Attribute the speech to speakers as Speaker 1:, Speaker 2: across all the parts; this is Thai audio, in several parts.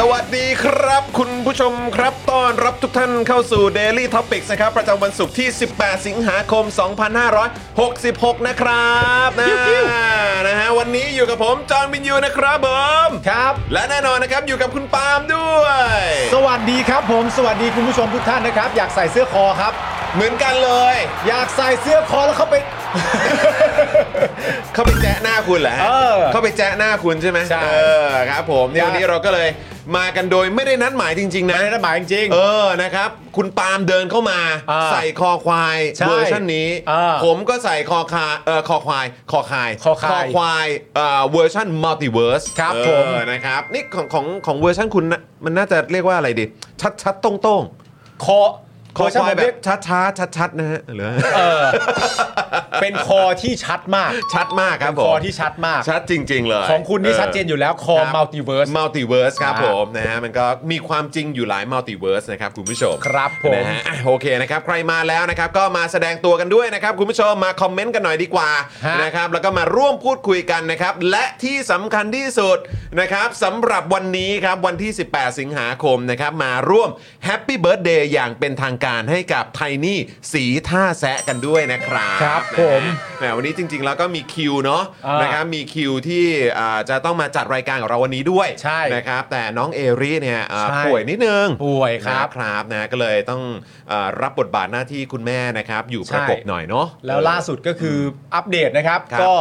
Speaker 1: สวัสดีครับ คุณผู้ชมครับต้อนรับทุกท่านเข้าสู่ Daily Topics นะครับ ประจำวันศุกร์ที่ 18 สิงหาคม 2566 นะครับนะนะฮะวันนี้อยู่กับผม จอห์นวินยูนะครับผม
Speaker 2: ครับ
Speaker 1: และแน่นอนนะครับ อยู่กับคุณปาล์มด้วย
Speaker 2: สวัสดีครับผม สวัสดีคุณผู้ชมทุกท่านนะครับ อยากใส่เสื้อคอครับ
Speaker 1: เหมือนกันเลย
Speaker 2: อยากใส่เสื้อคอแล้วเขาไป
Speaker 1: เข้าไปแจ๊ะหน้าคุณแหละ
Speaker 2: เออ
Speaker 1: เข้าไปแจ๊ะหน้าคุณใช่ไหม
Speaker 2: ใช่
Speaker 1: เออครับผมเนี่ยวันนี้เราก็เลยมากันโดยไม่ได้นัดหมายจริง ๆ นะ
Speaker 2: ไม่ได้หมายจริง
Speaker 1: เออ นะครับ คุณปาล์มเดินเข้ามา
Speaker 2: อ่า
Speaker 1: ใส่คอควาย
Speaker 2: ใช่
Speaker 1: เวอร์ชันนี้
Speaker 2: อ่า
Speaker 1: ผมก็ใส่คอคาเออคอควาย คอคาย
Speaker 2: คอคาย
Speaker 1: ควายเอ่อเวอร์ชันมัลติเวิร์ส
Speaker 2: ครับ
Speaker 1: เออ
Speaker 2: ผม
Speaker 1: นะครับ นี่ของของของเวอร์ชันคุณนะมันน่าจะเรียกว่าอะไรดี ชัดชัดๆตรงตรง
Speaker 2: ค
Speaker 1: ๆค
Speaker 2: อคอ
Speaker 1: อ
Speaker 2: ชั
Speaker 1: ค
Speaker 2: ด
Speaker 1: วาย
Speaker 2: แบ
Speaker 1: แบบ บชัดช้าชัดชัดๆนะฮะเหรือ
Speaker 2: เออ เป็นคอที่ชัดมาก
Speaker 1: ชัดมากครับ
Speaker 2: เป็น
Speaker 1: ผม
Speaker 2: คอที่ชัดมาก
Speaker 1: ชัดจริง ๆ เลย
Speaker 2: ของคุณนี่ชัดเจนอยู่แล้วคอ
Speaker 1: รับ
Speaker 2: มัลติเวิร์ส
Speaker 1: มัลติเวิร์สครับ
Speaker 2: ครับ
Speaker 1: ผมนะฮะมันก็มีความจริงอยู่หลายมัลติเวิร์สนะครับคุณผู้ชม
Speaker 2: ครับผม
Speaker 1: นะฮะอ่ะโอเคนะครับใครมาแล้วนะครับก็มาแสดงตัวกันด้วยนะครับคุณผู้ชมมาคอมเมนต์กันหน่อยดีกว่า
Speaker 2: ฮะ
Speaker 1: นะครับแล้วก็มาร่วมพูดคุยกันนะครับและที่สำคัญที่สุดนะครับสำหรับวันนี้ครับวันที่ 18 สิงหาคมนะครับมาร่วมแฮปปี้เบิร์ดเดย์อย่างเป็นทางการให้กับไทนี่สีท่าแซะกันด้วยนะครับ
Speaker 2: ครับ
Speaker 1: นะฮะ
Speaker 2: ผม
Speaker 1: แหมวันนี้จริง ๆ แล้วก็มีคิวเนาะ
Speaker 2: อ่าน
Speaker 1: นะครับมีคิวที่อ่าจะต้องมาจัดรายการกับเราวันนี้ด้วย
Speaker 2: ใช่
Speaker 1: นะครับแต่น้องเอริเนี่ยอ่า
Speaker 2: ใช่
Speaker 1: ป่วยนิดนึง
Speaker 2: ป่วยครับ
Speaker 1: นะครับนะก็เลยต้องอารับบทบาทหน้าที่คุณแม่นะครับ อยู่ป
Speaker 2: ใช่
Speaker 1: ระกบหน่อยเนาะ
Speaker 2: แล้วล่าสุดก็คืออัปเดตนะครับ
Speaker 1: ครับ
Speaker 2: ก็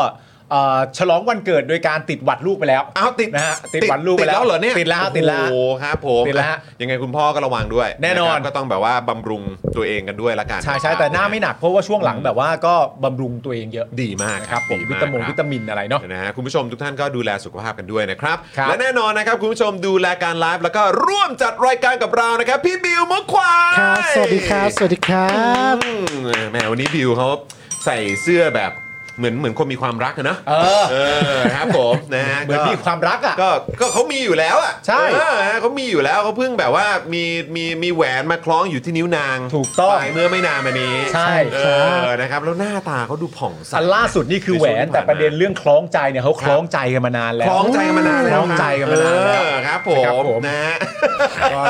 Speaker 2: เอ่อฉลองวันเกิดโดยการติดหวัดลูกไปแล้ว
Speaker 1: อ้าวติด
Speaker 2: นะฮะติดหวัดลูกไป
Speaker 1: ติด
Speaker 2: แล้ว
Speaker 1: แล้วเหรอเนี่ย
Speaker 2: ติดแล้วฮะติดแล้ว
Speaker 1: โอ้โหครับผม
Speaker 2: ติดแล้วฮะ
Speaker 1: ยังไงคุณพ่อก็ระวังด้วย
Speaker 2: แน่น
Speaker 1: ะ
Speaker 2: อน
Speaker 1: ครับก็ต้องแบบว่าบำรุงตัวเองกันด้วยละกัน
Speaker 2: ใช่ใช่แต่หน้าไม่หนักเพราะว่าช่วงหลังแบบว่าก็บำรุงตัวเองเยอะ
Speaker 1: ดีมาก
Speaker 2: นะครับผม
Speaker 1: ดีาก
Speaker 2: วิตามิ
Speaker 1: ค
Speaker 2: น
Speaker 1: รับ
Speaker 2: วิตามินอะไรเนาะ
Speaker 1: นะฮะคุณผู้ชมทุกท่านก็ดูแลสุขภาพกันด้วยนะครับ
Speaker 2: ครับ
Speaker 1: และแน่นอนนะครับคุณผู้ชมดูแลการไลฟ์แล้วก็ร่วมจัดรายการกับเรานะครับ พี่บิวมะควาย
Speaker 3: ครับสวัสดีครับ สวัสดีครับ
Speaker 1: อืมแหมวันนี้บิวเขาใส่เสื้อแบบเหมือนเหมือนคนมีความรักอะนะ
Speaker 2: เออ
Speaker 1: เออครับผมนะฮะ
Speaker 2: เหมือน
Speaker 1: ก็
Speaker 2: มีความรักอ่ะ
Speaker 1: ก็ก็เขามีอยู่แล้วอ่ะ
Speaker 2: ใช่
Speaker 1: เออฮะเขามีอยู่แล้วเขาเพิ่งแบบว่ามีมีมีแหวนมาคล้องอยู่ที่นิ้วนาง
Speaker 2: ถูกต้อง
Speaker 1: ไปเมื่อไม่นานมานี้
Speaker 2: ใช่
Speaker 1: เออนะครับแล้วหน้าตาเขาดูผ่องใส
Speaker 2: อันล่าสุดนี่คือแหวนแต่ประเด็นเรื่องคล้องใจเนี่ยเขาคล้องใจกันมานานแล้ว
Speaker 1: คล้องใจกันมานานแล้ว
Speaker 2: คล้องใจกันมานานแล้ว
Speaker 1: เออครับผ
Speaker 2: นะครับผม ม
Speaker 1: นะฮะ
Speaker 2: ก็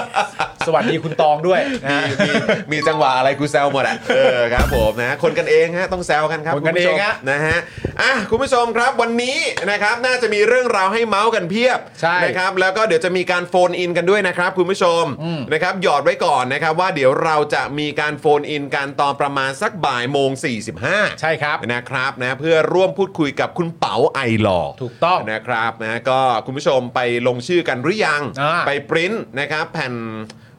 Speaker 2: สวัสดีคุณตองด้วยนะ
Speaker 1: มี
Speaker 2: ฮะ
Speaker 1: มีมีจังหวะอะไรกูแซวหมดอ่ะเออครับผมนะคนกันเองฮะต้องแซวกันครับ
Speaker 2: คนกันเอง
Speaker 1: ณผู้ชม
Speaker 2: ฮะ
Speaker 1: นะฮะอ่ะคุณผู้ชมครับวันนี้นะครับน่าจะมีเรื่องราวให้เมาส์กันเพียบ
Speaker 2: ใช่
Speaker 1: นะครับแล้วก็เดี๋ยวจะมีการโฟนอินกันด้วยนะครับคุณผู้ชมนะครับหยอดไว้ก่อนนะครับว่าเดี๋ยวเราจะมีการโฟนอินกันตอนประมาณสักบ่ายโมง45
Speaker 2: ใช่ครับ
Speaker 1: นะครับนะเพื่อร่วมพูดคุยกับคุณเป๋าไอหล่อ
Speaker 2: ถูกต้อง
Speaker 1: นะครับนะก็คุณผู้ชมไปลงชื่อกันหรือยัง
Speaker 2: อ่า
Speaker 1: ไปปริ้นนะครับแผ่น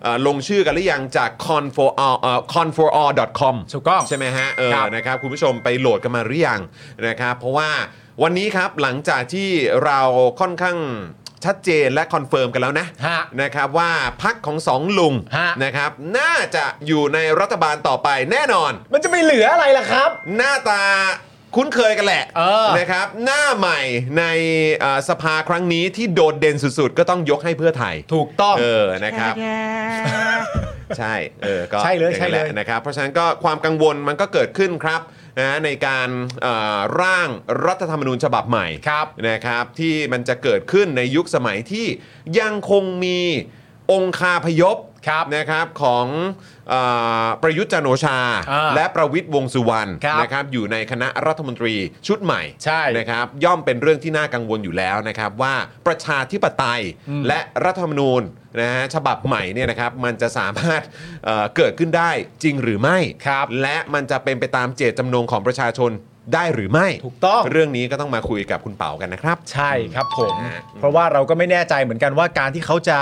Speaker 1: เอ่อลงชื่อกันหรือยังจาก con for all เอ่อ con for all com
Speaker 2: ถูกต้อง
Speaker 1: ใช่ไหมฮะเออ
Speaker 2: ครับ
Speaker 1: นะครับคุณผู้ชมไปโหลดกันมาหรือยังนะครับเพราะว่าวันนี้ครับหลังจากที่เราค่อนข้างชัดเจนและคอนเฟิร์มกันแล้วนะ
Speaker 2: ฮะ
Speaker 1: นะครับว่าพักของสองลุง
Speaker 2: ฮะ
Speaker 1: นะครับน่าจะอยู่ในรัฐบาลต่อไปแน่นอน
Speaker 2: มันจะไม่เหลืออะไรล่ะครับ
Speaker 1: หน้าตา คุ้นเคยกันแหละ
Speaker 2: เออ
Speaker 1: นะครับ หน้าใหม่ในเอ่อสภาครั้งนี้ที่โดดเด่นสุดๆ ก็ต้องยกให้เพื่อไทย
Speaker 2: ถูกต้อง
Speaker 1: เออ นะครับ ใช่ เออ ก็
Speaker 2: ใช่เลย
Speaker 1: อางนั้น
Speaker 2: ใช่เลย
Speaker 1: แหะนะครับ เพราะฉะนั้นก็ความกังวลมันก็เกิดขึ้นครับนะในการเอ่อร่างรัฐธรรมนูญฉบับใหม่
Speaker 2: ครับ
Speaker 1: นะครับ ที่มันจะเกิดขึ้นในยุคสมัยที่ยังคงมีองคาพยพ
Speaker 2: ครับ
Speaker 1: นะครับของเออประยุทธ์จันทร์โอชา
Speaker 2: อ่า
Speaker 1: และประวิทย์วงษ์สุวรรณ
Speaker 2: ครับ
Speaker 1: นะครับอยู่ในคณะรัฐมนตรีชุดใหม่
Speaker 2: ใช่
Speaker 1: นะครับ ย่อมเป็นเรื่องที่น่ากังวลอยู่แล้วนะครับ ว่าประชาธิปไตยและรัฐธรรมนูญนะฮะฉบับใหม่เนี่ยนะครับ มันจะสามารถเอ่อเกิดขึ้นได้จริงหรือไม่ครับและมันจะเป็นไปตามเจตจำนงของประชาชนได้หรือไม่
Speaker 2: ถูกต้อง
Speaker 1: เรื่องนี้ก็ต้องมาคุยกับคุณเปากันนะครับ
Speaker 2: ใช่ครับผม
Speaker 1: นะฮะ
Speaker 2: เพราะว่าเราก็ไม่แน่ใจเหมือนกันว่าการที่เขาจะ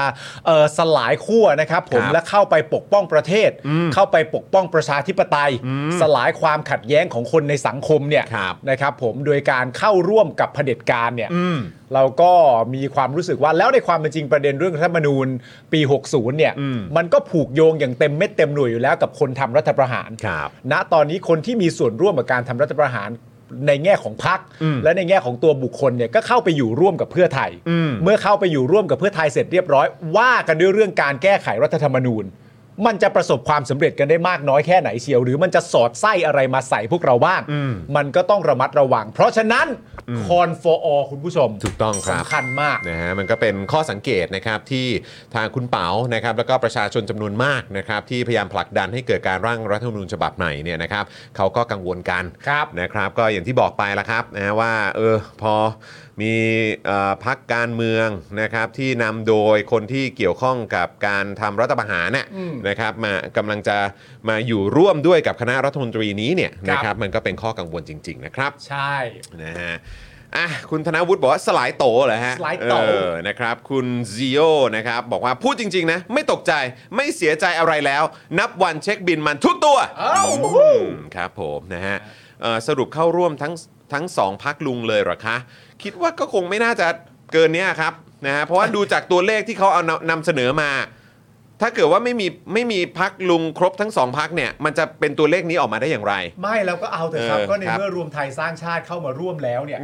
Speaker 2: เอ่อสลายขั้วนะครับผม
Speaker 1: ครับ
Speaker 2: และเข้าไปปกป้องประเทศ เข้าไปปกป้องประชาธิปไตย สลายความขัดแย้งของคนในสังคมเนี่ย
Speaker 1: ครับ
Speaker 2: นะครับผมโดยการเข้าร่วมกับเผด็จการเนี่ยเราก็มีความรู้สึกว่าแล้วในความเป็นจริงประเด็นเรื่องรัฐธรรมนูญปี 60เนี่ยมันก็ผูกโยงอย่างเต็มเม็ดเต็มหน่วยอยู่แล้วกับคนทำรัฐประหาร
Speaker 1: ครับ
Speaker 2: ณตอนนี้คนที่มีส่วนร่วมกับการทำรัฐประหารในแง่ของพรรคและในแง่ของตัวบุคคลเนี่ยก็เข้าไปอยู่ร่วมกับเพื่อไทย เมื่อเข้าไปอยู่ร่วมกับเพื่อไทยเสร็จเรียบร้อย ว่ากันด้วยเรื่องการแก้ไขรัฐธรรมนูญ มันจะประสบความสำเร็จกันได้มากน้อยแค่ไหนเชียว หรือมันจะสอดไส้อะไรมาใส่พวกเราบ้างมันก็ต้องระมัดระวัง เพราะฉะนั้นคอนฟอร์คุณผู้ชม
Speaker 1: ถูกต้องครับ
Speaker 2: สำคัญมาก
Speaker 1: นะฮะมันก็เป็นข้อสังเกตนะครับที่ทางคุณเปานะครับแล้วก็ประชาชนจำนวนมากนะครับที่พยายามผลักดันให้เกิดการร่างรัฐธรรมนูญฉบับใหม่เนี่ยนะครับเขาก็กังวลกัน
Speaker 2: ครับ
Speaker 1: นะครับ ก็อย่างที่บอกไปแล้วครับนะว่าเออพอมีเอ่อพักการเมืองนะครับที่นำโดยคนที่เกี่ยวข้องกับการทำรัฐประหารน่ะนะครับมากำลังจะมาอยู่ร่วมด้วยกับคณะรัฐมนตรีนี้เนี่ย
Speaker 2: ครับ
Speaker 1: นะครับมันก็เป็นข้อกังวลจริง ๆ นะครับ
Speaker 2: ใช่
Speaker 1: นะฮะ อ่ะ คุณธนวุฒิบอกว่าสลายโตเหรอฮะ
Speaker 2: สลายโต
Speaker 1: เออนะครับ คุณซีโอนะครับ บอกว่าพูดจริง ๆ นะ ไม่ตกใจ ไม่เสียใจอะไรแล้ว นับวันเช็คบินมันทุกตัว
Speaker 2: เอ้า
Speaker 1: อืมครับผมนะฮะเอ่อสรุปเข้าร่วมทั้งทั้งสองพักลุงเลยเหรอคะ คิดว่าก็คงไม่น่าจะเกินเนี้ยครับนะฮะเพ ราะว่าดูจากตัวเลขที่เขาเอานำนำเสนอมา ถ้าเกิดว่าไม่มีไม่มีพักลุงครบทั้งสองพักเนี่ยมันจะเป็นตัวเลขนี้ออกมาได้อย่างไร
Speaker 2: ไม่เราก็เอาแต่ครับ
Speaker 1: เออ
Speaker 2: ก็ใน
Speaker 1: ครับ
Speaker 2: เมื่อรวมไทยสร้างชาติเข้ามาร่วมแล้วเนี่ย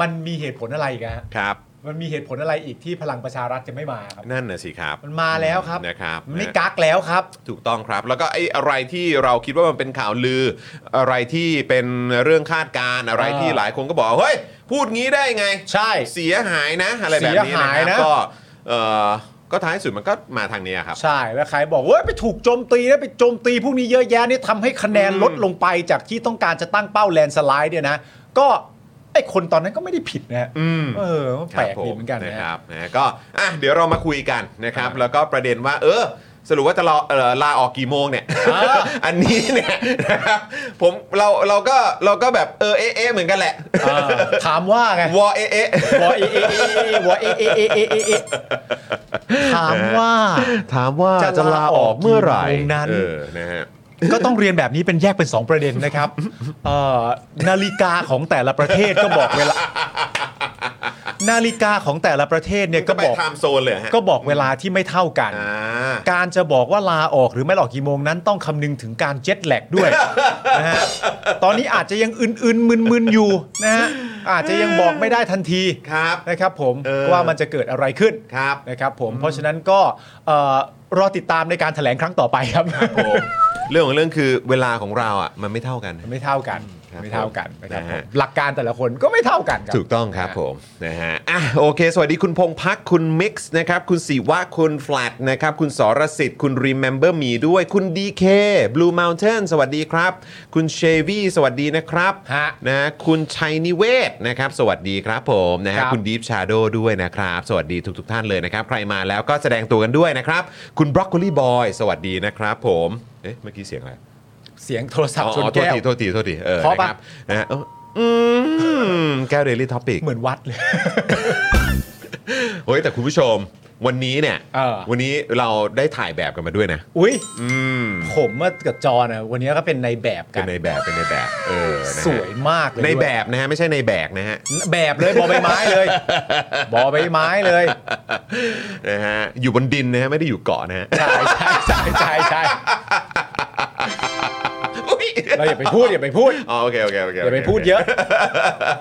Speaker 2: มันมีเหตุผลอะไรอีกันฮะ
Speaker 1: ครับ
Speaker 2: มันมีเหตุผลอะไรอีกที่พลังประชารัฐจะไม่มาครับ
Speaker 1: นั่นน่ะสิครับ
Speaker 2: มันมาแล้วครับ
Speaker 1: นะครับ
Speaker 2: มันไม่
Speaker 1: นะ
Speaker 2: กักแล้วครับ
Speaker 1: ถูกต้องครับ แล้วก็ไอ้อะไรที่เราคิดว่ามันเป็นข่าวลือ อะไรที่เป็นเรื่องคาดการณ์อะไร
Speaker 2: อ่า
Speaker 1: ที่หลายคนก็บอกว่าเฮ้ย พูดงี้ได้ไง
Speaker 2: ใช่
Speaker 1: เสียหายนะ อะไรแบบนี้นะ
Speaker 2: เสียหาย
Speaker 1: ครับ
Speaker 2: นะ
Speaker 1: ก็เออก็ท้ายสุดมันก็มาทางเนี้ยครับ
Speaker 2: ใช่แล้วใครบอกว่าไปถูกโจมตีนะไปโจมตีพวกนี้เยอะแยะนี่ทำให้คะแนน
Speaker 1: อืม
Speaker 2: ลดลงไปจากที่ต้องการจะตั้งเป้าแลนด์สไลด์เนี่ยนะ ก็ไอ้คนตอนนั้นก็ไม่ได้ผิดนะฮะ
Speaker 1: อืม
Speaker 2: เออมัน
Speaker 1: ค
Speaker 2: แป
Speaker 1: รั
Speaker 2: ล
Speaker 1: บ
Speaker 2: กดีเหมือนกัน
Speaker 1: ผ
Speaker 2: นะ
Speaker 1: ค
Speaker 2: ฮะ
Speaker 1: รับนะก็อ่ะเดี๋ยวเรามาคุยกันนะครับ แล้วก็ประเด็นว่า เออ สรุปว่าจะรอเอ่อลาออกกี่โมงเนี่ย อันนี้เนี่ยนะครับผมเราเราก็เราก็แบบเออเอะเอะเหมือนกันแหละ
Speaker 2: เออถามว่าไง
Speaker 1: วอเอะเอะ
Speaker 2: วอเอเอเอเอวอเอเอเอเอเอเอถามว่า
Speaker 1: ถามว่า
Speaker 2: จะลาออกเมื่อไหร่
Speaker 1: เออนะฮะ
Speaker 2: ก็ต้องเรียนแบบนี้เป็นแยกเป็น 2 ประเด็น นะครับเอ่อนาฬิกาของแต่ละประเทศก็บอกเวลา นาฬิกาของแต่ละประเทศเนี่ย
Speaker 1: ก็
Speaker 2: ก็
Speaker 1: ไป
Speaker 2: บอก
Speaker 1: ไทม์โซนเลยเหรอฮะ
Speaker 2: ก็บอกเวลาที่ไม่เท่ากัน
Speaker 1: อ่า
Speaker 2: การจะบอกว่าลาออกหรือไม่ลาออกกี่โมงนั้นต้องคำนึงถึงการเจ็ตแลกด้วย นะฮะตอนนี้อาจจะยังอึนๆมึนๆอยู่นะฮะอาจจะยังบอกไม่ได้ทันที
Speaker 1: ครับ
Speaker 2: นะครับผม
Speaker 1: เออ
Speaker 2: ว่ามันจะเกิดอะไรขึ้น
Speaker 1: ครับ
Speaker 2: นะครับผมเพราะฉะนั้นก็เอ่อรอติดตามในการแถลงครั้งต่อไปครับ
Speaker 1: ผมเรื่องของเรื่องคือเวลาของเราอ่ะมันไม่เท่ากัน
Speaker 2: ไม่เท่ากัน
Speaker 1: ครับ
Speaker 2: ไม่เท่ากันนะครับ
Speaker 1: นะ
Speaker 2: ผ
Speaker 1: ฮะ
Speaker 2: มหลักการแต่ละคนก็ไม่เท่ากันครับ
Speaker 1: ถูกต้องครับผมนะฮะอ่ะโอเค สวัสดีคุณพงพักคุณมิกซ์นะครับ คุณศิวะคุณแฟลตนะครับ คุณสรสิทธิ์ คุณ Remember Me ด้วย คุณ DK Blue Mountain สวัสดีครับ คุณเชวี่สวัสดีนะครับ
Speaker 2: ฮะ
Speaker 1: นะฮะคุณชัยนิเวศนะครับ สวัสดีครับผมนะฮะ
Speaker 2: ครับ
Speaker 1: คุณ Deep Shadow ด้วยนะครับ สวัสดีทุกๆท่านเลยนะครับ ใครมาแล้วก็แสดงตัวกันด้วยนะครับ คุณ Broccoli Boy สวัสดีนะครับผมเอ๊ะเมื่อกี้เสียงอะไร
Speaker 2: เสียงโทรศัพท์ชน
Speaker 1: อ๋อ
Speaker 2: แก้
Speaker 1: โทษ
Speaker 2: ว
Speaker 1: ทีโทษทีโทษทีเออ
Speaker 2: เพราะ
Speaker 1: นะ
Speaker 2: ปะ
Speaker 1: ครับนะฮะเอ้าอืมแก้วเดลี่ท็อปิก
Speaker 2: เหมือนวัดเลย
Speaker 1: เฮ้ยแต่คุณผู้ชม วันนี้เนี่ย
Speaker 2: เออ
Speaker 1: วันนี้เราได้ถ่ายแบบกันมาด้วยนะ
Speaker 2: อุ้ย
Speaker 1: อืม
Speaker 2: ผมอะกับจอนะวันนี้ก็เป็นในแบบกั
Speaker 1: เป็น
Speaker 2: น
Speaker 1: ในแบบเป็นในแบบเออนะฮะ
Speaker 2: สวยมากเลย
Speaker 1: ใน
Speaker 2: ด้วย
Speaker 1: แบบนะฮะไม่ใช่ในแบกนะฮะ
Speaker 2: แบบเลยบอใบไม้ เลยบอใบไม้เลย
Speaker 1: นะฮะอยู่บนดินนะฮะไม่ได้อยู่เกาะนะฮะ
Speaker 2: ใช่ใช่ใช่ใช่ใช่
Speaker 1: อุ๊ย
Speaker 2: เราอย่าไปพูดอย่าไปพูด
Speaker 1: อ๋อโอเคโอเคโอเคโค
Speaker 2: อย่าไปพูดเยอะ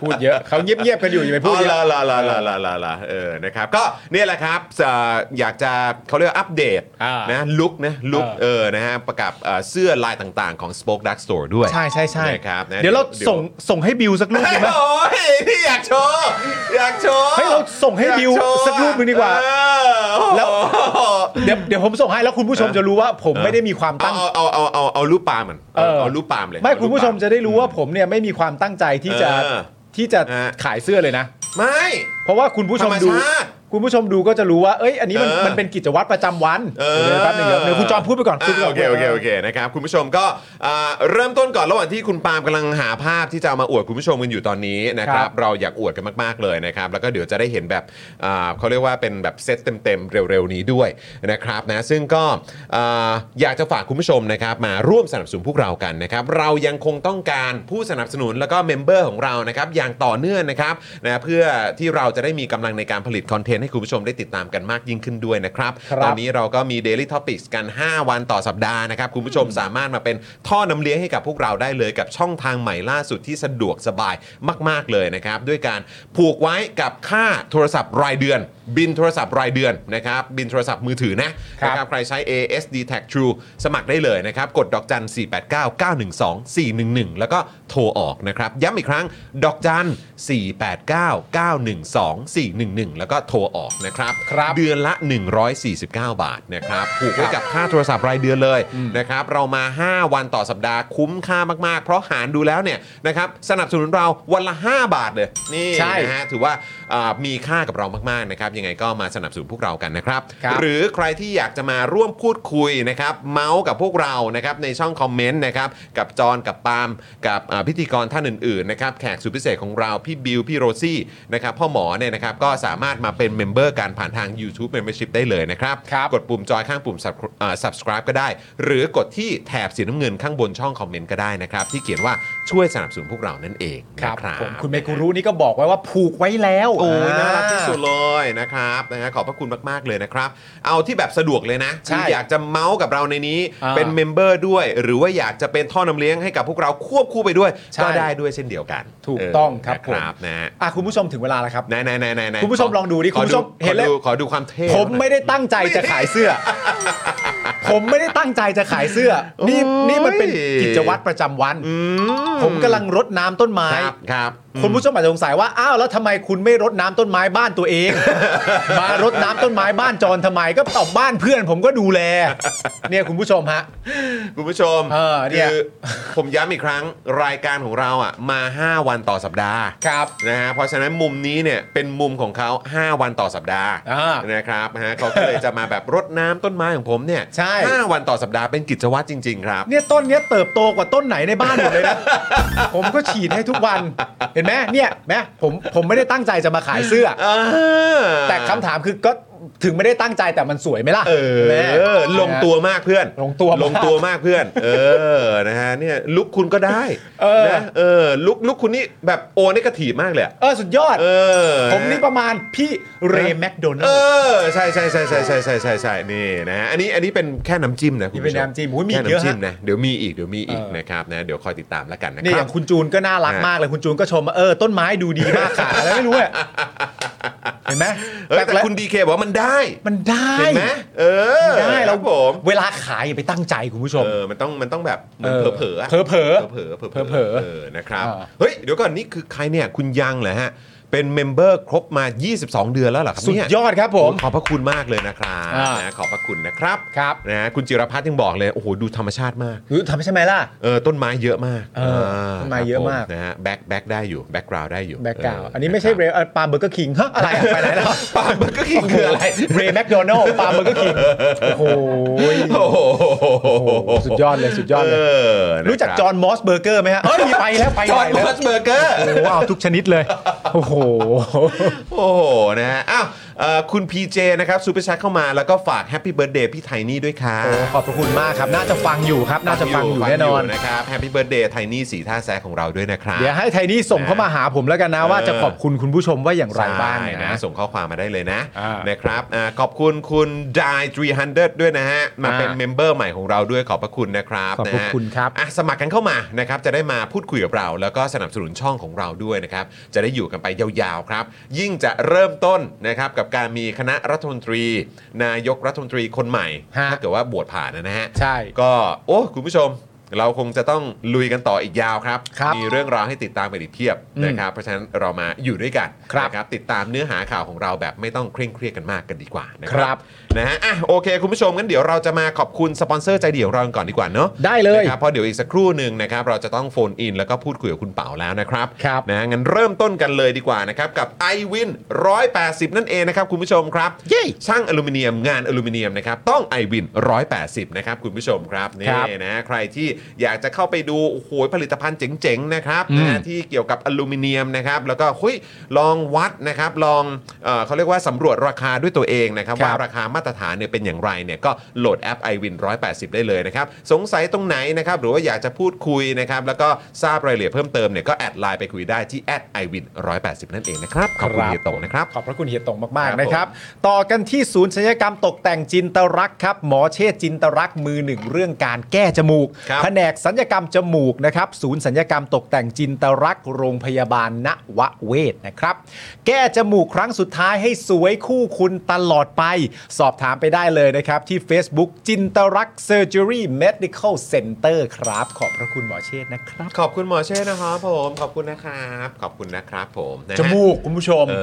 Speaker 2: พูดเยอะเขาเงียบๆกันอยู่อย่าไปพูดเย
Speaker 1: อ๋อ
Speaker 2: อะ
Speaker 1: ลาลาลาลาลาลาเออนะครับก็เนี่ยแหละครับเอ่ออยากจะเขาเรียกว่าอัปเดต
Speaker 2: อ่าน
Speaker 1: นะลุกนะลุก
Speaker 2: เออ
Speaker 1: เออนะฮะประกับเอ่อเสื้อลายต่างๆของ Spoke Dark Store ด้วย
Speaker 2: ใช่ใช่ใช่
Speaker 1: นะครับนะ
Speaker 2: เดี๋ยวเรา
Speaker 1: เดี๋ยว
Speaker 2: ส่งส่งให้บิวสักรูป
Speaker 1: เฮ้
Speaker 2: ดี
Speaker 1: ย
Speaker 2: ไหม
Speaker 1: โอ้ยพี่อยากโชว์อยากโชว์
Speaker 2: เฮ้ยเราส่งให้บิว
Speaker 1: อยาโชอะ
Speaker 2: สักรูปหนึ่งดีกว่า
Speaker 1: เออ
Speaker 2: แล้วเดี๋ยวเดี๋ยวผมส่งให้แล้วคุณผู้ชมจะรู้ว่าผมไม่ได้มีความตั้
Speaker 1: เอา
Speaker 2: ง
Speaker 1: เอาเอาเอาเอารูปปาล์มมัน
Speaker 2: เออ
Speaker 1: เอารูปปาล์มเลย
Speaker 2: ไม่
Speaker 1: เอารูป
Speaker 2: คุณผู้ชม
Speaker 1: ปาล์
Speaker 2: จะได้รู้ว่าผมเนี่ยไม่มีความตั้งใจที่จะ
Speaker 1: เออ
Speaker 2: ที่จะ
Speaker 1: ฮะ
Speaker 2: ขายเสื้อเลยนะ
Speaker 1: ไม่
Speaker 2: เพราะว่าคุณผู้ชมดู
Speaker 1: ธรรมชาติ
Speaker 2: คุณผู้ชมดูก็จะรู้ว่า เอ้ย อันนี้มัน
Speaker 1: เออ
Speaker 2: มันเป็นกิจวัตรประจำวัน
Speaker 1: เออ
Speaker 2: เดี๋ยวแป๊บหนึงเดี๋ยวเดี๋ยวคุณจอมพูดไปก่อนพูดไป
Speaker 1: า
Speaker 2: ก่
Speaker 1: โอน เคโอเคโอเคนะครับคุณผู้ชมก็อ่าเริ่มต้นก่อนระหว่างที่คุณปาล์มกำลังหาภาพที่จะเอามาอวดคุณผู้ชมกันอยู่ตอนนี้นะค
Speaker 2: ครั
Speaker 1: รับบ เราอยากอวดกันมากๆเลยนะครับแล้วก็เดี๋ยวจะได้เห็นแบบอ่าเขาเรียกว่าเป็นแบบเซตเต็มๆเร็วๆนี้ด้วยนะครับนะซึ่งก็อ่าอยากจะฝากคุณผู้ชมนะครับมาร่วมสนับสนุนพวกเรากันนะครับเรายังคงต้องการผู้สนับสนุนแล้วก็เมมเบอร์ของเรานะครับอย่างต่อเนื่องนะครับนะเพื่อที่เราจะได้มีกำลังในการผลิตคอนเทนต์ให้คุณผู้ชมได้ติดตามกันมากยิ่งขึ้นด้วยนะครับ
Speaker 2: ครับ
Speaker 1: ตอนนี้ วันนี้เราก็มี Daily Topics กัน 5 วันต่อสัปดาห์นะครับ คุณผู้ชมสามารถมาเป็นท่อน้ำเลี้ยงให้กับพวกเราได้เลยกับช่องทางใหม่ล่าสุดที่สะดวกสบายมาก ๆ เลยนะครับ ด้วยการผูกไว้กับค่าโทรศัพท์รายเดือน บินโทรศัพท์รายเดือนนะครับ บินโทรศัพท์มือถือนะครับ นะใครใช้ ASD Tag True สมัครได้เลยนะครับ กดดอกจัน 489 912 411 แล้วก็โทรออกนะครับ ย้ำอีกครั้ง ดอกจัน 489 912 411 แล้วก็โทรออกนะครับ
Speaker 2: ครับ
Speaker 1: เดือนละ 149 บาทนะครับผูกไว้กับค่าโทรศัพท์รายเดือนเลยนะครับเรามา 5 วันต่อสัปดาห์คุ้มค่ามากๆ เพราะหารดูแล้วเนี่ยนะครับสนับสนุนเราวันละ 5 บาทเลยนี่
Speaker 2: ใช่
Speaker 1: นะฮะถือว่าอ่ามีค่ากับเรามากๆนะครับยังไงก็มาสนับสนุนพวกเรากันนะครับ
Speaker 2: ครับ
Speaker 1: หรือใครที่อยากจะมาร่วมพูดคุยนะครับเมาส์กับพวกเรานะครับในช่องคอมเมนต์นะครับกับจอนกับปาล์มกับอ่าพิธีกรท่านอื่นๆนะครับแขกสุดพิเศษของเราพี่บิวพี่โรซี่นะครับพ่อหมอเนี่ยนะครับก็สามารถมาเป็นเมมเบอร์การผ่านทาง YouTube Membership ได้เลยนะครับ
Speaker 2: ครับ
Speaker 1: กดปุ่มจอยข้างปุ่ม subscri- อ่า subscribe ก็ได้ หรือกดที่แถบสีน้ำเงินข้างบนช่องคอมเมนต์ก็ได้นะครับ ที่เขียนว่าช่วยสนับสนุนพวกเรานั่นเอง
Speaker 2: ครับ
Speaker 1: นะ
Speaker 2: ผมคุณเมกุรุนี่ก็บอกไว้ว่าผูกไว้แล้ว
Speaker 1: โอ้ยน่ารัก
Speaker 2: อ่
Speaker 1: ที่สุดเลยนะครับนะฮะขอบพระคุณมาก ๆ เลยนะครับ เอาที่แบบสะดวกเลยนะ
Speaker 2: ใช่
Speaker 1: คืออยากจะเมาส์กับเราในนี้
Speaker 2: อ่า
Speaker 1: เป็นเมมเบอร์ด้วย หรือว่าอยากจะเป็นท่อนำเลี้ยงให้กับพวกเราควบคู่ไปด้วย
Speaker 2: ใช่
Speaker 1: ก็ได้ด้วยเช่นเดียวกัน
Speaker 2: ถูกต้องครับ
Speaker 1: เนะครับนะฮะ
Speaker 2: ะคุณผู้ชมถึงเวลาแล้วครับ
Speaker 1: ไหนไหนไหนไหน
Speaker 2: คุณผู้ชมลองดูดิ
Speaker 1: ข
Speaker 2: คุณผู้ชมเห็นแล้ว
Speaker 1: ขอดูขอดูความเท่
Speaker 2: ผม
Speaker 1: หน่อย
Speaker 2: ไม่ได้ตั้งใจจะขายเสื้ อ ผมไม่ได้ตั้งใจจะขายเสื้อ นี่
Speaker 1: โอ้ย
Speaker 2: นี่มันเป็นกิจวัตรประจำวัน
Speaker 1: อื
Speaker 2: ผมกำลังรดน้ำต้นไม้
Speaker 1: ครับครับ
Speaker 2: คุณผู้ชมอาจจะสงสัยว่า อ้าวแล้วทำไมคุณไม่รดน้ำต้นไม้บ้านตัวเอง มารดน้ำต้นไม้บ้านจรทำไมก็ตอบบ้านเพื่อน ผมก็ดูแล เนี่ยคุณผู้ชมฮะ
Speaker 1: คุณผู้ชม
Speaker 2: เออเนี่ย
Speaker 1: คือผมย้ำอีกครั้งรายการของเราอ่ะมา 5 วันต่อสัปดาห์
Speaker 2: ครับ
Speaker 1: นะฮะเพราะฉะนั้นมุมนี้เนี่ยเป็นมุมของเขา 5 วันต่อสัปดาห์
Speaker 2: อ่า
Speaker 1: นะครับนะฮะเขาก็เลยจะมาแบบรดน้ำต้นไม้ของผมเนี่ย
Speaker 2: ใช่
Speaker 1: ห้าวันต่อสัปดาห์เป็นกิจวัตรจริง ๆ ครับ
Speaker 2: เนี่ยต้นเนี้ยเติบโตกว่าต้นไหนในบ้านหมดเลยนะ ผมก็ฉีดให้ทุกวัน เห็นไหมเนี่ยแมผมผมไม่ได้ตั้งใจจะมาขายเสื้อ
Speaker 1: เออ
Speaker 2: แต่คำถามคือก็ถึงไม่ได้ตั้งใจแต่มันสวยไหมล่ะ
Speaker 1: เอ
Speaker 2: แม่
Speaker 1: อลงตัวมากเพื่อน
Speaker 2: ลงตัวมาก
Speaker 1: ลงตัวมากเพื่อน เออนะฮะเนี่ยลุกคุณก็ได้
Speaker 2: เออ
Speaker 1: นะเออลุกลุกคุณนี่แบบโอนี่กระถีมากเลยอะ
Speaker 2: เออสุดยอด
Speaker 1: เออ
Speaker 2: ผมนี่ประมาณพี่เรย์แมคโดนั
Speaker 1: เอ
Speaker 2: ลด์
Speaker 1: อใช่ใช่ใช่ใช่ใช่ใช่ใช่ใช่นี่นะฮะอันนี้อันนี้เป็นแค่น้ำจิ้มนะคุณ
Speaker 2: นี่
Speaker 1: ผู้ชม
Speaker 2: เป็นน้ำจิ้มหุ้ยมี
Speaker 1: แค่
Speaker 2: อีกเยอะ
Speaker 1: น้ำจิ้
Speaker 2: ฮะ
Speaker 1: มนะเดี๋ยวมีอีกเดี๋ยวมีอีก
Speaker 2: เออ
Speaker 1: นะครับนะเดี๋ยวคอยติดตามแล้วกันนะ
Speaker 2: นี่
Speaker 1: ค
Speaker 2: อ
Speaker 1: รับ
Speaker 2: ย่างคุณจูนก็น่ารัก
Speaker 1: อ่ะ
Speaker 2: มากเลยคุณจูนก็ชมว่าเออ ต้นไม้ดูดีมากค่ะอะไรไม่รู้อะเห็นไหม
Speaker 1: เอ้ยแต่คุณดีเคบอกว่ามันได้
Speaker 2: มันได้
Speaker 1: เห็นไหมเออ
Speaker 2: ได้
Speaker 1: ค
Speaker 2: เรา
Speaker 1: บผม
Speaker 2: เวลาขายอย่าไปตั้งใจคุณผู้ชม
Speaker 1: เออมันต้องมันต้องแบบเหมือน
Speaker 2: เออ
Speaker 1: เผลอๆอะ
Speaker 2: เผลอๆ
Speaker 1: เผลอๆเผลอๆ
Speaker 2: เผลอๆ
Speaker 1: เออนะครับ
Speaker 2: อ่า
Speaker 1: เฮ้ยเดี๋ยวก่อนนี่คือใครเนี่ยคุณยังเหรอฮะเป็นเมมเบอร์ครบมา 22 เดือนแล้วเหรอครับ
Speaker 2: สุด
Speaker 1: เนี่ย
Speaker 2: ยอดครับผม
Speaker 1: โอ้ขอบพระคุณมากเลยนะครับ
Speaker 2: อ่า
Speaker 1: นะขอบพระคุณนะครับ
Speaker 2: ครับ
Speaker 1: นะฮะคุณจิรพัฒน์ยังบอกเลย โอ้โห ดูธรรมชาติมาก
Speaker 2: คือทำใช่ไหมล่ะ
Speaker 1: เออต้นไม้เยอะมาก
Speaker 2: เออต้นไม้เยอะมาก
Speaker 1: ครับผนะฮะแบ็คแบ็คได้อยู่แบ็คกราวได้อยู่
Speaker 2: แบ็กกราวอันนี้ไม่ใช่เรย์ปาเบอร์เกอร์คิงฮะอะไรอะไปไหนแล้ว
Speaker 1: ปาล์มเบอร์เก็คิงคืออะไร
Speaker 2: เรย์แมคโดนัลด์ปาเบอร์เกอร์คิงโอ้โห
Speaker 1: โอ้โห
Speaker 2: สุดยอดเลยสุดยอดเลย
Speaker 1: อนะ
Speaker 2: รู้จัก
Speaker 1: คบ
Speaker 2: จอห์นมอสเบอร์เกอร์ไหมฮะเอ้ยมีไปแล้วไป
Speaker 1: จ
Speaker 2: ไห
Speaker 1: อน ห์นม
Speaker 2: แล้
Speaker 1: อ
Speaker 2: ว
Speaker 1: สเบอร์เกอร์
Speaker 2: โอ้โหเอาทุกชนิดเลย โอ้โห ห
Speaker 1: โอ้โหนะฮะอ้าวเอ่อคุณ PJ นะครับซูเปอร์แชทเข้ามาแล้วก็ฝากแฮปปี้เบิร์ดเดย์พี่ไทนี่ด้วยค่ะ
Speaker 2: โอ้ขอบพระคุณมากครับ น่าจะฟังอยู่ครับ น่าจะฟังอยู่แน่นอน
Speaker 1: นะครับแฮปปี้เบิร์ดเดย์ไทนี่สีท่าแซะของเราด้วยนะครับ
Speaker 2: เดี๋ยวให้ไทนี่ส่งเข้ามาหาผมแล้วกันนะ
Speaker 1: เออ
Speaker 2: ว่าจะขอบคุณคุณผู้ชมว่าอย่างไรบ้าง
Speaker 1: ใช่
Speaker 2: นะ
Speaker 1: ส่งข้อความมาได้เลยนะ
Speaker 2: อ่าน
Speaker 1: นะครับอาขอบคุณคุณดาย300 ด้วยนะฮะ มาเป็น
Speaker 2: อ่า
Speaker 1: เมมเบอร์ใหม่ของเราด้วยขอบพระคุณนะครับ
Speaker 2: ขอบพ
Speaker 1: น
Speaker 2: ระ
Speaker 1: ฮ
Speaker 2: คุณครับ
Speaker 1: อ่ะสมัครกันเข้ามานะครับจะได้มาพูดคุยกับเรา แล้วก็สนับสนุนช่องของเราด้วยนะครับ จะได้อยู่กันไปยาวๆครับ ยิ่งจะเริ่มต้นนะครับกับการมีคณะรัฐมนตรี นายกรัฐมนตรีคนใหม่
Speaker 2: ฮะ
Speaker 1: ถ้าเกิดว่าบวชผ่านนะฮะ
Speaker 2: ใช่
Speaker 1: ก็โอ้คุณผู้ชม เราคงจะต้องลุยกันต่ออีกยาวครับ
Speaker 2: ครับ
Speaker 1: มีเรื่องราวให้ติดตามกันอีกเพียบ
Speaker 2: อืม
Speaker 1: นะครับเพราะฉะนั้นเรามาอยู่ด้วยกัน
Speaker 2: ครับ
Speaker 1: นะครับติดตามเนื้อหาข่าวของเราแบบไม่ต้องเคร่งเครียดกันมากกันดีกว่านะค
Speaker 2: ครั
Speaker 1: รับบ นะฮะอ่ะโอเค คุณผู้ชมงั้นเดี๋ยวเราจะมาขอบคุณสปอนเซอร์ใจเดียวเรากันก่อนดีกว่าเนาะ
Speaker 2: ได้เลย
Speaker 1: นะครับเพราะเดี๋ยวอีกสักครู่หนึ่งนะครับเราจะต้องโฟนอินแล้วก็พูดคุยกับคุณเป๋าแล้วนะครับ
Speaker 2: ครับ
Speaker 1: นะฮะงั้นเริ่มต้นกันเลยดีกว่านะครับกับ i w วิน180 นั่นเองนะครับคุณผู้ชมครับ
Speaker 2: เย้
Speaker 1: ช่างอลูมิเนียมงานอลูมิเนียมนะครับต้อง i w วิน180 นะครับ คุณผู้ชมครับนี่
Speaker 2: ครับ
Speaker 1: นะใครที่อยากจะเข้าไปดูโอ้โหผลิตภัณฑ์เจ๋งๆนะครับ
Speaker 2: อืม
Speaker 1: นะที่เกี่ยวกับอลูมิเนียมนะครับแล้วก็เฮ้ยลองวัดนะครับลองเออเขาเรียกว่าสำรวจราคาด้วยตัวเองนะครับ
Speaker 2: ครับ
Speaker 1: ว่าราคามาตรฐานเนี่ยเป็นอย่างไรเนี่ยก็โหลดแอป i w วิน180 ได้เลยนะครับสงสัยตรงไหนนะครับหรือว่าอยากจะพูดคุยนะครับแล้วก็ทราบรายละเอียดเพิ่มเติมเนี่ยก็แอดไลน์ไปคุยได้ที่แอด i w วิน180 นั่นเองนะครับขอบคุ
Speaker 2: ครั
Speaker 1: ณ
Speaker 2: บ
Speaker 1: เฮียโตงนะครับ
Speaker 2: ขอบพระคุณเฮียตงมา
Speaker 1: ค
Speaker 2: ก
Speaker 1: รับ
Speaker 2: ๆนะครับ ต่อกันที่ศูนย์ศัลยกรรมตกแต่งจินตรักษณ์ครับ หมอเชษจินตรักษณ์มือหนึ่งเรื่องการแก้จมูก
Speaker 1: ครับ
Speaker 2: แผนกศัลยกรรมจมูกนะครับ ศูนย์ศัลยกรรมตกแต่งจินตรักษณ์โรงพยาบาลนวเวศนะครับ แก้จมูกครั้งสุดท้ายให้สวยคู่คุณตลอดไป สอบถามไปได้เลยนะครับ ที่ Facebook จินตรักเซอร์เจอรี่เมดิคอลเซ็นเตอร์ครับ ขอบพระคุณหมอเชษนะครับ
Speaker 1: ขอบคุณหมอเช่นะครับผมขอบคุณนะครับ ขอบคุณนะครับผมนะฮะ
Speaker 2: จมูกคุณผู้ชม
Speaker 1: เอ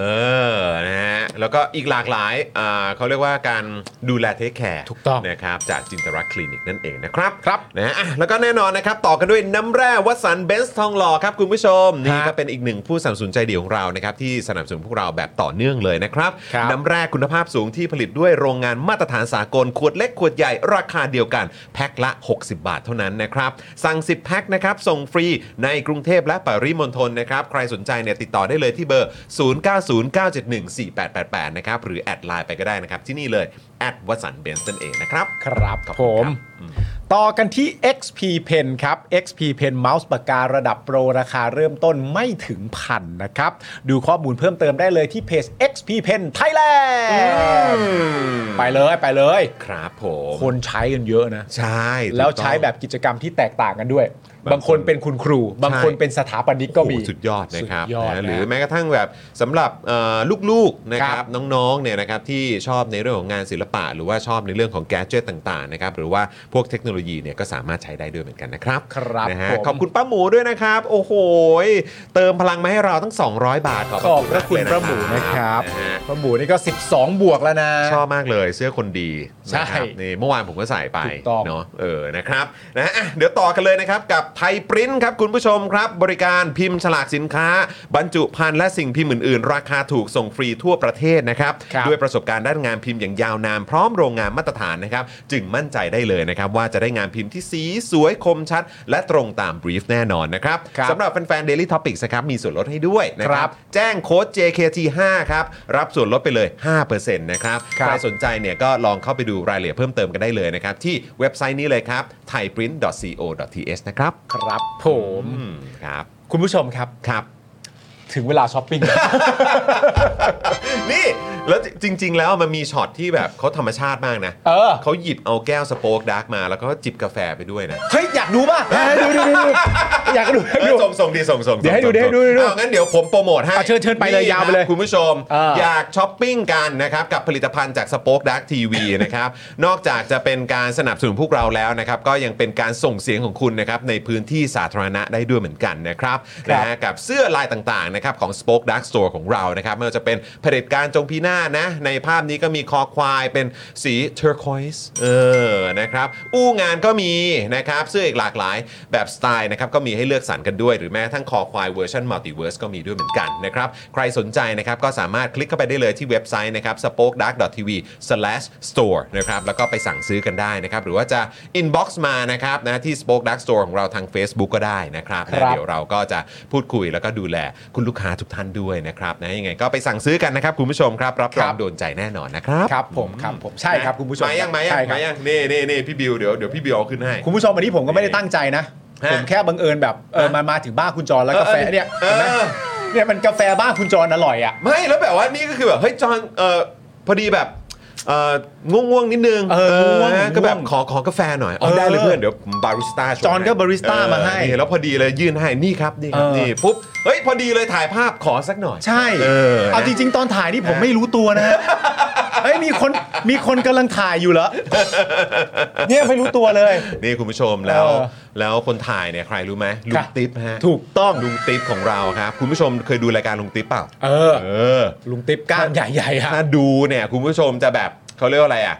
Speaker 1: อนะฮะแล้วก็อีกหลากหลายอ่าเขาเรียกว่าการดูแลเทคแคร์
Speaker 2: ถูกต้อง
Speaker 1: นะครับจากจินตรักษณ์คลินิกนั่นเองนะครับ
Speaker 2: ครับ
Speaker 1: นะฮะอ่ะแล้วก็แน่นอนนะครับ ต่อกันด้วยน้ำแร่วัดสันเบนซ์ทองหล่อครับคุณผู้ชม นี่ก็เป็นอีกหนึ่งผู้สนับสนุนใจเดียวของเรานะครับที่สนับสนุนพวกเราแบบต่อเนื่องเลยนะครับ
Speaker 2: ครับ
Speaker 1: น้ำแร่คุณภาพสูงที่ผลิตด้วยโรงงานมาตรฐานสากลขวดเล็กขวดใหญ่ราคาเดียวกัน แพ็คละ 60 บาทเท่านั้นนะครับ สั่ง 10 แพ็คนะครับ ส่งฟรีในกรุงเทพและปริมณฑลนะครับ ใครสนใจเนี่ยติดต่อได้เลยที่เบอร์ 0909714888 นะครับ หรือแอดไลน์ไปก็ได้นะครับ ที่นี่เลยแอดวัสันเบนซ์นั่นเองนะครับ
Speaker 2: ครับ
Speaker 1: ขอบ
Speaker 2: ผ
Speaker 1: คุณ
Speaker 2: ม
Speaker 1: ครับ
Speaker 2: ต่อกันที่ XP Pen ครับ XP Pen เมาส์ปากการะดับโปรราคาเริ่มต้นไม่ถึงพันนะครับ ดูข้อมูลเพิ่มเติมได้เลยที่เพจ XP Pen Thailand ไปเลยไปเลย
Speaker 1: ครับผม
Speaker 2: คนใช้กันเยอะนะ
Speaker 1: ใช่ถูกต้อง
Speaker 2: แล้วใช้แบบกิจกรรมที่แตกต่างกันด้วย
Speaker 1: บา
Speaker 2: บาง ง
Speaker 1: ค
Speaker 2: คนนเป็นคุณครู บางคน
Speaker 1: ใช่
Speaker 2: เป็นสถาปนิกก็มี
Speaker 1: โอ้โหสุดยอดนะครับ
Speaker 2: สุดยอด
Speaker 1: นะ
Speaker 2: นะ
Speaker 1: หรือแม้กระทั่งแบบสำหรับเอ่อลูกๆนะค
Speaker 2: ค
Speaker 1: รั
Speaker 2: รั
Speaker 1: บบ น้องๆเนี่ยนะครับที่ชอบในเรื่องของงานศิลปะ หรือว่าชอบในเรื่องของแกจเจตต่างๆนะครับหรือว่าพวกเทคโนโลยีเนี่ยก็สามารถใช้ได้ด้วยเหมือนกันนะครับ
Speaker 2: ครับ
Speaker 1: นะฮะ
Speaker 2: ผม
Speaker 1: ขอบคุณป้าหมูด้วยนะครับ โอ้โหยเติมพลังมาให้เราทั้ง 200 บาทขอบ
Speaker 2: ขอบพระคุณ
Speaker 1: มกเลย
Speaker 2: ป้าหมูนะครับ
Speaker 1: นะฮะ
Speaker 2: ป้าหมูนี่ก็ 12 บวกแล้วนะ
Speaker 1: ชอบมากเลยเสื้อคนดี
Speaker 2: ใช่
Speaker 1: นะครับนี่เมื่อวานผมก็ใส่ไป
Speaker 2: ถูกต้อง
Speaker 1: เนาะเออนะครับนะอ่ะเดี๋ยวต่อกันเลยนะครับกับไทยปริ้นครับคุณผู้ชมครับ บริการพิมพ์ฉลากสินค้า บรรจุภัณฑ์และสิ่งพิมพ์อื่นๆ ราคาถูกส่งฟรีทั่วประเทศนะครับ
Speaker 2: ครับ
Speaker 1: ด้วยประสบการณ์ด้านงานพิมพ์อย่างยาวนานพร้อมโรงงานมาตรฐานนะครับ จึงมั่นใจได้เลยนะครับ ว่าจะได้งานพิมพ์ที่สีสวยคมชัด และตรงตามบรีฟแน่นอนนะครับ
Speaker 2: ครับ
Speaker 1: สำหรับแฟนๆ Daily Topics นะครับมีส่วนลดให้ด้วยนะค
Speaker 2: ครั
Speaker 1: รับบแจ้งโค้ด JKT5 ครับรับส่วนลดไปเลย 5%นะครับ
Speaker 2: ครับ
Speaker 1: ใครสนใจเนี่ยก็ลองเข้าไปดูรายละเอียดเพิ่มเติมกันได้เลยนะครับที่เว็บไซต์นี้เลยครับ thaiprint.co.th นะครับ
Speaker 2: ครับผม
Speaker 1: อืมครับ
Speaker 2: คุณผู้ชมครับ
Speaker 1: ครับ
Speaker 2: ถึงเวลาช้อปปิ้ง
Speaker 1: นี่แล้วจริง ๆ แล้วมันมีช็อตที่แบบเขาธรรมชาติมากนะ
Speaker 2: เออ
Speaker 1: เขาหยิบเอาแก้วสโป๊กดาร์กมาแล้วก็จิบกาแฟไปด้วยนะ
Speaker 2: เฮ้ย อยากดูป่ะ ดูดูดูดูอยากดูอ
Speaker 1: เอ้ย
Speaker 2: ยากดู
Speaker 1: ส่งส่งดีส่งส่ง
Speaker 2: เดี๋ยวให้ดู
Speaker 1: ส่งส่ง
Speaker 2: เดี๋ยวให้ดู
Speaker 1: เอางั้นเดี๋ยวผมโปรโมทให้
Speaker 2: อ่ะเชิญเชิญไปเลย
Speaker 1: นี่
Speaker 2: ยาวไปเลย
Speaker 1: ครับคุณผู้ชม
Speaker 2: อ่า
Speaker 1: อยากช้อปปิ้งกันนะครับ กับผลิตภัณฑ์จากสโป๊กดาร์กทีวีนะครับ นอกจากจะเป็นการสนับสนุนพวกเราแล้วนะครับ ก็ยังเป็นการส่งเสียงของคุณนะครับ ในพื้นที่สาธารณะได้ด้วยเหมือนกันนะครับ
Speaker 2: ครับ
Speaker 1: นะฮะ กับเสื้อลายต่างๆนะครับของ Spoke Dark Store ของเรานะครับไม่ว่าจะเป็นเผด็จการจงพินาศนะ ในภาพนี้ก็มีคอควายเป็นสี turquoise เออนะครับอู้งานก็มีนะครับเสื้ออีกหลากหลายแบบสไตล์นะครับก็มีให้เลือกสรรกันด้วย หรือแม้กระทั้งคอควายเวอร์ชันมัลติเวิร์สก็มีด้วยเหมือนกันนะครับใครสนใจนะครับก็สามารถคลิกเข้าไปได้เลยที่เว็บไซต์นะครับ spokedark.tv/store นะครับแล้วก็ไปสั่งซื้อกันได้นะครับหรือว่าจะ inbox มานะครับนะที่ Spoke Dark Store ของเราทาง Facebook ก็ได้นะครับ
Speaker 2: ค
Speaker 1: นะ
Speaker 2: รับ
Speaker 1: เดี๋ยว เราก็จะพูดคุยแล้วก็ดูแลคุณ ลูกค้าทุกท่านด้วยนะครับนะยังไงก็ไปสั่งซื้อกันนะครับคุณผู้ชมครับรับรอ
Speaker 2: ค
Speaker 1: ง
Speaker 2: รับ
Speaker 1: โดนใจแน่นอนนะครับ
Speaker 2: ครับผมครับผมใช่ครับคุณผู้ชม
Speaker 1: มายังมายัง
Speaker 2: ใช่ครับ
Speaker 1: มายังนี่นี่นี่พี่บิวเดี๋ยวเดี๋ยวพี่บิวเอาขึ้นให้
Speaker 2: คุณผู้ชมวันนี้ผมก็ไม่ได้ตั้งใจนะ
Speaker 1: ฮะ
Speaker 2: ผมแค่บังเอิญแบบเออมามาถึงบ้านคุณจรแล้วกาแฟเนี่ย
Speaker 1: เอ
Speaker 2: เห็นไหม
Speaker 1: อ
Speaker 2: เนี่ยมันกาแฟบ้านคุณจรอร่อยอ่ะ
Speaker 1: ไม่แล้วแบบว่านี่ก็คือแบบเฮ้ยจอห์นเออพอดีแบบเออง่วงง่วงๆนิดนึง
Speaker 2: เออง่วง
Speaker 1: ฮะก็แบบ
Speaker 2: ง่วง
Speaker 1: ขอขอกาแฟหน่อยอ๋อ
Speaker 2: เออ
Speaker 1: ได้เลยเพื่อนเดี๋ยวผมบาริสต้าชง
Speaker 2: จอห์นก็บาริสต้า
Speaker 1: เออ
Speaker 2: มาให้
Speaker 1: นี่แล้วพอดีเลยยื่นให้นี่ครับนี่ครับ
Speaker 2: เออ
Speaker 1: นี่ปุ๊บเฮ้ยพอดีเลยถ่ายภาพขอสักหน่อย
Speaker 2: ใช่
Speaker 1: เออ
Speaker 2: เอาจริง ๆ ตอนถ่ายนี่ผมไม่รู้ตัวนะฮะเฮ้ยมีคนมีคนกำลังถ่ายอยู่เหรอเนี่ยไม่รู้ตัวเลย
Speaker 1: นี่คุณผู้ชมแล้ว
Speaker 2: เออ
Speaker 1: แล้วคนถ่ายเนี่ยใครรู้ไหมลุ
Speaker 2: ครั
Speaker 1: ง
Speaker 2: บ
Speaker 1: ติ๊บฮะ
Speaker 2: ถูกต้อง
Speaker 1: ลุงติ๊บของเราครับคุณผู้ชมเคยดูรายการลุงติ๊บเปล่า
Speaker 2: เออ
Speaker 1: เออ
Speaker 2: ลุงติ๊บกล้ามใหญ่ๆอ่ะ
Speaker 1: ถ้าดูเนี่ยคุณผู้ชมจะแบบเขาเรียกว่าอะไรอ่ะ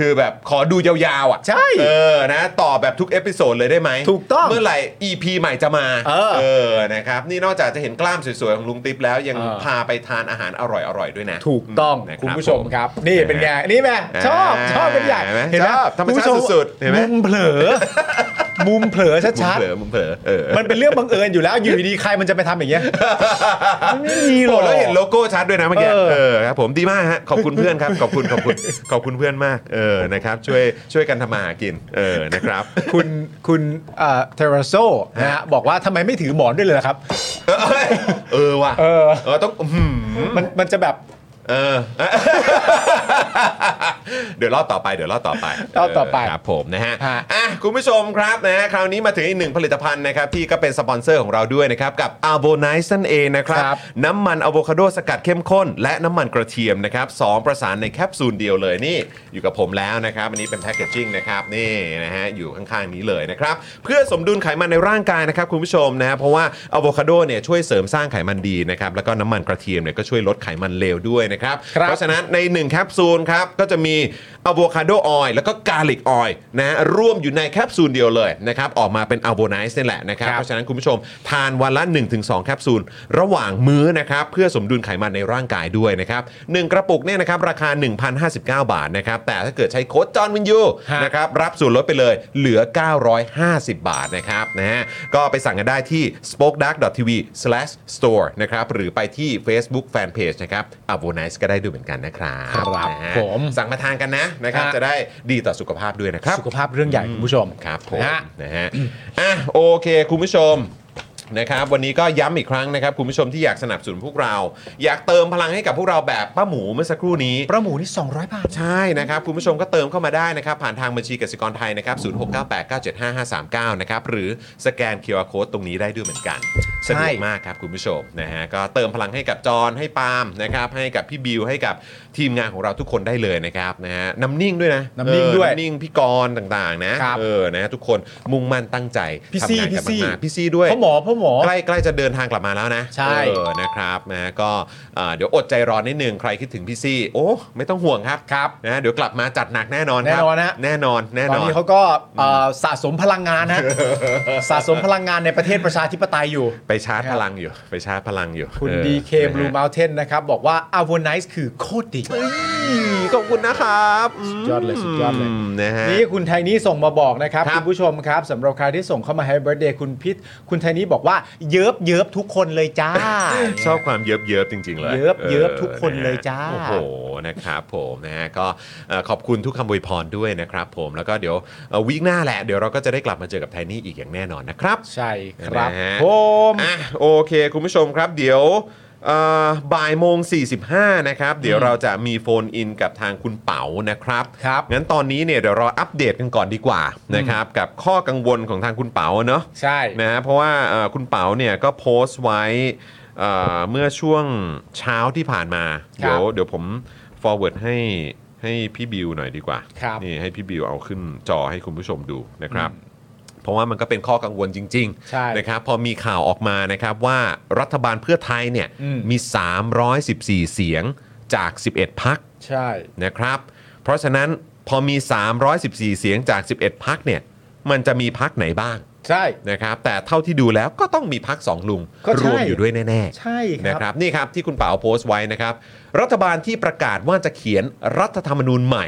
Speaker 1: คือแบบขอดูยาวๆอ่ะ
Speaker 2: ใช่
Speaker 1: เออนะต่อแบบทุกเอพิโซดเลยได้ไหม
Speaker 2: ถูกต้อง
Speaker 1: เมื่อไหร่ EP ใหม่จะมา
Speaker 2: เออ
Speaker 1: นะครับ นี่นอกจากจะเห็นกล้ามสวยๆ ของลุงติ๊บแล้วยัง
Speaker 2: เออ
Speaker 1: พาไปทานอาหารอร่อยๆ ด้วยนะ
Speaker 2: ถูกต้อง
Speaker 1: นะรับ
Speaker 2: คุณผู้ชมครับ นี่เป็นไงนี่แม่ชอบ
Speaker 1: อ่า
Speaker 2: ชอบเป็นใหญ่
Speaker 1: เห็นไหม
Speaker 2: เห็นไหม
Speaker 1: ชอบธรรมชาติ
Speaker 2: คุณผู้
Speaker 1: สุดๆเห็นไหม
Speaker 2: มุมเผลอ มุมเผลอ
Speaker 1: มึง
Speaker 2: ชัด
Speaker 1: เผลอมึงเผลอเออ
Speaker 2: ๆมันเป็นเรื่องบังเอิญอยู่แล้วอยู่ดีๆใครมันจะไปทำอย่างเงี้ยมันไม่มีหร
Speaker 1: โห
Speaker 2: อก
Speaker 1: แล้วเห็นโลโก้ชัดด้วยนะเมื่อกี้
Speaker 2: เออ
Speaker 1: เออครับผมดีมากฮะขอบคุณเพื่อนครับขอบคุณขอบคุณขอบคุณเพื่อนมากเออนะครับช่วยช่วยกันทำมาหากินเออนะครับ
Speaker 2: คุณคุณเทราโซนะฮะบอกว่าทำไมไม่ถือหมอนด้วยเลยล่ะครับ
Speaker 1: เออเอ้ยเออว่ะ
Speaker 2: เออ
Speaker 1: เออต้องอื้อหือ
Speaker 2: มันมันจะแบบ
Speaker 1: เออ เดี๋ยวรอบต่อไปเดี๋ยวรอบต่อไป
Speaker 2: รอบต่อไป
Speaker 1: ครับผมนะฮะ
Speaker 2: ฮะ
Speaker 1: อ่ะคุณผู้ชมครับนะฮะคราวนี้มาถึงอีกหนึ่งผลิตภัณฑ์นะครับที่ก็เป็นสปอนเซอร์ของเราด้วยนะครับ กับ a l b o n i c e นั่นเองนะครับ
Speaker 2: ครับ
Speaker 1: น้ำมันอะโวคาโดสกัดเข้มข้น และน้ำมันกระเทียมนะครับสองประสานในแคปซูลเดียวเลยนี่อยู่กับผมแล้วนะครับอันนี้เป็นแพคเกจจิ้งนะครับนี่นะฮะอยู่ข้างๆนี้เลยนะครับเพื่อสมดุลไขมันในร่างกายนะครับคุณผู้ชมนะฮะเพราะว่าอะโวคาโดเนี่ยช่วยเสริมสร้างไขมันดีนะครับแล้วก็น้ำมันกระเทียมเนี่ยก็ช่วยลดไขมันเลวด้วยนะครับ
Speaker 2: ครับ
Speaker 1: เพราะฉะนั้นในหนึ่งแคปซูลครับก็จะมีอะโวคาโดออยล์แล้วก็กาลิกออยล์นะฮะร่วมอยู่ในแคปซูลเดียวเลยนะครับออกมาเป็นอะโวไนซ์นี่แหละนะครับ นะครับเพราะฉะนั้นคุณผู้ชมทานวันละ 1-2 แคปซูล ระหว่างมื้อนะครับ เพื่อสมดุลไขมันในร่างกายด้วยนะครับ 1 กระปุกเนี่ยนะครับ ราคา 1,059 บาทนะครับ แต่ถ้าเกิดใช้โค้ดจอห์นวินยู
Speaker 2: ฮะ
Speaker 1: นะครับ รับส่วนลดไปเลยเหลือ 950 บาทนะครับนะฮะก็ไปสั่งกันได้ที่ spokedark.tv/store นะครับ หรือไปที่ Facebook Fanpage นะครับ a v o n i c e ก็ได้ด้วยเหมือนกันนะครับ
Speaker 2: ครับ
Speaker 1: นะฮะ
Speaker 2: ผม
Speaker 1: สั่งมาทานกันนะนะครับจะได้ดีต่อสุขภาพด้วยนะครับ
Speaker 2: สุขภาพเรื่องใหญ่คุณผู้ชม
Speaker 1: ครับผม
Speaker 2: นะฮะ
Speaker 1: นะฮะอ่ะโอเคคุณผู้ชมนะครับ วันนี้ก็ย้ำอีกครั้งนะครับ คุณผู้ชมที่อยากสนับสนุนพวกเรา อยากเติมพลังให้กับพวกเราแบบป้าหมูเมื่อสักครู่นี้
Speaker 2: ประหมูนี่ 200 บาท
Speaker 1: ใช่นะครับ คุณผู้ชมก็เติมเข้ามาได้นะครับ ผ่านทางบัญชีกสิกรไทยนะครับ 0698975539 นะครับ หรือสแกน QR Code ตรงนี้ได้ด้วยเหมือนกันสะดวกมากครับคุณผู้ชมนะฮะก็เติมพลังให้กับจอนให้ปาล์มนะครับให้กับพี่บิวให้กับทีมงานของเราทุกคนได้เลยนะครับนะฮะน้ำนิ่งด้วยนะ
Speaker 2: น้ำนิ่งด้วย
Speaker 1: เออน้ำนิ่งพี่กรณ์ต่างๆนะครับ เออนะฮะทุกคนมุ่งมั่นตั้งใจ
Speaker 2: พี่ซี่
Speaker 1: ทำงานกัน
Speaker 2: พี่ซี่
Speaker 1: มากๆพี่ซี่ด้วย
Speaker 2: พ่อหมอพ่อหมอ
Speaker 1: ใกล้ใกล้จะเดินทางกลับมาแล้วนะ
Speaker 2: ใช่
Speaker 1: เออนะครับนะก็เอ่อเดี๋ยวอดใจรอนิดนึงใครคิดถึงพี่ซี่ โอ้ไม่ต้องห่วงครับ
Speaker 2: ครับ
Speaker 1: นะเดี๋ยวกลับมาจัดหนักแน่นอนครับ
Speaker 2: แน่นอนนะ
Speaker 1: แน่นอนแน่
Speaker 2: ตอน
Speaker 1: นอน
Speaker 2: นี้เขาก็เอ่อสะสมพลังงาน นะ สะสมพลังงานในประเทศประชาธิปไตยอยู่
Speaker 1: ไปชาร์จพลังอยู่ ไปชาร์จพลังอยู่
Speaker 2: คุณ
Speaker 1: ออ
Speaker 2: DK
Speaker 1: นะฮะ
Speaker 2: Blue Mountain นะครับ บอกว่า a v o n i c e คือโคตรดี
Speaker 1: ขอบคุณนะครับ
Speaker 2: สุดยอดเลยสุดยอดเลย
Speaker 1: มนะฮะ
Speaker 2: นี่คุณไทยนี่ส่งมาบอกนะครับ
Speaker 1: ครับ
Speaker 2: คุณผู้ชมครับสำหรับใครที่ส่งเข้ามา Happy Birthday คุณพิษคุณไทยนี่บอกว่าเยิบเยิบทุกคนเลยจ้า
Speaker 1: ชอบความเยิบเยิบๆจริง ๆ เลย
Speaker 2: เยิบเยิบทุกคน
Speaker 1: ออ
Speaker 2: เลยจ้า
Speaker 1: โอ้โหนะครับผมนะฮะก็เอ่อขอบคุณทุกคำอวยพรด้วยนะครับผมแล้วก็เดี๋ยววีคหน้าแหละเดี๋ยวเราก็จะได้กลับมาเจอกับไทนี่อีกอย่างแน่นอนนะครับ
Speaker 2: ใช่ครับ
Speaker 1: นะฮะ
Speaker 2: ผม
Speaker 1: อ่ะโอเค คุณผู้ชมครับเดี๋ยวเอ่อบ่ายโมง 45 นะครับ เดี๋ยวเราจะมีโฟนอินกับทางคุณเป๋านะครับ
Speaker 2: ครับ
Speaker 1: งั้นตอนนี้เนี่ยเดี๋ยวเราอัปเดตกันก่อนดีกว่านะครับกับข้อกังวลของทางคุณเป๋าเนาะ
Speaker 2: ใช่
Speaker 1: นะฮะเพราะว่าเอ่อคุณเป๋าเนี่ยก็โพสต์ไว้เอ่อเมื่อช่วงเช้าที่ผ่านมา เดี๋ยวเดี๋ยวผม forward ให้ให้พี่บิวหน่อยดีกว่า
Speaker 2: ครับ
Speaker 1: นี่ให้พี่บิวเอาขึ้นจอให้คุณผู้ชมดูนะครับ เพราะว่ามันก็เป็นข้อกังวลจริง
Speaker 2: ใช่
Speaker 1: ๆนะครับพอมีข่าวออกมานะครับว่ารัฐบาลเพื่อไทยเนี่ย
Speaker 2: อืม
Speaker 1: มี 314 เสียงจาก 11 พัก
Speaker 2: ใช่
Speaker 1: นะครับ เพราะฉะนั้นพอมี 314 เสียงจาก 11 พักเนี่ยมันจะมีพักไหนบ้าง
Speaker 2: ใช่
Speaker 1: นะครับแต่เท่าที่ดูแล้วก็ต้องมีพักสองลุง
Speaker 2: ก็
Speaker 1: ร
Speaker 2: ใช่
Speaker 1: วมอยู่ด้วยแน่ๆ
Speaker 2: ใช่ค
Speaker 1: นะค
Speaker 2: รั
Speaker 1: รับ บนี่ครับที่คุณเปาโพสต์ไว้นะครับ รัฐบาลที่ประกาศว่าจะเขียนรัฐธรรมนูญใหม่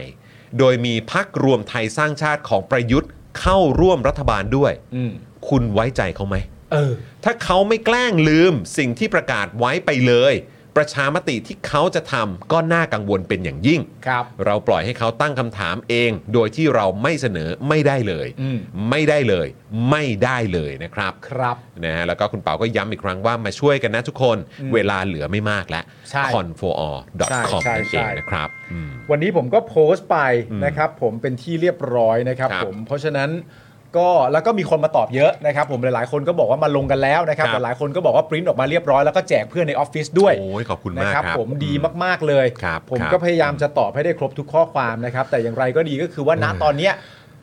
Speaker 1: โดยมีพักรวมไทยสร้างชาติของประยุทธ์เข้าร่วมรัฐบาลด้วย
Speaker 2: อืม
Speaker 1: คุณไว้ใจเขาไหม
Speaker 2: เออ
Speaker 1: ถ้าเขาไม่แกล้งลืมสิ่งที่ประกาศไว้ไปเลย ประชามติที่เขาจะทำก็น่ากังวลเป็นอย่างยิ่ง
Speaker 2: ครับ
Speaker 1: เราปล่อยให้เขาตั้งคำถามเอง โดยที่เราไม่เสนอไม่ได้เลย
Speaker 2: อืม
Speaker 1: ไม่ได้เลย ไม่ได้เลยนะครับ
Speaker 2: ครับ
Speaker 1: นะฮะแล้วก็คุณเปาก็ย้ำอีกครั้งว่ามาช่วยกันนะทุกคน เวลาเหลือไม่มากแล้ว
Speaker 2: ใช่
Speaker 1: con4or.com
Speaker 2: ใช่
Speaker 1: นั่นเอง
Speaker 2: ใช่ใช่
Speaker 1: นะครับอืม
Speaker 2: วันนี้ผมก็โพสต์ไปนะครับผมเป็นที่เรียบร้อยนะครับ
Speaker 1: ครับ
Speaker 2: ผมเพราะฉะนั้นก็แล้วก็มีคนมาตอบเยอะนะครับผมหลายๆคนก็บอกว่ามาลงกันแล้วนะครับ
Speaker 1: ครับ
Speaker 2: แต่หลายคนก็บอกว่าปริ้นออกมาเรียบร้อยแล้วก็แจกเพื่อนในออฟฟิศด้วย
Speaker 1: โอ้ยขอบคุณ
Speaker 2: นะ
Speaker 1: มาก
Speaker 2: ค
Speaker 1: ค
Speaker 2: รั
Speaker 1: รั
Speaker 2: บบ ผมดีมาก ๆ เลย
Speaker 1: ครับ
Speaker 2: ผม
Speaker 1: ครับ
Speaker 2: ก็พยายามจะตอบให้ได้ครบทุกข้อความนะครับ แต่อย่างไรก็ดีก็คือว่าณตอนเนี้ย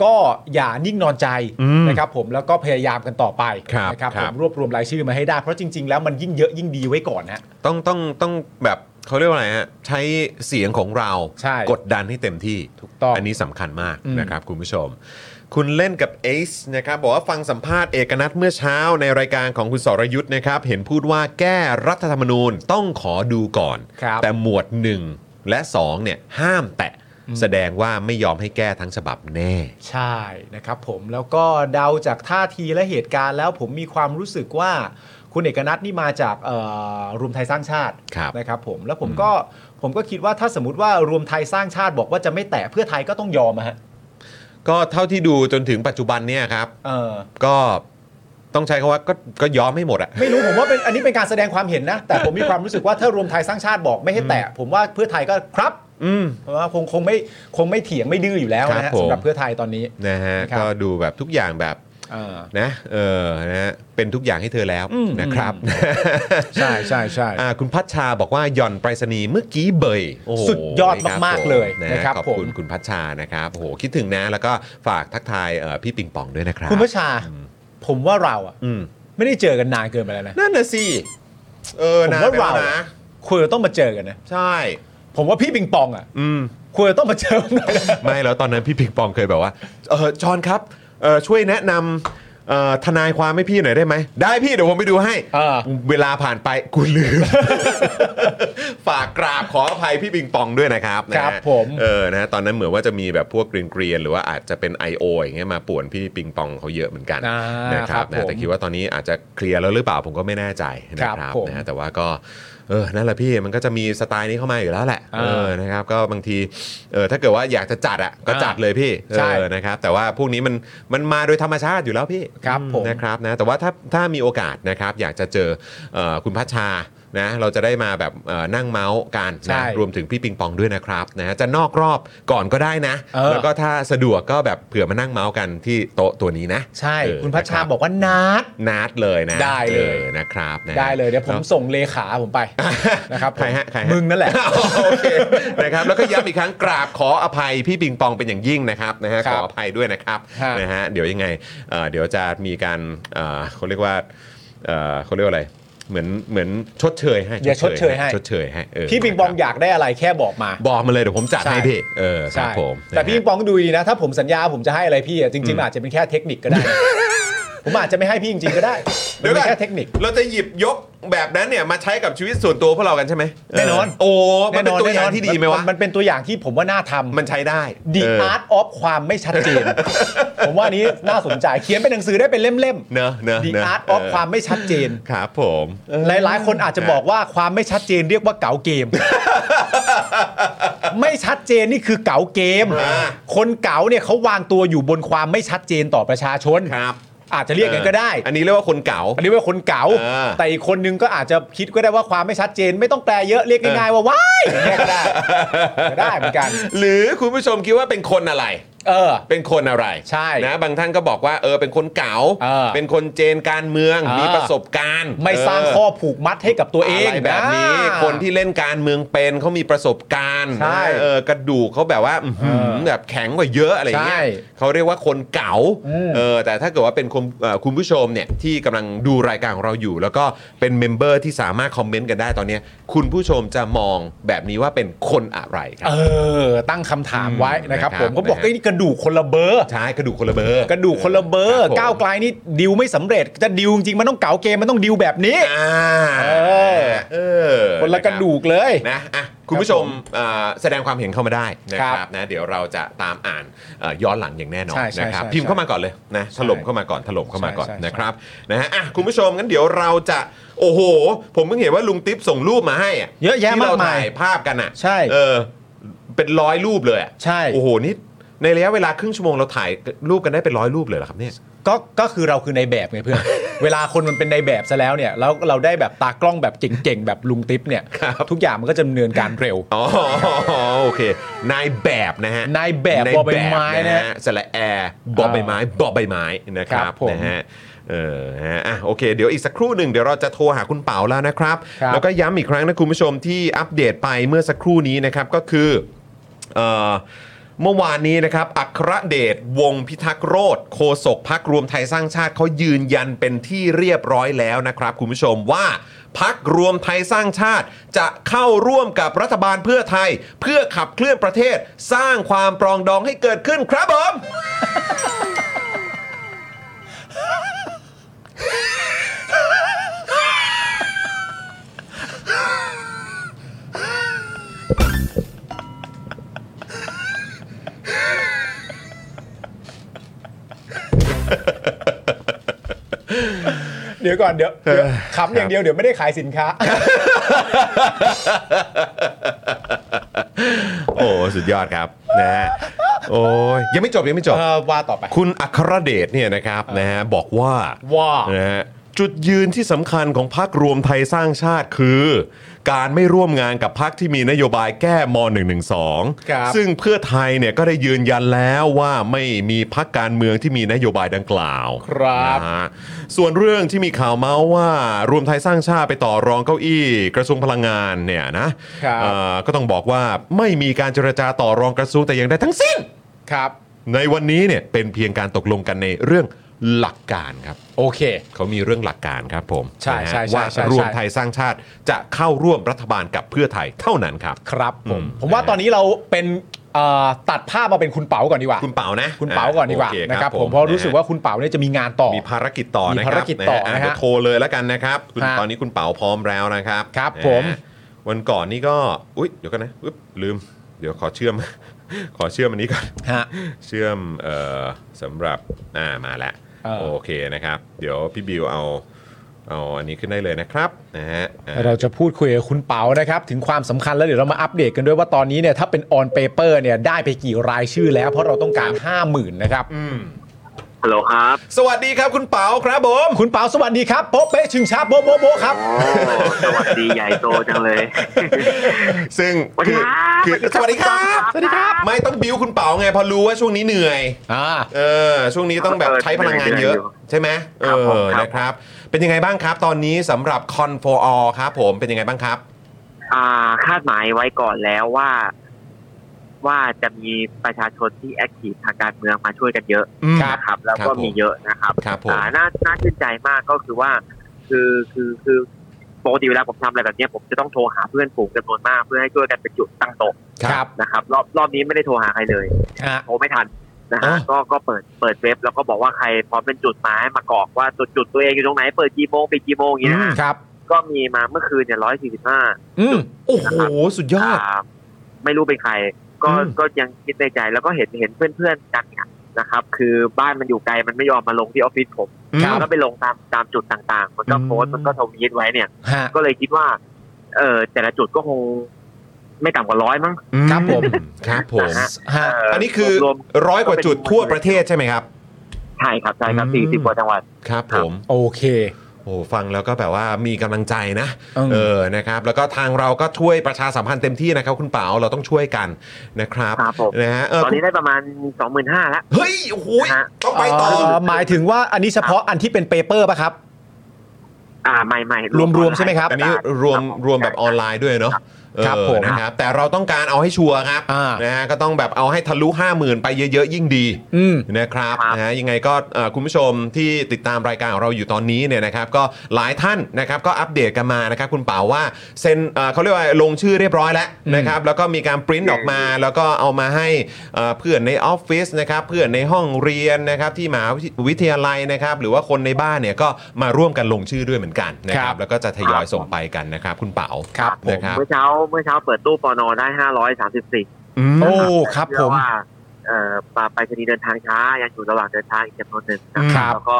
Speaker 2: ก็อย่านิ่งนอนใจ
Speaker 1: อืม
Speaker 2: นะครับผมแล้วก็พยายามกันต่อไป
Speaker 1: ครับ
Speaker 2: นะครับ
Speaker 1: ครั
Speaker 2: ผ
Speaker 1: บ
Speaker 2: มรวบรวมรายชื่อมาให้ได้เพราะจริง ๆ แล้วมันยิ่งเยอะยิ่งดีไว้ก่อนนะ
Speaker 1: ต้องต้องต้องแบบเขาเรียกว่าอะไรฮะใช้เสียงของเรา
Speaker 2: ใช่
Speaker 1: กดดันให้เต็มที่
Speaker 2: ถูกต้อง
Speaker 1: นนี้สำคัญมาก
Speaker 2: อืม
Speaker 1: นะครับคุณผู้ชม คุณเล่นกับ Ace นะครับบอกว่าฟังสัมภาษณ์เอกนัทเมื่อเช้าในรายการของคุณสรยุทธ์นะครับ เห็นพูดว่าแก้รัฐธรรมนูญต้องขอดูก่อน
Speaker 2: ครับ
Speaker 1: แต่หมวด 1 และ 2 เนี่ยห้ามแตะแสดงว่าไม่ยอมให้แก้ทั้งฉบับแน่
Speaker 2: ใช่นะครับผมแล้วก็เดาจากท่าทีและเหตุการณ์แล้วผมมีความรู้สึกว่าคุณเอกนัทนี่มาจากเอ่อรวมไทยสร้างชาติ
Speaker 1: ครับ
Speaker 2: นะครับผมแล้วผมก็ผมก็คิดว่าถ้าสมมติว่ารวมไทยสร้างชาติบอกว่าจะไม่แตะเพื่อไทยก็ต้องยอมอะฮะ
Speaker 1: ก็เท่าที่ดูจนถึงปัจจุบันเนี่ยครับ
Speaker 2: เออ
Speaker 1: ก็ต้องใช้คำว่าก็ก็ยอมให้หมดอะ
Speaker 2: ไม่รู้ผมว่าเป็นอันนี้เป็นการแสดงความเห็นนะ แต่ผมมีความรู้สึกว่าถ้ารวมไทยสร้างชาติบอกไม่ให้แตะผมว่าเพื่อไทยก็ครับ
Speaker 1: อืม
Speaker 2: เพราะว่าคงคงไม่คงไม่เถียงไม่ดื้ออยู่แล้ว
Speaker 1: ค
Speaker 2: นะ
Speaker 1: รั
Speaker 2: ฮะ
Speaker 1: บผม
Speaker 2: สำหรับเพื่อไทยตอนนี้
Speaker 1: นะฮะ
Speaker 2: ครับ
Speaker 1: ก็ดูแบบทุกอย่างแบบ
Speaker 2: เออ
Speaker 1: นะเออนะฮะเป็นทุกอย่างให้เธอแล้ว
Speaker 2: อืม
Speaker 1: นะครับ
Speaker 2: ใช่ใช่ใช่
Speaker 1: อ่าคุณพัชชาบอกว่าหย่อนไปรษณีย์เมื่อกี้เบยโอ้โห
Speaker 2: สุดยอด
Speaker 1: ครับ
Speaker 2: มาก
Speaker 1: ผ
Speaker 2: ๆเลย
Speaker 1: นะ
Speaker 2: นะครับ
Speaker 1: ขอบคุณ
Speaker 2: ผม
Speaker 1: คุณพัชชานะครับโอ้โหคิดถึงนะแล้วก็ฝากทักทายเอ่อพี่ปิงปองด้วยนะครับ
Speaker 2: คุณพระชา ผมว่าเราอ่ะ
Speaker 1: อืม
Speaker 2: ไม่ได้เจอกันนานเกินไปแล้วนะ
Speaker 1: นั่นน่ะสิเออ
Speaker 2: ผม
Speaker 1: นะ
Speaker 2: ว่า
Speaker 1: แปล
Speaker 2: เรา
Speaker 1: ว่า
Speaker 2: อะ
Speaker 1: นะ
Speaker 2: ควรจะต้องมาเจอกันนะ
Speaker 1: ใช่
Speaker 2: ผมว่าพี่ปิงปองอ่ะ
Speaker 1: อืม
Speaker 2: ควรจะต้องมาเจอกันหน่อยนะ
Speaker 1: ไม่แล้วตอนนั้นพี่ปิงปองเคยแบบว่าเออจอห์นครับเออช่วยแนะนำเอ่อทนายความให้พี่หน่อยได้ไหม ได้พี่เดี๋ยวผมไปดูให้
Speaker 2: อ่า
Speaker 1: เวลาผ่านไปกูลืม ฝากกราบขออภัยพี่ปิงปองด้วยนะครับนะฮะ
Speaker 2: ครับผม
Speaker 1: เออนะฮะตอนนั้นเหมือนว่าจะมีแบบพวกเกรียนเกรียนๆหรือว่าอาจจะเป็น I.O. อย่างเงี้ยมาป่วนพี่ปิงปองเขาเยอะเหมือนกัน
Speaker 2: อ่า น
Speaker 1: นะครับ
Speaker 2: ครับ
Speaker 1: นะ
Speaker 2: ผม
Speaker 1: แต่คิดว่าตอนนี้อาจจะเคลียร์แล้วหรือเปล่าผมก็ไม่แน่ใจนะค
Speaker 2: ครั
Speaker 1: รับบ
Speaker 2: ผม
Speaker 1: นะฮะแต่ว่าก็เออนั่นแหละพี่มันก็จะมีสไตล์นี้เข้ามาอยู่แล้วแหละ
Speaker 2: อ่า
Speaker 1: เออนะครับก็บางทีเออถ้าเกิดว่าอยากจะจัดอ่ะก็จัดเลยพี่
Speaker 2: ใช่
Speaker 1: เออนะครับแต่ว่าพวกนี้มันมันมาโดยธรรมชาติอยู่แล้วพี่
Speaker 2: ครับผม
Speaker 1: นะครับนะแต่ว่าถ้าถ้ามีโอกาสนะครับอยากจะเจอเออคุณพัชชานะเราจะได้มาแบบเอ่อนั่งเมาส์กัน
Speaker 2: ใช่
Speaker 1: นะรวมถึงพี่ปิงปองด้วยนะครับนะจะนอกรอบก่อนก็ได้นะ
Speaker 2: เออ
Speaker 1: แล้วก็ถ้าสะดวกก็แบบเผื่อมานั่งเมาส์กันที่โต๊ะตัวนี้นะ
Speaker 2: ใช่
Speaker 1: เออ
Speaker 2: คุณพัชชา
Speaker 1: นะ
Speaker 2: บอกว่านัด
Speaker 1: นัดเลยนะ
Speaker 2: ได้เลย
Speaker 1: ออนะครับนะ
Speaker 2: ได้เลยเดี๋ยวผมส่งเลขาผม ไปนะครับผม
Speaker 1: ใครฮะใครฮะ
Speaker 2: มึง นั่นแหละ
Speaker 1: โอเคนะครับแล้วก็ย้ำอีกครั้งกราบขออภัยพี่ปิงปองเป็นอย่างยิ่งนะครับนะฮะ
Speaker 2: ครั
Speaker 1: ข
Speaker 2: บ
Speaker 1: ออภัยด้วยนะครับ
Speaker 2: ฮะ
Speaker 1: นะฮะเดี๋ยวยังไงเอ่อเดี๋ยวจะมีการเอ่อเขาเรียกว่าเอ่อเขาเรียกว่าอะไรเหมือนเหมือนชดเชยให้
Speaker 2: เดี๋ยวชดเชยให้
Speaker 1: ชดเชยให้เ
Speaker 2: พี่ปิงปองอยากได้อะไรแค่บอกมา
Speaker 1: บอกมาเลยเดี๋ยวผมจัดให้
Speaker 2: ใช่
Speaker 1: พี่เออครับ
Speaker 2: ใช่
Speaker 1: ผม
Speaker 2: แต่พี่ปิ
Speaker 1: นะ
Speaker 2: ง
Speaker 1: ฮะ
Speaker 2: ปองก็ดูดีนะ ถ้าผมสัญญาผมจะให้อะไรพี่อะจริงๆมันอาจจะเป็นแค่เทคนิคก็ได้ ผมอาจจะไม่ให้พี่จริงๆก็ได้
Speaker 1: เดี๋ยว
Speaker 2: มั
Speaker 1: ก่
Speaker 2: น
Speaker 1: อน
Speaker 2: เป็นแค่เทคนิค
Speaker 1: เราจะหยิบยกแบบนั้นเนี่ยมาใช้กับชีวิตส่วนตัวพวกเรากันใช่ไหม
Speaker 2: แน่นอน
Speaker 1: เโอ้มันเป็นตัวอย่างที่ดีไหมวะ
Speaker 2: มันเป็นตัวอย่างที่ผมว่าน่าทำ
Speaker 1: มันใช้ได้
Speaker 2: The
Speaker 1: เออ
Speaker 2: Art of ความไม่ชัดเจน ผมว่าอันนี้น่าสนใจเขียนเป็นหนังสือได้เป็นเล่ม
Speaker 1: เนอะเนอะ
Speaker 2: ๆ The
Speaker 1: เนอะ
Speaker 2: Art of
Speaker 1: เออ
Speaker 2: ความไม่ชัดเจน
Speaker 1: ครับผม
Speaker 2: หลายๆ คนอาจจะบอกว่าความไม่ชัดเจนเรียกว่าเก๋าเกม ไม่ชัดเจนนี่คือเก๋าเกม
Speaker 1: อ่า
Speaker 2: คนเก๋าเนี่ยเขาวางตัวอยู่บนความไม่ชัดเจนต่อประชาชน
Speaker 1: ครับ
Speaker 2: อาจจะเรียกกันก็ได้
Speaker 1: อันนี้เรียกว่าคนเก่า
Speaker 2: อันนี้เป็นคนเก๋า
Speaker 1: อ่า
Speaker 2: แต่อีกคนนึงก็อาจจะคิดก็ได้ว่าความไม่ชัดเจน ไม่ต้องแปลเยอะเรียกง่ายๆว่าว้ายอย่างเงี้ยก็ได้ก็ได้เหมือนกัน
Speaker 1: หรือคุณผู้ชมคิดว่าเป็นคนอะไร
Speaker 2: เออ
Speaker 1: เป็นคนอะไร
Speaker 2: ใช่
Speaker 1: นะบางท่านก็บอกว่าเออเป็นคนเก่า
Speaker 2: เออน
Speaker 1: คนเจนการเมือง
Speaker 2: เออ
Speaker 1: มีประสบการณ์
Speaker 2: ไม่สร้างข้อผูกมัดให้กับตัวเอง
Speaker 1: อะไรแบบนี้
Speaker 2: อ่า
Speaker 1: คนที่เล่นการเมืองเป็นเขามีประสบการณ์
Speaker 2: ใช่
Speaker 1: นะเออกระดูกเขาแบบว่าอื้อหือ
Speaker 2: เออ
Speaker 1: แบบแข็งกว่าเยอะอะไรเงี้ย
Speaker 2: ใช่
Speaker 1: เขาเรียกว่าคนเก่า
Speaker 2: อืม
Speaker 1: เออแต่ถ้าเกิดว่าเป็นคนเอ่อคุณผู้ชมเนี่ยที่กำลังดูรายการของเราอยู่ แล้วก็เป็นเมมเบอร์ที่สามารถคอมเมนต์กันได้ตอนเนี้ยคุณผู้ชมจะมองแบบนี้ว่าเป็นคนอะไรครั
Speaker 2: เอบ อ ตั้งคำถามไว้นะครับ
Speaker 1: นะครับ
Speaker 2: ผมก็บอก
Speaker 1: นะฮะ
Speaker 2: ไอ้ยนี่กระดูกคนละเบอร์
Speaker 1: ใช่กระดูกคนละเบอร์
Speaker 2: กระดูกคนละเบอร์
Speaker 1: คผม
Speaker 2: ก้าวไกลนี่ดิวไม่สำเร็จจะดิวจริงๆมันต้องเก๋าเกมมันต้องดิวแบบนี้
Speaker 1: อ่า
Speaker 2: เออ
Speaker 1: เออ
Speaker 2: คนละกระดูกเลย
Speaker 1: นะอ่ะ คุณผู้ชมอ่าแสดงความเห็นเข้ามาได้นะค
Speaker 2: ครั
Speaker 1: รับบ นะเดี๋ยวเราจะตามอ่านเอ่อย้อนหลังอย่างแน่นอน
Speaker 2: ใช่ใช่
Speaker 1: นะครับ
Speaker 2: ใช่
Speaker 1: พิมพ์เข้ามาก่อนเลยนะ
Speaker 2: ใช่
Speaker 1: ถล่มเข้ามาก่อนถล่มเข้ามาก่อน
Speaker 2: ใช่ใช่
Speaker 1: นะครับนะฮะอ่ะคุณผู้ชมงั้นเดี๋ยวเราจะโอ้โห ผมเพิ่งเห็นว่าลุงติ๊บส่งรูปมาให้อะ
Speaker 2: เยอะแยะ
Speaker 1: ที่
Speaker 2: มาก
Speaker 1: เรา
Speaker 2: มาย
Speaker 1: ถ่ายภาพกันอ่ะ
Speaker 2: ใช่
Speaker 1: เออเป็นร้อยรูปเลยอะ
Speaker 2: ใช่
Speaker 1: โอ้โหนี่ในระยะเวลาครึ่งชั่วโมงเราถ่ายรูปกันได้เป็นร้อยรูปเลยเหรอครับเนี่ย
Speaker 2: ก็ก็คือเราคือในแบบไงเพื่อน เวลาคนมันเป็นในแบบซะแล้วเนี่ยแล้วเราได้แบบตากล้องแบบเก่งๆแบบลุงติ๊บเนี่ย
Speaker 1: ครับ
Speaker 2: ทุกอย่างมันก็จะดำเนินการเร็ว
Speaker 1: อ๋อโอเคนายแบบนะฮะ
Speaker 2: นายแบบ
Speaker 1: นาย
Speaker 2: บอใบไม้นะฮะ
Speaker 1: สระแอร์บอใบไม้บอใบไม้นะครั
Speaker 2: ครับ บผม
Speaker 1: นะฮะเออฮะอ่ะโอเค เดี๋ยวอีกสักครู่หนึ่งเดี๋ยวเราจะโทรหาคุณเปาแล้วนะครับ
Speaker 2: ครับ
Speaker 1: แล้วก็ย้ำอีกครั้งนะคุณผู้ชมที่อัปเดตไปเมื่อสักครู่นี้นะครับก็คือ เอ่อเมื่อวานนี้นะครับ อัครเดชวงศ์พิทักษ์โรธโคศกพักรวมไทยสร้างชาติเขายืนยันเป็นที่เรียบร้อยแล้วนะครับ คุณผู้ชมว่าพักรวมไทยสร้างชาติ จะเข้าร่วมกับรัฐบาลเพื่อไทย เพื่อขับเคลื่อนประเทศสร้างความปรองดองให้เกิดขึ้นครับผม
Speaker 2: เดี๋ยวก่อนเดี๋ยวเดี๋ยวขำอย่างเดียวเดี๋ยวไม่ได้ขายสินค้า
Speaker 1: โอ้สุดยอดครับนะฮะโอ้ยยังไม่จบยังไม่จบ
Speaker 2: เออว่าต่อไป
Speaker 1: คุณอัครเดชเนี่ยนะครับนะฮะบอกว่า
Speaker 2: ว่า
Speaker 1: นะฮะจุดยืนที่สำคัญของพรรครวมไทยสร้างชาติคือ การไม่ร่วมงานกับพรรคที่มีนโยบายแก้ม
Speaker 2: ครับ
Speaker 1: .112 ซึ่งเพื่อไทยเนี่ยก็ได้ยืนยันแล้วว่าไม่มีพรรคการเมืองที่มีนโยบายดังกล่าว
Speaker 2: ครับ
Speaker 1: นะฮะส่วนเรื่องที่มีข่าวเมาส์ว่ารวมไทยสร้างชาติไปต่อรองเก้าอี้ กระทรวงพลังงานเนี่ยนะครับ เอ่อก็ต้องบอกว่าไม่มีการเจรจาต่อรองกระทรวงแต่อย่างใดทั้งสิ้น
Speaker 2: ครับ
Speaker 1: ในวันนี้เนี่ยเป็นเพียงการตกลงกันในเรื่องหลักการครับ
Speaker 2: โอเค
Speaker 1: เขามีเรื่องหลักการครับผม
Speaker 2: ใช่
Speaker 1: นะฮะ
Speaker 2: ใช่ใช่
Speaker 1: ว่า
Speaker 2: ใช่ใช่
Speaker 1: รวมไทยสร้างชาติจะเข้าร่วมรัฐบาลกับเพื่อไทยเท่านั้นครับ
Speaker 2: ครับผม
Speaker 1: อืม
Speaker 2: ผมว่าตอนนี้เราเป็นเอ่อตัดภาพมาเป็นคุณเป๋าก่อนดีกว่า
Speaker 1: คุณเปานะ
Speaker 2: คุณเป๋าก่อนดีกว่า
Speaker 1: โเค
Speaker 2: นะครับผมเพราะรู้สึกว่าคุณเป๋าเนี่ยจะมีงานต่อ
Speaker 1: มีภารกิจต่อ
Speaker 2: มี
Speaker 1: นะค
Speaker 2: ภาร
Speaker 1: รับ
Speaker 2: กิจต่อนะฮะ
Speaker 1: เดี๋ยวโทรเลยแล้วกันนะครับคุณ
Speaker 2: ฮะ
Speaker 1: ตอนนี้คุณเปาพร้อมแล้วนะครับ
Speaker 2: ครับ
Speaker 1: นะฮะ
Speaker 2: ผม
Speaker 1: วันก่อนนี่ก็อุ้ยเดี๋ยวกันนะอุ๊ยลืม เดี๋ยวขอเชื่อม ขอเชื่อมอันนี้ก่อน
Speaker 2: ฮะ
Speaker 1: เชื่อมเอ่อสำหรับอ่ามาแล้ว
Speaker 2: เออ
Speaker 1: โอเคนะครับ เดี๋ยวพี่บิวเอาเอาอันนี้ขึ้นได้เลยนะครับนะฮะอ่า
Speaker 2: เราจะพูดคุยกับคุณเปานะครับ ถึงความสำคัญแล้วเดี๋ยวเรามาอัปเดตกันด้วยว่าตอนนี้เนี่ยถ้าเป็นออนเปเปอร์เนี่ยได้ไปกี่รายชื่อแล้ว เพราะเราต้องการ 5 0,000นะครับ
Speaker 4: ฮัลโหลครับ
Speaker 1: สวัสดีครับคุณเปาครับผม
Speaker 2: คุณเปาสวัสดีครับโป๊ะเป๊ะชิงชาโบ๊ะโบ๊ะโบ๊ะครับ
Speaker 4: โอ้สวัสดีใหญ่โตจังเลย
Speaker 1: ซึ่งคือ
Speaker 4: ส
Speaker 1: คื
Speaker 4: วัสดี
Speaker 1: อ
Speaker 4: ครับ
Speaker 1: สวัสดีครับ
Speaker 2: สวัสดีครับ
Speaker 1: ไม่ต้องบิวคุณเปาไงเพอรู้ว่าช่วงนี้เหนื่อย
Speaker 2: อ่า
Speaker 1: เออช่วงนี้ต้องแบบใช้พลังงานเยอะ ใช่ไหมเอ
Speaker 4: ครับผม
Speaker 1: อ
Speaker 4: ครับ
Speaker 1: นะครับ เป็นยังไงบ้างครับ ตอนนี้สำหรับ Con for All ครับผมเป็นยังไงบ้างครับ
Speaker 4: อ่าคาดหมายไว้ก่อนแล้วว่า ว่าจะมีประชาชนที่แอคทีฟทางการเมืองมาช่วยกันเยอะ
Speaker 1: อืม
Speaker 4: นะครับ แล้ว
Speaker 1: ครั
Speaker 4: ก็
Speaker 1: บผม
Speaker 4: มีเยอะนะครับ
Speaker 1: ครับผม
Speaker 4: อ่าน่าน่าชื่นใจมากก็คือว่า คือคือคือปกติเวลาผมทำอะไรแบบเนี้ยผมจะต้องโทรหาเพื่อนฝูงจำนวนมาก เพื่อให้ช่วยกันเป็นจุดตั้งโต๊ะ
Speaker 2: ครับ
Speaker 4: นะครับ รอบรอบนี้ไม่ได้โทรหาใครเลย
Speaker 2: อ่ะ
Speaker 4: โทรไม่ทันนะ
Speaker 1: อ๋
Speaker 4: ฮะ
Speaker 1: อ
Speaker 4: ก็ก็เปิดเปิดเว็บแล้วก็บอกว่าใครพร้อมเป็นจุดมาให้มากรอกว่าจุดจุดตัวเองอยู่ตรงไหนเปิดกี่โมงปิดกี่โมงอย่างเงี้ยนะฮะ
Speaker 2: ครับ
Speaker 4: ก็มีมาเมื่อคืนเนี่ยร้อยสี่สิบห้า
Speaker 2: อืม
Speaker 1: โอ้โหสุดยอด
Speaker 4: ไม่รู้เป็นใคร ก็
Speaker 1: อืม
Speaker 4: ก็ยังคิดในใจแล้วก็เห็นเห็นเพื่อนๆกันเนี่ยนะครับ คือบ้านมันอยู่ไกลมันไม่ยอมมาลงที่ออฟฟิศผม
Speaker 1: ครั
Speaker 4: มัน
Speaker 1: บ
Speaker 4: ก็ไปลงตามตามจุดต่างๆ มันก็โพสต์มันก็ทวีตไว้เนี่ย
Speaker 2: ฮะ
Speaker 4: ก็เลยคิดว่า เออแต่ละจุดก็คงไม่ต่ำกว่าร้อยมั้ง
Speaker 2: ครับผม
Speaker 1: ครับผม
Speaker 4: นะฮะ
Speaker 2: ฮะ
Speaker 4: เ
Speaker 1: อันนี้คือ
Speaker 4: รวม
Speaker 1: ร้อยกว่าจุดทั่วประเทศใช่ไหมครับ
Speaker 4: ใช่ครับใช่ครับ
Speaker 1: อืม
Speaker 4: สี่สิบกว่าจังหวัด
Speaker 1: ครับผม
Speaker 2: โอเค
Speaker 1: โอ้ฟังแล้วก็แบบว่ามีกำลังใจนะ
Speaker 2: อืม
Speaker 1: เออนะครับ แล้วก็ทางเราก็ช่วยประชาสัมพันธ์เต็มที่นะครับ คุณเปาเราต้องช่วยกันนะครับ
Speaker 4: ครับผม
Speaker 1: นะฮะเออ
Speaker 4: ตอนนี้ได้ประมาณสองหมื่นห้าละ
Speaker 1: เฮ้ยโอ้โหย
Speaker 4: นะฮะ
Speaker 1: ต้องไปต่ออ
Speaker 2: าหมายถึงว่าอันนี้เฉพาะอันที่เป็นเปเปอร์ป่ะครับ
Speaker 4: อ่าไม่ไม่
Speaker 2: รวมๆใช่ไหมครับ
Speaker 1: อันนี้รวมรวมแบบออนไลน์ด้วยเนาะ
Speaker 2: ครับ
Speaker 1: เออ
Speaker 2: ผม
Speaker 1: นะครับ แต่เราต้องการเอาให้ชัวร์ครับ
Speaker 2: อ่าน
Speaker 1: นะฮะก็ต้องแบบเอาให้ทะลุ 50,000 ไปเยอะๆ ยิ่งดี
Speaker 2: อืม
Speaker 1: นะครับ
Speaker 4: ครับ
Speaker 1: นะฮะยังไงก็เอ่อคุณผู้ชมที่ติดตามรายการของเราอยู่ตอนนี้เนี่ยนะครับก็หลายท่านนะครับก็อัปเดตกันมานะครับคุณเป๋าว่าเซ็นเอ่อเขาเรียกว่าลงชื่อเรียบร้อยแล้ว
Speaker 2: อืม
Speaker 1: นะครับแล้วก็มีการปริ้นออกมา แล้วก็เอามาให้เอ่อเพื่อนในออฟฟิศนะครับเพื่อนในห้องเรียนนะครับที่มหาวิทยาลัยนะครับหรือว่าคนในบ้านเนี่ยก็มาร่วมกันลงชื่อด้วยเหมือนกันนะค
Speaker 2: ครั
Speaker 1: รับบ แล้วก็จะทยอย
Speaker 4: ครับ
Speaker 1: ส่งไปกันนะครับคุณเป๋า
Speaker 2: ครับผม
Speaker 1: นะครับ
Speaker 4: เมื่อเช้า เมื่อเช้าเปิดตู้ปอนอได้ห้าร้อยสามสิบสี่
Speaker 1: อืม
Speaker 2: โอ้ครับผม
Speaker 4: ว่าเอ่อไปคดีย์เดินทางช้ายังอยู่ระหว่างเดินทางอีกจำนวนหนึ่งนะ
Speaker 2: ครั
Speaker 4: ครับ บแล้วก็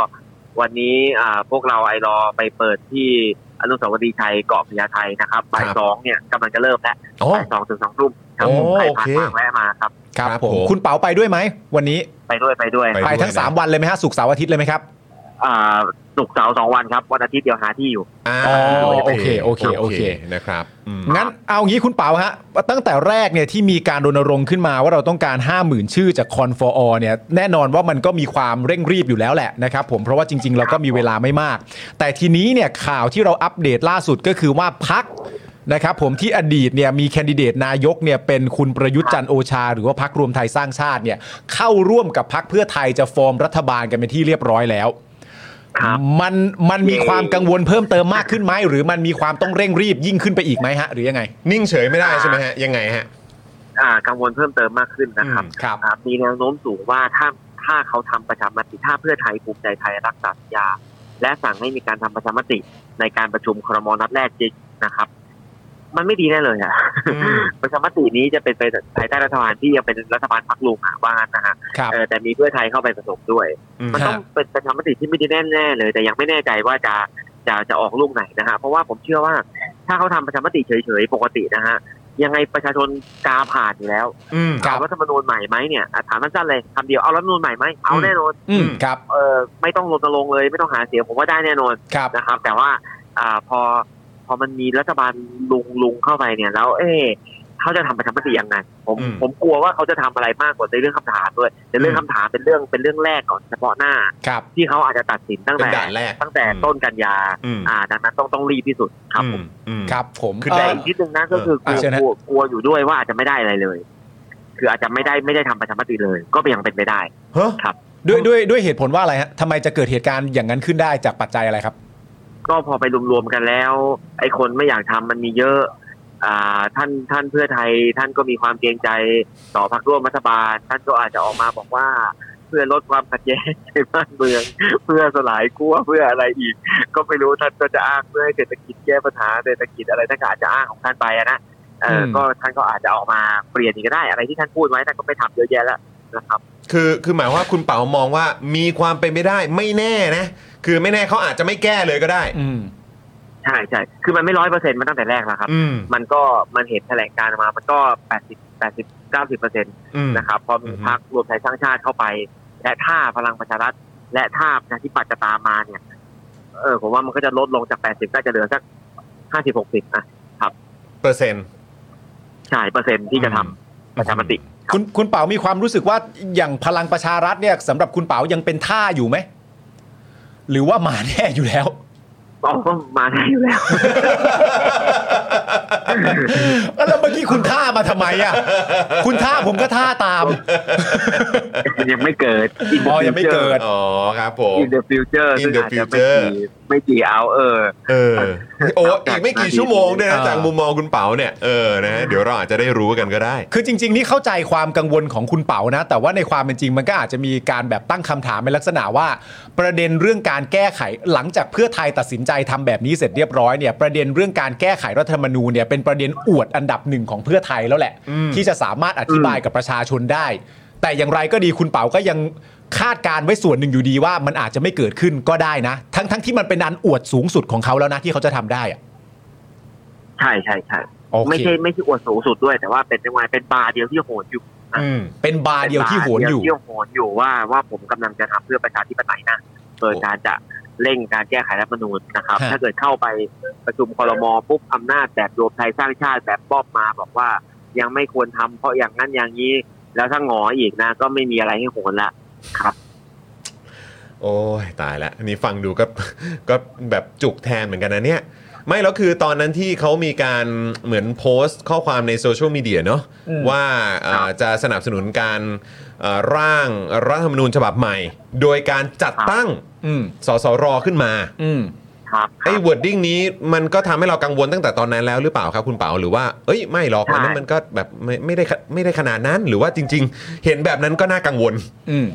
Speaker 4: วันนี้อ่าพวกเราไอรอไปเปิดที่อนุสาวรีย์ชัยเกาะพญาไทนะครับบ่ายสองเนี่ยกำลังจะเริ่มแล้ว
Speaker 2: โอ้
Speaker 4: บ่ายสองถึงสองทุ่มครับผม
Speaker 2: โอ้
Speaker 4: ใครผ่า
Speaker 2: โอเค
Speaker 4: นทางแวะมาครับ
Speaker 2: ครับ
Speaker 1: ครับ
Speaker 2: ผม
Speaker 1: ผม
Speaker 2: คุณเป๋าไปด้วยไหมวันนี้
Speaker 4: ไปด้วยไปด้วย
Speaker 1: ไป
Speaker 2: ไปทั้ง
Speaker 1: ด้วยนะ
Speaker 2: 3 วันเลยไหมฮะศุกร์เสาร์อาทิตย์เลยไหมครับ
Speaker 4: อ่าศุกร์เสาร์สองวันครับวันอาทิตย์เดียวหาที่อยู่
Speaker 1: อ่า
Speaker 2: อ๋อโอเคโอเคโอเค
Speaker 1: นะครับอืม
Speaker 2: งั้นเอางี้คุณเป๋าฮะตั้งแต่แรกเนี่ยที่มีการรณรงค์ขึ้นมาว่าเราต้องการ 5 0,000 ชื่อจากคอนฟอร์เนี่ยแน่นอนว่ามันก็มีความเร่งรีบอยู่แล้วแหละนะครับผมเพราะว่าจริง ๆ เราก็มีเวลาไม่มาก แต่ทีนี้เนี่ยข่าวที่เราอัปเดตล่าสุดก็คือว่าพักนะครับผมที่อดีตเนี่ยมีแคนดิเดตนายกเนี่ยเป็นคุณประยุทธ์จันทร์โอชา หรือว่าพักรวมไทยสร้างชาติเนี่ยเข้าร่วมกับพักเพื่อไทยจะฟอร์มรัฐบาลกันเป็นที่เรียบร้อยแล้ว
Speaker 4: ครับ
Speaker 2: มันมันมีความกังวลเพิ่มเติมมากขึ้นไหมหรือมันมีความต้องเร่งรีบยิ่งขึ้นไปอีกไหมฮะหรือยังไง
Speaker 1: นิ่งเฉยไม่ได้ใช่ไหมฮะ ยังไงฮะ
Speaker 4: อ่ากังวลเพิ่มเติมมากขึ้นนะครับ
Speaker 2: ครับ
Speaker 4: ครับมีแนวโน้มสูงว่าถ้าถ้าเขาทำประชามติถ้าเพื่อไทยภูมิใจไทยรักษาสัญญา และสั่งให้มีการทำประชามติในการประชุมครมนัดแรกจริงนะครับ มันไม่ดีแน่เลยอะประชามตินี้จะเป็นไปภายใต้รัฐบาลที่ยังเป็นรัฐบาลพักลุงอะว่างั้นนะฮะ
Speaker 2: ครับ
Speaker 4: เออแต่มีเพื่อไทยเข้าไปผสมด้วย มันต้องเป็นประชามติที่ไม่ได้แน่ๆเลย แต่ยังไม่แน่ใจว่าจะจะจะออกลูกไหนนะฮะเพราะว่าผมเชื่อว่าถ้าเขาทำประชามติเฉยๆปกตินะฮะยังไงประชาชนกาผ่านอยู่แล้ว
Speaker 1: อืม
Speaker 2: ครับ
Speaker 4: ถามรัฐธรรมนูญใหม่ไหมเนี่ยอ่ะถามสั้นๆเลยคำเดียวเอารัฐธรรมนูญใหม่ไหมเอา
Speaker 1: อืม
Speaker 4: แน่นอน
Speaker 2: อืมครับ
Speaker 4: เออไม่ต้องรณรงค์เลยไม่ต้องหาเสียงผมว่าได้แน่นอน
Speaker 2: ครับ
Speaker 4: นะครับ แต่ว่าอ่าพอพอมันมีรัฐบาลลุงลุงเข้าไปเนี่ย แล้ว เอ๊ะเขาจะทำประชามติยังไงผม
Speaker 1: อืม
Speaker 4: ผมกลัวว่าเขาจะทำอะไรมากกว่าในเรื่องคำถามด้วยในเรื่องคำถามเป็นเรื่องเป็นเรื่องแรกก่อนเฉพาะหน้า
Speaker 2: ครับ
Speaker 4: ที่เขาอาจจะตัดสินตั้ง
Speaker 1: เป็น
Speaker 4: แต่
Speaker 1: ด่านแรก
Speaker 4: ตั้งแต่ต้นกันยา
Speaker 1: อืม
Speaker 4: อ่า ดังนั้นต้องต้องรีบที่สุดครับผม
Speaker 1: อืม
Speaker 2: ครับผม
Speaker 1: คือ
Speaker 2: เอ่
Speaker 1: ได้
Speaker 2: อ
Speaker 4: แต่อีกนิดนึงนะก็คือกลั
Speaker 2: อ่ะ
Speaker 4: ว
Speaker 2: เชิญฮะ
Speaker 4: กลัวกลัวอยู่ด้วยว่าอาจจะไม่ได้อะไรเลย คืออาจจะไม่ได้ไม่ได้ทำประชามติเลย ก็ยังเป็นไปได้
Speaker 1: เฮ้อ
Speaker 2: ด้วยด้วยด้วยเหตุผลว่าอะไรฮะทำไมจะเกิดเหตุการณ์อย่างนั้นขึ้นได้จากปัจจัยอะไรครับ
Speaker 4: ก็พอไปรวมๆกันแล้ว ไอ้คนไม่อยากทำมันมีเยอะ อ่าท่านท่านเพื่อไทย ท่านก็มีความเกรงใจต่อพรรคร่วมรัฐบาล ท่านก็อาจจะออกมาบอกว่า เพื่อลดความขัดแย้ง ในบ้านเมือง เพื่อสลายกั้วเพื่ออะไรอีก ก็ไม่รู้ท่านก็จะอ้างเพื่อให้เศรษฐกิจแก้ปัญหาเศรษฐกิจอะไรท่านก็อาจจะอ้างของท่านไปอะนะเออ
Speaker 2: ม
Speaker 4: ก็ท่านก็อาจจะออกมาเปลี่ยนอีกก็ได้ อะไรที่ท่านพูดไว้ท่านก็ไม่ทำเยอะแยะแล้วนะครับ
Speaker 1: คือคือหมายว่าคุณเป๋ามองว่ามีความเป็นไปได้ไม่แน่นะ คือไม่แน่เขาอาจจะไม่แก้เลยก็ได้
Speaker 2: อืม
Speaker 4: ใช่ใช่คือมันไม่ร้อยเปอร์เซ็นต์มาตั้งแต่แรกแล้วครับ
Speaker 1: อืม
Speaker 4: มันก็มันเห็นแถลงการณ์ออกมา มันก็แปดสิบแปดสิบเก้าสิบเปอร์เซ็นต
Speaker 1: อืม
Speaker 4: นะครับพอมี
Speaker 1: อือฮึ
Speaker 4: พักรวมไทยสร้างชาติเข้าไป และถ้าพลังประชารัฐ และถ้าประชาธิปัตย์จะตามมาเนี่ย เออผมว่ามันก็จะลดลงจาก 80ก็จะเหลือสัก 50 60อ่ะ
Speaker 1: เปอร์เซ็นต์
Speaker 4: ใช่เปอร์เซ็นต์ที่จะทำประชามติ
Speaker 2: คุณคุณเป๋ามีความรู้สึกว่าอย่างพลังประชารัฐเนี่ยสำหรับคุณเป๋ายังเป็นท่าอยู่ไหม หรือว่ามาแน่อยู่แล้ว
Speaker 4: อ๋อก็มาได้อยู่แล้ว
Speaker 2: แล้วเมื่อกี้คุณท่ามาทำไมอ่ะคุณท่าผมก็ท่าตาม
Speaker 4: มันยังไม่เกิด In the
Speaker 2: อ๋อยังไม่เกิด
Speaker 1: อ๋อครับผม
Speaker 4: future
Speaker 1: In the
Speaker 4: In the future ซึ่งอาจจะไม่
Speaker 1: future
Speaker 4: กี่ไม่กี่เอาเออ
Speaker 1: เออโอ้อีกไม่กี่ชั่วโมงด้วยนะจากมุมมองคุณเป๋าเนี่ยเออนะฮะเดี๋ยวเราอาจจะได้รู้กันก็ได้
Speaker 2: คือจริง ๆ นี่เข้าใจความกังวลของคุณเป๋านะ แต่ว่าในความเป็นจริงมันก็อาจจะมีการแบบตั้งคำถามในลักษณะว่า ประเด็นเรื่องการแก้ไขหลังจากเพื่อไทยตัดสินใจทำแบบนี้เสร็จเรียบร้อยเนี่ยประเด็นเรื่องการแก้ไขรัฐธรรมนูญเนี่ยเป็นประเด็นอวดอันดับหนึ่งของเพื่อไทยแล้วแหละ ที่จะสามารถอธิบายกับประชาชนได้ แต่อย่างไรก็ดีคุณเป๋าก็ยังคาดการณ์ไว้ส่วนหนึ่งอยู่ดีว่ามันอาจจะไม่เกิดขึ้นก็ได้นะ ทั้งๆที่มันเป็นอันอวดสูงสุดของเขาแล้วนะที่เขาจะทำได้อะ
Speaker 4: ใช่ใช่ใช่
Speaker 2: โอเค
Speaker 4: ไม่ใช่ไม่ใช่อวดสูงสุดด้วย แต่ว่าเป็นยังไงเป็นบาร์เดียวที่โหนอยู่
Speaker 1: อืม
Speaker 2: เป็นบาร์เดียวที่โหนอยู่
Speaker 4: เป็นบาร์เดีวที่โหนอยู่ว่าว่าผมกำลังจะทำเพื่อประชาธิปไตยนะโดยการจะเร่งการแก้ไขรัฐธรรมนูญนะครับ
Speaker 2: ฮะ
Speaker 4: ถ้าเกิดเข้าไปประชุมครมปุ๊บอำนาจแบบรวมไทยสร้างชาติแบบป้อบมาบอกว่ายังไม่ควรทำเพราะอย่างนั้นอย่างนี้ แล้วถ้าหงออีกนะ ก็ไม่มีอะไรให้โหนละครับ
Speaker 1: โอ้ยตายแล้วอันนี่ฟังดูก็ ก็แบบจุกแทนเหมือนกันนะเนี่ย ไม่แล้วคือตอนนั้นที่เขามีการเหมือนโพสต์ข้อความในโซเชียลมีเดียเนาะว่าเอ่อ
Speaker 4: ครับ
Speaker 1: จะสนับสนุนการเอ่อร่างรัฐธรรมนูญฉบับใหม่ โดยการจัด
Speaker 4: ครับ
Speaker 1: ตั้ง
Speaker 2: อืม
Speaker 1: สสรขึ้นมา
Speaker 2: อืม
Speaker 4: ครับ
Speaker 1: ไอ้วอร์ดดิ้งนี้มันก็ทำให้เรากังวลตั้งแต่ตอนนั้นแล้วหรือเปล่าครับคุณเปาหรือว่าเอ้ยไม่หรอกอันนั้นมันก็แบบไม่ไม่ได้ไม่ได้ขนาดนั้น หรือว่าจริง ๆ เห็นแบบนั้นก็น่ากังวล
Speaker 2: อืม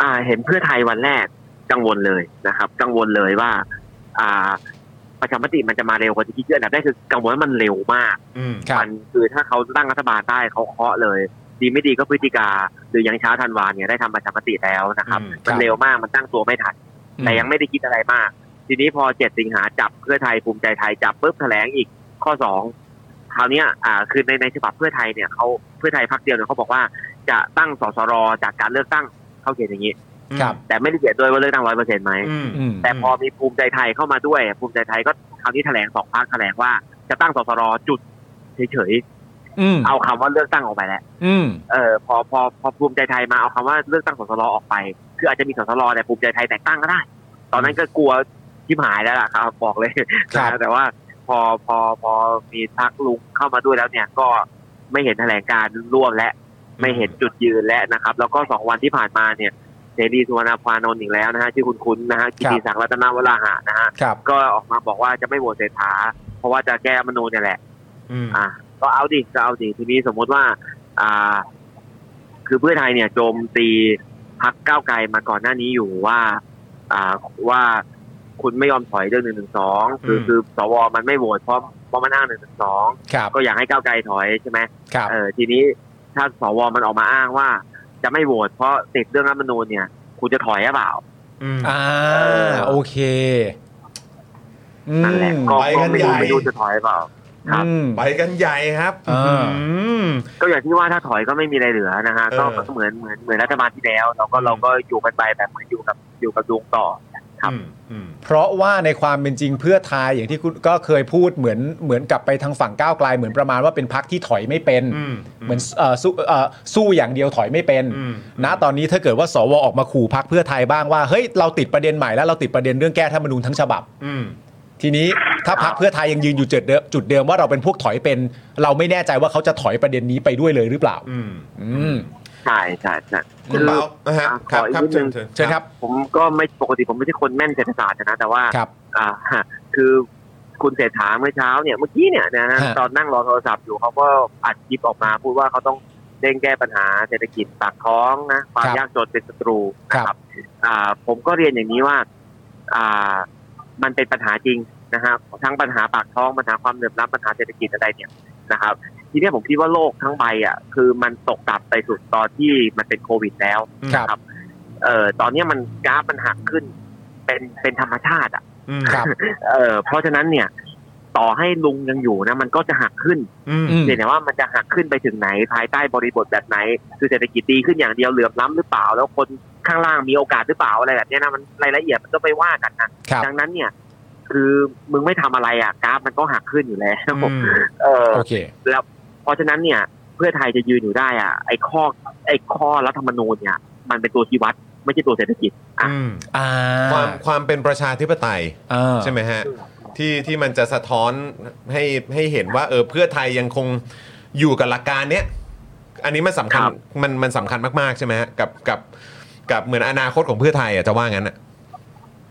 Speaker 4: อ่าเห็นเพื่อไทยวันแรกกังวลเลยนะครับ กังวลเลยว่า อ่า ประชามติมันจะมาเร็วกว่าที่คิดเยอะอันดับแรกคือกังวลว่ามันเร็วมาก
Speaker 1: อืม
Speaker 2: ครับ
Speaker 4: มันคือถ้าเขาตั้งรัฐบาลได้เขาเคาะเลย ดีไม่ดีก็พฤศจิกาหรือยังช้าธันวาเนี่ยได้ทำประชามติแล้วนะครับ
Speaker 1: อืม
Speaker 4: มันเร็วมากมันตั้งตัวไม่ทัน แต่ยังไม่ได้คิดอะไรมาก ทีนี้พอเจ็ดสิงหาจับเพื่อไทยภูมิใจไทยจับปุ๊บแถลงอีกข้อสองคราวเนี้ยอ่าคือในในฉบับเพื่อไทยเนี่ยเขาเพื่อไทยพักเดียวเนี่ยเขาบอกว่าจะตั้งสสรจากการเลือกตั้งเขาเขียนอย่างนี้
Speaker 2: ครับ
Speaker 4: แต่ไม่ได้เขียนด้วยว่าเลือกตั้งร้อยเปอร์เซ็นต์ไหม
Speaker 1: อืม
Speaker 2: อืม
Speaker 4: แต่พอมีภูมิใจไทยเข้ามาด้วย ภูมิใจไทยก็คราวนี้แถลงสองพักแถลงว่าจะตั้งสสรจุดเฉย
Speaker 2: อืม
Speaker 4: ๆเอาคำว่าเลือกตั้งออกไปแล้ว
Speaker 2: อืม
Speaker 4: เออพอพอพอภูมิใจไทยมาเอาคำว่าเลือกตั้งสสรออกไป คืออาจจะมีสสรแต่ภูมิใจไทยแต่งตั้งก็ได้ ตอนนั้นก็กลัวชิบหายแล้วล่ะครับบอกเลย
Speaker 2: ครับ
Speaker 4: นะ แต่ว่าพอพอพอมีพักลุงเข้ามาด้วยแล้วเนี่ยก็ไม่เห็นแถลงการณ์ร่วมและไม่เห็นจุดยืนและนะครับ แล้วก็สองวันที่ผ่านมาเนี่ยเสรีสุวรรณพานนท์อีกแล้วนะฮะชื่อคุณคุณนะฮะกิติศักดิ์รัตนวราหะนะฮะ
Speaker 2: ครับ
Speaker 4: ก็ออกมาบอกว่าจะไม่โหวตเศรษฐาเพราะว่าจะแก้รัฐธรรมนูญเนี่ยแหละ
Speaker 1: อืม
Speaker 4: อ่ะก็เอาดิก็เอาดิทีนี้สมมติว่า อ่า คือเพื่อไทยเนี่ยโจมตีพักก้าวไกลมาก่อนหน้านี้อยู่ว่า อ่าว่าคุณไม่ยอมถอยเรื่องหนึ่งหนึ่งสองคือ
Speaker 1: อืม
Speaker 4: คือสวมันไม่โหวตเพราะเพราะมันอ้างหนึ่งหนึ่งสอง
Speaker 2: ครับ
Speaker 4: ก็อยากให้ก้าวไกลถอยใช่ไหม
Speaker 2: ครับ
Speaker 4: เออทีนี้ถ้าสวมันออกมาอ้างว่า จะไม่โหวตเพราะติดเรื่องรัฐธรรมนูญเนี่ย คุณจะถอยหรือเปล่า
Speaker 1: อืม
Speaker 2: อ่าโอเคอืม
Speaker 4: นั่นแหละก็
Speaker 1: ไปกัน
Speaker 4: ไม่
Speaker 1: ใหญ่
Speaker 4: รู้ไม่รู้จะถอยหรือเปล่า ครับ
Speaker 2: อืม
Speaker 1: ไปกันใหญ่ครับ
Speaker 2: อ่า
Speaker 1: ม
Speaker 4: ก็อย่างที่ว่าถ้าถอยก็ไม่มีอะไรเหลือนะฮะ
Speaker 1: เออ
Speaker 4: ก็ก็เหมือนเหมือนเหมือนรัฐบาลที่แล้ว เราก็เราก็อยู่กันไปแบบเหมือนอยู่กับอยู่กับดวงต่อ ครับ
Speaker 1: อืมอืม
Speaker 2: เพราะว่าในความเป็นจริงเพื่อไทยอย่างที่คุณก็เคยพูดเหมือนเหมือนกลับไปทางฝั่งก้าวไกลเหมือนประมาณว่าเป็นพักที่ถอยไม่เป็น
Speaker 1: อืม
Speaker 2: เหมือนเอ่อสู้เอ่อสู้อย่างเดียวถอยไม่เป็น
Speaker 1: อืม
Speaker 2: นะตอนนี้ถ้าเกิดว่าสวออกมาขู่พักเพื่อไทยบ้างว่าเฮ้ยเราติดประเด็นใหม่แล้วเราติดประเด็นเรื่องแก้ธรรมนูญทั้งฉบับ
Speaker 1: อืม
Speaker 2: ทีนี้ถ้าพักเพื่อไทยยังยืนอยู่จุดเดิมจุดเดิมว่าเราเป็นพวกถอยเป็น เราไม่แน่ใจว่าเขาจะถอยประเด็นนี้ไปด้วยเลยหรือเปล่า
Speaker 1: อืม
Speaker 2: อืม
Speaker 4: ใช่ใช่ใช่
Speaker 1: คุณ
Speaker 4: คือ
Speaker 1: เปานะฮะ
Speaker 4: อ่ะ
Speaker 1: ครับ
Speaker 4: ขออีก
Speaker 1: ครับ
Speaker 4: นิด
Speaker 1: เชิญ
Speaker 4: นึง
Speaker 1: เชิญ
Speaker 2: เชิญครับ
Speaker 4: ผมก็ไม่ปกติผมไม่ใช่คนแม่นเศรษฐศาสตร์นะแต่ว่า
Speaker 2: ครับ
Speaker 4: อ่าฮะคือคุณเศรษฐาเมื่อเช้าเนี่ยเมื่อกี้เนี่ยนะฮะ
Speaker 2: ฮะ
Speaker 4: ตอนนั่งรอโทรศัพท์อยู่เขาก็อัดคลิปออกมา พูดว่าเขาต้องเร่งแก้ปัญหาเศรษฐกิจปากท้องนะความยากจนเป็นศัตรู
Speaker 2: ครับ
Speaker 4: อ่าผมก็เรียนอย่างนี้ว่าอ่ามันเป็นปัญหาจริงนะครับทั้งปัญหาปากท้องปัญหาความเหลื่อมล้ำปัญหาเศรษฐกิจอะไรเนี่ยนะครับ ทีเนี้ยผมคิดว่าโลกทั้งใบอ่ะคือมันตกต่ำไปสุดตอนที่มันเป็นโควิดแล้ว
Speaker 2: ครับ
Speaker 4: นะเอ่อตอนเนี้ยมันกราฟมันหักขึ้นเป็นเป็นธรรมชาติอ่ะ
Speaker 1: อืม
Speaker 2: ครับ
Speaker 4: เออเพราะฉะนั้นเนี่ย ต่อให้ลุงยังอยู่นะมันก็จะหักขึ้น
Speaker 1: อืม
Speaker 2: อืม
Speaker 4: เพียงแต่ว่ามันจะหักขึ้นไปถึงไหนภายใต้บริบทแบบไหน คือเศรษฐกิจดีขึ้นอย่างเดียวเหลื่อมล้ำหรือเปล่า แล้วคนข้างล่างมีโอกาสหรือเปล่าอะไรแบบเนี้ยนะมันรายละเอียดมันก็ไปว่ากันนะครับ ดังนั้นเนี่ย คือมึงไม่ทำอะไรอ่ะกราฟมันก็หักขึ้นอยู่แล้วเออ
Speaker 2: โอเค
Speaker 4: แล้วเพราะฉะนั้นเนี่ย เพื่อไทยจะยืนอยู่ได้อ่ะไอ้ข้อไอ้ข้อรัฐธรรมนูญเนี่ย มันเป็นตัวชี้วัดไม่ใช่ตัวเศรษฐกิจ
Speaker 1: อืม
Speaker 2: อ่า
Speaker 1: ความความเป็นประชาธิปไตย
Speaker 2: อ่า
Speaker 1: ใช่ไหมฮะ ที่ที่มันจะสะท้อนให้ให้เห็นว่าเออเพื่อไทยยังคงอยู่กับหลักการเนี้ยอันนี้มันสำคัญ
Speaker 4: ครับ
Speaker 1: มันมันสำคัญมากๆใช่ไหมฮะกับกับกับเหมือนอนาคตของเพื่อไทยอ่ะจะว่างั้นอ่ะ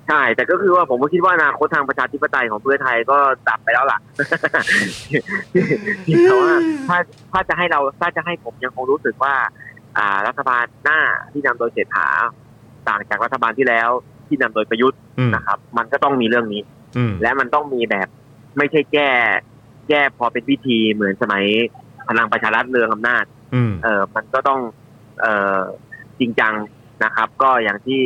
Speaker 4: ใช่ แต่ก็คือว่าผมก็คิดว่าอนาคตทางประชาธิปไตยของเพื่อไทยก็ดับไปแล้วล่ะ แต่ว่าถ้าถ้าจะให้เราถ้าจะให้ผมยังคงรู้สึกว่า อ่ารัฐบาลหน้าที่นำโดยเศรษฐาต่างจากรัฐบาลที่แล้วที่นำโดยประยุทธ์
Speaker 1: อืม
Speaker 4: นะครับ มันก็ต้องมีเรื่องนี้
Speaker 1: อืม
Speaker 4: และมันต้องมีแบบ ไม่ใช่แก้แก้พอเป็นพิธีเหมือนสมัยพลังประชารัฐเรืองอำนาจ
Speaker 1: อืม
Speaker 4: เออมันก็ต้องเออจริงจังนะครับ ก็อย่างที่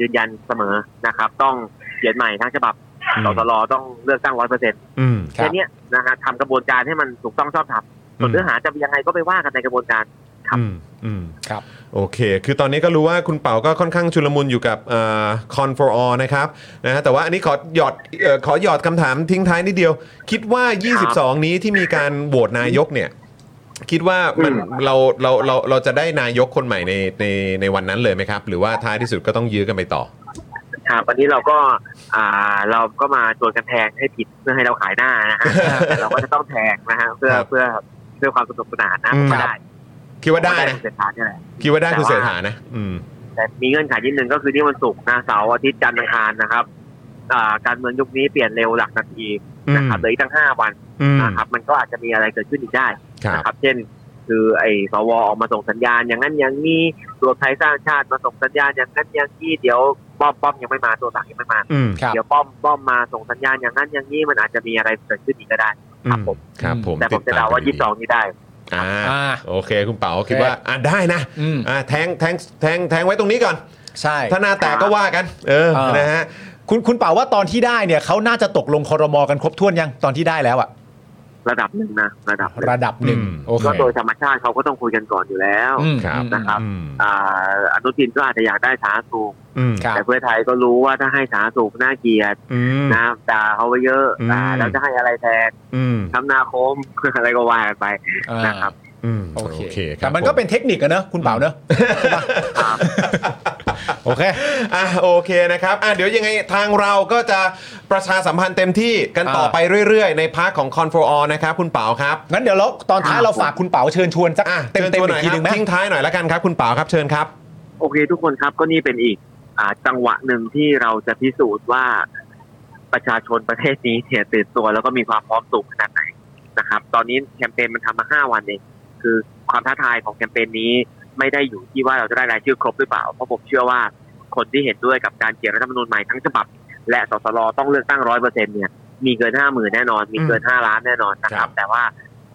Speaker 4: ยืนยันเสมอนะครับ ต้องเขียนใหม่ทั้งฉบับ
Speaker 1: อืม
Speaker 4: สสรต้องเลือกตั้งร้อยเปอร์เซ็นต์
Speaker 1: อืม
Speaker 2: ครับ
Speaker 4: แค่เนี้ยนะฮะทำกระบวนการให้มันถูกต้องชอบธรรมส่วนเนื้อหาจะเป็นยังไงก็ไปว่ากันในกระบวนการ ครับ
Speaker 1: อืมอืม
Speaker 2: ครับ
Speaker 1: โอเค คือตอนนี้ก็รู้ว่าคุณเป๋าก็ค่อนข้างชุลมุนอยู่กับคอนฟอร์อนะครับนะฮะแต่ว่าอันนี้ขอหยอดเอ่อขอหยอดคำถามทิ้งท้ายนิดเดียว คิดว่า 22 นี้ที่มีการโหวตนายกเนี่ย คิดว่ามัน
Speaker 4: อืม
Speaker 1: เราเราเราเราจะได้นายกคนใหม่ในในในวันนั้นเลยไหมครับ หรือว่าท้ายที่สุดก็ต้องยื้อกันไปต่อ
Speaker 4: ครับวันนี้เราก็อ่าเราก็มาโจนกันแพงให้ผิดเพื่อให้เราขายหน้านะฮะ แต่เราก็จะต้องแพงนะฮะเพื่อ
Speaker 1: ครับ
Speaker 4: เพื่อเพื่อความสนุกสนานนะ
Speaker 1: อืม
Speaker 4: ผมว่าได้
Speaker 1: คิดว่าได้
Speaker 4: ผมว่
Speaker 1: นะ
Speaker 4: เศรษฐาเนี่ยแหละ
Speaker 1: คิดว่าได้คือ
Speaker 4: แต่ว่า
Speaker 1: เสถานะ อืม
Speaker 4: แต่มีเงื่อนไขนิดนึงก็คือที่วันศุกร์นะเสาร์อาทิตย์จันทร์อังคารนะครับอ่าการเมืองยุคนี้เปลี่ยนเร็วหลักนาทีนะครับ
Speaker 1: อืม
Speaker 4: เหลืออีกตั้งห้าวัน
Speaker 1: อืม
Speaker 4: นะครับ มันก็อาจจะมีอะไรเกิดขึ้นอีกได้
Speaker 1: ครับ
Speaker 4: นะครับ เช่น คือไอ้สวออกมาส่งสัญญาณ อย่างนั้นอย่างนี้รวมไทยสร้างชาติมาส่งสัญญาณอย่างนั้นอย่างนี้เดี๋ยว ป้อมป้อมยังไม่มาตัวหลักยังไม่มา
Speaker 1: อืม
Speaker 2: ครับ
Speaker 4: เดี๋ยวป้อมป้อมมาส่งสัญญาณอย่างนั้นอย่างนี้มันอาจจะมีอะไรเกิดขึ้นอีกก็ได้ ครับผม
Speaker 1: ครับผม
Speaker 4: แต่ผมจะเดาว่า
Speaker 1: ติ
Speaker 4: ยี่
Speaker 1: ด
Speaker 4: ส
Speaker 1: ต
Speaker 4: อ
Speaker 1: ม
Speaker 4: งนี้ได้
Speaker 1: กันดีๆอ่า
Speaker 2: อ่า
Speaker 1: โอเค คุณเป๋าคิดว่าอ่ะได้นะ
Speaker 2: อืม
Speaker 1: อ่าแทงแทงแทงแทงไว้ตรงนี้ก่อน
Speaker 2: ใช่
Speaker 1: ถ้าหน้าแตกก็ว่ากัน เออ
Speaker 2: เออ
Speaker 1: นะฮะ
Speaker 2: คุณคุณเป่าว่าตอนที่ได้เนี่ยเขาน่าจะตกลงคอรมอกันครบถ้วนยังตอนที่ได้แล้วอะ
Speaker 4: ระดับหนึ่งนะระดับหนึ่ง
Speaker 2: ระดับหนึ่ง
Speaker 1: อืม
Speaker 2: โอเค
Speaker 4: ก็โดยธรรมชาติเขาก็ต้องคุยกันก่อนอยู่แล้ว
Speaker 2: อืม
Speaker 1: ครับ
Speaker 4: นะครับ
Speaker 1: อืม
Speaker 4: อ่าอนุทินก็อาจจะอยากได้สาธารณสุข
Speaker 1: อืม
Speaker 2: ครับ
Speaker 4: แต่เพื่อไทยก็รู้ว่าถ้าให้สาธารณสุขน่าเกลียด
Speaker 1: อืม
Speaker 4: นะด่าเขาไปเยอะ
Speaker 1: อืม
Speaker 4: อ่าแล้วจะให้อะไรแทน
Speaker 1: อืม
Speaker 4: คำนาคม อะไรก็ว่ากันไป
Speaker 2: อ่า
Speaker 4: นะครับ
Speaker 1: อืม
Speaker 2: โอ
Speaker 1: โอ
Speaker 2: เค
Speaker 1: เคครับ
Speaker 2: แต่มันก็
Speaker 1: ผ
Speaker 2: เป็นเทคนิคอะเนอะคุณเป่าเนอะ
Speaker 4: ครับ
Speaker 2: โอเค
Speaker 1: อ่ะโอเคนะครับอ่ะเดี๋ยวยังไงทางเราก็จะประชาสัมพันธ์เต็มที่กันต่อ
Speaker 2: เออ
Speaker 1: ไปเรื่อยๆ ในพาร์ทของ c o n f o r All นะครับ คุณเป๋าครับ
Speaker 2: งั้นเดี๋ยวเราตอนท้ายเราฝากคุณเป๋าเชิญชวนสัก
Speaker 1: อ่ะ
Speaker 2: เต็ม
Speaker 1: ชิญ
Speaker 2: เต็
Speaker 1: ช
Speaker 2: ม
Speaker 1: วนห
Speaker 2: อี
Speaker 1: น่
Speaker 2: ก
Speaker 1: อย
Speaker 2: ที
Speaker 1: ครับ
Speaker 2: หนึ่งไหม
Speaker 1: ทิ้งท้ายหน่อยละกันครับ คุณเป๋าครับเชิญครับ
Speaker 4: โอเคทุกคนครับก็นี่เป็นอีกอ่าจังหวะหนึ่งที่เราจะพิสูจน์ว่าประชาชนประเทศนี้เนี่ยตื่นตัวแล้วก็มีความพร้อมสูงขนาดไหนนะครับ ตอนนี้แคมเปญมันทำมาห้าวันเองคือความท้าทายของแคมเปญนี้ไม่ได้อยู่ที่ว่าเราจะได้รายชื่อครบหรือเปล่าเพราะผมเชื่อว่าคนที่เห็นด้วยกับการเขียนรัฐธรรมนูญใหม่ทั้งฉบับ และสสรต้องเลือกตั้งร้อยเปอร์เซ็นเนี่ยมีเกินห้าหมื่นแน่นอน มีเกินห้าล้านแน่นอนนะค
Speaker 1: ครั
Speaker 4: รับ
Speaker 1: บ
Speaker 4: แต่ว่า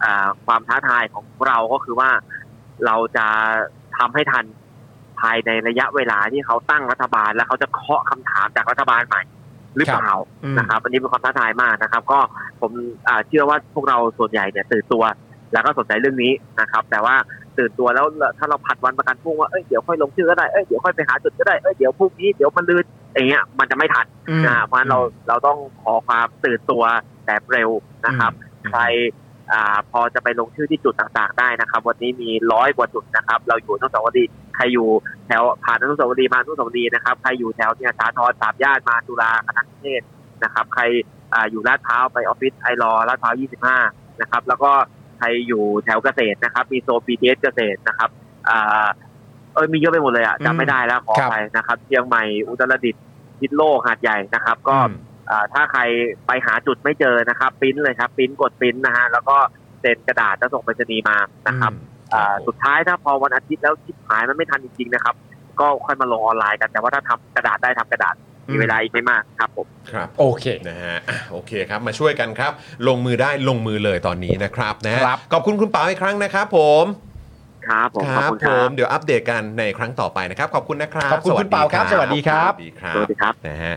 Speaker 4: อ่าความท้าทายของเราก็คือว่าเราจะทำให้ทันภายในระยะเวลาที่เขาตั้งรัฐบาล แล้วเขาจะเคาะคำถามจากรัฐบาลใหม่ หรือเปล่านะครับ อันนี้เป็นความท้าทายมากนะครับ ก็ผมอ่าเชื่อว่าพวกเราส่วนใหญ่เนี่ยตื่นตัว แล้วก็สนใจเรื่องนี้นะครับ แต่ว่าตื่นตัวแล้วถ้าเราผัดวันประกันพรุ่งว่าเอ้ยเดี๋ยวค่อยลงชื่อก็ได้เอ้ยเดี๋ยวค่อยไปหาจุดก็ได้เอ้ยเดี๋ยวพรุ่งนี้เดี๋ยวมันลืนอย่างเงี้ยมันจะไม่ทัน นะเพราะฉะนั้นเราเราต้องขอความตื่นตัวแต่เร็วนะครับ ใครอ่าพอจะไปลงชื่อที่จุดต่างๆได้นะครับ วันนี้มีร้อยกว่าจุดนะครับ เราอยู่อนุสาวรีย์ใครอยู่แถวผ่านอนุสาวรีย์มาอนุสาวรีย์นะครับใครอยู่แถวเนี่ยสาทรสามย่านมาจุฬาคณะนิเทศนะครับ ใครอ่าอยู่ลาดพร้าวไปออฟฟิศไอรอลาดพร้าว25 นะครับ แล้วก็ใครอยู่แถวเกษตรนะครับ มีโซน BTS เกษตรนะครับอ่าเอ้ยมีเยอะไปหมดเลยอ่ะจำไม่ได้แล้วขอไปนะครับเชียงใหม่อุตรดิตถ์ พิษโลกหาดใหญ่นะครับก็อ่าถ้าใครไปหาจุดไม่เจอนะครับปริ้นเลยครับปริ้นกดปริ้นนะฮะแล้วก็เซ็นกระดาษแล้วส่งไปรษณีย์มานะครับอ่าสุดท้ายถ้าพอวันอาทิตย์แล้วชิบหายมันไม่ทันจริงๆนะครับ ก็ค่อยมาลงออนไลน์กัน แต่ว่าถ้าทำกระดาษได้ทำกระดาษมีเวลาอีกไม่มากครับผม
Speaker 1: ครับ
Speaker 2: โอเค
Speaker 1: นะฮะอ่ะโอเคครับ มาช่วยกันครับ ลงมือได้ลงมือเลยตอนนี้นะครับนะฮะ
Speaker 2: ครับ
Speaker 1: ขอบคุณคุณเป๋าอีกครั้งนะครับ ผม
Speaker 4: ครับผมขอบคุณ
Speaker 1: ผ
Speaker 4: ครับ
Speaker 1: มเดี๋ยวอัปเดตกันในครั้งต่อไปนะครับ ขอบคุณนะครับ
Speaker 2: ขอบคุณคุณเปาครับสวัสดีครั
Speaker 1: ส
Speaker 2: บ
Speaker 1: วัสดีครั
Speaker 4: สวั
Speaker 1: บ
Speaker 4: สดีครับ
Speaker 1: นะฮะ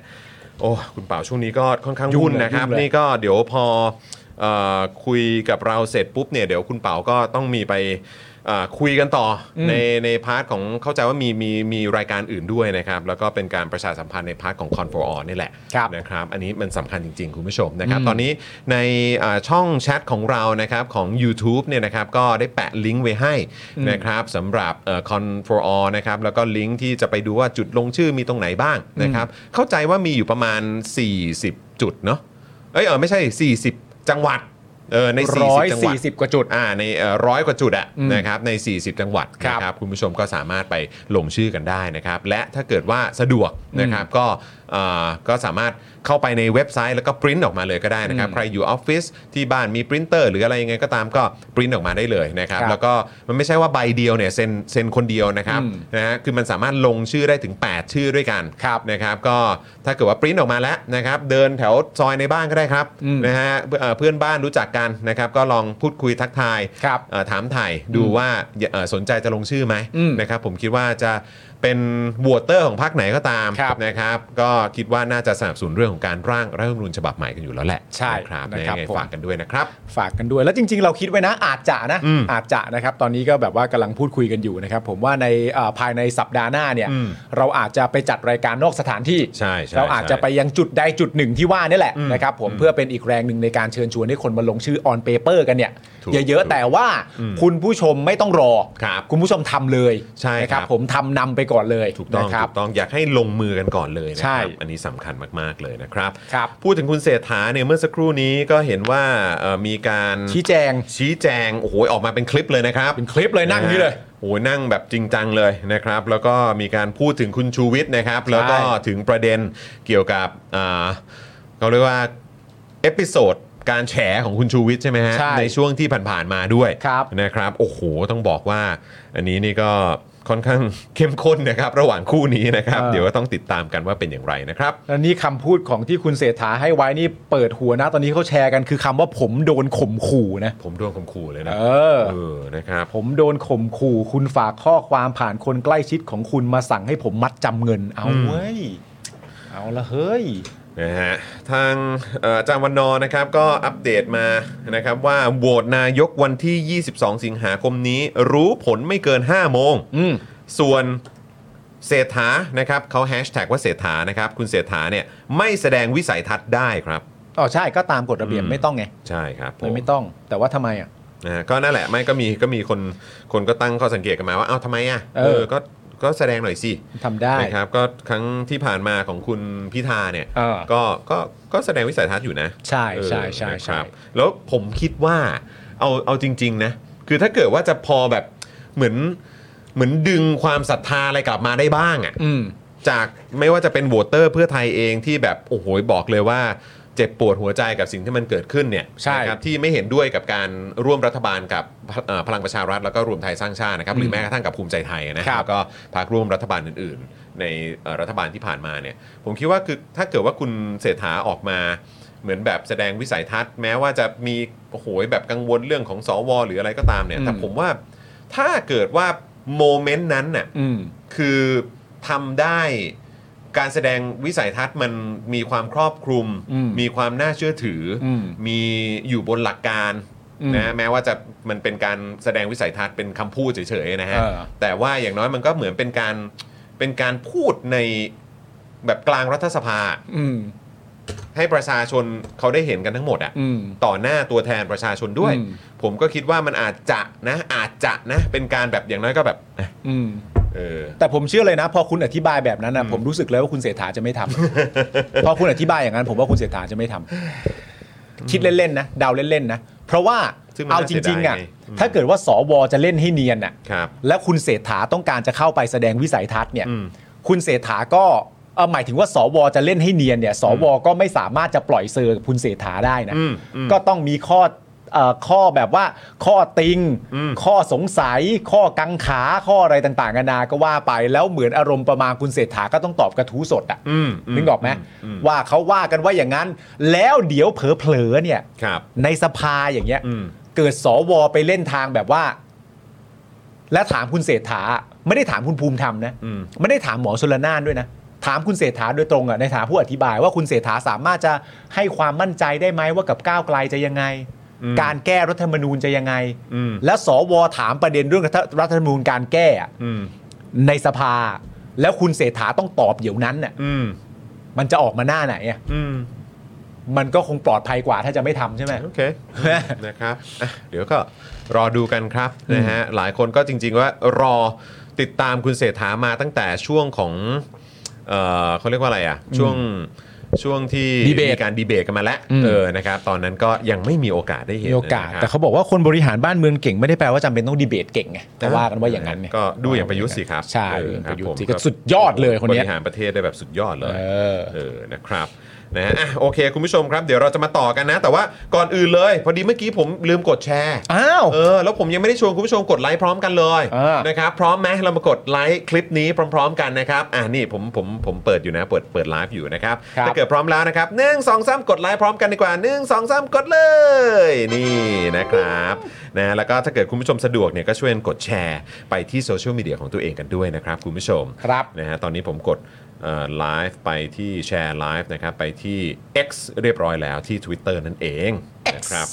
Speaker 1: โอ้คุณเป่าช่วงนี้ก็ค่อนข้าง
Speaker 2: ยุ่ง
Speaker 1: วุ่น
Speaker 2: เลย
Speaker 1: นะครับ
Speaker 2: ยุ่งเลย
Speaker 1: นี่ก็เดี๋ยวพอเอ่อคุยกับเราเสร็จปุ๊บเนี่ยเดี๋ยวคุณเป่าก็ต้องมีไปเอ่อคุยกันต่ออ
Speaker 2: ม
Speaker 1: ในในพาร์ทของเข้าใจว่ามีมีมีรายการอื่นด้วยนะครับ แล้วก็เป็นการประชาสัมพันธ์ในพาร์ทของ c o n f o r All นี่แหละ
Speaker 2: ครับ
Speaker 1: นะครับอันนี้มันสำคัญจริง ๆ คุณผู้ชมนะครับ
Speaker 2: อืม
Speaker 1: ตอนนี้ในอ่าช่องแชทของเรานะครับของ u t u b e เนี่ยนะครับก็ได้แปะลิงก์ไว้ให้
Speaker 2: อืม
Speaker 1: นะครับสำหรับคอน for all นะครับแล้วก็ลิงก์ที่จะไปดูว่าจุดลงชื่อมีตรงไหนบ้างนะครับเข้าใจว่ามีอยู่ประมาณ 40 จุดเนาะเอ้ยเออไม่ใช่ 40 จังหวัดเออใน 40 จังหวัด
Speaker 2: 140กว่าจุด
Speaker 1: อ่าในร้อยกว่าจุดอะ
Speaker 2: อืม
Speaker 1: นะครับใน 40 จังหวัด
Speaker 2: ครับ
Speaker 1: นะครับคุณผู้ชมก็สามารถไปลงชื่อกันได้นะครับและถ้าเกิดว่าสะดวกนะครับก็เอ่อก็สามารถเข้าไปในเว็บไซต์แล้วก็ปริ้นออกมาเลยก็ได้นะครับ
Speaker 2: อืม
Speaker 1: ใครอยู่ออฟฟิศที่บ้านมีปรินเตอร์หรืออะไรยังไงก็ตามก็ปริ้นออกมาได้เลยนะครับ
Speaker 2: ครับ
Speaker 1: แล้วก็มันไม่ใช่ว่าใบเดียวเนี่ยเซ็นเซ็นคนเดียวนะครับ
Speaker 2: อืม
Speaker 1: นะฮะคือมันสามารถลงชื่อได้ถึง 8 ชื่อด้วยกัน
Speaker 2: ครับ
Speaker 1: นะครับก็ถ้าเกิดว่าปริ้นออกมาแล้วนะครับเดินแถวซอยในบ้านก็ได้ครับ
Speaker 2: อืม
Speaker 1: นะฮะเอ่อเพื่อนบ้านรู้จักกันนะครับก็ลองพูดคุยทักทาย
Speaker 2: ครับ
Speaker 1: เอ่อถามถ่ายดูว่าเอ่อสนใจจะลงชื่อไหม
Speaker 2: อืม
Speaker 1: นะครับผมคิดว่าจะเป็นวอเตอร์ของพรรคไหนก็ตาม
Speaker 2: ครับ
Speaker 1: นะครับ ก็คิดว่าน่าจะสนับสนุนเรื่องของการร่างรัฐธรรมนูญฉบับใหม่กันอยู่แล้วแหละ
Speaker 2: ใช่
Speaker 1: นะครับ
Speaker 2: นะ
Speaker 1: นะครับยังไง
Speaker 2: ผม
Speaker 1: ฝากกันด้วยนะครับ
Speaker 2: ฝากกันด้วย แล้วจริง ๆ เราคิดไว้นะ อาจจะนะ
Speaker 1: อืม
Speaker 2: อาจจะนะครับ ตอนนี้ก็แบบว่ากำลังพูดคุยกันอยู่นะครับ ผมว่าในเอ่อภายในสัปดาห์หน้าเนี่ย
Speaker 1: อืม
Speaker 2: เราอาจจะไปจัดรายการนอกสถานที่
Speaker 1: ใช่ใช่
Speaker 2: เราอาจจะไปยังจุดใดจุดหนึ่งที่ว่านี่แหละ
Speaker 1: อืม
Speaker 2: นะครับ ผม
Speaker 1: อืม
Speaker 2: เพื่อเป็นอีกแรงหนึ่งในการเชิญชวนให้คนมาลงชื่อ on paper กันเนี่ย
Speaker 1: ถูก
Speaker 2: เยอะๆแต่ว่า
Speaker 1: อืม
Speaker 2: คุณผู้ชมไม่ต้องรอ
Speaker 1: ครับ
Speaker 2: ณผู้ชมทำเลย
Speaker 1: ใช่
Speaker 2: นะ
Speaker 1: ครับ
Speaker 2: ผมทำนำไปก่อนเลย
Speaker 1: ถูกต้อง
Speaker 2: นะครั
Speaker 1: ถู
Speaker 2: บ
Speaker 1: กต้องอยากให้ลงมือกันก่อนเลยนะ
Speaker 2: ใช่
Speaker 1: ครับอันนี้สำคัญมากๆเลยนะครับ
Speaker 2: ครับ
Speaker 1: พูดถึงคุณเศรษฐาเนี่ยเมื่อสักครู่นี้ก็เห็นว่าเอ่อมีการ
Speaker 2: ชี้แจง
Speaker 1: ชี้แจงโอ้โหออกมาเป็นคลิปเลยนะครับ
Speaker 2: เป็นคลิปเลยนั่งอย่างนี้เลย
Speaker 1: โอ้โหนั่งแบบจริงจังเลยนะครับ แล้วก็มีการพูดถึงคุณชูวิทย์นะครับ แล้วก็ถึงประเด็นเกี่ยวกับอ่าเขาเรียกว่าเอพิโซดการแฉของคุณชูวิทย์ใช่ไหมฮะ
Speaker 2: ใช่
Speaker 1: ช่วงที่ผ่านๆมาด้วย
Speaker 2: ครับ
Speaker 1: นะครับ โอ้โห ต้องบอกว่า อันนี้นี่ก็ ค่อนข้าง เข้มข้นนะครับ ระหว่างคู่นี้นะครับ
Speaker 2: เออ
Speaker 1: เดี๋ยวก็ต้องติดตามกันว่าเป็นอย่างไรนะครับ
Speaker 2: แล้วนี่คำพูดของที่คุณเศรษฐาให้ไว้นี่เปิดหัวนะ ตอนนี้เขาแชร์กันคือคำว่าผมโดนข่มขู่นะ
Speaker 1: ผมโดนข่มขู่เลย
Speaker 2: เอ
Speaker 1: นะ
Speaker 2: อ
Speaker 1: เออนะครับ
Speaker 2: ผมโดนข่มขู่ คุณฝากข้อความผ่านคนใกล้ชิดของคุณมาสั่งให้ผมมัดจำเงิน เอา
Speaker 1: อืม
Speaker 2: เว้ย เอาละเฮ้ย
Speaker 1: นะฮะทางเอ่ออาจารย์วันนอร์นะครับก็อัปเดตมานะครับว่าโหวตนายกวันที่ 22 สิงหาคมนี้ รู้ผลไม่เกิน 5 โมง
Speaker 2: อืม
Speaker 1: ส่วนเศรษฐานะครับเขาแฮชแท็กว่าเศรษฐานะครับคุณเศรษฐาเนี่ยไม่แสดงวิสัยทัศน์ได้ครับ
Speaker 2: อ๋อใช่ก็ตามกฎระเบียบ
Speaker 1: อืม
Speaker 2: ไม่ต้องไง
Speaker 1: ใช่ครับผ
Speaker 2: เลย
Speaker 1: ม
Speaker 2: ไม่ต้อง แต่ว่าทำไมอ่ะ
Speaker 1: นะฮะก็นั่นแหละไม่ก็มีก็มีคนคนก็ตั้งข้อสังเกตกันมาว่าเอ้าทำไมอ่ะ
Speaker 2: เออ
Speaker 1: ก็ก็แสดงหน่อยสิ
Speaker 2: ทำได้
Speaker 1: นะครับก็ครั้งที่ผ่านมาของคุณพิธาเนี่ย
Speaker 2: เออ
Speaker 1: ก็ก็ก็แสดงวิสัยทัศน์อยู่นะ
Speaker 2: ใช่ใช่ใช่
Speaker 1: เออนะค
Speaker 2: ใช่
Speaker 1: รับแล้วผมคิดว่าเอาเอาจริง ๆ นะ คือถ้าเกิดว่าจะพอแบบเหมือนเหมือนดึงความศรัทธาอะไรกลับมาได้บ้างอะ่ะ
Speaker 2: อืม
Speaker 1: จากไม่ว่าจะเป็นโหวตเตอร์เพื่อไทยเองที่แบบโอ้โหบอกเลยว่าเจ็บปวดหัวใจกับสิ่งที่มันเกิดขึ้นเนี่ย
Speaker 2: ใช่
Speaker 1: นะครับที่ไม่เห็นด้วยกับการร่วมรัฐบาลกับเอ่อพลังประชารัฐแล้วก็รวมไทยสร้างชาตินะครับหรือแม้กระทั่งกับภูมิใจไทยนะ
Speaker 2: ครั
Speaker 1: แล้
Speaker 2: บ
Speaker 1: วก็พรรคร่วมรัฐบาลอื่น ๆ ในเอ่อรัฐบาลที่ผ่านมาเนี่ย ผมคิดว่าคือถ้าเกิดว่าคุณเศรษฐาออกมา เหมือนแบบแสดงวิสัยทัศน์ แม้ว่าจะมีโอ้โหแบบกังวลเรื่องของสวหรืออะไรก็ตามเนี่ย
Speaker 2: อืม
Speaker 1: แต่ผมว่าถ้าเกิดว่าโมเมนต์นั้นน่ะ
Speaker 2: อืม
Speaker 1: คือทำได้การแสดงวิสัยทัศน์มันมีความครอบคลุม
Speaker 2: อืม
Speaker 1: มีความน่าเชื่อถืออ
Speaker 2: ม
Speaker 1: มีอยู่บนหลักการ
Speaker 2: อืม
Speaker 1: นะแม้ว่าจะมันเป็นการแสดงวิสัยทัศน์เป็นคำพูดเฉยๆนะฮะ
Speaker 2: เออ
Speaker 1: แต่ว่าอย่างน้อยมันก็เหมือนเป็นการเป็นการพูดในแบบกลางรัฐสภา
Speaker 2: อืม
Speaker 1: ให้ประชาชนเขาได้เห็นกันทั้งหมดอะ
Speaker 2: อืม
Speaker 1: ต่อหน้าตัวแทนประชาชนด้วย
Speaker 2: อืม
Speaker 1: ผมก็คิดว่ามันอาจจะนะอาจจะนะ เป็นการแบบอย่างน้อยก็แบบอ่ะ
Speaker 2: อืม
Speaker 1: เออ
Speaker 2: แต่ผมเชื่อเลยนะ พอคุณอธิบายแบบนั้นนะผมรู้สึกเลยว่าคุณเศรษฐาจะไม่ทำ พอคุณอธิบายอย่างนั้น ผมว่าคุณเศรษฐาจะไม่ทำคิดเล่นๆนะเดาเล่นๆนะเพราะว่า
Speaker 1: ซึ่งมัน
Speaker 2: เอา
Speaker 1: น่า
Speaker 2: จ
Speaker 1: เสีย
Speaker 2: ริง
Speaker 1: ดา
Speaker 2: ๆ
Speaker 1: ย
Speaker 2: อ่ะ
Speaker 1: ไงอืม
Speaker 2: ถ้าเกิดว่าสวจะเล่นให้เนียนอ่ะ
Speaker 1: ครับ
Speaker 2: แล้วคุณเศรษฐาต้องการจะเข้าไปแสดงวิสัยทัศน์เนี่ย
Speaker 1: อืม
Speaker 2: คุณเศรษฐาก็เอ่อหมายถึงว่าสวจะเล่นให้เนียนเนี่ยสวก็ไม่สามารถจะปล่อยเซอร์กับคุณเศรษฐาได้นะ
Speaker 1: อืมอืม
Speaker 2: ก็ต้องมีข้อเอ่อข้อแบบว่า ข้อติง
Speaker 1: อืม
Speaker 2: ข้อสงสัย ข้อกังขาข้ออะไรต่างๆนานาก็ว่าไป แล้วเหมือนอารมณ์ประมาณคุณเศรษฐาก็ต้องตอบกระทู้สดอ่ะ
Speaker 1: อืม
Speaker 2: นึกออกไหมว่าเขาว่ากันว่าอย่างนั้น แล้วเดี๋ยวเผลอๆเนี่ย
Speaker 1: ครับ
Speaker 2: ในสภาอย่างเงี้ย
Speaker 1: อืม
Speaker 2: เกิดสวไปเล่นทางแบบว่า และถามคุณเศรษฐา ไม่ได้ถามคุณภูมิธรรมนะ
Speaker 1: อืม
Speaker 2: ไม่ได้ถามหมอชลนานด้วยนะ ถามคุณเศรษฐาโดยตรงอะในฐานะผู้อธิบายว่าคุณเศรษฐาสามารถจะให้ความมั่นใจได้ไหมว่ากับก้าวไกลจะยังไง การแก้รัฐธรรมนูญจะยังไง
Speaker 1: อืม
Speaker 2: และสวถามประเด็นเรื่องรัฐรัฐธรรมนูญการแก้อะ
Speaker 1: อืม
Speaker 2: ในสภา แล้วคุณเศรษฐาต้องตอบเดี๋ยวนั้นน่ะ
Speaker 1: อืม
Speaker 2: มันจะออกมาหน้าไหนอะ
Speaker 1: อืม
Speaker 2: มันก็คงปลอดภัยกว่าถ้าจะไม่ทำใช่ไหม
Speaker 1: โอเค นะครับอ่ะเดี๋ยวก็รอดูกันครับนะฮะหลายคนก็จริง ๆ ว่ารอติดตามคุณเศรษฐามาตั้งแต่ช่วงของเอ่อเขาเรียกว่าอะไรอ่ะช่วงช่วงที่
Speaker 2: Debate
Speaker 1: มีการดีเบตกันมาแล้ว
Speaker 2: อืม
Speaker 1: เออนะครับตอนนั้นก็ยังไม่มีโอกาสได้เห็น
Speaker 2: มีโอกาส
Speaker 1: นะครับ
Speaker 2: แต่เขาบอกว่าคนบริหารบ้านเมืองเก่งไม่ได้แปลว่าจำเป็นต้องดีเบตเก่งไงแต่ว่ากันว่าอย่างนั้นไง
Speaker 1: ก็ดูอย่างประยุทธ์สิครับ
Speaker 2: ใช่
Speaker 1: เอ
Speaker 2: ดู
Speaker 1: อ
Speaker 2: อย่าง
Speaker 1: ค
Speaker 2: ป
Speaker 1: รับ
Speaker 2: ระยุท
Speaker 1: ผม
Speaker 2: ธ์สิก็สุดยอดเลยคน
Speaker 1: บ
Speaker 2: เนี้ย
Speaker 1: ริหารประเทศได้แบบสุดยอดเลย
Speaker 2: เออ
Speaker 1: เออ นะครับ นะฮะอ่ะโอเค คุณผู้ชมครับ เดี๋ยวเราจะมาต่อกันนะ แต่ว่าก่อนอื่นเลย พอดีเมื่อกี้ผมลืมกดแชร์
Speaker 2: อ้าว
Speaker 1: เออ แล้วผมยังไม่ได้ชวนคุณผู้ชมกดไลค์พร้อมกันเลย
Speaker 2: อ่าน
Speaker 1: นะครับ พร้อมไหมเรามากดไลค์คลิปนี้พร้อม ๆ กันนะครับ อ่ะนี่ผม ผม ผมเปิดอยู่นะ เปิด เปิดไลฟ์อยู่นะครับ
Speaker 2: ครับ
Speaker 1: ถ้าเกิดพร้อมแล้วนะครับหนึ่งสองสามกดไลค์พร้อมกันดีกว่าหนึ่งสองสามกดเลยนี่นะครับนะแล้วก็ถ้าเกิดคุณผู้ชมสะดวกเนี่ยก็ช่วยกดแชร์ไปที่โซเชียลมีเดียของตัวเองกันด้วยนะครับคุณผู้ชม
Speaker 2: ครับ
Speaker 1: นะฮะตอนนี้ผมกดไลฟ์ไปที่แชร์ไลฟ์นะครับไปที่ X เรียบร้อยแล้วที่ Twitter นั่นเองนะครับ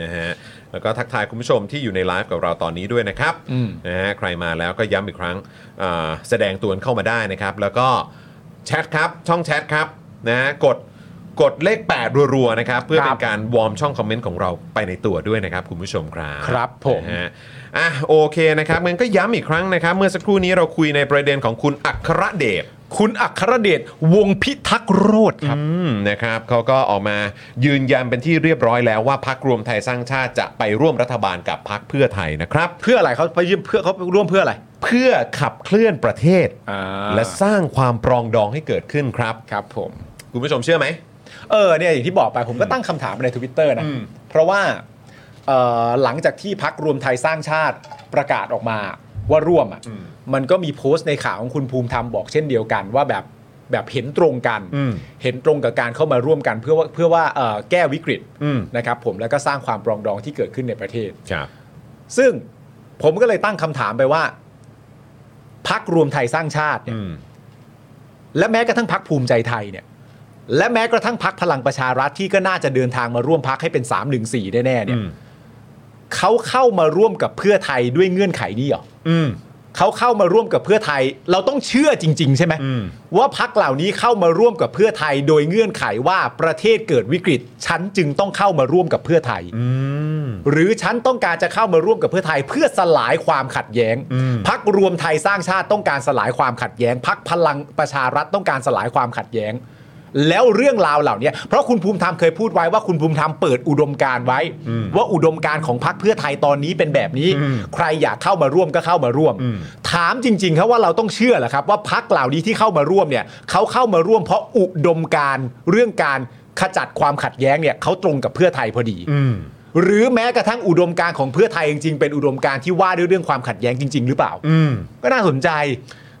Speaker 1: นะฮะแล้วก็ทักทายคุณผู้ชมที่อยู่ในไลฟ์กับเราตอนนี้ด้วยนะครับ
Speaker 2: อืม
Speaker 1: นะฮะใครมาแล้วก็ย้ำอีกครั้งอ่าแสดงตัวเข้ามาได้นะครับแล้วก็ แชทครับ ช่องแชทครับนะฮะกดกดเลข 8 รัวๆนะครับ เพื่อ
Speaker 2: ครับ
Speaker 1: เป็นการวอร์มช่องคอมเมนต์ของเราไปในตัวด้วยนะครับ คุณผู้ชมครับ
Speaker 2: ครับผม
Speaker 1: นะฮะอ่ะโอเคนะครับงั้นก็ย้ำอีกครั้งนะครับ เมื่อสักครู่นี้เราคุยในประเด็นของคุณอัครเดช
Speaker 2: คุณอัครเดชวงศ์พิทักษ์โรธครับ
Speaker 1: อืมนะครับเขาก็ออกมายืนยันเป็นที่เรียบร้อยแล้วว่าพักรวมไทยสร้างชาติจะไปร่วมรัฐบาลกับพักเพื่อไทยนะครับ
Speaker 2: เพื่ออะไรเขาไปยืมเพื่อเขาร่วมเพื่ออะไร
Speaker 1: เพื่อขับเคลื่อนประเทศ
Speaker 2: อ่า
Speaker 1: และสร้างความปรองดองให้เกิดขึ้นครับ
Speaker 2: ครับผม
Speaker 1: คุณผู้ชมเชื่อไหม
Speaker 2: เออเนี่ยอย่างที่บอกไปผมก็ตั้งคำถามไปในทวิตเตอร์นะ เพราะว่าเอ่อหลังจากที่พักรวมไทยสร้างชาติประกาศออกมา ว่าร่วมอ่ะ
Speaker 1: อืม
Speaker 2: มันก็มีโพสต์ในข่าวของคุณภูมิธรรมบอกเช่นเดียวกันว่าแบบแบบเห็นตรงกัน
Speaker 1: อืม
Speaker 2: เห็นตรงกับการเข้ามาร่วมกันเพื่อว่าเพื่อว่าเอ่อแก้วิกฤต
Speaker 1: อืม
Speaker 2: นะครับผมแล้วก็สร้างความปรองดองที่เกิดขึ้นในประเทศ
Speaker 1: ครับ
Speaker 2: ซึ่งผมก็เลยตั้งคำถามไปว่าพักรวมไทยสร้างชาติเนี่ย
Speaker 1: อืม
Speaker 2: และแม้กระทั่งพักภูมิใจไทยเนี่ย และแม้กระทั่งพักพลังประชารัฐที่ก็น่าจะเดินทางมาร่วมพักให้เป็น 314 แน่ๆเนี่ย
Speaker 1: อืม
Speaker 2: เขาเข้ามาร่วมกับเพื่อไทยด้วยเงื่อนไขนี้เหรอ
Speaker 1: อืม
Speaker 2: เขาเข้ามาร่วมกับเพื่อไทย เราต้องเชื่อจริง ๆ ใช่ไหม
Speaker 1: อืม
Speaker 2: ว่าพักเหล่านี้เข้ามาร่วมกับเพื่อไทย โดยเงื่อนไขว่าประเทศเกิดวิกฤตฉันจึงต้องเข้ามาร่วมกับเพื่อไทย
Speaker 1: อืม
Speaker 2: หรือฉันต้องการจะเข้ามาร่วมกับเพื่อไทยเพื่อสลายความขัดแย้ง
Speaker 1: อืม
Speaker 2: พักรวมไทยสร้างชาติต้องการสลายความขัดแย้ง พักพลังประชารัฐต้องการสลายความขัดแย้ง แล้วเรื่องราวเหล่านี้เพราะคุณภูมิธรรมเคยพูดไว้ว่าคุณภูมิธรรมเปิดอุดมการณ์ไว้ ว่าอุดมการณ์ของพักเพื่อไทยตอนนี้เป็นแบบนี้ ใครอยากเข้ามาร่วมก็เข้ามาร่วม ถามจริงๆครับว่าเราต้องเชื่อเหรอครับว่าพักเหล่านี้ที่เข้ามาร่วมเนี่ยเขาเข้ามาร่วม เพราะอุดมการณ์เรื่องการขจัดความขัดแย้งเนี่ยเขาตรงกับเพื่อไทยพอดี หรือแม้กระทั่งอุดมการณ์ของเพื่อไทยจริงๆ เป็นอุดมการณ์ที่ว่าด้วยเรื่องความขัดแย้งจริง ๆ หรือเปล่า
Speaker 1: อืม
Speaker 2: ก็น่าสนใจ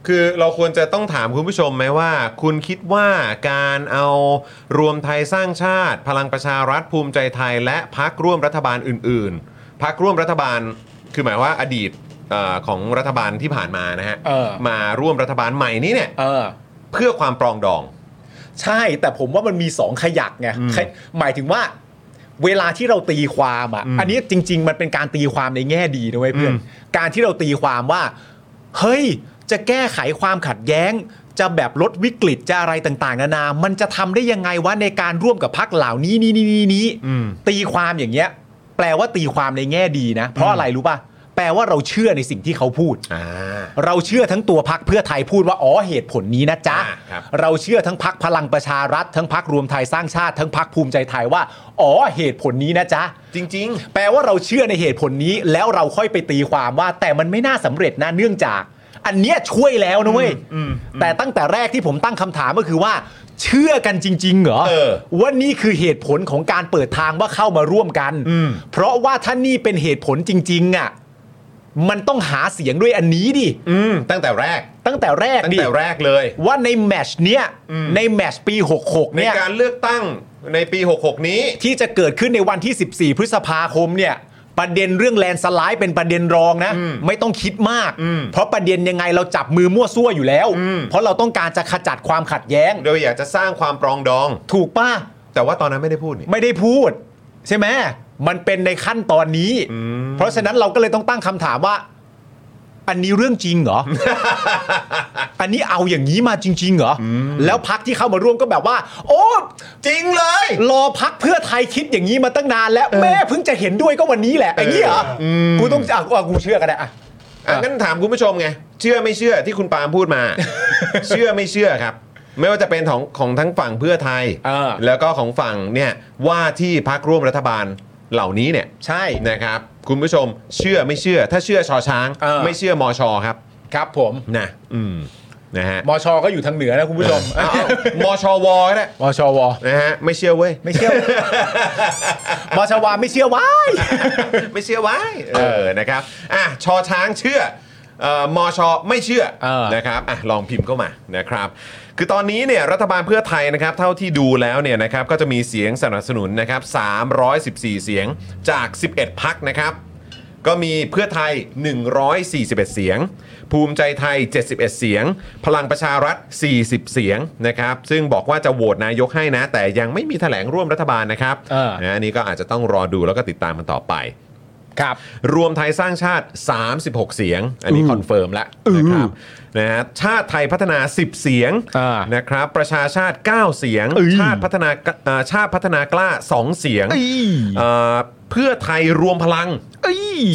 Speaker 1: คือเราควรจะต้องถามคุณผู้ชมไหมว่า คุณคิดว่าการเอารวมไทยสร้างชาติ พลังประชารัฐภูมิใจไทย และพักร่วมรัฐบาลอื่น ๆพักร่วมรัฐบาล คือหมายว่าอดีตเออของรัฐบาลที่ผ่านมานะฮะ
Speaker 2: เออ
Speaker 1: มาร่วมรัฐบาลใหม่นี้เนี่ย
Speaker 2: เออ
Speaker 1: เพื่อความปรองดอง
Speaker 2: ใช่แต่ผมว่ามันมีสองขยักไงขยหมายถึงว่า เวลาที่เราตีความอ่ะ อันนี้จริง ๆ มันเป็นการตีความในแง่ดีนะเว้ยเพื่อ
Speaker 1: อื
Speaker 2: น
Speaker 1: ม
Speaker 2: การที่เราตีความว่า เฮ้ย จะแก้ไขความขัดแย้ง จะแบบลดวิกฤตจะอะไรต่างๆนานา มันจะทำได้ยังไงวะในการร่วมกับพักเหล่านี้นี่นี่นี่นี้ตีความอย่างเงี้ย แปลว่าตีความในแง่ดีนะ เพราะอะไรรู้ป่ะแปลว่าเราเชื่อในสิ่งที่เขาพูด
Speaker 1: อ่า
Speaker 2: เราเชื่อทั้งตัวพักเพื่อไทยพูดว่าอ๋อเหตุผลนี้นะจ๊ะ
Speaker 1: อ่าครับ
Speaker 2: เราเชื่อทั้งพักพลังประชารัฐ ทั้งพักรวมไทยสร้างชาติ ทั้งพักภูมิใจไทยว่าอ๋อเหตุผลนี้นะจ๊ะ
Speaker 1: จริง
Speaker 2: แปลว่าเราเชื่อในเหตุผลนี้ แล้วเราค่อยไปตีความว่า แต่มันไม่น่าสำเร็จนะเนื่องจาก อันเนี้ยช่วยแล้วนะเว้ยแต่ตั้งแต่แรกที่ผมตั้งคำถามก็คือว่า เชื่อกันจริง ๆ เหรอ
Speaker 1: เออ
Speaker 2: ว่านี่คือเหตุผลของการเปิดทางว่าเข้ามาร่วมกัน
Speaker 1: อืม
Speaker 2: เพราะว่าถ้านี่เป็นเหตุผลจริง ๆอ่ะมันต้องหาเสียงด้วยอันนี้ดิ
Speaker 1: ๆอืมตั้งแต่แรก
Speaker 2: ตั้งแต่แรก
Speaker 1: ตั้ง
Speaker 2: ดิ
Speaker 1: แต่แรกเลย
Speaker 2: ว่าในแมตชเนี้ยในแมตชปี 66
Speaker 1: ใน
Speaker 2: เนี่ย
Speaker 1: การเลือกตั้งในปี 66 นี้
Speaker 2: ที่จะเกิดขึ้นในวันที่ 14 พฤษภาคมเนี่ยประเด็นเรื่องแลนด์สไลด์เป็นประเด็นรองนะ
Speaker 1: อืม
Speaker 2: ไม่ต้องคิดมาก
Speaker 1: อืม
Speaker 2: เพราะประเด็นยังไงเราจับมือมั่วซั่วอยู่แล้ว
Speaker 1: อืม
Speaker 2: เพราะเราต้องการจะขจัดความขัดแย้ง
Speaker 1: โดยอยากจะสร้างความปรองดอง
Speaker 2: ถูกป่ะ
Speaker 1: แต่ว่าตอนนั้นไม่ได้พูดนี่
Speaker 2: ไม่ได้พูด ใช่ไหมมันเป็นในขั้นตอนนี้
Speaker 1: ม
Speaker 2: เพราะฉะนั้นเราก็เลยต้องตั้งคำถามว่า อันนี้เรื่องจริง เหรอ อันนี้เอาอย่างนี้มาจริง ๆ เหรอ แล้วพักที่เข้ามาร่วมก็แบบว่า โอ้
Speaker 1: จริงเลย
Speaker 2: รอพักเพื่อไทยคิดอย่างนี้มาตั้งนานแล้วแม่เพิ่งจะเห็นด้วยก็วันนี้แหละอย่างนี้เหรออกูต้องอ่ะอ่ะกูเชื่อกันแหละอ่ะ
Speaker 1: อ่ะงั้นถามคุณผู้ชมไง เชื่อไม่เชื่อที่คุณปาล์มพูดมา เชื่อไม่เชื่อครับ ไม่ว่าจะเป็นของของทั้งฝั่งเพื่อไทย
Speaker 2: เออ
Speaker 1: แล้วก็ของฝั่งเนี่ยว่าที่พักร่วมรัฐบาลเหล่านี้เนี่ย
Speaker 2: ใช่
Speaker 1: นะครับ คุณผู้ชมเชื่อไม่เชื่อ ถ้าเชื่อชอช้าง
Speaker 2: เออ
Speaker 1: ไม่เชื่อมอชอครับ
Speaker 2: ครับ ผม
Speaker 1: นะอืมนะฮะ
Speaker 2: มชก็อยู่ทางเหนือนะคุณผู้ชม
Speaker 1: เอาเอา มอชอวอก็ได้
Speaker 2: มชว
Speaker 1: นะฮะไม่เชื่อเว้ย
Speaker 2: ไม่เชื่อ มชวไม่เชื่อว้าย
Speaker 1: ไม่เชื่อไว้เออนะครับอ่ะชอช้างเชื่อเอ่อมอชอไม่เชื่อ
Speaker 2: เออ
Speaker 1: นะครับอ่ะลองพิมพ์เข้ามานะครับ คือตอนนี้เนี่ยรัฐบาลเพื่อไทยนะครับเท่าที่ดูแล้วเนี่ยนะครับก็จะมีเสียงสนับสนุนนะครับ314 เสียงจาก 11 พักนะครับ ก็มีเพื่อไทย 141 เสียง ภูมิใจไทย 71 เสียง พลังประชารัฐ 40 เสียงนะครับซึ่งบอกว่าจะโหวตนายกให้นะ แต่ยังไม่มีแถลงร่วมรัฐบาลนะครับ
Speaker 2: เออ
Speaker 1: นะอันนี้ก็อาจจะต้องรอดูแล้วก็ติดตามกันต่อไป
Speaker 2: ครับ
Speaker 1: รวมไทยสร้างชาติ 36 เสียง อันนี้คอนเฟิร์มแล้วนะครับนะฮะชาติไทยพัฒนา 10 เสียง
Speaker 2: อ่า
Speaker 1: นะครับ ประชาชาติ 9 เสียง ชาติพัฒนาเอ่อชาติพัฒนากล้า 2 เสียงเอ่อเพื่อไทยรวมพลัง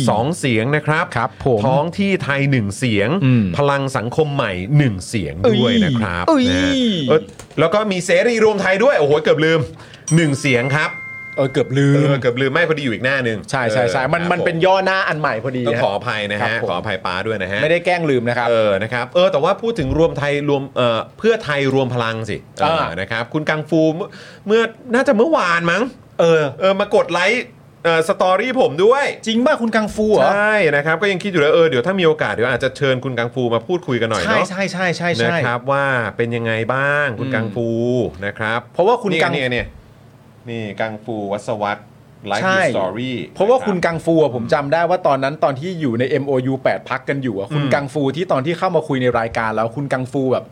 Speaker 1: สองเสียงนะครับ
Speaker 2: ครับผม
Speaker 1: ท้องที่ไทย 1 เสียง
Speaker 2: อืม
Speaker 1: พลังสังคมใหม่ 1 เสียงด้วย
Speaker 2: เอ้ย
Speaker 1: นะครับ
Speaker 2: เอ้ย
Speaker 1: นะฮะเอ่อแล้วก็มีเสรีรวมไทยด้วย โอ้โหเกือบลืม 1 เสียงครับ
Speaker 2: เออเกือบลื
Speaker 1: เอ
Speaker 2: ม
Speaker 1: อเกือบลืมไม่พอดีอยู่อีกหน้าหนึ่ง
Speaker 2: ใช่ใช่ใช่มัน
Speaker 1: ออ
Speaker 2: มันเป็น
Speaker 1: ครับผ
Speaker 2: ย่อหน้าอันใหม่พอดี
Speaker 1: ต้อง
Speaker 2: ฮะ
Speaker 1: ขออภัยนะ
Speaker 2: ครั
Speaker 1: ฮะ
Speaker 2: บผม
Speaker 1: ขออภัยป้าด้วยนะฮะ
Speaker 2: ไม่ได้แกล้งลืมนะครับ
Speaker 1: เออนะครับเออแต่ว่าพูดถึงรวมไทยรวมเอ่อเพื่อไทยรวมพลังสิเออ
Speaker 2: อ่าน
Speaker 1: นะครับคุณกังฟูเมื่อเมื่อน่าจะเมื่อวานมั้ง
Speaker 2: เออ
Speaker 1: เออมากดไลค์ เอ่อสตอรี่ผมด้วย
Speaker 2: จริงป่ะคุณกังฟูเหรอ
Speaker 1: ใช่นะครับก็ยังคิดอยู่เลยเออเดี๋ยวถ้ามีโอกาสเดี๋ยวอาจจะเชิญคุณกังฟูมาพูดคุยกันหน่อย
Speaker 2: ใช่
Speaker 1: เนาะ
Speaker 2: ใช่ใช่ใช่
Speaker 1: นะ
Speaker 2: ใช่
Speaker 1: ครับว่าเป็นยังไงบ้างคุณ
Speaker 2: อืม
Speaker 1: กังฟูนะครับ
Speaker 2: เพราะว่าคุณ
Speaker 1: นี่
Speaker 2: กัง
Speaker 1: เนี่ยเนี่ยนี่กังฟูวัสวัตไลฟ์
Speaker 2: ใช่
Speaker 1: สตอรี่
Speaker 2: เพราะว่าคุ
Speaker 1: น
Speaker 2: ณ
Speaker 1: รับ
Speaker 2: กังฟูอะผมจำได้ว่าตอนนั้นตอนที่อยู่ใน MOU 8 พักกันอยู่อะคุณ
Speaker 1: อืม
Speaker 2: กังฟูที่ตอนที่เข้ามาคุยในรายการแล้วคุณกังฟูแบบ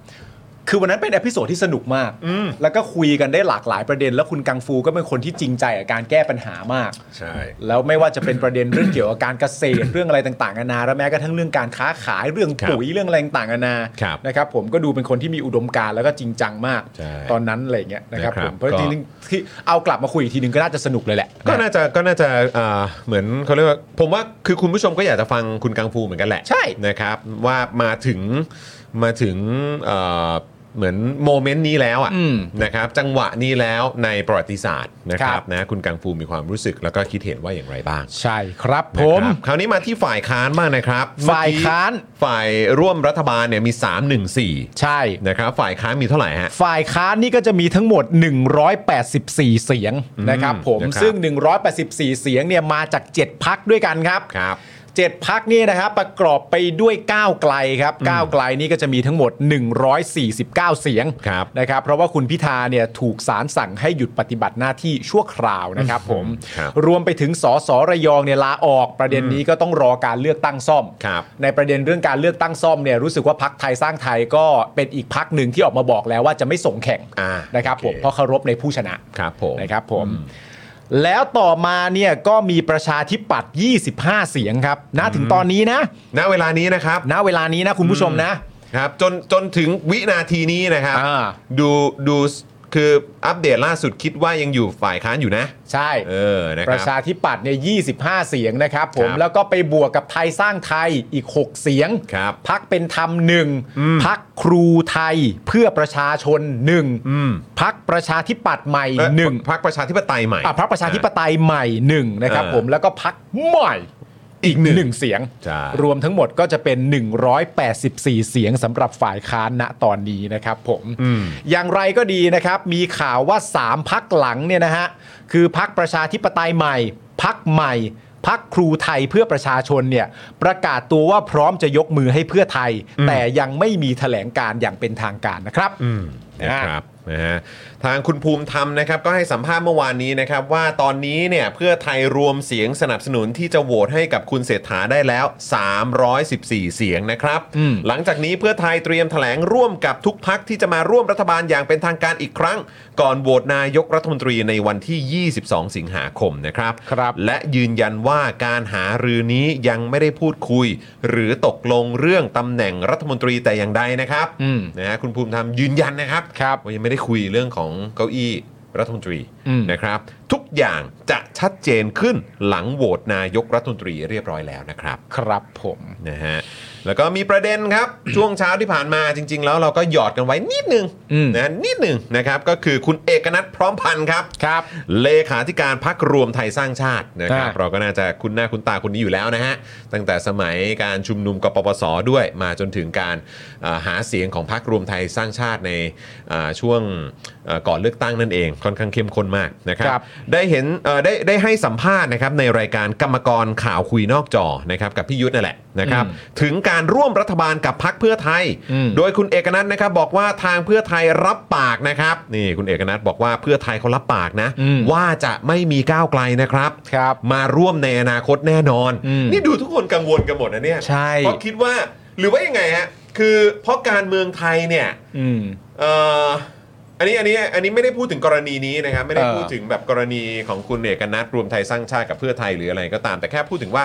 Speaker 2: คือวันนั้นเป็นอพิโซดที่สนุกมาก
Speaker 1: อืม
Speaker 2: แล้วก็คุยกันได้หลากหลายประเด็น แล้วคุณกังฟูก็เป็นคนที่จริงใจกับการแก้ปัญหามาก
Speaker 1: ใช่
Speaker 2: แล้วไม่ว่าจะเป็นประเด็นเรื่องเกี่ยวกับการเกษตร เรื่องอะไรต่างๆนานาและแม้กระทั่งเรื่องการค้าขายเรื่องปุ๋ยเรื่องอะไรต่างๆนานา
Speaker 1: ครับ
Speaker 2: นะครับผมก็ดูเป็นคนที่มีอุดมการณ์แล้วก็จริงจังมาก
Speaker 1: ใช่
Speaker 2: ตอนนั้นอะไรอย่างเงี้ยนะครับ
Speaker 1: นะค
Speaker 2: ผ
Speaker 1: รับ
Speaker 2: มเพราะ
Speaker 1: ก็
Speaker 2: จริงๆที่เอากลับมาคุยอีกทีนึงก็น่าจะสนุกเลยแหละ
Speaker 1: ก็น่าจะก็น่าจะอ่าเหมือนเขาเรียกว่าผมว่าคือคุณผู้ชมก็อยากจะฟังคุณกังฟูเหมือนกันแหละ
Speaker 2: ใช่
Speaker 1: นะครับว่ามาถึงมาถึงเอ่อเหมือนโมเมนต์นี้แล้วอ่ะ
Speaker 2: อืม
Speaker 1: นะครับจังหวะนี้แล้วในประวัติศาสตร์นะค
Speaker 2: ค
Speaker 1: รั
Speaker 2: รั
Speaker 1: บบ นะคุณกังฟูมีความรู้สึกแล้วก็คิดเห็นว่าอย่างไรบ้าง
Speaker 2: ใช่ครับผ
Speaker 1: นะ
Speaker 2: ม
Speaker 1: ครับคราวนี้มาที่ฝ่ายค้านบ้างนะครับ
Speaker 2: ฝ่ายค้าน
Speaker 1: เมื่อกี้ฝ่ายร่วมรัฐบาลเนี่ยมี 314
Speaker 2: ใช่
Speaker 1: นะครับฝ่ายค้านมีเท่าไหร่ฮะ
Speaker 2: ฝ่ายค้านนี่ก็จะมีทั้งหมด 184 เสียงนะครับผม
Speaker 1: นะครับ
Speaker 2: ซึ่ง 184 เสียงเนี่ยมาจาก 7 พักด้วยกันครับ
Speaker 1: ครับ
Speaker 2: 7พักนี่นะครับประกอบไปด้วย 9 ไกลครับ 9 ไกลนี่ก็จะมีทั้งหมด 149 เสียง
Speaker 1: ครับ
Speaker 2: นะครับ เพราะว่าคุณพิธาเนี่ยถูกสารสั่งให้หยุดปฏิบัติหน้าที่ชั่วคราวนะครับผม
Speaker 1: ครับ
Speaker 2: รวมไปถึงสสระยองเนี่ยลาออกประเด็นนี้ก็ต้องรอการเลือกตั้งซ่อม
Speaker 1: ครับ
Speaker 2: ในประเด็นเรื่องการเลือกตั้งซ่อมเนี่ยรู้สึกว่าพักไทยสร้างไทยก็เป็นอีกพักหนึ่งที่ออกมาบอกแล้วว่าจะไม่ส่งแข่ง
Speaker 1: อ่า
Speaker 2: นะครับผม
Speaker 1: โอเค
Speaker 2: เพราะเคารพในผู้ชนะครับ
Speaker 1: ผม
Speaker 2: นะครับผมแล้วต่อมาเนี่ยก็มีประชาธิปัตย์25 เสียงครับณถึงตอนนี้นะ
Speaker 1: ณเวลานี้นะครับ
Speaker 2: ณเวลานี้นะคุณผู้ชมนะ
Speaker 1: ครับจนจนถึงวินาทีนี้นะครับ
Speaker 2: อ่า
Speaker 1: ดูดูคืออัปเดตล่าสุดคิดว่ายังอยู่ฝ่ายค้านอยู่นะ
Speaker 2: ใช่
Speaker 1: เออนะค
Speaker 2: ป
Speaker 1: รั
Speaker 2: ระ
Speaker 1: บ
Speaker 2: ชาธิปัตย์เนี่ย25 เสียงนะครับผม
Speaker 1: ครับ
Speaker 2: แล้วก็ไปบวกกับไทยสร้างไทยอีก 6 เสียง
Speaker 1: ครับ
Speaker 2: พักเป็นธรรมหนึ่งพักครูไทยเพื่อประชาชนหนึ่ง
Speaker 1: อืม
Speaker 2: พักประชาธิปัตย์ใหม่
Speaker 1: เอ้ย
Speaker 2: หนึ่ง
Speaker 1: พักประชาธิปไตยใหม่
Speaker 2: อ่ะพักประชาธิปไตยใหม่หนึ่งนะครับ
Speaker 1: อ่า
Speaker 2: ผมแล้วก็พักใหม่
Speaker 1: อีกหนึ่ง
Speaker 2: หนึ่งเสียง
Speaker 1: ใช่
Speaker 2: รวมทั้งหมดก็จะเป็น 184 เสียงสำหรับฝ่ายค้านณตอนนี้นะครับผม
Speaker 1: อืม
Speaker 2: อย่างไรก็ดีนะครับ มีข่าวว่า 3 พักหลังเนี่ยนะฮะ คือพักประชาธิปไตยใหม่ พักใหม่ พักครูไทยเพื่อประชาชนเนี่ย ประกาศตัวว่าพร้อมจะยกมือให้เพื่อไทย แต่ยังไม่มีแถลงการอย่างเป็นทางการนะครับ
Speaker 1: อืมนะครับนะฮะทางคุณภูมิธรรมนะครับ ก็ให้สัมภาษณ์เมื่อวานนี้นะครับ ว่าตอนนี้เนี่ยเพื่อไทยรวมเสียงสนับสนุนที่จะโหวตให้กับคุณเศรษฐาได้แล้ว 314 เสียงนะครับ
Speaker 2: อืม
Speaker 1: หลังจากนี้เพื่อไทยเตรียมแถลงร่วมกับทุกพักที่จะมาร่วมรัฐบาลอย่างเป็นทางการอีกครั้ง ก่อนโหวตนายกรัฐมนตรีในวันที่ 22 สิงหาคมนะครับ
Speaker 2: ครับ
Speaker 1: และยืนยันว่าการหารือนี้ยังไม่ได้พูดคุย หรือตกลงเรื่องตำแหน่งรัฐมนตรีแต่อย่างใดนะครับ
Speaker 2: อืม
Speaker 1: นะฮะคุณภูมิธรรมยืนยันนะครับ
Speaker 2: ครับ
Speaker 1: ว่ายังไม่ได้คุยเรื่องของเก้าอี้รัฐมนตรี
Speaker 2: อืม
Speaker 1: นะครับ ทุกอย่างจะชัดเจนขึ้นหลังโหวตนายกรัฐมนตรีเรียบร้อยแล้วนะครับ
Speaker 2: ครับผม
Speaker 1: นะฮะแล้วก็มีประเด็นครับ ช่วงเช้าที่ผ่านมาจริง ๆ แล้วเราก็หยอดกันไว้นิดนึง
Speaker 2: อืม
Speaker 1: นะนิดนึงนะครับก็คือคุณเอกนัทพร้อมพันธ์ครับ
Speaker 2: ครับ
Speaker 1: เลขาธิการพักรวมไทยสร้างชาตินะครับ
Speaker 2: อ่า
Speaker 1: เราก็น่าจะคุ้นหน้าคุ้นตาคนนี้อยู่แล้วนะฮะ ตั้งแต่สมัยการชุมนุมกปปสด้วย มาจนถึงการอ่าหาเสียงของพักรวมไทยสร้างชาติในอ่าช่วงเอ่อก่อนเลือกตั้งนั่นเองค่อนข้างเข้มข้นมากนะครั
Speaker 2: ครับ บ
Speaker 1: ได้เห็นเอ่อได้ได้ให้สัมภาษณ์นะครับในรายการกรรมกรข่าวคุยนอกจอนะครับกับพี่ยุทธนั่นแหละนะครับ
Speaker 2: อืม
Speaker 1: ถึงการร่วมรัฐบาลกับพักเพื่อไทย
Speaker 2: อืม
Speaker 1: โดยคุณเอกนัทนะครับบอกว่าทางเพื่อไทยรับปากนะครับนี่คุณเอกนัทบอกว่าเพื่อไทยเขารับปากนะ
Speaker 2: อืม
Speaker 1: ว่าจะไม่มีก้าวไกลนะครับ
Speaker 2: ครับ
Speaker 1: มาร่วมในอนาคตแน่นอน
Speaker 2: อืม
Speaker 1: นี่ดูทุกคนกังวลกันหมดนะเนี่ย
Speaker 2: ใช่
Speaker 1: เพราะคิดว่าหรือว่ายังไงฮะคือเพราะการเมืองไทยเนี่ย
Speaker 2: อืม
Speaker 1: เอ่ออันนี้อันนี้อันนี้ไม่ได้พูดถึงกรณีนี้นะครับไม่ได้
Speaker 2: เออ
Speaker 1: พูดถึงแบบกรณีของคุณเอกนัทรวมไทยสร้างชาติกับเพื่อไทยหรืออะไรก็ตาม แต่แค่พูดถึงว่า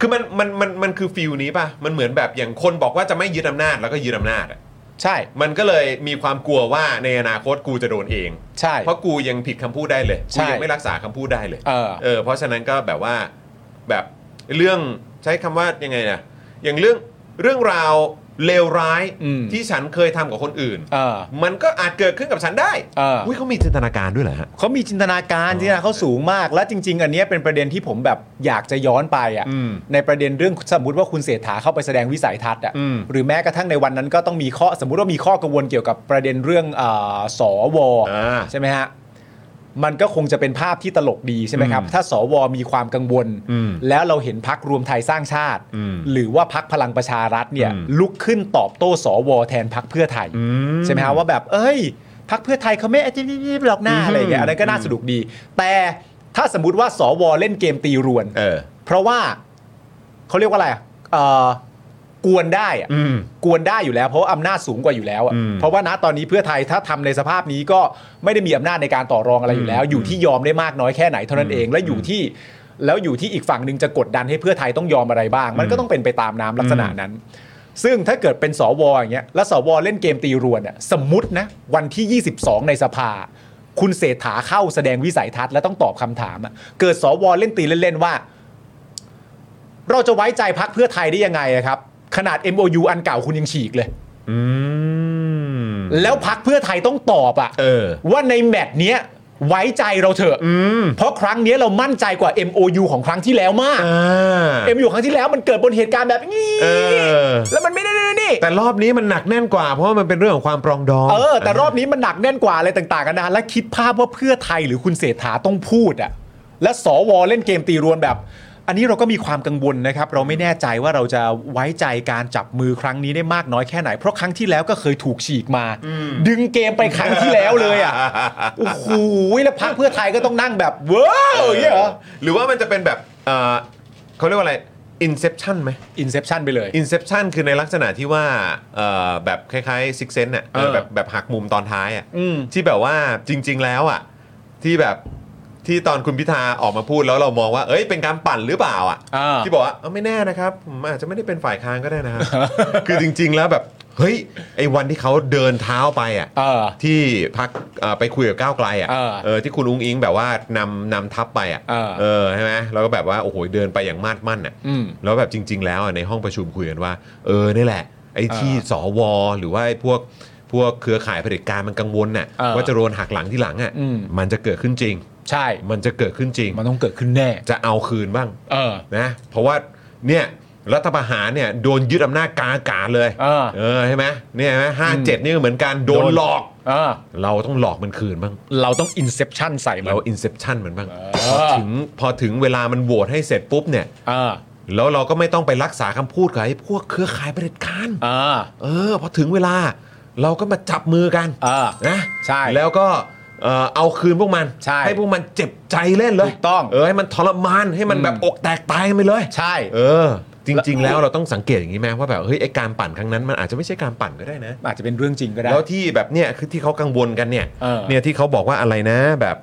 Speaker 1: คือมันมันมันมันคือฟิลนี้ป่ะมันเหมือนแบบอย่างคนบอกว่าจะไม่ยึดอำนาจแล้วก็ยึดอำนาจอะ
Speaker 2: ใช่
Speaker 1: มันก็เลยมีความกลัวว่าในอนาคตกูจะโดนเอง
Speaker 2: ใช่
Speaker 1: เพราะกูยังผิดคำพูดได้เลย
Speaker 2: ใช่
Speaker 1: กูยังไม่รักษาคำพูดได้เลย
Speaker 2: เออ
Speaker 1: เออ เพราะฉะนั้นก็แบบว่าแบบเรื่องใช้คำว่ายังไงนะอย่างเรื่องเรื่องราวเลวร้าย
Speaker 2: อืม
Speaker 1: ที่ฉันเคยทำกับคนอื่น
Speaker 2: เออ
Speaker 1: มันก็อาจเกิดขึ้นกับฉันได้
Speaker 2: เอออุ๊
Speaker 1: ยเขามีจินตนาการด้วยเหรอฮะ
Speaker 2: เขามีจินตนาการจินตนาเขาสูงมาก และจริง ๆ อันเนี้ยเป็นประเด็นที่ผมแบบอยากจะย้อนไปอ่ะ
Speaker 1: อืม
Speaker 2: ในประเด็นเรื่องสมมติว่าคุณเศรษฐาเข้าไปแสดงวิสัยทัศน์อ่ะ
Speaker 1: อืม
Speaker 2: หรือแม้กระทั่งในวันนั้นก็ต้องมีข้อสมมติว่ามีข้อกังวลเกี่ยวกับประเด็นเรื่องเออสว
Speaker 1: อ่า
Speaker 2: ใช่ไหมฮะ มันก็คงจะเป็นภาพที่ตลกดีใช่ไหมครับ ถ้าสวมีความกังวล
Speaker 1: อืม
Speaker 2: แล้วเราเห็นพักรวมไทยสร้างชาติ
Speaker 1: อืม
Speaker 2: หรือว่าพักพลังประชารัฐเนี่ย
Speaker 1: อืม
Speaker 2: ลุกขึ้นตอบโต้สวแทนพักเพื่อไทย
Speaker 1: อื
Speaker 2: ใช่ไหมฮะว่าแบบ เอ้ยพักเพื่อไทยเขาไม่จิ๊บหลอกหน้า
Speaker 1: อืม
Speaker 2: อะไรอย่างเงี้ยอันนั้นก็น่าสนุกดี แต่ถ้าสมมติว่าสวเล่นเกมตีรวน
Speaker 1: เออ
Speaker 2: เพราะว่าเขาเรียกว่าอะไรอะเอ่อกวนได้อะ
Speaker 1: อืม
Speaker 2: กวนได้อยู่แล้ว เพราะว่าอำนาจสูงกว่าอยู่แล้วอะ
Speaker 1: อืม
Speaker 2: เพราะว่าณตอนนี้เพื่อไทยถ้าทำในสภาพนี้ก็ไม่ได้มีอำนาจในการต่อรองอะไรอยู่แล้ว
Speaker 1: อืม
Speaker 2: อยู่ที่ยอมได้มากน้อยแค่ไหนเท่านั้นเอง และอยู่ที่แล้วอยู่ที่อีกฝั่งหนึ่งจะกดดันให้เพื่อไทยต้องยอมอะไรบ้าง มันก็ต้องเป็นไปตามน้ำลักษณะนั้น ซึ่งถ้าเกิดเป็นสวอย่างเงี้ยแล้วสวเล่นเกมตีรวนอะสมมตินะวันที่ 22 ในสภา คุณเศรษฐาเข้าแสดงวิสัยทัศน์และต้องตอบคำถามอะเกิดสวเล่นตีเล่นๆว่า เราจะไว้ใจพักเพื่อไทยได้ยังไงอะครับ ขนาด MOU อันเก่าคุณยังฉีกเลย
Speaker 1: ืม
Speaker 2: แล้วพักเพื่อไทยต้องตอบอะ
Speaker 1: เออ
Speaker 2: ว่าในแมตช์เนี้ยไว้ใจเราเถอะ
Speaker 1: อืม
Speaker 2: เพราะครั้งเนี้ยเรามั่นใจกว่า MOU ของครั้งที่แล้วมาก
Speaker 1: อ่า
Speaker 2: MOU ครั้งที่แล้วมันเกิดบนเหตุการณ์แบบนี้
Speaker 1: เออ
Speaker 2: แล้วมันไม่ได้นี่
Speaker 1: แต่รอบนี้มันหนักแน่นกว่า เพราะว่ามันเป็นเรื่องของความปรองดอง
Speaker 2: เออ แต่รอบนี้มันหนักแน่นกว่าอะไรต่างๆกันนะและคิดภาพว่าเพื่อไทยหรือคุณเศรษฐาต้องพูดอะและสวเล่นเกมตีรวนแบบ อันนี้เราก็มีความกังวลนะครับ เราไม่แน่ใจว่าเราจะไว้ใจการจับมือครั้งนี้ได้มากน้อยแค่ไหน เพราะครั้งที่แล้วก็เคยถูกฉีกมา ดึงเกมไปครั้งที่แล้วเลยอ่ะ โอ้โหแล้วพักเพื่อไทยก็ต้องนั่งแบบเว้าวอย่างเงี้ยเหรอ
Speaker 1: หรือว่ามันจะเป็นแบบเอ่อเขาเรียกว่าอะไร inception ไหม
Speaker 2: อินเซ t ชันไปเลย
Speaker 1: inception คือในลักษณะที่ว่าเอ่อแบบคล้ายๆ six sense น่ะเออ
Speaker 2: เออ
Speaker 1: แบบแบบหักมุมตอนท้ายอ่ะ
Speaker 2: อืม
Speaker 1: ที่แบบว่าจริง ๆ แล้วอ่ะที่แบบที่ตอนคุณพิธาออกมาพูดแล้วเรามองว่า เอ้ยเป็นการปั่นหรือเปล่าอ่ะ
Speaker 2: อ่า
Speaker 1: ที่บอกว่าเอ้าไม่แน่นะครับผมอาจจะไม่ได้เป็นฝ่ายค้านก็ได้นะครับ คือจริง ๆ แล้วแบบเฮ้ยไอ้วันที่เขาเดินเท้าไปอ่ะ
Speaker 2: เออ
Speaker 1: ที่พักไปคุยกับก้าวไกลอ่ะ
Speaker 2: เออ
Speaker 1: เออที่คุณอุ้งอิงแบบว่านำนำทัพไปอ่ะ
Speaker 2: เออ
Speaker 1: เออใช่ไหมแล้วก็แบบว่าโอ้โหเดินไปอย่างมาดมั่นอ่ะ
Speaker 2: อืม
Speaker 1: แล้วแบบจริง ๆ แล้วอะในห้องประชุมคุยกันว่า เออนี่แหละ ไอ้ที่สวหรือว่าไอ้พวกพวกเครือข่ายเผด็จการมันกังวลน่ะ
Speaker 2: เออ
Speaker 1: ว่าจะโดนหักหลังที่หลังอ่ะ
Speaker 2: อืม
Speaker 1: มันจะเกิดขึ้นจริง
Speaker 2: ใช่
Speaker 1: มันจะเกิดขึ้นจริง
Speaker 2: มันต้องเกิดขึ้นแน่
Speaker 1: จะเอาคืนบ้าง
Speaker 2: เออ
Speaker 1: นะเพราะว่าเนี่ยรัฐประหารเนี่ยโดนยึดอำนาจกลางอากาศเลย
Speaker 2: เออ
Speaker 1: เออใช่ไหมเนี่ยห้าเจ็ดนี่ก็เหมือนกันโดนหลอก
Speaker 2: เออ
Speaker 1: เราต้องหลอกมันคืนบ้าง
Speaker 2: เราต้องอินเซ t ชันใส่มัน
Speaker 1: เราอินเซ t ชันมันบ้าง
Speaker 2: อ
Speaker 1: พอถึงพอถึงเวลามันโหวตให้เสร็จปุ๊บเนี่ย
Speaker 2: เออ
Speaker 1: แล้วเราก็ไม่ต้องไปรักษาคำพูดกับไอ้พวกเครือข่ายเผด็จการ
Speaker 2: เออ
Speaker 1: เออ พอถึงเวลาเราก็มาจับมือกัน
Speaker 2: เออ
Speaker 1: นะ
Speaker 2: ใช่
Speaker 1: แล้วก็เอ่อเอาคืนพวกมัน
Speaker 2: ใช่
Speaker 1: พวกมันเจ็บใจเล่นเลย
Speaker 2: ถูกต้อง
Speaker 1: เออให้มันทรมานให้มัน
Speaker 2: อืม
Speaker 1: แบบอกแตกตายกันไปเลย
Speaker 2: ใช่
Speaker 1: เออ จริง ๆ แล้วเราต้องสังเกตอย่างนี้ไหมว่าแบบเฮ้ยไอการปั่นครั้งนั้นมันอาจจะไม่ใช่การปั่นก็ได้นะ
Speaker 2: อาจจะเป็นเรื่องจริงก็ได้
Speaker 1: แล้วที่แบบเนี่ยคือที่เขากังวลกันเนี่ย
Speaker 2: เออ
Speaker 1: เนี่ยที่เขาบอกว่าอะไรนะแบบ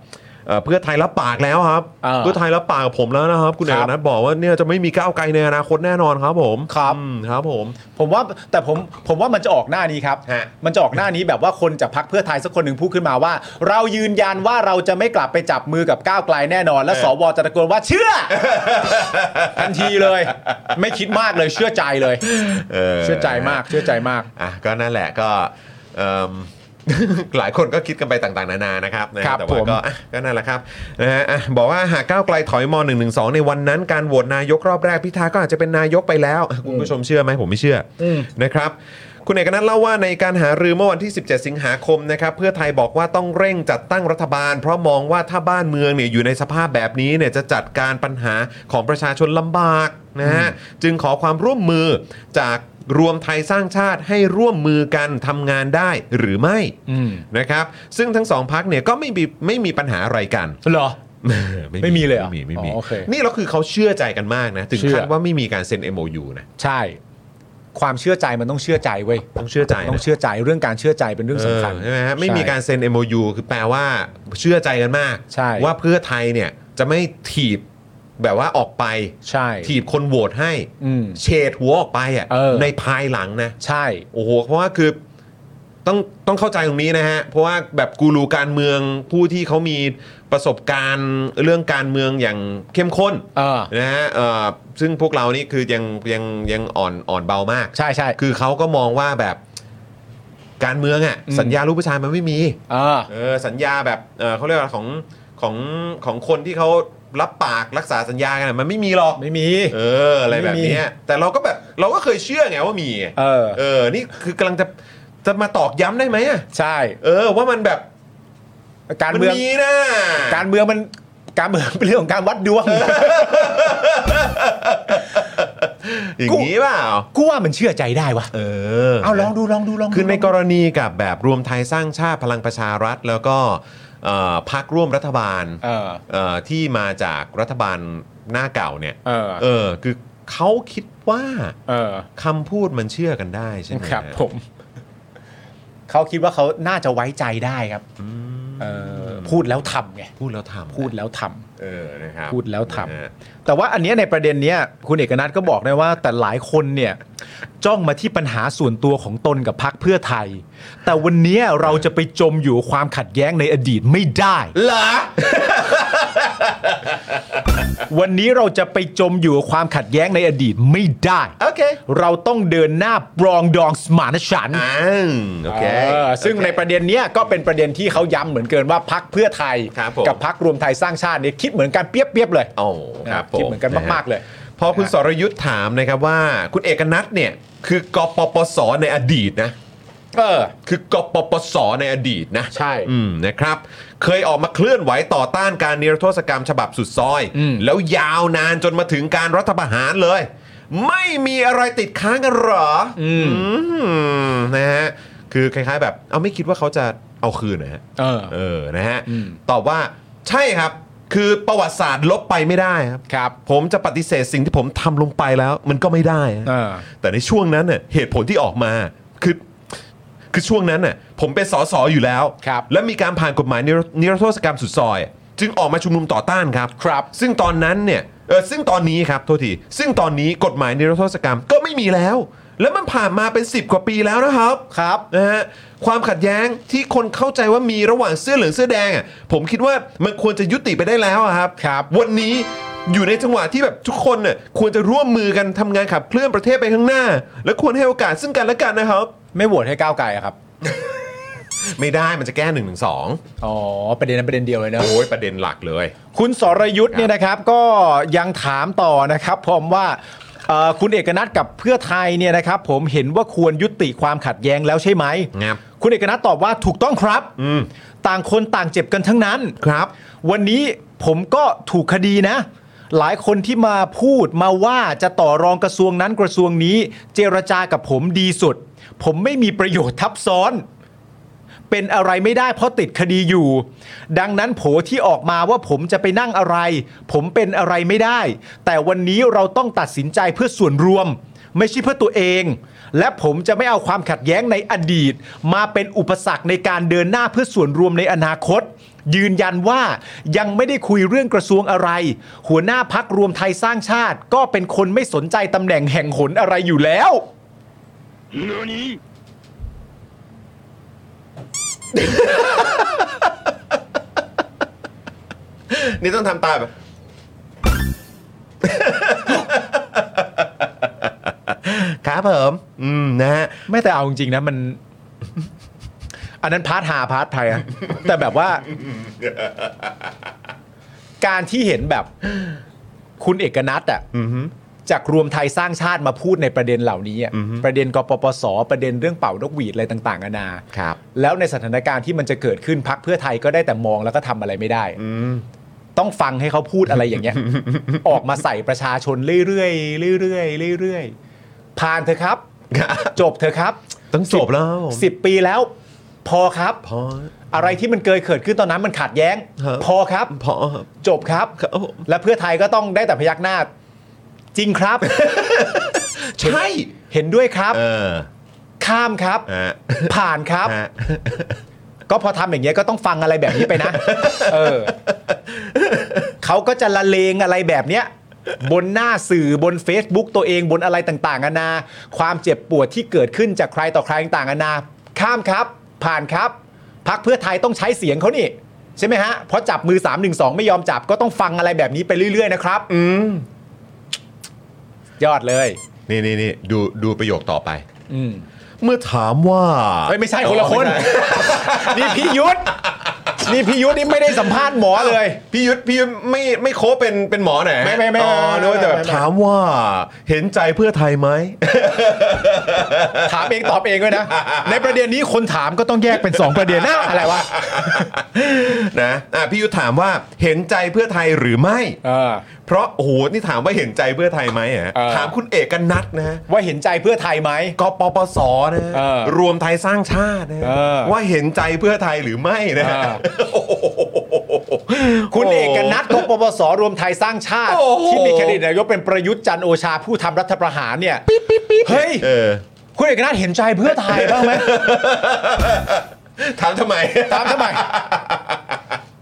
Speaker 1: เอ่อเพื่อไทยรับปากแล้วครับ
Speaker 2: เออ
Speaker 1: เพื่อไทยรับปากกับผมแล้วนะครับ คุณ
Speaker 2: ค
Speaker 1: เอ
Speaker 2: รับ
Speaker 1: กนัทบอกว่าเนี่ยจะไม่มีก้าวไกลในอนาคตแน่นอนครับผม
Speaker 2: ครับ
Speaker 1: อืมครับผม
Speaker 2: ผมว่าแต่ผมผมว่ามันจะออกหน้านี้ครับ
Speaker 1: ฮะ
Speaker 2: มันจะออกหน้านี้แบบว่าคนจากพักเพื่อไทยสักคนหนึ่งพูดขึ้นมาว่า เรายืนยันว่าเราจะไม่กลับไปจับมือกับก้าวไกลแน่นอน และสวจะตะโกนว่าเชื่อ ทันทีเลย ไม่คิดมากเลยเชื่อใจเลย เชื่อใจมากเชื่อใจมาก
Speaker 1: อ่ะก็นั่นแหละก็เอิ่ม หลายคนก็คิดกันไปต่างๆ นานานะครับนะฮะ
Speaker 2: ครับ
Speaker 1: แต่
Speaker 2: ผ
Speaker 1: ว่าม ก็อ่ะก็นั่นแหละครับนะฮะอ่ะบอกว่าหากก้าวไกลถอยม .112 ในวันนั้นการโหวตนายกรอบแรกพิธาก็อาจจะเป็นนายกไปแล้ว คุณผู้ชมเชื่อไหมผมไม่เชื่ออ
Speaker 2: ม
Speaker 1: นะครับ คุณเอกนัทเล่าว่าในการหารือเมื่อวันที่ 17 สิงหาคมนะครับเพื่อไทยบอกว่าต้องเร่งจัดตั้งรัฐบาล เพราะมองว่าถ้าบ้านเมืองเนี่ยอยู่ในสภาพแบบนี้เนี่ยจะจัดการปัญหาของประชาชนลำบากนะฮะจึงขอความร่วมมือจากรวมไทยสร้างชาติให้ร่วมมือกันทำงานได้หรือไม่
Speaker 2: อืม
Speaker 1: นะครับ ซึ่งทั้งสองพักเนี่ยก็ไม่มีไม่มีปัญหาอะไรกัน
Speaker 2: เหรอ ไม่มีเลยเหรอ
Speaker 1: ไม่มีไม่มี
Speaker 2: อ๋อโอเค
Speaker 1: นี่เราคือเขาเชื่อใจกันมากนะถึง
Speaker 2: เชื่
Speaker 1: ขั้น
Speaker 2: อ
Speaker 1: ว่าไม่มีการเซ็น MOU นะ
Speaker 2: ใช่ ความเชื่อใจมันต้องเชื่อใจเว้ย
Speaker 1: ต้องเชื่อใจนะ
Speaker 2: ต้องเชื่อใจเรื่องการเชื่อใจเป็นเรื่องสำคัญ
Speaker 1: เออใช่ไหมฮะไม่มีการเซ็น MOU คือแปลว่าเชื่อใจกันมาก
Speaker 2: ใช่
Speaker 1: ว่าเพื่อไทยเนี่ยจะไม่ถีบแบบว่าออกไป
Speaker 2: ใช่
Speaker 1: ถีบคนโหวตให้
Speaker 2: อืม
Speaker 1: เฉดหัวออกไปอ่ะ
Speaker 2: เออ
Speaker 1: ในภายหลังนะ
Speaker 2: ใช่
Speaker 1: โอ้โห เพราะว่าคือต้องต้องเข้าใจตรงนี้นะฮะ เพราะว่าแบบกูรูการเมืองผู้ที่เขามีประสบการณ์เรื่องการเมืองอย่างเข้มข้น
Speaker 2: เออ
Speaker 1: นะฮะเอ่อซึ่งพวกเรานี่คือยังยังยังอ่อนอ่อนเบามาก
Speaker 2: ใช่ใช่
Speaker 1: คือเขาก็มองว่าแบบการเมืองอ่ะ
Speaker 2: อืม
Speaker 1: สัญญาลูกผู้ชายมันไม่มี
Speaker 2: เออ
Speaker 1: เออสัญญาแบบเออเขาเรียกว่าของของของคนที่เขารับปากรักษาสัญญากันอะมันไม่มีหรอก
Speaker 2: ไม่มี
Speaker 1: เอออะไรแบบเนี้ยแต่เราก็แบบเราก็เคยเชื่อไงว่ามี
Speaker 2: เออ
Speaker 1: เออนี่คือกำลังจะจะมาตอกย้ำได้ไหมอะ
Speaker 2: ใช่
Speaker 1: เออ ว่ามันแบบ
Speaker 2: การ
Speaker 1: มัน
Speaker 2: เมือง
Speaker 1: มีนะ
Speaker 2: การเมืองมันการเมืองเป็นเรื่องของการวัดดวง
Speaker 1: อย่างนี้เปล่า
Speaker 2: กูว่ามันเชื่อใจได้วะ
Speaker 1: เออ
Speaker 2: เอาลองดูลองดูลองดู
Speaker 1: คือในกรณีกับแบบรวมไทยสร้างชาติพลังประชารัฐ แล้วก็เอ่อพักร่วมรัฐบาล
Speaker 2: เออ
Speaker 1: เอ่อที่มาจากรัฐบาลหน้าเก่าเนี่ย
Speaker 2: เออ
Speaker 1: อคือเขาคิดว่า
Speaker 2: เออ
Speaker 1: คำพูดมันเชื่อกันได้ใช่ไหม
Speaker 2: ครับ ผม เขาคิดว่าเขาน่าจะไว้ใจได้ครับเออพูดแล้วทำไง
Speaker 1: พูดแล้วทำ
Speaker 2: พูดแล้วทำ
Speaker 1: เออนะครับ
Speaker 2: พูดแล้วทำ
Speaker 1: นะฮะ
Speaker 2: แต่ว่าอันเนี้ยในประเด็นเนี้ยคุณเอกนัทก็บอกได้ว่า แต่หลายคนเนี่ย จ้องมาที่ปัญหาส่วนตัวของตนกับพักเพื่อไทย แต่วันเนี้ยเราจะไปจมอยู่กับความขัดแย้งในอดีตไม่ได้
Speaker 1: เหรอ
Speaker 2: วันนี้เราจะไปจมอยู่กับความขัดแย้งในอดีตไม่ได้
Speaker 1: โอเค
Speaker 2: เราต้องเดินหน้าปรองดองสมานฉันท์
Speaker 1: อ้าวโอเค
Speaker 2: เออซึ่งในประเด็นเนี้ยก็เป็นประเด็นที่เขาย้ำเหมือนเกินว่าพักเพื่อไทย
Speaker 1: ครับผม
Speaker 2: กับพักรวมไทยสร้างชาติเนี่ยคิดเหมือนกันเปรียบๆเลย
Speaker 1: โอ้ครับผม
Speaker 2: คิดเหมือนกันะ
Speaker 1: ฮะ
Speaker 2: มากๆเลย
Speaker 1: พอคุณสรยุทธ์ถามนะครับว่า คุณเอกนัทเนี่ย คือกปปสในอดีตนะ
Speaker 2: เออ
Speaker 1: คือกปปสในอดีตนะ
Speaker 2: ใช่
Speaker 1: อืมนะครับ เคยออกมาเคลื่อนไหวต่อต้านการนิรโทษกรรมฉบับสุดซอย
Speaker 2: อืม
Speaker 1: แล้วยาวนานจนมาถึงการรัฐประหารเลย ไม่มีอะไรติดค้างกันเหรอ อืมนะฮะคือคล้ายๆ แบบ เอาไม่คิดว่าเขาจะเอาคืนนะฮะ
Speaker 2: เออ
Speaker 1: เออ นะฮะ
Speaker 2: อืม
Speaker 1: ตอบว่าใช่ครับ คือประวัติศาสตร์ลบไปไม่ได้ครับ
Speaker 2: ครับ
Speaker 1: ผมจะปฏิเสธสิ่งที่ผมทำลงไปแล้ว มันก็ไม่ได้อะ
Speaker 2: เออ
Speaker 1: แต่ในช่วงนั้นเน่ยเหตุผลที่ออกมาคือคือช่วงนั้นน่ะผมเป็นสสอยู่แล้ว
Speaker 2: ครับ
Speaker 1: และมีการผ่านกฎหมายนิรนิรโทษกรรมสุดซอยอะจึงออกมาชุมนุมต่อต้านครับ
Speaker 2: ครับ
Speaker 1: ซึ่งตอนนั้นเนี่ยเออซึ่งตอนนี้ครับโทษทีซึ่งตอนนี้กฎหมายนิรโทษกรรมก็ไม่มีแล้ว แล้วมันผ่านมาเป็น 10 กว่าปีแล้วนะครับ
Speaker 2: ครับ
Speaker 1: นะฮะความขัดแย้งที่คนเข้าใจว่ามีระหว่างเสื้อเหลืองเสื้อแดงอ่ะผมคิดว่ามันควรจะยุติไปได้แล้วอะครับ
Speaker 2: ครับ
Speaker 1: วันนี้อยู่ในจังหวะที่แบบทุกคนน่ะควรจะร่วมมือกันทำงานขับเคลื่อนประเทศไปข้างหน้า และควรให้โอกาสซึ่งกันและกันนะครับ
Speaker 2: ไม่โหวตให้ก้าวไกลอะครับ
Speaker 1: ไม่ได้มันจะแก้หนึ่งหนึ่งสอง
Speaker 2: อ๋อ ประเด็นนั้นประเด็นเดียวเลยเนอะ
Speaker 1: โอ้ยประเด็นหลักเลย
Speaker 2: คุณสรยุทธ์เนี่ยนะครับก็ยังถามต่อนะครับผมว่าเอ่อคุณเอกนัทกับเพื่อไทยเนี่ยนะครับ ผมเห็นว่าควรยุติความขัดแย้งแล้วใช่ไหม
Speaker 1: ครับ
Speaker 2: คุณเอกนัทตอบว่าถูกต้องครับต่างคนต่างเจ็บกันทั้งนั้น
Speaker 1: ครับ
Speaker 2: วันนี้ผมก็ถูกคดีนะ หลายคนที่มาพูดมาว่าจะต่อรองกระทรวงนั้นกระทรวงนี้ เจรจากับผมดีสุด ผมไม่มีประโยชน์ทับซ้อน เป็นอะไรไม่ได้เพราะติดคดีอยู่ ดังนั้นโผที่ออกมาว่าผมจะไปนั่งอะไร ผมเป็นอะไรไม่ได้ แต่วันนี้เราต้องตัดสินใจเพื่อส่วนรวม ไม่ใช่เพื่อตัวเอง และผมจะไม่เอาความขัดแย้งในอดีต มาเป็นอุปสรรคในการเดินหน้าเพื่อส่วนรวมในอนาคต ยืนยันว่ายังไม่ได้คุยเรื่องกระทรวงอะไร หัวหน้าพักรวมไทยสร้างชาติ ก็เป็นคนไม่สนใจตำแหน่งแห่งหนอะไรอยู่แล้ว
Speaker 1: นี่ต้องทำตาแบบ ครับผมอืมนะฮะ
Speaker 2: ไม่แต่เอาจริงๆนะมัน อันนั้นพาร์ทหาพาร์ทไทยอะแต่แบบว่า การที่เห็นแบบคุณเอกนัทอะจากรวมไทยสร้างชาติมาพูดในประเด็นเหล่านี้อะประเด็นกปปส ประเด็นเรื่องเป่านกหวีดอะไรต่างๆนานา
Speaker 1: ครับ
Speaker 2: แล้วในสถานการณ์ที่มันจะเกิดขึ้นพักเพื่อไทยก็ได้แต่มองแล้วก็ทำอะไรไม่ได้ต้องฟังให้เขาพูดอะไรอย่างเงี้ ย ออกมาใส่ประชาชนเรื่อยๆเรื่อยๆเรื่อยๆผ่านเถอะครับ จบเถอะครับ
Speaker 1: ต้องจบแล้ว
Speaker 2: สิบปีแล้ว พอครับ
Speaker 1: พอ
Speaker 2: อะไรที่มันเกิดเกิดขึ้นตอนนั้นมันขัดแย้ง
Speaker 1: ฮะ
Speaker 2: พอครับ
Speaker 1: พอครับ
Speaker 2: จบครับ
Speaker 1: ครับผม
Speaker 2: และเพื่อไทยก็ต้องได้แต่พยักหน้า จริงครับ
Speaker 1: ใช่
Speaker 2: เห็นด้วยครับ
Speaker 1: เออ
Speaker 2: ข้ามครับ
Speaker 1: ฮะ
Speaker 2: ผ่านครับ
Speaker 1: ฮะ
Speaker 2: ก็พอทำอย่างเงี้ยก็ต้องฟังอะไรแบบนี้ไป นะ เออเขาก็จะละเลงอะไรแบบเนี้ย บนหน้าสื่อบน Facebook ตัวเองบนอะไรต่างๆนานา ความเจ็บปวดที่เกิดขึ้นจากใครต่อใครต่างๆนานา ข้ามครับ ผ่านครับ พักเพื่อไทยต้องใช้เสียงเขานี่ ใช่ไหมฮะ เพราะจับมือ 3 1 2 ไม่ยอมจับก็ต้องฟังอะไรแบบนี้ไปเรื่อย ๆ นะครับ อืมยอดเลย
Speaker 1: นี่นี่นี่ดูดูประโยคต่อไป
Speaker 2: อืม
Speaker 1: เมื่อถามว่า
Speaker 2: เฮ้ยไม่ใช่คนละคน นี่พี่ยุทธ นี่พี่ยุทธนี่ไม่ได้สัมภาษณ์หมอเลย
Speaker 1: พี่ยุทธพี่ยุทธไม่ไม่โคเป็นเป็นหมอหน่อยฮะ
Speaker 2: ไม่ไม่ไม่
Speaker 1: อ๋อ
Speaker 2: ไม่ไม่
Speaker 1: นึกว่าจะแบบ
Speaker 2: ไม่ไม่
Speaker 1: ถามว่าเห็นใจเพื่อไทยไหม
Speaker 2: ถามเองตอบเองด้วยนะ ในประเด็นนี้คนถามก็ต้องแยกเป็น 2 ประเด็นนะอะไรวะ
Speaker 1: นะอ่ะพี่ยุทธถามว่าเห็นใจเพื่อไทยหรือไม่ เพราะโอ้โหนี่ถามว่าเห็นใจเพื่อไทยไหมอ่ะ
Speaker 2: เออ
Speaker 1: ถามคุณเอกนัทนะฮะ
Speaker 2: ว่าเห็นใจเพื่อไทยไหม
Speaker 1: กปปสนะฮะ
Speaker 2: เออ
Speaker 1: รวมไทยสร้างชาตินะฮะ
Speaker 2: เออ
Speaker 1: ว่าเห็นใจเพื่อไทยหรือไม่นะฮะ
Speaker 2: เออ
Speaker 1: โอ้โห
Speaker 2: คุณเอกนัทกปปสรวมไทยสร้างชาติ
Speaker 1: โอ้โห
Speaker 2: ที่มีแคนดิเดตนายกเป็นประยุทธ์จันทร์โอชาผู้ทำรัฐประหารเนี่ยเฮ้ย
Speaker 1: เออ
Speaker 2: คุณเอกนัทเห็นใจเพื่อไทยบ้างไหม
Speaker 1: ถามทำไม
Speaker 2: ถามทำไม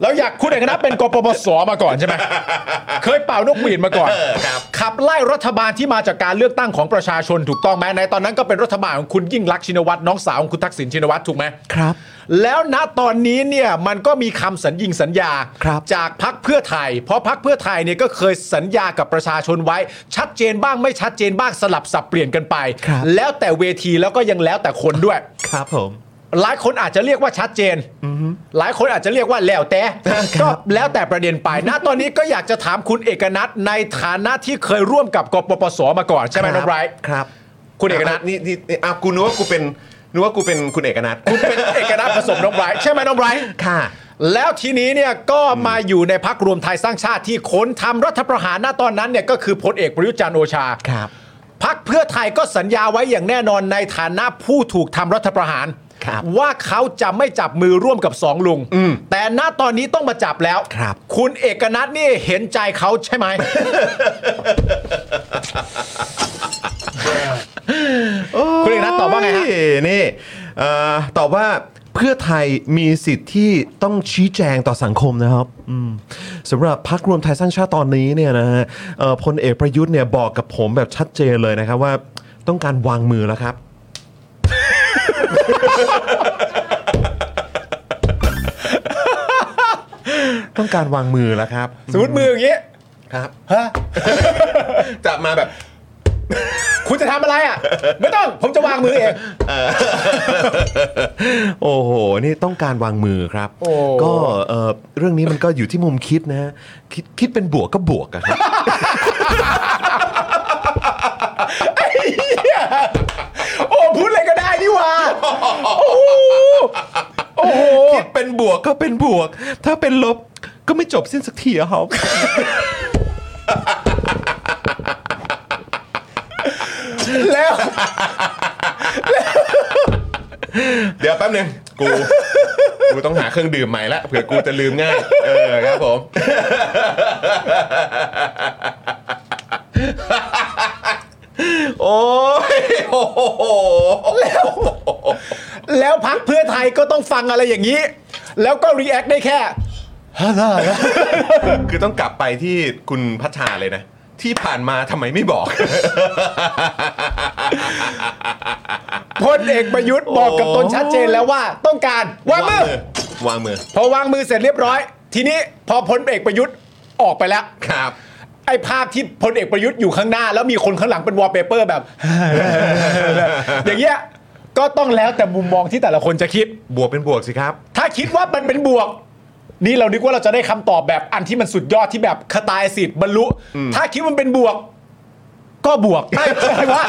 Speaker 2: เราอยากคุณเอกนัทเป็นกปปสมาก่อนใช่ไหมเคยเป่านกหวีดมาก่อน
Speaker 1: เออครับ
Speaker 2: ขับไล่รัฐบาลที่มาจากการเลือกตั้งของประชาชนถูกต้องไหมในตอนนั้นก็เป็นรัฐบาลของคุณยิ่งรักษณ์ชินวัตรน้องสาวของคุณทักษิณชินวัตรถูกไหม
Speaker 3: ครับ
Speaker 2: แล้วณตอนนี้เนี่ยมันก็มีคำสัญญิงสัญญา
Speaker 3: ครับ
Speaker 2: จากพักเพื่อไทย เพราะพักเพื่อไทยเนี่ยก็เคยสัญญากับประชาชนไว้ ชัดเจนบ้างไม่ชัดเจนบ้างสลับสับเปลี่ยนกันไป
Speaker 3: ครับ
Speaker 2: แล้วแต่เวทีแล้วก็ยังแล้วแต่คนด้วย
Speaker 3: ครับผม
Speaker 2: หลายคนอาจจะเรียกว่าชัดเจน หลายคนอาจจะเรียกว่าแล้วแต่ ก็แล้วแต่ประเด็นไป ณ ตอนนี้ก็อยากจะถามคุณเอกนัทในฐานะที่เคยร่วมกับกปปสมาก่อนใช่ไหมน้องไบรท์
Speaker 3: ครับ
Speaker 2: คุณเอกนัท
Speaker 1: นี่นี่นี่อ่ะกูนึกว่ากูเป็นนึกว่ากูเป็นคุณเอกนัท
Speaker 2: คุณ เป็นเอกนัทผสมน้องไบรท์ใช่ไหมน้องไบรท์
Speaker 1: ค่ะ
Speaker 2: แล้วทีนี้เนี่ยก็มาอยู่ในพักรวมไทยสร้างชาติที่ค้นทำรัฐประหารณตอนนั้นเนี่ยก็คือพลเอกประยุทธ์จันทร์โอชา
Speaker 3: ครับ
Speaker 2: พักเพื่อไทยก็สัญญาไว้อย่างแน่นอนในฐานะผู้ถูกทำรัฐประหาร
Speaker 3: ครับ
Speaker 2: ว่าเขาจะไม่จับมือร่วมกับสองลุง แต่ณตอนนี้ต้องมาจับแล้ว
Speaker 3: ครับ
Speaker 2: คุณเอกนัทนี่เห็นใจเขาใช่ไหม คุณเอกนัทตอบว่าไงฮะ
Speaker 1: โยนี่เอ่อตอบว่าเพื่อไทยมีสิทธิ์ที่ต้องชี้แจงต่อสังคมนะครับอืมสำหรับพักรวมไทยสร้างชาติตอนนี้เนี่ยนะฮะเอ่อพลเอกประยุทธ์เนี่ยบอกกับผมแบบชัดเจนเลยนะครับว่าต้องการวางมือแล้วครับ ต้องการวางมือแล้วครับ
Speaker 2: สมมติมืออย่างนี้
Speaker 1: ครับฮะจะมาแบบ
Speaker 2: คุณจะทำอะไรอ่ะ ไม่ต้องผมจะวางมือเอง
Speaker 1: โอ้โห นี่ต้องการวางมือครับ
Speaker 2: โอ้
Speaker 1: ก็เอ่อเรื่องนี้มันก็อยู่ที่มุมคิดนะฮะคิดคิดเป็นบวกก็บวกอะครับ
Speaker 2: โอ้พูดอะไรก็ได้นี่หว่า
Speaker 1: คิดเป็นบวกก็เป็นบวก ถ้าเป็นลบก็ไม่จบสิ้นสักทีอะครับ
Speaker 2: แล้ว
Speaker 1: เดี๋ยวแป๊บนึงกู กูต้องหาเครื่องดื่มใหม่ละเผื่อกูจะลืมง่าย เออครับผม โอ้ยโอ้โห
Speaker 2: แล้วพักเพื่อไทยก็ต้องฟังอะไรอย่างนี้ แล้วก็รีแอคได้แค่
Speaker 1: คือต้องกลับไปที่คุณพัชชาเลยนะ ที่ผ่านมาทำไมไม่บอก
Speaker 2: พลเอกประยุทธ์บอกกับตนชัดเจนแล้วว่าต้องการวางมือ
Speaker 1: วางมือ
Speaker 2: พอวางมือเสร็จเรียบร้อย ทีนี้พอพลเอกประยุทธ์ออกไปแล้ว
Speaker 1: ครับ
Speaker 2: ไอ้ภาพที่พลเอกประยุทธ์อยู่ข้างหน้า แล้วมีคนข้างหลังเป็นวอลเปเปอร์แบบ อย่างเงี้ยก็ต้องแล้วแต่มุมมองที่แต่ละคนจะคิด
Speaker 1: บวกเป็นบวกสิครับ
Speaker 2: ถ้าคิดว่ามันเป็นบวก นี่เรานึกว่าเราจะได้คำตอบแบบอันที่มันสุดยอดที่แบบคตายสิทธิ์บรรลุ ถ้าคิดว่ามันเป็นบวก ก็บวกไม่ใช่ว่า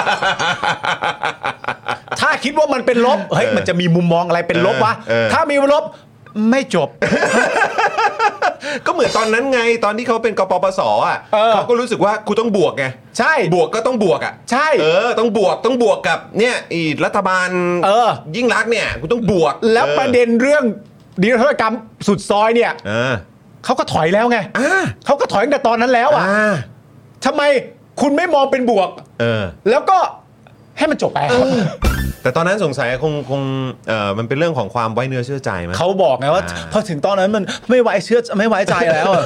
Speaker 2: ถ้าคิดว่ามันเป็นลบเฮ้ยมันจะมีมุมมองอะไรเป็นลบวะ
Speaker 1: เออ
Speaker 2: ถ้ามีลบไม่จบ
Speaker 1: ก็เหมือนตอนนั้นไงตอนที่เขาเป็นกปปสอ่ะ
Speaker 2: เออ
Speaker 1: เขาก็รู้สึกว่ากูต้องบวกไง
Speaker 2: ใช่
Speaker 1: บวกก็ต้องบวกอ่ะ
Speaker 2: ใช่
Speaker 1: เออ ต้องบวกต้องบวกกับเนี่ยอีรัฐบาล
Speaker 2: เออ
Speaker 1: ยิ่งรักษณ์เนี่ยกูต้องบวก
Speaker 2: แล้วประเด็นเรื่องนิรโทษกรรมสุดซอยเนี่ย
Speaker 1: เออ
Speaker 2: เขาก็ถอยแล้วไง
Speaker 1: อ่า
Speaker 2: เขาก็ถอยตั้งแต่ตอนนั้นแล้วอ่ะ
Speaker 1: อ่า
Speaker 2: ทำไมคุณไม่มองเป็นบวก
Speaker 1: เออ
Speaker 2: แล้วก็ให้มันจบไป
Speaker 1: แต่ตอนนั้นสงสัยคงคงเออมันเป็นเรื่องของความไว้เนื้อเชื่อใจมั้ย
Speaker 2: เขาบอกไงว่า
Speaker 1: อ่า
Speaker 2: พอถึงตอนนั้นมันไม่ไว้เชื่อไม่ไว้ใจแล้ว อะ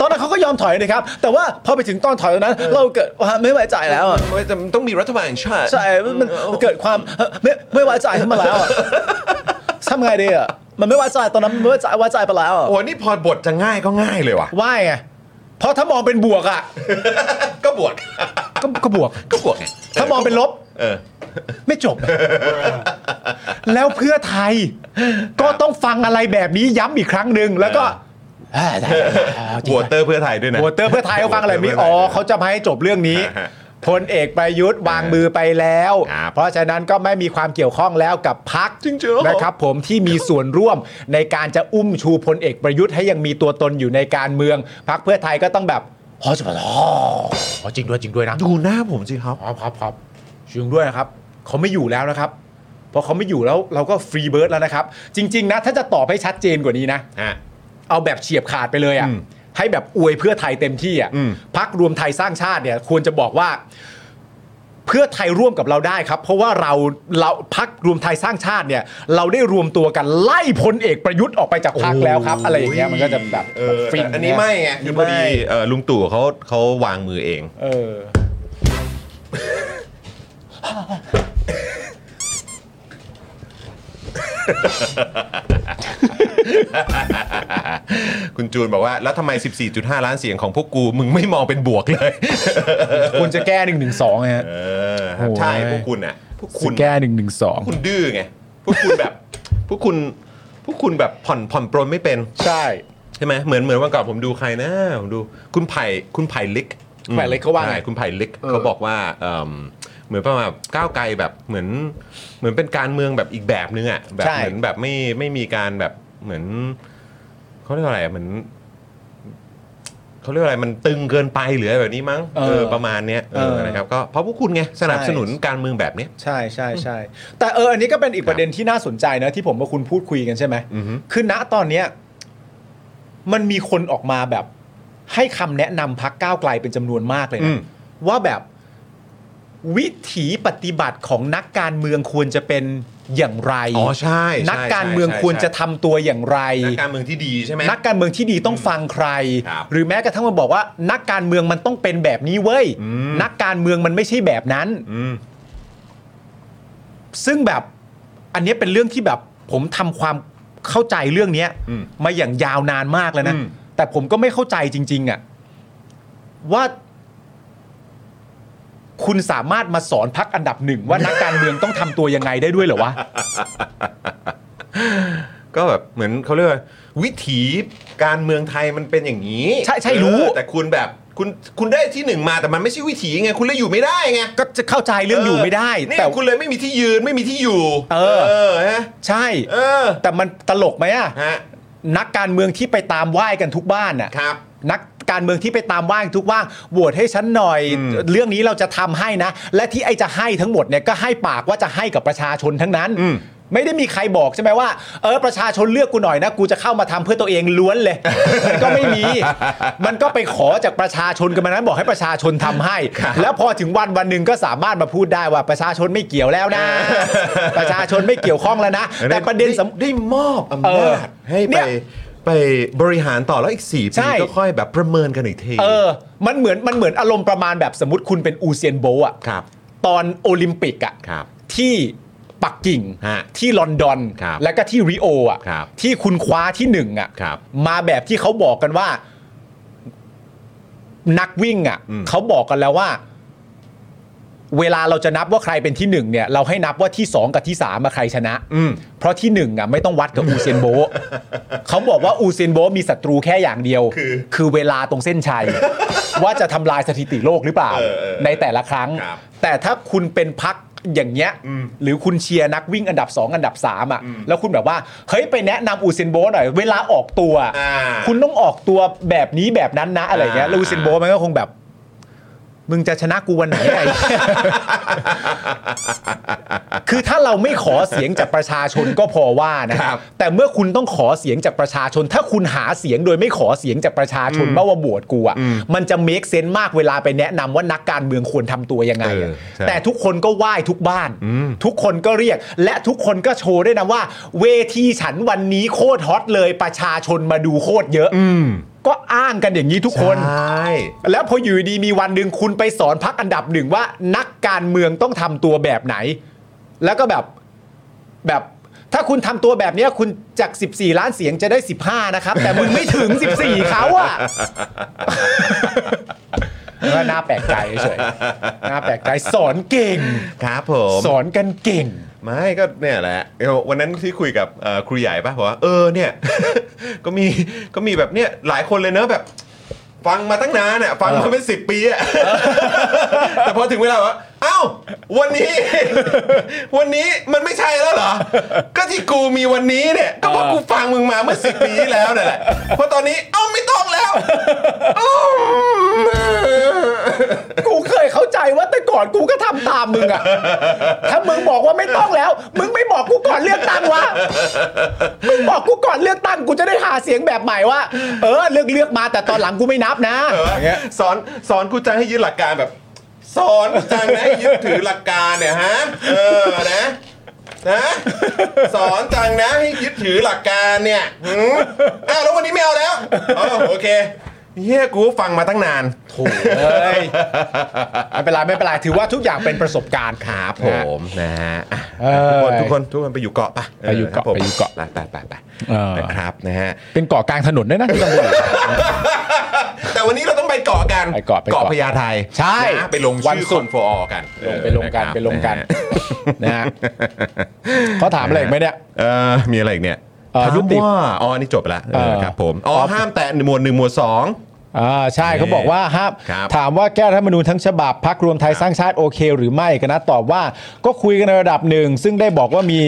Speaker 2: ตอนนั้นเขาก็ยอมถอยนะครับ แต่ว่าพอไปถึงตอนถอยตอนนั้น เราเกิดว่าไม่ไว้ใจแล้วอะ
Speaker 1: ไม่แต่มันต้องมีรัฐบาลแห่งชาติ
Speaker 2: ใช่มันมันมันเกิดความเอ่อไม่ไม่ไว้ใจขึ้นมาแล้วอะทำไงดีอ่ะมันไม่ไว้ใจตอนนั้นมันไม่ไว้ใจไว้ใจไปแล้วอะ
Speaker 1: โอ้นี่พอบทจะง่ายก็ง่ายเลยว่ะ
Speaker 2: ว่าไงเพราะถ้ามอง เป็นบวกอ่ะ
Speaker 1: ก็บวก
Speaker 2: ก็ก็บวก
Speaker 1: ก็บวกไง
Speaker 2: ถ้ามองเป็นลบ
Speaker 1: เออ
Speaker 2: ไม่จบ แล้วเพื่อไทย ก็ต้องฟังอะไรแบบนี้ย้ำอีกครั้งหนึ่งแล้วก็เอ้ยได้ๆๆ
Speaker 1: โหวตเตอร์เพื่อไทยด้วยนะ
Speaker 2: โหวตเตอร์เพื่อไทยเขาฟังอะไรแบบนี้อ๋อเขาจะมาให้จบเรื่องนี้
Speaker 1: ฮะ
Speaker 2: พลเอกประยุทธ์วางมือไปแล้ว
Speaker 1: ครับ
Speaker 2: เพราะฉะนั้นก็ไม่มีความเกี่ยวข้องแล้วกับพักนะครับผมที่มีส่วนร่วมในการจะอุ้มชูพลเอกประยุทธ์ให้ยังมีตัวตนอยู่ในการเมือง พักเพื่อไทยก็ต้องแบบอ๋อจริงด้วยอ๋อจริงด้วยจริงด้วยนะ
Speaker 1: ดูหน้าผมสิครับ
Speaker 2: อ๋อครับครับจริงด้วยนะครับเขาไม่อยู่แล้วนะครับพอเขาไม่อยู่แล้วเราก็ฟรีเบิร์ดแล้วนะครับ จริง ๆ นะ ถ้าจะตอบให้ชัดเจนกว่านี้นะ เอาแบบเฉียบขาดไปเลยอ่ะให้แบบอวยเพื่อไทยเต็มที่อ่ะ
Speaker 1: อืม
Speaker 2: พักรวมไทยสร้างชาติเนี่ย ควรจะบอกว่า เพื่อไทยร่วมกับเราได้ครับ เพราะว่าเราเราพักรวมไทยสร้างชาติเนี่ย เราได้รวมตัวกันไล่พลเอกประยุทธ์ออกไปจากพักแล้วครับ อะไรอย่างเงี้ยมันก็จะแบบ
Speaker 1: เออ
Speaker 2: ฟิน
Speaker 1: แต่อันนี้ไม่ไงคือพอดี
Speaker 2: ไม่
Speaker 1: เอ่อลุงตู่เขาเขาวางมือเอง
Speaker 2: เออ
Speaker 1: คุณจูนบอกว่าแล้วทำไม 14.5 ล้านเสียงของพวกกูมึงไม่มองเป็นบวกเลย
Speaker 2: ควรจะแก้หนึ่งหนึ่งสองฮะ
Speaker 1: เออครับใช่
Speaker 2: โอ้ย
Speaker 1: พวกคุณอ่ะพวกคุณ
Speaker 2: แก้หนึ่งหนึ่งสอง
Speaker 1: คุณดื้อไง พวกคุณแบบ พวกคุณ พวกคุณแบบผ่อนผ่อนปรนไม่เป็น
Speaker 2: ใช่
Speaker 1: ใช่ไหมเหมือนเหมือนวันก่อนผมดูใครนะ ผมดูคุณไผ่คุณไผ่ลิก
Speaker 2: แหวนเล็กเขาว่าไง
Speaker 1: ใช่คุณไผ่ลิก
Speaker 2: เออ
Speaker 1: เขาบอกว่าเอิ่มเหมือนประมาณก้าวไกลแบบเหมือนเหมือนเป็นการเมืองแบบอีกแบบนึงอ่ะแบบ
Speaker 2: ใช่
Speaker 1: เหมือนแบบไม่ไม่มีการแบบเหมือนเขาเรียกว่าอะไรอะเหมือนเขาเรียกว่าอะไรมันตึงเกินไปหรืออะไรแบบนี้มั้ง
Speaker 2: เออ
Speaker 1: ประมาณเนี้ยเออ
Speaker 2: เออ
Speaker 1: นะครับก็เพราะพวกคุณไงสนับสนุน
Speaker 2: ใช่
Speaker 1: การเมืองแบบเนี้ย
Speaker 2: ใช่ใช่ใช่แต่เอออันนี้ก็เป็นอีกประเด็นที่น่าสนใจนะ ที่ผมกับคุณพูดคุยกันใช่ไหม
Speaker 1: อือฮึ
Speaker 2: คือณตอนเนี้ยมันมีคนออกมาแบบ ให้คำแนะนำพักก้าวไกลเป็นจำนวนมากเลย
Speaker 1: อื
Speaker 2: นะ
Speaker 1: ม
Speaker 2: ว่าแบบวิถีปฏิบัติของนักการเมืองควรจะเป็นอย่างไร
Speaker 1: อ๋อใช่ใช่
Speaker 2: นักการเมือง
Speaker 1: ใช่ใช่
Speaker 2: ควรจะทำตัวอย่างไร
Speaker 1: นักการเมืองที่ดีใช่ไหม
Speaker 2: นักการเมืองที่ดีต้องฟังใคร
Speaker 1: ครับ
Speaker 2: หรือแม้กระทั่งมาบอกว่า นักการเมืองมันต้องเป็นแบบนี้เว้ย
Speaker 1: อืม
Speaker 2: นักการเมืองมันไม่ใช่แบบนั้น
Speaker 1: อืม
Speaker 2: ซึ่งแบบอันเนี้ยเป็นเรื่องที่แบบผมทำความเข้าใจเรื่องเนี้ย
Speaker 1: อืม
Speaker 2: มาอย่างยาวนานมากแล้วนะ
Speaker 1: อืม
Speaker 2: แต่ผมก็ไม่เข้าใจจริง ๆอะว่าคุณสามารถมาสอนพักอันดับหนึ่งว่านักการเมืองต้องทำตัวยังไงได้ด้วยเหรอวะ
Speaker 1: ก็แบบเหมือนเขาเรียกว่าวิถีการเมืองไทยมันเป็นอย่างนี้
Speaker 2: ใช่ใช่
Speaker 1: เออ
Speaker 2: รู้
Speaker 1: แต่คุณแบบคุณคุณได้ที่หนึ่งมาแต่มันไม่ใช่วิถีไงคุณเลยอยู่ไม่ได้ไง
Speaker 2: ก็จะเข้าใจเรื่องอยู่ไม่ได้
Speaker 1: เนี่ย
Speaker 2: แต่
Speaker 1: คุณเลยไม่มีที่ยืนไม่มีที่อยู่
Speaker 2: เออ
Speaker 1: ฮะ
Speaker 2: ใช่
Speaker 1: เออ
Speaker 2: แต่มันตลกไหมอะ
Speaker 1: ฮะ
Speaker 2: นักการเมืองที่ไปตามไหว้กันทุกบ้านอะ
Speaker 1: ครับ
Speaker 2: นักการเมืองที่ไปตามว่างทุกว่างโหวตให้ฉันหน่อย
Speaker 1: อืม
Speaker 2: เรื่องนี้เราจะทำให้นะ และที่ไอจะให้ทั้งหมดเนี่ยก็ให้ปากว่าจะให้กับประชาชนทั้งนั้น
Speaker 1: อืม
Speaker 2: ไม่ได้มีใครบอกใช่ไหมว่าเออประชาชนเลือกกูหน่อยนะ กูจะเข้ามาทำเพื่อตัวเองล้วนเลย มันก็ไม่มี มันก็ไปขอจากประชาชนกันมานั้นบอกให้ประชาชนทำให้ แล้วพอถึงวันวันหนึ่งก็สามารถมาพูดได้ว่าประชาชนไม่เกี่ยวแล้วนะ ประชาชนไม่เกี่ยวข้องแล้วนะ แต่ประเด็นสำ
Speaker 1: ได้มอบอำ
Speaker 2: เอ
Speaker 1: นา
Speaker 2: อ
Speaker 1: จให้
Speaker 2: เนี่
Speaker 1: ไป
Speaker 2: ย
Speaker 1: ไปบริหารต่อแล้วอีกสี่
Speaker 2: ใช่
Speaker 1: ปีก็ค่อยแบบประเมินกันอีกที
Speaker 2: เออ มันเหมือนมันเหมือนอารมณ์ประมาณแบบสมมติคุณเป็นอูเซียนโบอะ
Speaker 1: ครับ
Speaker 2: ตอนโอลิมปิกอะ
Speaker 1: ครับ
Speaker 2: ที่ปักกิ่ง
Speaker 1: ฮะ
Speaker 2: ที่ลอนดอน
Speaker 1: ครับ
Speaker 2: แล้วก็ที่ริโออะ
Speaker 1: ครับ
Speaker 2: ที่คุณคว้าที่หนึ่งอะ
Speaker 1: ครับ
Speaker 2: มาแบบที่เขาบอกกันว่า นักวิ่งอะ
Speaker 1: อืม
Speaker 2: เขาบอกกันแล้วว่า เวลาเราจะนับว่าใครเป็นที่หนึ่งเนี่ย เราให้นับว่าที่สองกับที่สามอะใครชนะ
Speaker 1: อืม
Speaker 2: เพราะที่หนึ่งอ่ะไม่ต้องวัดกับอูเซยน โบะ เขาบอกว่าอูเซยนโบะมีศัตรูแค่อย่างเดียว
Speaker 1: คือ
Speaker 2: คือเวลาตรงเส้น ชัย ว่าจะทำลายสถิติโลกหรือเปล่า
Speaker 1: เออเออ
Speaker 2: ในแต่ละครั้ง
Speaker 1: ครับ
Speaker 2: แต่ถ้าคุณเป็นพักอย่างเงี้ยหรือคุณเชียร์นักวิ่งอันดับ 2 อันดับ 3 อ่ะ แล้วคุณแบบว่า เฮ้ย ไปแนะนำอูเซยนโบะหน่อย เวลาออกตัว
Speaker 1: อ่า
Speaker 2: คุณต้องออกตัวแบบนี้แบบนั้นนะอะไรเงี้ย
Speaker 1: อ่า
Speaker 2: แล้วอูเซยนโบะมันก็คงแบบ มึงจะชนะกูวันไหนไอ้ คือถ้าเราไม่ขอเสียงจากประชาชนก็พอว่านะครับแต่เมื่อคุณต้องขอเสียงจากประชาชน ถ้าคุณหาเสียงโดยไม่ขอเสียงจากประชาชนว่าว่าบวชกูอ่ะมันจะเมคเซนต์มากเวลาไปแนะนำว่านักการเมืองควรทำตัวยังไงอะ
Speaker 1: เออใช่
Speaker 2: แต่ทุกคนก็ไหว้ทุกบ้าน ทุกคนก็เรียก และทุกคนก็โชว์ด้วยนะว่า เวทีฉันวันนี้โคตรฮอตเลยประชาชนมาดูโคตรเยอะ
Speaker 1: อืม
Speaker 2: ก็อ้างกันอย่างนี้ทุกคน
Speaker 1: ใช่
Speaker 2: แล้วพออยู่ดีมีวันหนึ่งคุณไปสอนพักอันดับหนึ่งว่า นักการเมืองต้องทำตัวแบบไหน แล้วก็แบบแบบ ถ้าคุณทำตัวแบบเนี้ยคุณจาก 14 ล้านเสียงจะได้ 15 นะครับ แต่มึงไม่ถึง 14เขาอะ ว่าน่าแปลกใจเฉยๆน่าแปลกใจสอนเก่ง
Speaker 1: ครับผม
Speaker 2: สอนกันเก่ง
Speaker 1: ไม่ก็เนี่ยแหละเอ้าวันนั้นที่คุยกับเอ่อครูใหญ่ป่ะบอกว่าเออเนี่ย ก็มีก็มีแบบเนี่ยหลายคนเลยเนอะแบบ ฟังมาตั้งนานอ่ะฟังมาเป็นสิบปีอ่ะ แต่พอถึงเวลาว่าเอ้าวันนี้ วันนี้มันไม่ใช่แล้วเหรอ ก็ที่กูมีวันนี้เนี่ย ก็เพราะกูฟังมึงมาเมื่อสิบปีที่แล้วนั่นแหละเพราะตอนนี้เอ้าไม่ต้องแล้ว อืม
Speaker 2: กูเคยเข้าใจว่าแต่ก่อนกูก็ทำตามมึงอะถ้ามึงบอกว่าไม่ต้องแล้ว มึงไม่บอกกูก่อนเลือกตั้งวะ มึงบอกกูก่อนเลือกตั้งกูจะได้หาเสียงแบบใหม่ว่า เออเลือกเลือกมาแต่ตอนหลังกูไม่นับนะ
Speaker 1: เออสอนสอนกูจังให้ยึดหลักการแบบ สอนกูจังนะให้ยึดถือหลักการเนี่ยฮะเออนะนะสอนจังนะให้ยึดถือหลักการเนี่ยหืมอ้าวแล้ววันนี้ไม่เอาแล้วอ๋อโอเคเฮียกูฟังมาตั้งนาน
Speaker 2: โถูกเลยไม่เป็นไรไม่เป็นไรถือว่าทุกอย่างเป็นประสบการณ์ครับ
Speaker 1: ผ
Speaker 2: นะ
Speaker 1: มนะฮะอ่ะ
Speaker 2: เอ้ย
Speaker 1: ทุกคนทุกคนทุกคนไปอยู่เกาะปะ
Speaker 2: ไปอยู่เกาะ
Speaker 1: ครับผม
Speaker 2: ไปอยู่เกาะ
Speaker 1: ไปไปไปไป
Speaker 2: เออ
Speaker 1: นะครับนะ ฮะ
Speaker 2: เป็นเกาะกลางถนนด้วยนะที่ตำรวจ
Speaker 1: แต่วันนี้เราต้องไปเกาะกัน
Speaker 2: ไปเกาะไปเกาะ
Speaker 1: พญาไท
Speaker 2: ใช่
Speaker 1: นะไปลง
Speaker 2: วัน
Speaker 1: ชื่อ
Speaker 2: ศุ
Speaker 1: คอ
Speaker 2: กร์
Speaker 1: นฟอร์กัน
Speaker 2: ลงไปลงกัน
Speaker 1: เออ
Speaker 2: ไปลงกันะ
Speaker 1: ฮะ
Speaker 2: นะฮะเขาถามอะไรอีกไหมเนี่ย
Speaker 1: เออมีอะไรอีกเนี่ย
Speaker 2: เอ่อ
Speaker 1: ถาม
Speaker 2: ยุติ
Speaker 1: ว่าอ๋ออันนี่จบละเออ
Speaker 2: เออ
Speaker 1: ครับผมอ๋อห้ามแตะหมวดหนึ่งหมวดสอง
Speaker 2: อ่าใช่เขาบอกว่าห้าม
Speaker 1: ครับ
Speaker 2: ถามว่าแก้รัฐธรรมนูญทั้งฉบับพักรวมไทยสร้างชาติโอเค หรือไม่กนะตอบว่าก็คุยกันในระดับหนึ่ง ซึ่งได้บอกว่ามี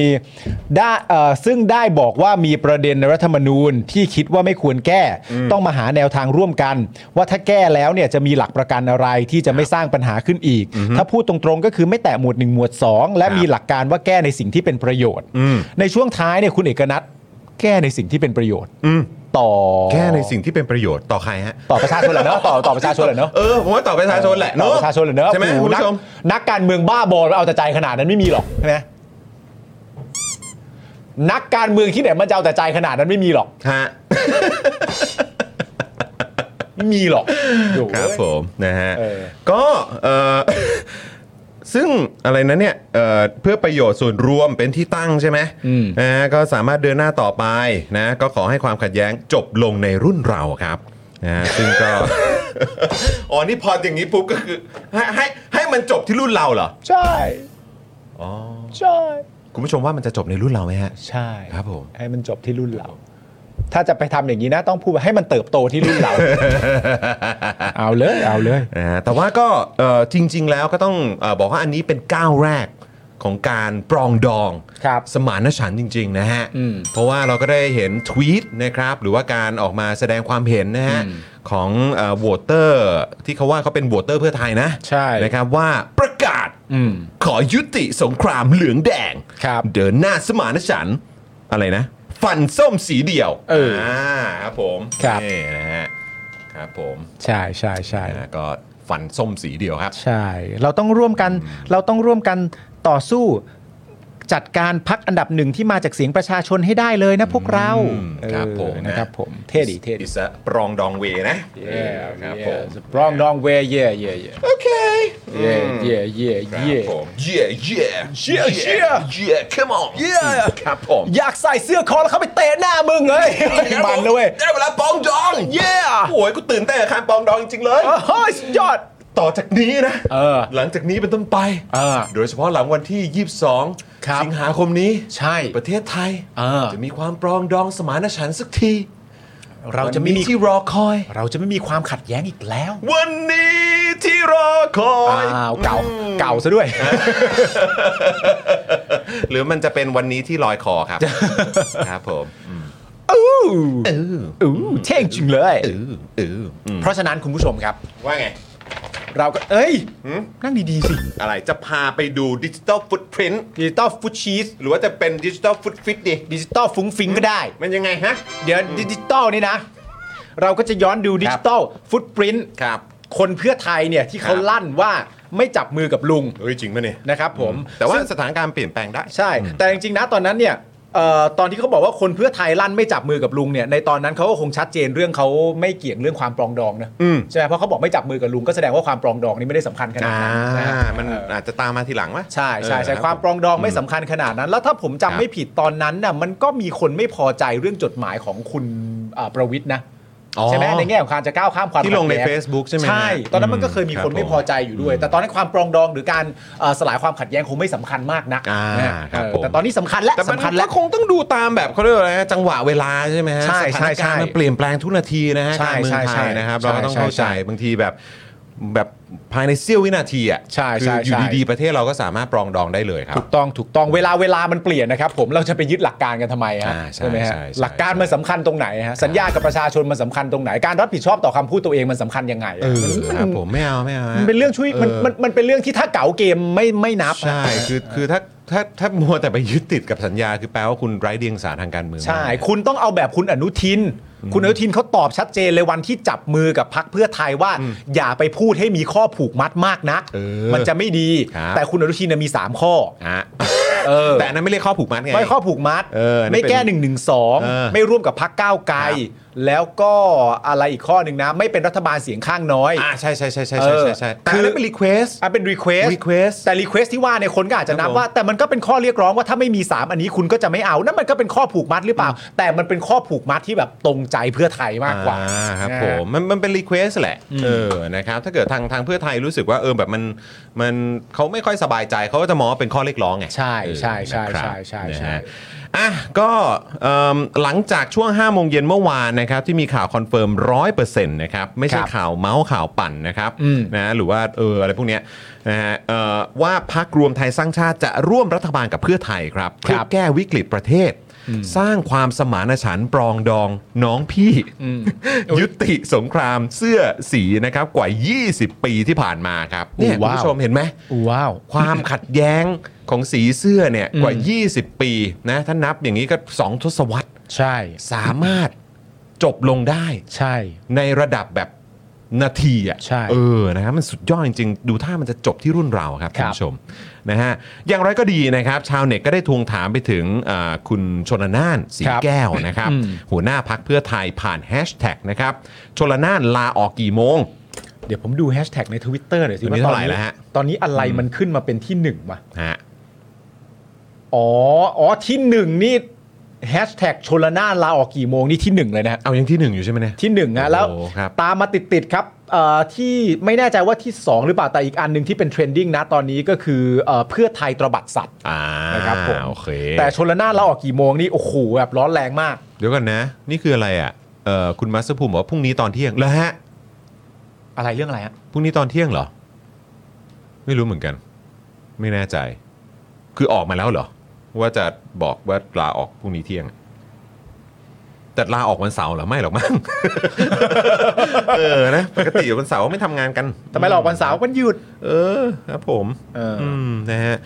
Speaker 2: ได้เอ่อซึ่งได้บอกว่ามีประเด็นในรัฐธรรมนูญที่คิดว่าไม่ควรแก้ ต้องมาหาแนวทางร่วมกัน ว่าถ้าแก้แล้วเนี่ยจะมีหลักประกันอะไรที่จะไม่สร้างปัญหาขึ้นอีก ถ้าพูดตรงๆก็คือไม่แตะหมวดหนึ่งหมวดสองและ
Speaker 1: ครับ
Speaker 2: มีหลักการว่าแก้ในสิ่งที่เป็นประโยชน์
Speaker 1: อืม
Speaker 2: ในช่วงท้ายเนี่ยคุณเอกนัทแก้ในสิ่งที่เป็นประโยชน์
Speaker 1: อืม
Speaker 2: ต่อ
Speaker 1: แก้ในสิ่งที่เป็นประโยชน์ต่อใครฮะ
Speaker 2: ต่อประชาชนเหรอเนาะต่อต่อประชาชนเหรอเนาะ
Speaker 1: เออผมว่าต่อประชาชนแหละเน
Speaker 2: ต่อ
Speaker 1: อะ
Speaker 2: ประชาชนเลยเนอะ
Speaker 1: ใช่ไหม
Speaker 2: โอ้โ
Speaker 1: คุณผู้ชม
Speaker 2: นักนักการเมืองบ้าบอแล้วเอาแต่ใจขนาดนั้นไม่มีหรอกใช่ไหมนักการเมืองที่ไหนมันจะเอาแต่ใจขนาดนั้นไม่มีหรอก
Speaker 1: ฮะ
Speaker 2: ไม่มีหรอกโอ้โห
Speaker 1: ครับผมนะฮะ
Speaker 2: เออ
Speaker 1: ก็เออ ซึ่งอะไรนะเนี่ยเอ่อเพื่อประโยชน์ส่วนรวมเป็นที่ตั้งใช่ไหมนะฮะก็สามารถเดินหน้าต่อไปนะก็ขอให้ความขัดแย้งจบลงในรุ่นเราครับนะฮะซึ่งก็ อ๋อนี่พออย่างนี้ปุ๊บก็คือให้ให้ให้มันจบที่รุ่นเราเหรอ
Speaker 2: ใช่
Speaker 1: อ๋อ
Speaker 2: ใช่
Speaker 1: คุณผู้ชมว่ามันจะจบในรุ่นเราไหมฮะ
Speaker 2: ใช่
Speaker 1: ครับผม
Speaker 2: ให้มันจบที่รุ่นเรา ถ้าจะไปทำอย่างนี้นะ ต้องพูดว่าให้มันเติบโตที่รุ่น เรา เอาเลยเอาเลย
Speaker 1: นะฮะแต่ว่าก็เอ่อจริง ๆ แล้วก็ต้องเออบอกว่าอันนี้เป็นก้าวแรกของการปรองดอง
Speaker 2: ครับ
Speaker 1: สมานฉันท์จริง ๆ นะฮะ
Speaker 2: อืม
Speaker 1: เพราะว่าเราก็ได้เห็นทวีตนะครับ หรือว่าการออกมาแสดงความเห็นนะฮะ ของโหวตเตอร์ที่เขาว่าเขาเป็นโหวตเตอร์เพื่อไทยนะ
Speaker 2: ใช่
Speaker 1: นะครับว่าประกาศ
Speaker 2: อืม
Speaker 1: ขอยุติสงครามเหลืองแดง
Speaker 2: ครับ
Speaker 1: เดินหน้าสมานฉันท์อะไรนะ ฟันส้มสีเดียว
Speaker 2: เออ
Speaker 1: อ่าครับผม
Speaker 2: ครับ
Speaker 1: นี่นะฮะครับผม
Speaker 2: ใช่ใช่ใช่
Speaker 1: นะก็ฟันส้มสีเดียวครับ
Speaker 2: ใช่ เราต้องร่วมกัน เราต้องร่วมกันต่อสู้ จัดการพักอันดับหนึ่งที่มาจากเสียงประชาชนให้ได้เลยนะพวกเรา
Speaker 1: อืมครับผม
Speaker 2: เออนะครับผมเท่ดีเท่ดี
Speaker 1: อิสระปรองดองเวนะครับผม
Speaker 2: strong long way yeah yeah yeah
Speaker 1: โอเค
Speaker 2: yeah yeah yeah
Speaker 1: ครับ
Speaker 2: yeah
Speaker 1: ผม yeah yeah
Speaker 2: Yeah, yeah.
Speaker 1: yeah come on
Speaker 2: Yeah.
Speaker 1: ครับผม
Speaker 2: อยากใส่เสื้อคอแล้วเข้าไปเตะหน้ามึงเลย มันนะเว้ย
Speaker 1: ได้เวลาปรองดอง
Speaker 2: yeah
Speaker 1: โอ้ยกูตื่นเต้นกับการปรองดองจริงๆเลย
Speaker 2: เออเฮ้ยสุดยอด
Speaker 1: ต่อจากนี้นะ
Speaker 2: เออ
Speaker 1: หลังจากนี้เป็นต้นไป
Speaker 2: เออ
Speaker 1: โดยเฉพาะหลังวันที่
Speaker 2: ครับ
Speaker 1: 22 สิงหาคมนี้
Speaker 2: ใช่
Speaker 1: ประเทศไทย
Speaker 2: เออ
Speaker 1: จะมีความปรองดองสมานฉันท์สักที
Speaker 2: เราจะไม่
Speaker 1: วัน
Speaker 2: มี
Speaker 1: นี้ที่รอคอย
Speaker 2: เราจะไม่มีความขัดแย้งอีกแล้ว
Speaker 1: วันนี้ที่รอคอย
Speaker 2: อ้าวเก่าเก่าซะด้วย
Speaker 1: หรือมันจะเป็นวันนี้ที่ลอยคอ ครับ ครับผม
Speaker 2: อู้อู้เท่งจริงเลย
Speaker 1: เอออืม
Speaker 2: เพราะฉะนั้นคุณผู้ชมครับ
Speaker 1: ว่าไง
Speaker 2: เราก็ เอ้ย นั่งดีๆสิ
Speaker 1: อะไรจะพาไปดูดิจิ t a ลฟุตพิ้น
Speaker 2: ดิจิตอลฟุตชีส
Speaker 1: หรือว่าจะเป็นดิจิ t a ลฟุตฟิตดี
Speaker 2: ดิจิตอลฟุ้งฟิงก็ได้
Speaker 1: มันยังไงฮะ
Speaker 2: เดี๋ยวดิจิตอลนี่นะ เราก็จะย้อนดูดิจิตอลฟุตปรินต์
Speaker 1: ครับ
Speaker 2: คนเพื่อไทยเนี่ยที่เขา
Speaker 1: ครับ
Speaker 2: ลั่นว่าไม่จับมือกับลุง
Speaker 1: เฮ้ยจริงป่ะเนี่ย
Speaker 2: นะครับผม
Speaker 1: แต่ว่า
Speaker 2: ซึ่ง
Speaker 1: สถานการณ์เปลี่ยนแปลงได้
Speaker 2: ใช่ แต่จริงๆนะตอนนั้นเนี่ยเอ่อตอนที่เขาบอกว่าคนเพื่อไทยลั่นไม่จับมือกับลุงเนี่ยในตอนนั้นเขาก็คงชัดเจนเรื่องเขาไม่เกี่ยงเรื่องความปรองดองนะ
Speaker 1: อืม
Speaker 2: ใช่ไหมเพราะเขาบอกไม่จับมือกับลุงก็แสดงว่าความปรองดองนี่ไม่ได้สำคัญขนาด
Speaker 1: อ่า
Speaker 2: นั้นนะ
Speaker 1: มัน
Speaker 2: เออ
Speaker 1: อาจจะตามมาทีหลังไหม
Speaker 2: ใช่ใช่ใช่
Speaker 1: เออ
Speaker 2: ความปรองดองไม่สำคัญขนาดนั้น แล้วถ้าผมจำ
Speaker 1: ครับ
Speaker 2: ไม่ผิดตอนนั้นน่ะมันก็มีคนไม่พอใจเรื่องจดหมายของคุณอ่าประวิทย์นะ
Speaker 1: อ๋อ
Speaker 2: ใช่ไหมในแง่ของการจะก้าวข้ามความ
Speaker 1: ที่ลงใน
Speaker 2: ขัดแย้
Speaker 1: Facebook ใช่ไหม
Speaker 2: ใช่ ตอนนั้นมันก็เคยมี
Speaker 1: รับ
Speaker 2: คนไม่
Speaker 1: ผ
Speaker 2: พอใจอยู่ด้วย แต่ตอนนั้นความปรองดองหรือการเอ่อสลายความขัดแย้งคงไม่สำคัญมากนัก
Speaker 1: อ่า
Speaker 2: นะครับ เออ
Speaker 1: ผม
Speaker 2: แต่ตอนนี้สำคัญและ
Speaker 1: แต่มั
Speaker 2: สำคัญ
Speaker 1: น
Speaker 2: แล้
Speaker 1: ก็
Speaker 2: ว
Speaker 1: คงต้องดูตามแบบเขาเรียกว่าอะไรนะจังหวะเวลาใช่ไหมฮะ
Speaker 2: ใช่
Speaker 1: ส
Speaker 2: ใช่
Speaker 1: ถานการณ์
Speaker 2: ใช่
Speaker 1: มันเปลี่ยนแปลงทุกนาทีนะฮะ
Speaker 2: ใช่
Speaker 1: การเมือง
Speaker 2: ใช่
Speaker 1: ไท
Speaker 2: ใช่
Speaker 1: ยนะครับ
Speaker 2: ใช่
Speaker 1: เราก็ต้องเข้าใจ
Speaker 2: ใช่ใช่
Speaker 1: บางทีแบบแบบภายในเสี้ยววินาทีอ่ะ
Speaker 2: ใช่
Speaker 1: คื
Speaker 2: ใช่
Speaker 1: ออยู่
Speaker 2: ใช่
Speaker 1: ดีๆประเทศเราก็สามารถปรองดองได้เลยครับ
Speaker 2: ถูกต้องถูกต้องเวลาเวลามันเปลี่ยนนะครับผมเราจะไปยึดหลักการกันทำไมฮะ
Speaker 1: อ่าใช่
Speaker 2: ไหมฮะ
Speaker 1: ใช่ใช่
Speaker 2: หลักการมันสำคัญตรงไหนฮะสัญญากับประชาชนมันสำคัญตรงไหนการรับผิดชอบต่อคำพูดตัวเองมันสำคัญยังไง
Speaker 1: เอ
Speaker 2: อะ
Speaker 1: อครับผมไม่เอาไม่เอา
Speaker 2: มั
Speaker 1: ฮะ
Speaker 2: นเป็นเรื่องช่วยมันมันมันเป็นเรื่องที่ถ้าเก๋าเกมไม่ไม่นับ
Speaker 1: ใช่คือคือถ้าถ้าถ้ามัวแต่ไปยึดติดกับสัญญา คือแปลว่าคุณไร้เดียงสาทางการเมือง
Speaker 2: ใช่
Speaker 1: มาก
Speaker 2: คุณต้องเอาแบบคุณอนุทิน คุณอนุทินเขาตอบชัดเจนเลยวันที่จับมือกับพักเพื่อไทยว่า อย่าไปพูดให้มีข้อผูกมัดมากนัก
Speaker 1: เออ
Speaker 2: มันจะไม่ดี
Speaker 1: ครับ
Speaker 2: แต่คุณอนุทินนะมี 3 ข้อ
Speaker 1: อ่ะ
Speaker 2: เออ
Speaker 1: แต่อันนั้นไม่เรียกข้อผูกมัดไง
Speaker 2: ไม่ข้อผูกมัด
Speaker 1: เออนั่นเป็น
Speaker 2: ไม่แก้หนึ่งหนึ่งสอง
Speaker 1: เออ
Speaker 2: ไม่ร่วมกับพักก้าวไกล
Speaker 1: ครับ
Speaker 2: แล้วก็อะไรอีกข้อหนึ่งนะ ไม่เป็นรัฐบาลเสียงข้างน้อย
Speaker 1: อ่ะใช่ใช่ใช่ใช่ใช่ใช่ใช่
Speaker 2: เออ
Speaker 1: แต่อันนั้นเป็นรีเควส
Speaker 2: อ่ะเป็นรีเควส
Speaker 1: request
Speaker 2: แต่รีเควสที่ว่าเนี่ยคนก็อาจจะ
Speaker 1: ค
Speaker 2: นั
Speaker 1: รับ บผม
Speaker 2: ว่า แต่มันก็เป็นข้อเรียกร้องว่าถ้าไม่มี 3 อันนี้คุณก็จะไม่เอานั่นมันก็เป็นข้อผูกมัดหรือเปล่า แต่มันเป็นข้อผูกมัดที่แบบตรงใจเพื่อไทยมากกว่า
Speaker 1: ครับผมมันมันเป็นรีเควสแหละเออนะครับถ้าเกิดทางทางเพื่อไทยรู้สึกว่าเออแบบมันมันเขาไม่ค่อยสบายใจเขาก็จะมองว่าเป็นข้อเรียกร้องไง
Speaker 2: ใช่ใช่ใช่
Speaker 1: เออนะครับ
Speaker 2: ใช่ใช่ใช่
Speaker 1: นะฮะอ่ะก็เอิ่มหลังจากช่วง5โมงเย็นเมื่อวานนะครับที่มีข่าวคอนเฟิร์ม 100%นะครับไม่ใช่ข่าวเมาส์ข่าวปั่นนะครับนะหรือว่าเอออะไรพวกเนี้ยนะฮะเอ่อว่าพักรวมไทยสร้างชาติจะร่วมรัฐบาลกับเพื่อไทยครับเพื่อแก้วิกฤตประเทศ สร้างความสมานฉันท์ปรองดองน้องพี่ ยุติสงครามเสื้อสีนะครับกว่า 20 ปีที่ผ่านมาครับเนี่ยคุณผู้ชมเห็นไหม
Speaker 2: ว้าว
Speaker 1: ความขัดแย้งของสีเสื้อเนี่ยกว่า 20 ปีนะถ้านับอย่างนี้ก็ 2 ทศวรรษ
Speaker 2: ใช่
Speaker 1: สามารถจบลงได้
Speaker 2: ใช่
Speaker 1: ในระดับแบบนาทีอ่ะ
Speaker 2: ใช่
Speaker 1: เออนะครับมันสุดยอดจริงๆ ดูท่ามันจะจบที่รุ่นเราครับ
Speaker 2: ค
Speaker 1: คุ
Speaker 2: รั
Speaker 1: ณ
Speaker 2: บ
Speaker 1: ผู้ชมนะฮะอย่างไรก็ดีนะครับ ชาวเน็ตก็ได้ทวงถามไปถึงอ่าคุณชนละนานสีแก้วนะครับ หัวหน้าพักเพื่อไทยผ่านแฮชแท็กนะครับชนละนานลาออกกี่โมง
Speaker 2: เดี๋ยวผมดูแฮชแท็กใน Twitter หน่อยสิ
Speaker 1: วันนี้
Speaker 2: ว่าตอ
Speaker 1: เท่าไหร่
Speaker 2: น
Speaker 1: แล้ว
Speaker 2: นี้
Speaker 1: ฮะ
Speaker 2: ตอนนี้อะไรมันขึ้นมาเป็นที่หนึ่งวะ
Speaker 1: ฮะ
Speaker 2: อ๋ออ๋อที่หนึ่งนี่แฮชแท็กชลนานลาออกกี่โมงนี่ที่หนึ่งเลยนะฮะ
Speaker 1: เอายังที่หนึ่งอยู่ใช่ไหมเนี่ย
Speaker 2: ที่หนึ่งนะแล้ว
Speaker 1: โอ้ครับ
Speaker 2: ตามมาติดๆครับเอ่อที่ไม่แน่ใจว่าที่ 2 หรือเปล่า แต่อีกอันหนึ่งที่เป็นเทรนดิ้งนะตอนนี้ก็คือเอ่อเพื่อไทยตระบัดสัตว์
Speaker 1: อ่า
Speaker 2: นะครับผม
Speaker 1: โอเค
Speaker 2: แต่ชนละนานเราออกกี่โมงนี่โอ้โหแบบร้อนแรงมาก
Speaker 1: เดี๋ยวก่อนนะ นี่คืออะไรอ่ะเอ่อคุณมัสภูมิบอกว่าพรุ่งนี้ตอนเที่ยงแล้วฮะ
Speaker 2: อะไรเรื่องอะไรฮะ
Speaker 1: พรุ่งนี้ตอนเที่ยงเหรอ ไม่รู้เหมือนกัน ไม่แน่ใจ คือออกมาแล้วเหรอ ว่าจะบอกว่าลาออกพรุ่งนี้เที่ยง แต่ลาออกวันเสาร์เหรอไม่หรอกมั้ง เออนะปกติวันเสาร์ไม่ทำงานกัน
Speaker 2: ทำไมเราออกวันเสาร์วันหยุด
Speaker 1: เออครับผม
Speaker 2: เออ
Speaker 1: อืมนะฮะ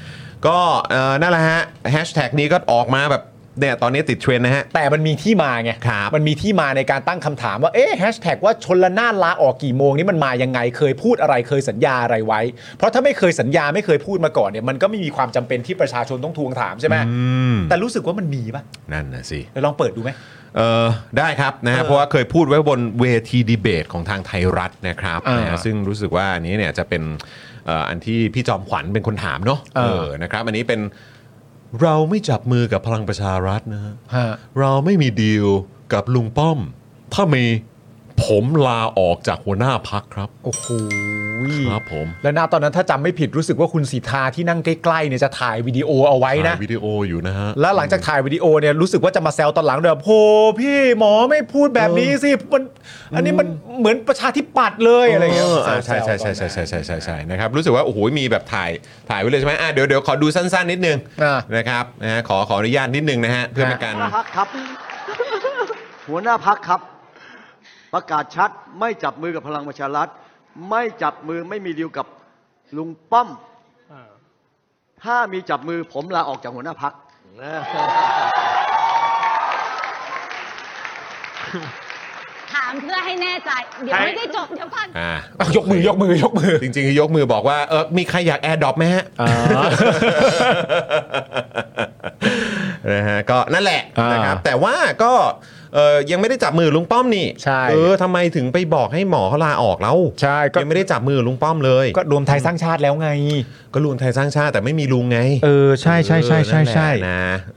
Speaker 1: ก็เอ่อนั่นแหละฮะแฮชแท็กนี้ก็ออกมาแบบเนี่ยตอนนี้ติดเทรนด์นะฮะ
Speaker 2: แต่มันมีที่มาไง
Speaker 1: ครับ
Speaker 2: มันมีที่มาในการตั้งคำถามว่าเอ๊ะแฮชแท็กว่าชนละนานลาออกกี่โมงนี่มันมายังไงเคยพูดอะไรเคยสัญญาอะไรไว้ เพราะถ้าไม่เคยสัญญาไม่เคยพูดมาก่อนเนี่ยมันก็ไม่มีความจำเป็นที่ประชาชนต้องทวงถามใช่ไหม
Speaker 1: อืม
Speaker 2: แต่รู้สึกว่ามันมีป่ะ
Speaker 1: นั่นนะสิ
Speaker 2: เดี๋ยวลองเปิดดูไหม
Speaker 1: เออได้ครับนะฮะเพราะว่าเคยพูดไว้บนเวทีดีเบตของทางไทยรัฐนะครับ
Speaker 2: อ่าน
Speaker 1: นะฮะซึ่งรู้สึกว่าอันนี้เนี่ยจะเป็นเอ่ออันที่พี่จอมขวัญเป็นคนถามเนาะ
Speaker 2: เออ
Speaker 1: นะครับ อันนี้เป็นเราไม่จับมือกับพลังประชารัฐนะฮะ
Speaker 2: ฮะ
Speaker 1: เราไม่มีดีลกับลุงป้อม ถ้ามีผมลาออกจากหัวหน้าพักครับ
Speaker 2: โอ้โห
Speaker 1: ครับผม
Speaker 2: แล้วนาตอนนั้นถ้าจำไม่ผิดรู้สึกว่าคุณสีทาที่นั่งใกล้ๆเนี่ยจะถ่ายวิดีโอเอาไว้นะ
Speaker 1: ถ่ายวิดีโออยู่นะฮะ
Speaker 2: แล้วหลังจากถ่ายวิดีโอเนี่ยรู้สึกว่าจะมาแซวตอนหลังเดี๋ยวโหพี่หมอไม่พูดแบบนี้สิมันอันนี้มันเหมือนประชาธิปัตย์เลยอะไรอย่างเงี้ย
Speaker 1: เอออ่าใช่ใช่ใช่ใช่ใช่ใช่ใช่ใช่นะครับรู้สึกว่าโอ้โหมีแบบถ่ายถ่ายไว้เลยใช่ไหมอ่ะเดี๋ยวเดี๋ยวขอดูสั้นๆนิดนึง
Speaker 2: อ่า
Speaker 1: นะครับนะฮะขอขออนุญาตนิดนึงนะฮะเพื่อเป็นการ
Speaker 5: หัวหน้าพักครับ หัวหน้าพักครับ ประกาศชัดไม่จับมือกับพลังประชารัฐ ไม่จับมือไม่มีดีลกับลุงป้อม ถ้ามีจับมือผมลาออกจากหัวหน้าพัก
Speaker 6: ถามเพื่อให้แน่ใจ เดี๋ยวไม่ได้จบเดี๋ยวก่อน
Speaker 1: อ่า
Speaker 2: อ่ะยกมือยกมือยกมือ
Speaker 1: จริงๆคือยกมือบอกว่าเออมีใครอยากแอร์ดรอปไหมฮะนะฮะก็นั่นแหละ
Speaker 2: อ่าน
Speaker 1: นะครับแต่ว่าก็ เออยังไม่ได้จับมือลุงป้อมนี่
Speaker 2: ใช่
Speaker 1: เออทำไมถึงไปบอกให้หมอเขาลาออกแล้ว
Speaker 2: ใช่ ก็
Speaker 1: ยังไม่ได้จับมือลุงป้อมเลย
Speaker 2: ก็รวมไทยสร้างชาติแล้วไง
Speaker 1: ก็รวมไทยสร้างชาติแต่ไม่มีลุงไง
Speaker 2: เออใช่ใช่ใช่ใช่ใช่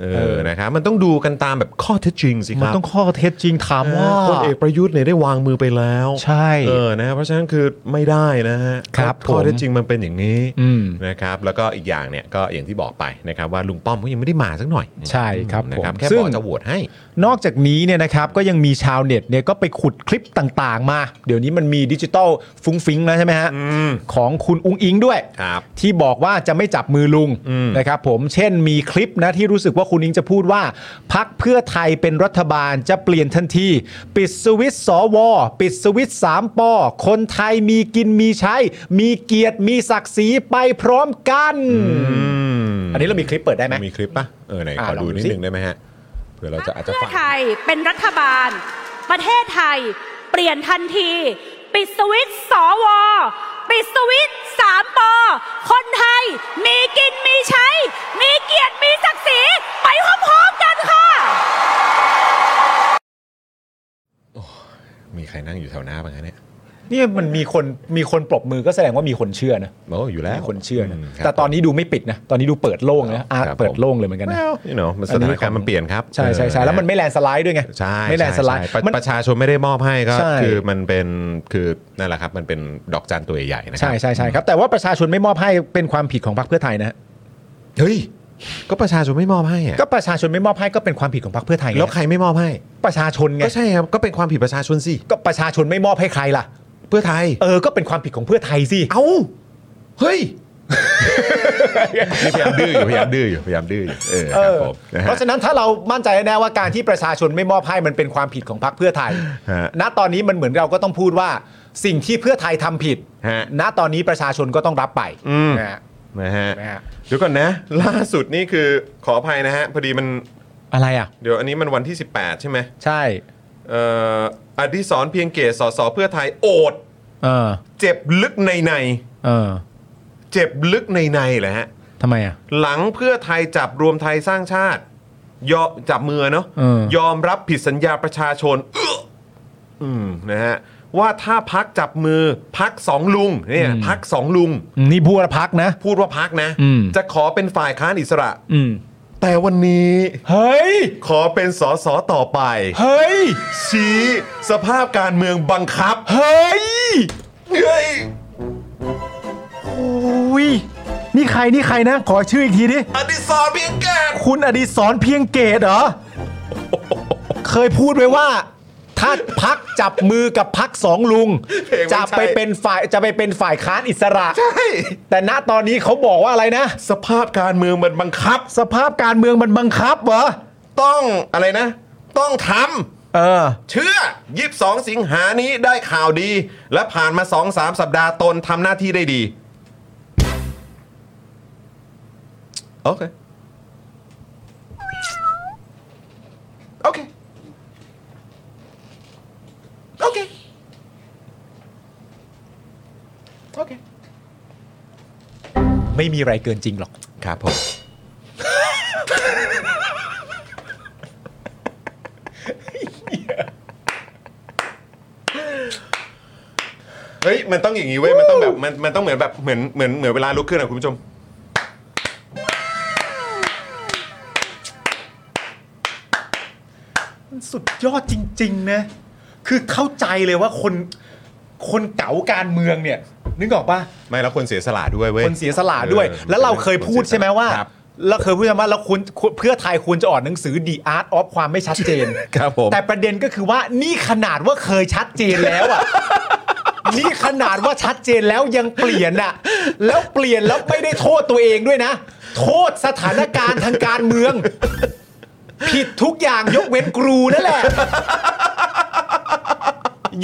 Speaker 1: เออนั่นแหละนะเออนะครับมันต้องดูกันตามแบบข้อเท็จจริงสิค
Speaker 2: มัน
Speaker 1: รับ
Speaker 2: ต้องข้อเท็จจริงถามว่า
Speaker 1: พลเอกประยุทธ์เนี่ยได้วางมือไปแล้ว
Speaker 2: ใช่
Speaker 1: เออนะฮะเพราะฉะนั้นคือไม่ได้นะฮะ
Speaker 2: ครับ
Speaker 1: ข้อ
Speaker 2: ผม
Speaker 1: เท็จจริงมันเป็นอย่างนี้
Speaker 2: อืม
Speaker 1: นะครับแล้วก็อีกอย่างเนี่ยก็อย่างที่บอกไปนะครับว่าลุงป้อมก็ยังไม่ได้มาสักหน่อย
Speaker 2: ใช่ครับ
Speaker 1: นะ
Speaker 2: ผม
Speaker 1: แค่
Speaker 2: ซึ่
Speaker 1: บ
Speaker 2: ง
Speaker 1: อกจะโหวตให้
Speaker 2: นอกจากนี้เนี่ยนะครับก็ยังมีชาวเน็ตเนี่ยก็ไปขุดคลิปต่างๆ มา เดี๋ยวนี้มันมีดิจิตอลฟุ้งฟิ้งแล้วใช่ไหมฮะ
Speaker 1: ม
Speaker 2: ของคุณอุ้งอิงด้วย
Speaker 1: ครับ
Speaker 2: ที่บอกว่าจะไม่จับมือลุง
Speaker 1: อืม
Speaker 2: นะครับผมเช่นมีคลิปนะที่รู้สึกว่าคุณอิงจะพูดว่าพักเพื่อไทยเป็นรัฐบาลจะเปลี่ยนทันที ปิดสวิตสวปิดสวิตสามปอคนไทยมีกินมีใช้ มีเกียรติมีศักดิ์ศรีไปพร้อมกัน อันนี้เรามีคลิปเปิดได้ไหม
Speaker 1: มีคลิปปะเออไหน
Speaker 2: อ่ะ
Speaker 1: ขอดู
Speaker 2: ลองดู
Speaker 1: นิด
Speaker 2: สิ
Speaker 1: นึงได้ไหมฮะเผื่อเราจะอาจจะ
Speaker 7: เพื่
Speaker 1: ฟั
Speaker 7: อง ไทยเป็นรัฐบาล ประเทศไทย เปลี่ยนทันที ปิดสวิตช์สว ปิดสวิตช์สามปอคนไทย มีกินมีใช้ มีเกียรติมีศักดิ์ศรีไปพร้อมๆกันค่ะ
Speaker 1: มีใครนั่งอยู่แถวหน้าบ้างฮะเนี่ย
Speaker 2: นี่มันมีคนมีคนปรบมือก็แสดงว่ามีคนเชื่อนะ
Speaker 1: โอ้อยู่แล้ว
Speaker 2: มีคนเชื่อนะ
Speaker 1: มครับ
Speaker 2: แต่ตอนนี้ดูไม่ปิดนะ ตอนนี้ดูเปิดโล่งนะอ่ะ
Speaker 1: ครับผม
Speaker 2: เปิดโล่งเลยเหมือนกันนะ
Speaker 1: Well, you know มันสถานการณ์มันเปลี่ยนครับ
Speaker 2: ใช่ใช่ใช่
Speaker 1: เออ
Speaker 2: แล้วมันไม่แลนด์สไลด์ด้วยไง
Speaker 1: ใช่
Speaker 2: ไม่แลนด์สไลด์
Speaker 1: ใช่ใช่ปะ
Speaker 2: มัน
Speaker 1: ประชาชนไม่ได้มอบให้ก็
Speaker 2: ใช่
Speaker 1: คือมันเป็นคือนั่นแหละครับมันเป็นดอกจันตัวใหญ่ๆนะครั
Speaker 2: ใช่ใช่ใช่ครับแต่ว่าประชาชนไม่มอบให้เป็นความผิดของพรรคเพื่อไทยนะฮะ
Speaker 1: เฮ้ยก็ประชาชนไม่มอบให้อะ
Speaker 2: ก็ประชาชนไม่มอบให้ก็เป็นความผิดของพรรคเพื่อไทยไง
Speaker 1: แล้วใครไม่มอบให้
Speaker 2: ประชาชนไง
Speaker 1: ก็ใช่ครับก็เป็นความผิดประชาชนสิ
Speaker 2: ก็ประชาชนไม่มอบให้ใครล่ะ
Speaker 1: เพื่อไทย
Speaker 2: เออก็เป็นความผิดของเพื่อไทยสิ
Speaker 1: เอ้าเฮ้ยนี่พยายามดื้ออยู่พยายามดื้ออยู่พยายามดื้ออยู่เออค
Speaker 2: เอ
Speaker 1: รับ
Speaker 2: อ
Speaker 1: ผมนะฮะ
Speaker 2: เพราะฉะนั้นถ้าเรามั่นใจแน่ว่าการที่ประชาชนไม่มอบให้มันเป็นความผิดของพรรคเพื่อไทย
Speaker 1: ฮะ
Speaker 2: ณ ตอนนี้มันเหมือนเราก็ต้องพูดว่าสิ่งที่เพื่อไทยทำผิด
Speaker 1: ฮะ
Speaker 2: ณ ตอนนี้ประชาชนก็ต้องรับไป
Speaker 1: อืม
Speaker 2: นะฮะ
Speaker 1: นะฮะ
Speaker 2: นะฮะ
Speaker 1: เดี๋ยวก่อนนะ ล่าสุดนี่คือขออภัยนะฮะ พอดีมัน
Speaker 2: อะไรอ่ะ
Speaker 1: เดี๋ยวอันนี้มันวันที่ 18 ใช่ไหม
Speaker 2: ใช่
Speaker 1: เอ่ออดิศรเพียงเกตสสเพื่อไทยโอด
Speaker 2: เออ
Speaker 1: เจ็บลึกในใน
Speaker 2: เออ
Speaker 1: เจ็บลึกในในแหละฮะ
Speaker 2: ทำไมอ่ะ
Speaker 1: หลังเพื่อไทยจับรวมไทยสร้างชาติ ยอมจับมือเนาะ
Speaker 2: เออ
Speaker 1: ยอมรับผิดสัญญาประชาชนเอื้ออืมนะฮะ ว่าถ้าพักจับมือพักสองลุงเนี่ยพักสองลุง
Speaker 2: อืมนี่พูดว่าพักนะ
Speaker 1: พูดว่าพักนะ
Speaker 2: อืม
Speaker 1: จะขอเป็นฝ่ายค้านอิสระ
Speaker 2: อืม
Speaker 1: แต่วันนี้
Speaker 2: เฮ้ย
Speaker 1: ขอเป็นสสต่อไป
Speaker 2: เฮ้ย
Speaker 1: ชี้สภาพการเมืองบังคับ
Speaker 2: เฮ้ย
Speaker 1: เฮ้ย
Speaker 2: อุ้ยนี่ใครนี่ใครนะ ขอชื่ออีกทีดิ
Speaker 1: อดิศรเพียงแกน
Speaker 2: คุณอดีศรเพียงเกตเหรอ เคยพูดไว้ว่า ถ้าพักจับมือกับพักสองลุง จะไปเป็นฝ่ายจะไปเป็นฝ่ายค้านอิสระ
Speaker 1: เฮ้ย
Speaker 2: แต่ณตอนนี้เขาบอกว่าอะไรนะ
Speaker 1: สภาพการเมืองมันบังคับ
Speaker 2: สภาพการเมืองมันบังคับเหรอ
Speaker 1: ต้องอะไรนะ ต้องท
Speaker 2: เออ
Speaker 1: ำเชื่อ 22 สิงหานี้ได้ข่าวดี และผ่านมา 2-3 สัปดาห์ตนทำหน้าที่ได้ดี โอเค โอเค โอเค โอเค
Speaker 2: ไม่มีอะไรเกินจริงหรอก
Speaker 1: ครับผม เฮ้ย มันต้องอย่างนี้เว้ย มันต้องแบบ มันมันต้องเหมือนแบบเหมือนเหมือนเหมือนเวลาลุกขึ้นอะคุณผู้ชม
Speaker 2: สุดยอดจริง ๆ นะ คือเข้าใจเลยว่าคนคนเก๋าการเมืองเนี่ย นึกออกปะ
Speaker 1: ไม่แล้วคนเสียสละด้วยเว้ย
Speaker 2: คนเสียสละด้วย
Speaker 1: เออ
Speaker 2: แล้วเราเคยพูดใช่ไหมว่า
Speaker 1: ครับ
Speaker 2: เราเคยพูดใช่ไหมว่าเราควรเพื่อไทยควรจะออกหนังสือ The Art of ความไม่ชัดเจน
Speaker 1: ครับผม
Speaker 2: แต่ประเด็นก็คือว่านี่ขนาดว่าเคยชัดเจนแล้ว อ่ะ นี่ขนาดว่าชัดเจนแล้วยังเปลี่ยนอ่ะ แล้วเปลี่ยนแล้วไม่ได้โทษตัวเองด้วยนะ โทษสถานการณ์ทางการเมือง ผิดทุกอย่างยกเว้นกรูนั่นแหละ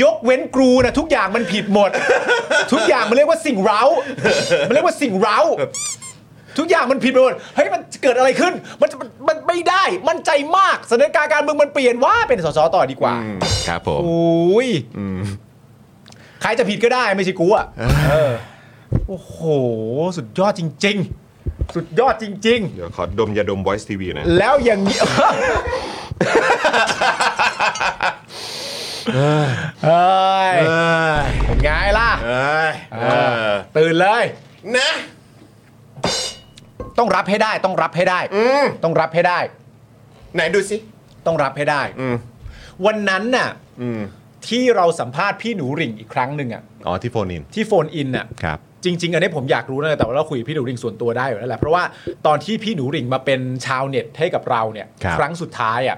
Speaker 2: ยกเว้นกรูนะทุกอย่างมันผิดหมด ทุกอย่างมันเรียกว่าสิ่งเร้า มันเรียกว่าสิ่งเร้า ทุกอย่างมันผิดไปหมดเฮ้ยมันเกิดอะไรขึ้น มันมันมันไม่ได้ มันใจมากสถานการณ์การเมืองมันเปลี่ยนว่าเป็นสสต่อดีกว่า
Speaker 1: อืมครับผม
Speaker 2: โอ้ยใครจะผิดก็ได้ไม่ใช่กูอ่ะเออโอ้โห สุดยอดจริง ๆ สุดยอดจริง
Speaker 1: เดี๋ยวขอดมยาดม Voice TV หนะ
Speaker 2: ๆ แล้วอย่างนี้ เอ้ยเป็นไงล่ะ
Speaker 8: เอ้ยเออ
Speaker 2: ตื่นเลย
Speaker 8: นะ
Speaker 2: ต้องรับให้ได้ต้องรับให้ได้
Speaker 8: อืม
Speaker 2: ต้องรับให้ได้
Speaker 8: ไหนดูสิ
Speaker 2: ต้องรับให้ได้
Speaker 8: อืม
Speaker 2: วันนั้นน่ะ
Speaker 8: อืม
Speaker 2: ที่เราสัมภาษณ์พี่หนูหริ่งอีกครั้งหนึ่งอ่ะ
Speaker 1: อ๋อที่โฟนอิน
Speaker 2: ที่โฟนอินอ่ะ
Speaker 1: ครับ
Speaker 2: จริง ๆ อันนี้ผมอยากรู้นะแต่ว่าเราคุยกับพี่หนูหริงส่วนตัวได้อยู่แล้วแหละเพราะว่าตอนที่พี่หนูหริงมาเป็นชาวเน็ตให้กับเราเนี่ย
Speaker 1: ครับ
Speaker 2: งสุดท้ายอ่ะ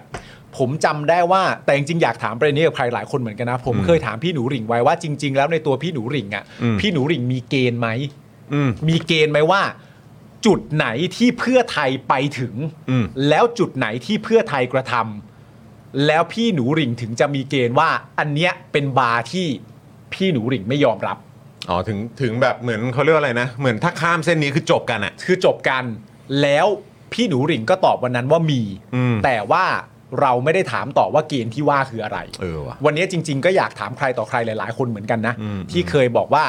Speaker 2: ผมจำได้ว่าแต่จริงๆอยากถามประเด็นนี้กับใครหลายคนเหมือนกันนะผมเคยถามพี่หนูหริงไว้ว่าจริง ๆ แล้วในตัวพี่หนูหริงอ่ะพี่หนูหริงมีเกณฑ์ไหม
Speaker 1: อืม
Speaker 2: มีเกณฑ์ไหมว่า จุดไหนที่เพื่อไทยไปถึง
Speaker 1: อืม
Speaker 2: แล้วจุดไหนที่เพื่อไทยกระทำแล้วพี่หนูหริงถึงจะมีเกณฑ์ว่า อันเนี้ยเป็นบาร์ที่พี่หนูหริงไม่ยอมรับ
Speaker 1: อ๋อถึงถึงแบบเหมือนเขาเรียกว่าอะไรนะ เหมือนถ้าข้ามเส้นนี้คือจบกันอ่ะ
Speaker 2: คือจบกันแล้วพี่หนูหริ่งก็ตอบวันนั้นว่ามี
Speaker 1: อืม
Speaker 2: แต่ว่าเราไม่ได้ถามต่อว่าเกณฑ์ที่ว่าคืออะไร
Speaker 1: เออว่ะ
Speaker 2: วันนี้จริง ๆ ก็อยากถามใครต่อใครหลาย ๆ คนเหมือนกันนะ
Speaker 1: อืม
Speaker 2: ที่เคยบอกว่า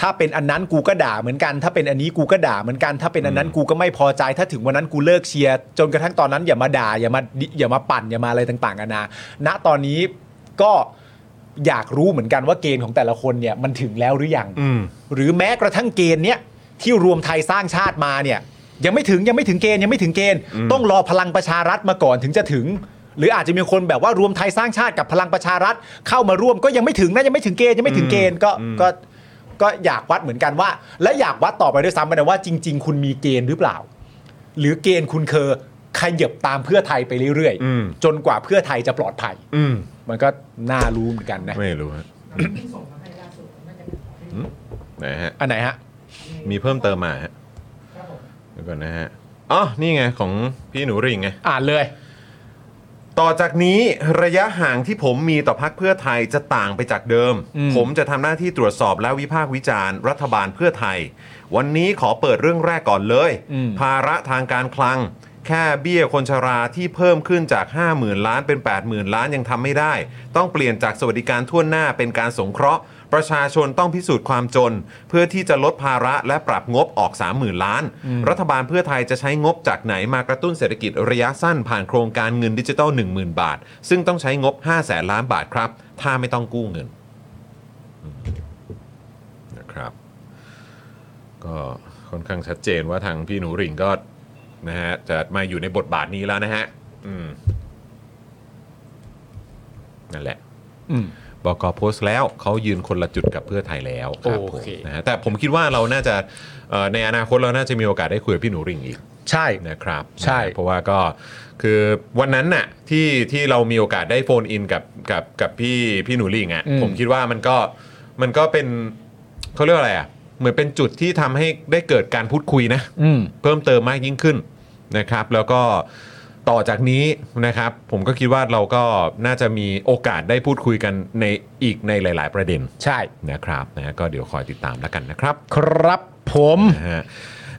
Speaker 2: ถ้าเป็นอันนั้นกูก็ด่าเหมือนกัน ถ้าเป็นอันนี้กูก็ด่าเหมือนกัน ถ้าเป็นอันนั้นกูก็ไม่พอใจ ถ้าถึงวันนั้นกูเลิกเชียร์จนกระทั่งตอนนั้นอย่ามาด่าอย่ามาอย่ามาปั่นอย่ามาอะไรต่างๆกันานะณตอนนี้ก็อยากรู้เหมือนกันว่าเกณฑ์ของแต่ละคนเนี่ยมันถึงแล้วหรือยัง
Speaker 1: อืม
Speaker 2: หรือแม้กระทั่งเกณฑ์เนี้ยที่รวมไทยสร้างชาติมาเนี่ยยังไม่ถึงยังไม่ถึงเกณฑ์ยังไม่ถึงเกณฑ์ ต้องรอพลังประชารัฐมาก่อนถึงจะถึง หรืออาจจะมีคนแบบว่ารวมไทยสร้างชาติกับพลังประชารัฐ เข้ามาร่วมก็ยังไม่ถึงนะยังไม่ถึงเกณฑ์ยังไม่ถึงเกณฑ์ก็ก็ก็อยากวัดเหมือนกันว่า และอยากวัดต่อไปด้วยซ้ำนะว่าจริง ๆ คุณมีเกณฑ์หรือเปล่า หรือเกณฑ์คุณเคยขยับตามเพื่อไทยไปเรื่อย
Speaker 1: อืม
Speaker 2: จนกว่าเพื่อไทยจะปลอดภัย
Speaker 1: อืม
Speaker 2: มันก็น่ารู้เหมือนกันนะ
Speaker 1: ไม่รู้ฮะอืม ไหนฮะ
Speaker 2: อันไหนฮะ
Speaker 1: มีเพิ่มเติมมาฮะเดี๋ยวก่อนนะฮะอ๋อนี่ไงของพี่หนูริ่งไง
Speaker 2: อ่านเลย
Speaker 1: ต่อจากนี้ระยะห่างที่ผมมีต่อพักเพื่อไทยจะต่างไปจากเดิม
Speaker 2: อืม
Speaker 1: ผมจะทำหน้าที่ตรวจสอบและวิพากษ์วิจารณ์รัฐบาลเพื่อไทย วันนี้ขอเปิดเรื่องแรกก่อนเลย ภาระทางการคลัง แค่เบี้ยคนชราที่เพิ่มขึ้นจาก 50,000 ล้านเป็น 80,000 ล้านยังทำไม่ได้ ต้องเปลี่ยนจากสวัสดิการทั่วหน้าเป็นการสงเคราะห์ ประชาชนต้องพิสูจน์ความจน เพื่อที่จะลดภาระและปรับงบออก 30,000 ล้าน รัฐบาลเพื่อไทยจะใช้งบจากไหนมากระตุ้นเศรษฐกิจระยะสั้นผ่านโครงการเงินดิจิทัล10,000 บาท ซึ่งต้องใช้งบ 5 0 0แสนล้านบาทครับ ถ้าไม่ต้องกู้เงินอืมนะครับ ก็ค่อนข้างชัดเจนว่าทางพี่หนูหริ่งก็นะฮะจะมาอยู่ในบทบาทนี้แล้วนะฮะอืมนั่นแหละ
Speaker 2: อืม
Speaker 1: บกโพสต์แล้วเขายืนคนละจุดกับเพื่อไทยแล้วครับผม
Speaker 2: โอเค
Speaker 1: นะฮะแต่ผมคิดว่าเราน่าจะเอ่อในอนาคตเราน่าจะมีโอกาสได้คุยกับพี่หนูริ่งอีก
Speaker 2: ใช่
Speaker 1: นะครับ
Speaker 2: ใช่
Speaker 1: นะฮะเพราะว่าก็คือวันนั้นน่ะที่ที่เรามีโอกาสได้โฟนอินกับกับกับพี่พี่หนูริ่งอ่ะผมคิดว่ามันก็มันก็เป็นเขาเรียกว่าอะไรอ่ะเหมือนเป็นจุดที่ทำให้ได้เกิดการพูดคุยนะ
Speaker 2: อืม
Speaker 1: เพิ่มเติมมากยิ่งขึ้นนะครับ แล้วก็ต่อจากนี้นะครับ ผมก็คิดว่าเราก็น่าจะมีโอกาสได้พูดคุยกันในอีกในหลาย ๆ ประเด็น
Speaker 2: ใช่
Speaker 1: นะครับนะก็เดี๋ยวคอยติดตามแล้วกันนะครับ
Speaker 2: ครับผม
Speaker 1: นะฮะ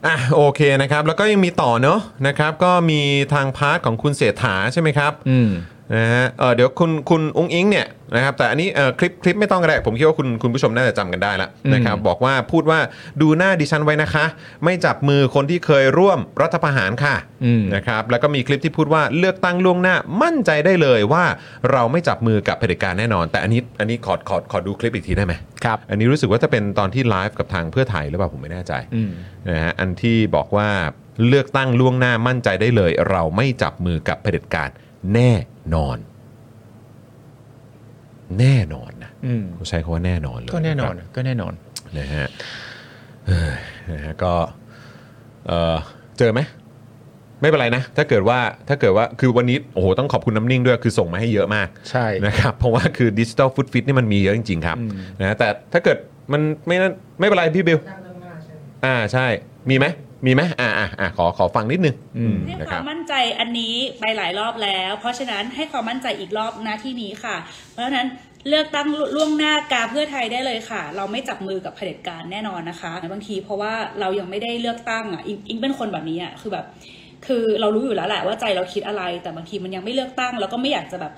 Speaker 1: อ่ะโอเคนะครับ แล้วก็ยังมีต่อเนอะนะครับ ก็มีทางพาร์ทของคุณเสถาใช่ไหมครับ
Speaker 2: อืม
Speaker 1: นะฮะเออเดี๋ยวคุณคุณอุ้งอิงเนี่ยนะครับแต่อันนี้เออคลิปคลิปไม่ต้องก็ได้ผมคิดว่าคุณคุณผู้ชมน่าจะจำกันได้ละ
Speaker 2: อืม
Speaker 1: นะครับบอกว่าพูดว่าดูหน้าดิฉันไว้นะคะ ไม่จับมือคนที่เคยร่วมรัฐประหารค่ะ
Speaker 2: อืม
Speaker 1: นะครับแล้วก็มีคลิปที่พูดว่าเลือกตั้งล่วงหน้ามั่นใจได้เลยว่าเราไม่จับมือกับเผด็จการแน่นอน แต่อันนี้อันนี้ขอขอขอดูคลิปอีกทีได้ไหม
Speaker 2: ครับ
Speaker 1: อันนี้รู้สึกว่าจะเป็นตอนที่ไลฟ์กับทางเพื่อไทยหรือเปล่าผมไม่แน่ใจ
Speaker 2: อืม
Speaker 1: นะฮะอันที่บอกว่าเลือกตั้งล่วงหน้ามั่นใจได้เลย เราไม่จับมือกับเผด็จการแน่นอน แน่นอนนะ
Speaker 2: อืม
Speaker 1: ผมใช้คำว่าแน่นอนเลย
Speaker 2: ก็แน่นอนะ
Speaker 1: ครั
Speaker 2: ก็แน่นอน
Speaker 1: บนะฮะเอ้ยนะฮะก็เอ่อเจอไหม ไม่เป็นไรนะ ถ้าเกิดว่าถ้าเกิดว่าคือวันนี้โอ้โหต้องขอบคุณน้ำนิ่งด้วยคือส่งมาให้เยอะมาก
Speaker 2: ใช่
Speaker 1: นะครับเพราะว่าคือดิจิตอลฟุตฟิตนี่มันมีเยอะจริง ๆ ครับนะแต่ถ้าเกิดมันไม่นั่นไม่เป็นไรพี่บิวอ่าใช่มีไหมมีไหมอ่าอ่าอ่าขอขอฟังนิดนึง
Speaker 9: เรียก
Speaker 1: นะ
Speaker 9: ค
Speaker 1: ครั
Speaker 9: วา
Speaker 1: บ
Speaker 9: มมั่นใจอันนี้ไปหลายรอบแล้ว เพราะฉะนั้นให้ความมั่นใจอีกรอบหน้าที่นี้ค่ะ เพราะฉะนั้นเลือกตั้งล่วงหน้ากาเพื่อไทยได้เลยค่ะ เราไม่จับมือกับเผด็จการแน่นอนนะคะบางทีเพราะว่าเรายังไม่ได้เลือกตั้งอ่ะอิงอิงเป็นคนแบบนี้อ่ะคือแบบ คือเรารู้อยู่แล้วแหละว่าใจเราคิดอะไร แต่บางทีมันยังไม่เลือกตั้ง แล้วก็ไม่อยากจะแบบ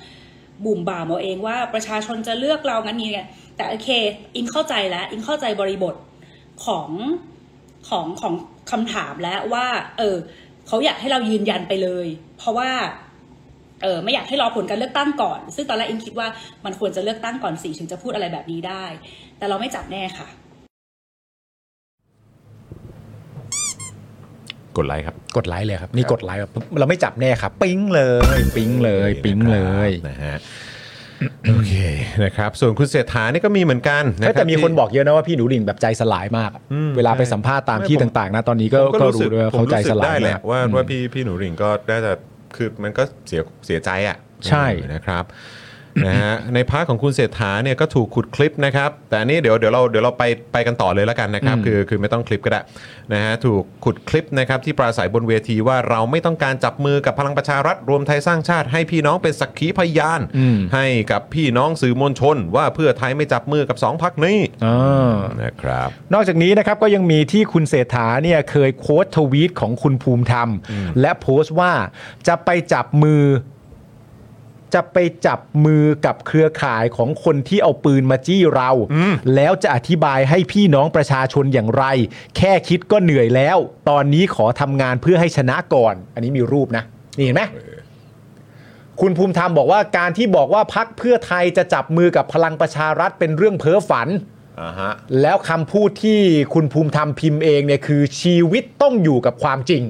Speaker 9: บุ่มบ่ามเอาเองว่าประชาชนจะเลือกเรางั้นนี้เนี่ยแต่โอเคอิงเข้าใจแล้วอิงเข้าใจบริบทของของของคำถามแล้วว่า เออเขาอยากให้เรายืนยันไปเลย เพราะว่า เออไม่อยากให้รอผลการเลือกตั้งก่อน ซึ่งตอนแรกอิงคิดว่ามันควรจะเลือกตั้งก่อนสิถึงจะพูดอะไรแบบนี้ได้ แต่เราไม่จับแน่ค่ะ
Speaker 1: กดไลค์ครับ
Speaker 2: กดไลค์เลยครับ นี่กดไลค์แบบเราไม่จับแน่ครับ ปิ๊งเลยปิ๊งเลยปิ๊งเลย
Speaker 1: นะฮะโอเคนะครับส่วนคุณเศรษฐานี่ก็มีเหมือนกันนะ
Speaker 2: เอ้ย
Speaker 1: ครับ
Speaker 2: แต่มีคนบอกเยอะนะว่าพี่หนูหลิงแบบใจสลายมากอะเวลาไปสัมภาษณ์ตามที่ต่างๆนะตอนนี้ก็
Speaker 1: ผม
Speaker 2: ก็รู้ด้วยว่า
Speaker 1: ผม
Speaker 2: เขาใจสลาย
Speaker 1: ได้แห
Speaker 2: มา
Speaker 1: ละ
Speaker 2: ก
Speaker 1: ว่าว่าพี่พี่หนูหริ่งก็ได้แต่คือมันก็เสียเสียใจอ่ะ
Speaker 2: ใช่
Speaker 1: เออนะครับนะฮะ ในพาร์ทของคุณเศรษฐาเนี่ยก็ถูกขุดคลิปนะครับ แต่อันนี่เดี๋ยวเดี๋ยวเราเดี๋ยวเราไปไปกันต่อเลยแล้วกันนะครับ คือคือไม่ต้องคลิปก็ได้นะฮะถูกขุดคลิปนะครับที่ปราศัยบนเวทีว่าเราไม่ต้องการจับมือกับพลังประชารัฐรวมไทยสร้างชาติให้พี่น้องเป็นสักขีพยาน
Speaker 2: อืม
Speaker 1: ให้กับพี่น้องสื่อมวลชน ว่าเพื่อไทยไม่จับมือกับสองพักนี้
Speaker 2: อ่า
Speaker 1: นะครับ
Speaker 2: นอกจากนี้นะครับก็ยังมีที่คุณเศรษฐาเนี่ยเคยโค้ดทวีตของคุณภูมิธรรม และโพสต์ว่าจะไปจับมือ จะไปจับมือกับเครือข่ายของคนที่เอาปืนมาจี้เรา แล้วจะอธิบายให้พี่น้องประชาชนอย่างไร แค่คิดก็เหนื่อยแล้ว ตอนนี้ขอทำงานเพื่อให้ชนะก่อน อันนี้มีรูปนะ นี่เห็นไหม คุณภูมิธรรมบอกว่าการที่บอกว่าพักเพื่อไทยจะจับมือกับพลังประชารัฐเป็นเรื่องเพ้อฝัน
Speaker 1: อ่าฮะ
Speaker 2: แล้วคำพูดที่คุณภูมิธรรมพิมพ์เองเนี่ยคือชีวิตต้องอยู่กับความจริง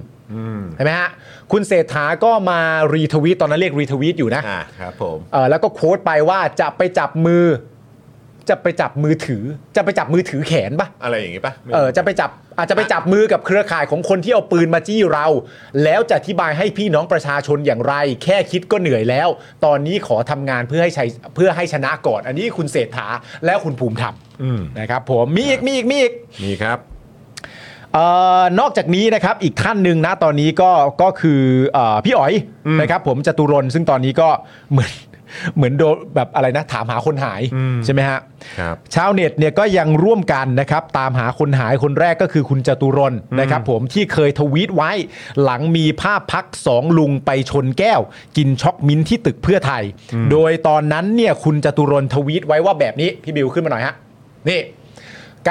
Speaker 2: ใช่ไหมฮะคุณเศรษฐาก็มารีทวีตตอนนั้นเรียกรีทวีตอยู่นะ
Speaker 1: อ่าครับผม
Speaker 2: เอ่อแล้วก็โค้ดไปว่าจะไปจับมือ จะไปจับมือถือ จะไปจับมือถือแขนปะ
Speaker 1: อะไรอย่างงี้ปะ
Speaker 2: เออจะไปจับอาจจะไปจับมือกับเครือข่ายของคนที่เอาปืนมาจี้เรา แล้วจะอธิบายให้พี่น้องประชาชนอย่างไร แค่คิดก็เหนื่อยแล้ว ตอนนี้ขอทำงานเพื่อให้ชัยเพื่อให้ชนะก่อน อันนี้คุณเศรษฐาและคุณภูมิธรรม
Speaker 1: อืม
Speaker 2: นะครับผมมีอีกมีอีกมีอีก
Speaker 1: นี่ครับ
Speaker 2: เออนอกจากนี้นะครับอีกท่านหนึ่งนะตอนนี้ก็ก็คือเออพี่อ๋อยนะครับผมจตุรนต์ซึ่งตอนนี้ก็เหมือน เหมือนโดนแบบอะไรนะถามหาคนหายใช่ไหมฮะ
Speaker 1: ครับ
Speaker 2: ชาวเน็ตเนี่ยก็ยังร่วมกันนะครับตามหาคนหายคนแรกก็คือคุณจตุรนต์นะครับผมที่เคยทวีตไว้หลังมีภาพพักสองลุงไปชนแก้ว กินช็อกมิ้นท์ที่ตึกเพื่อไทย โดยตอนนั้นเนี่ยคุณจตุรนต์ทวีตไว้ว่าแบบนี้พี่บิวขึ้นมาหน่อยฮะนี่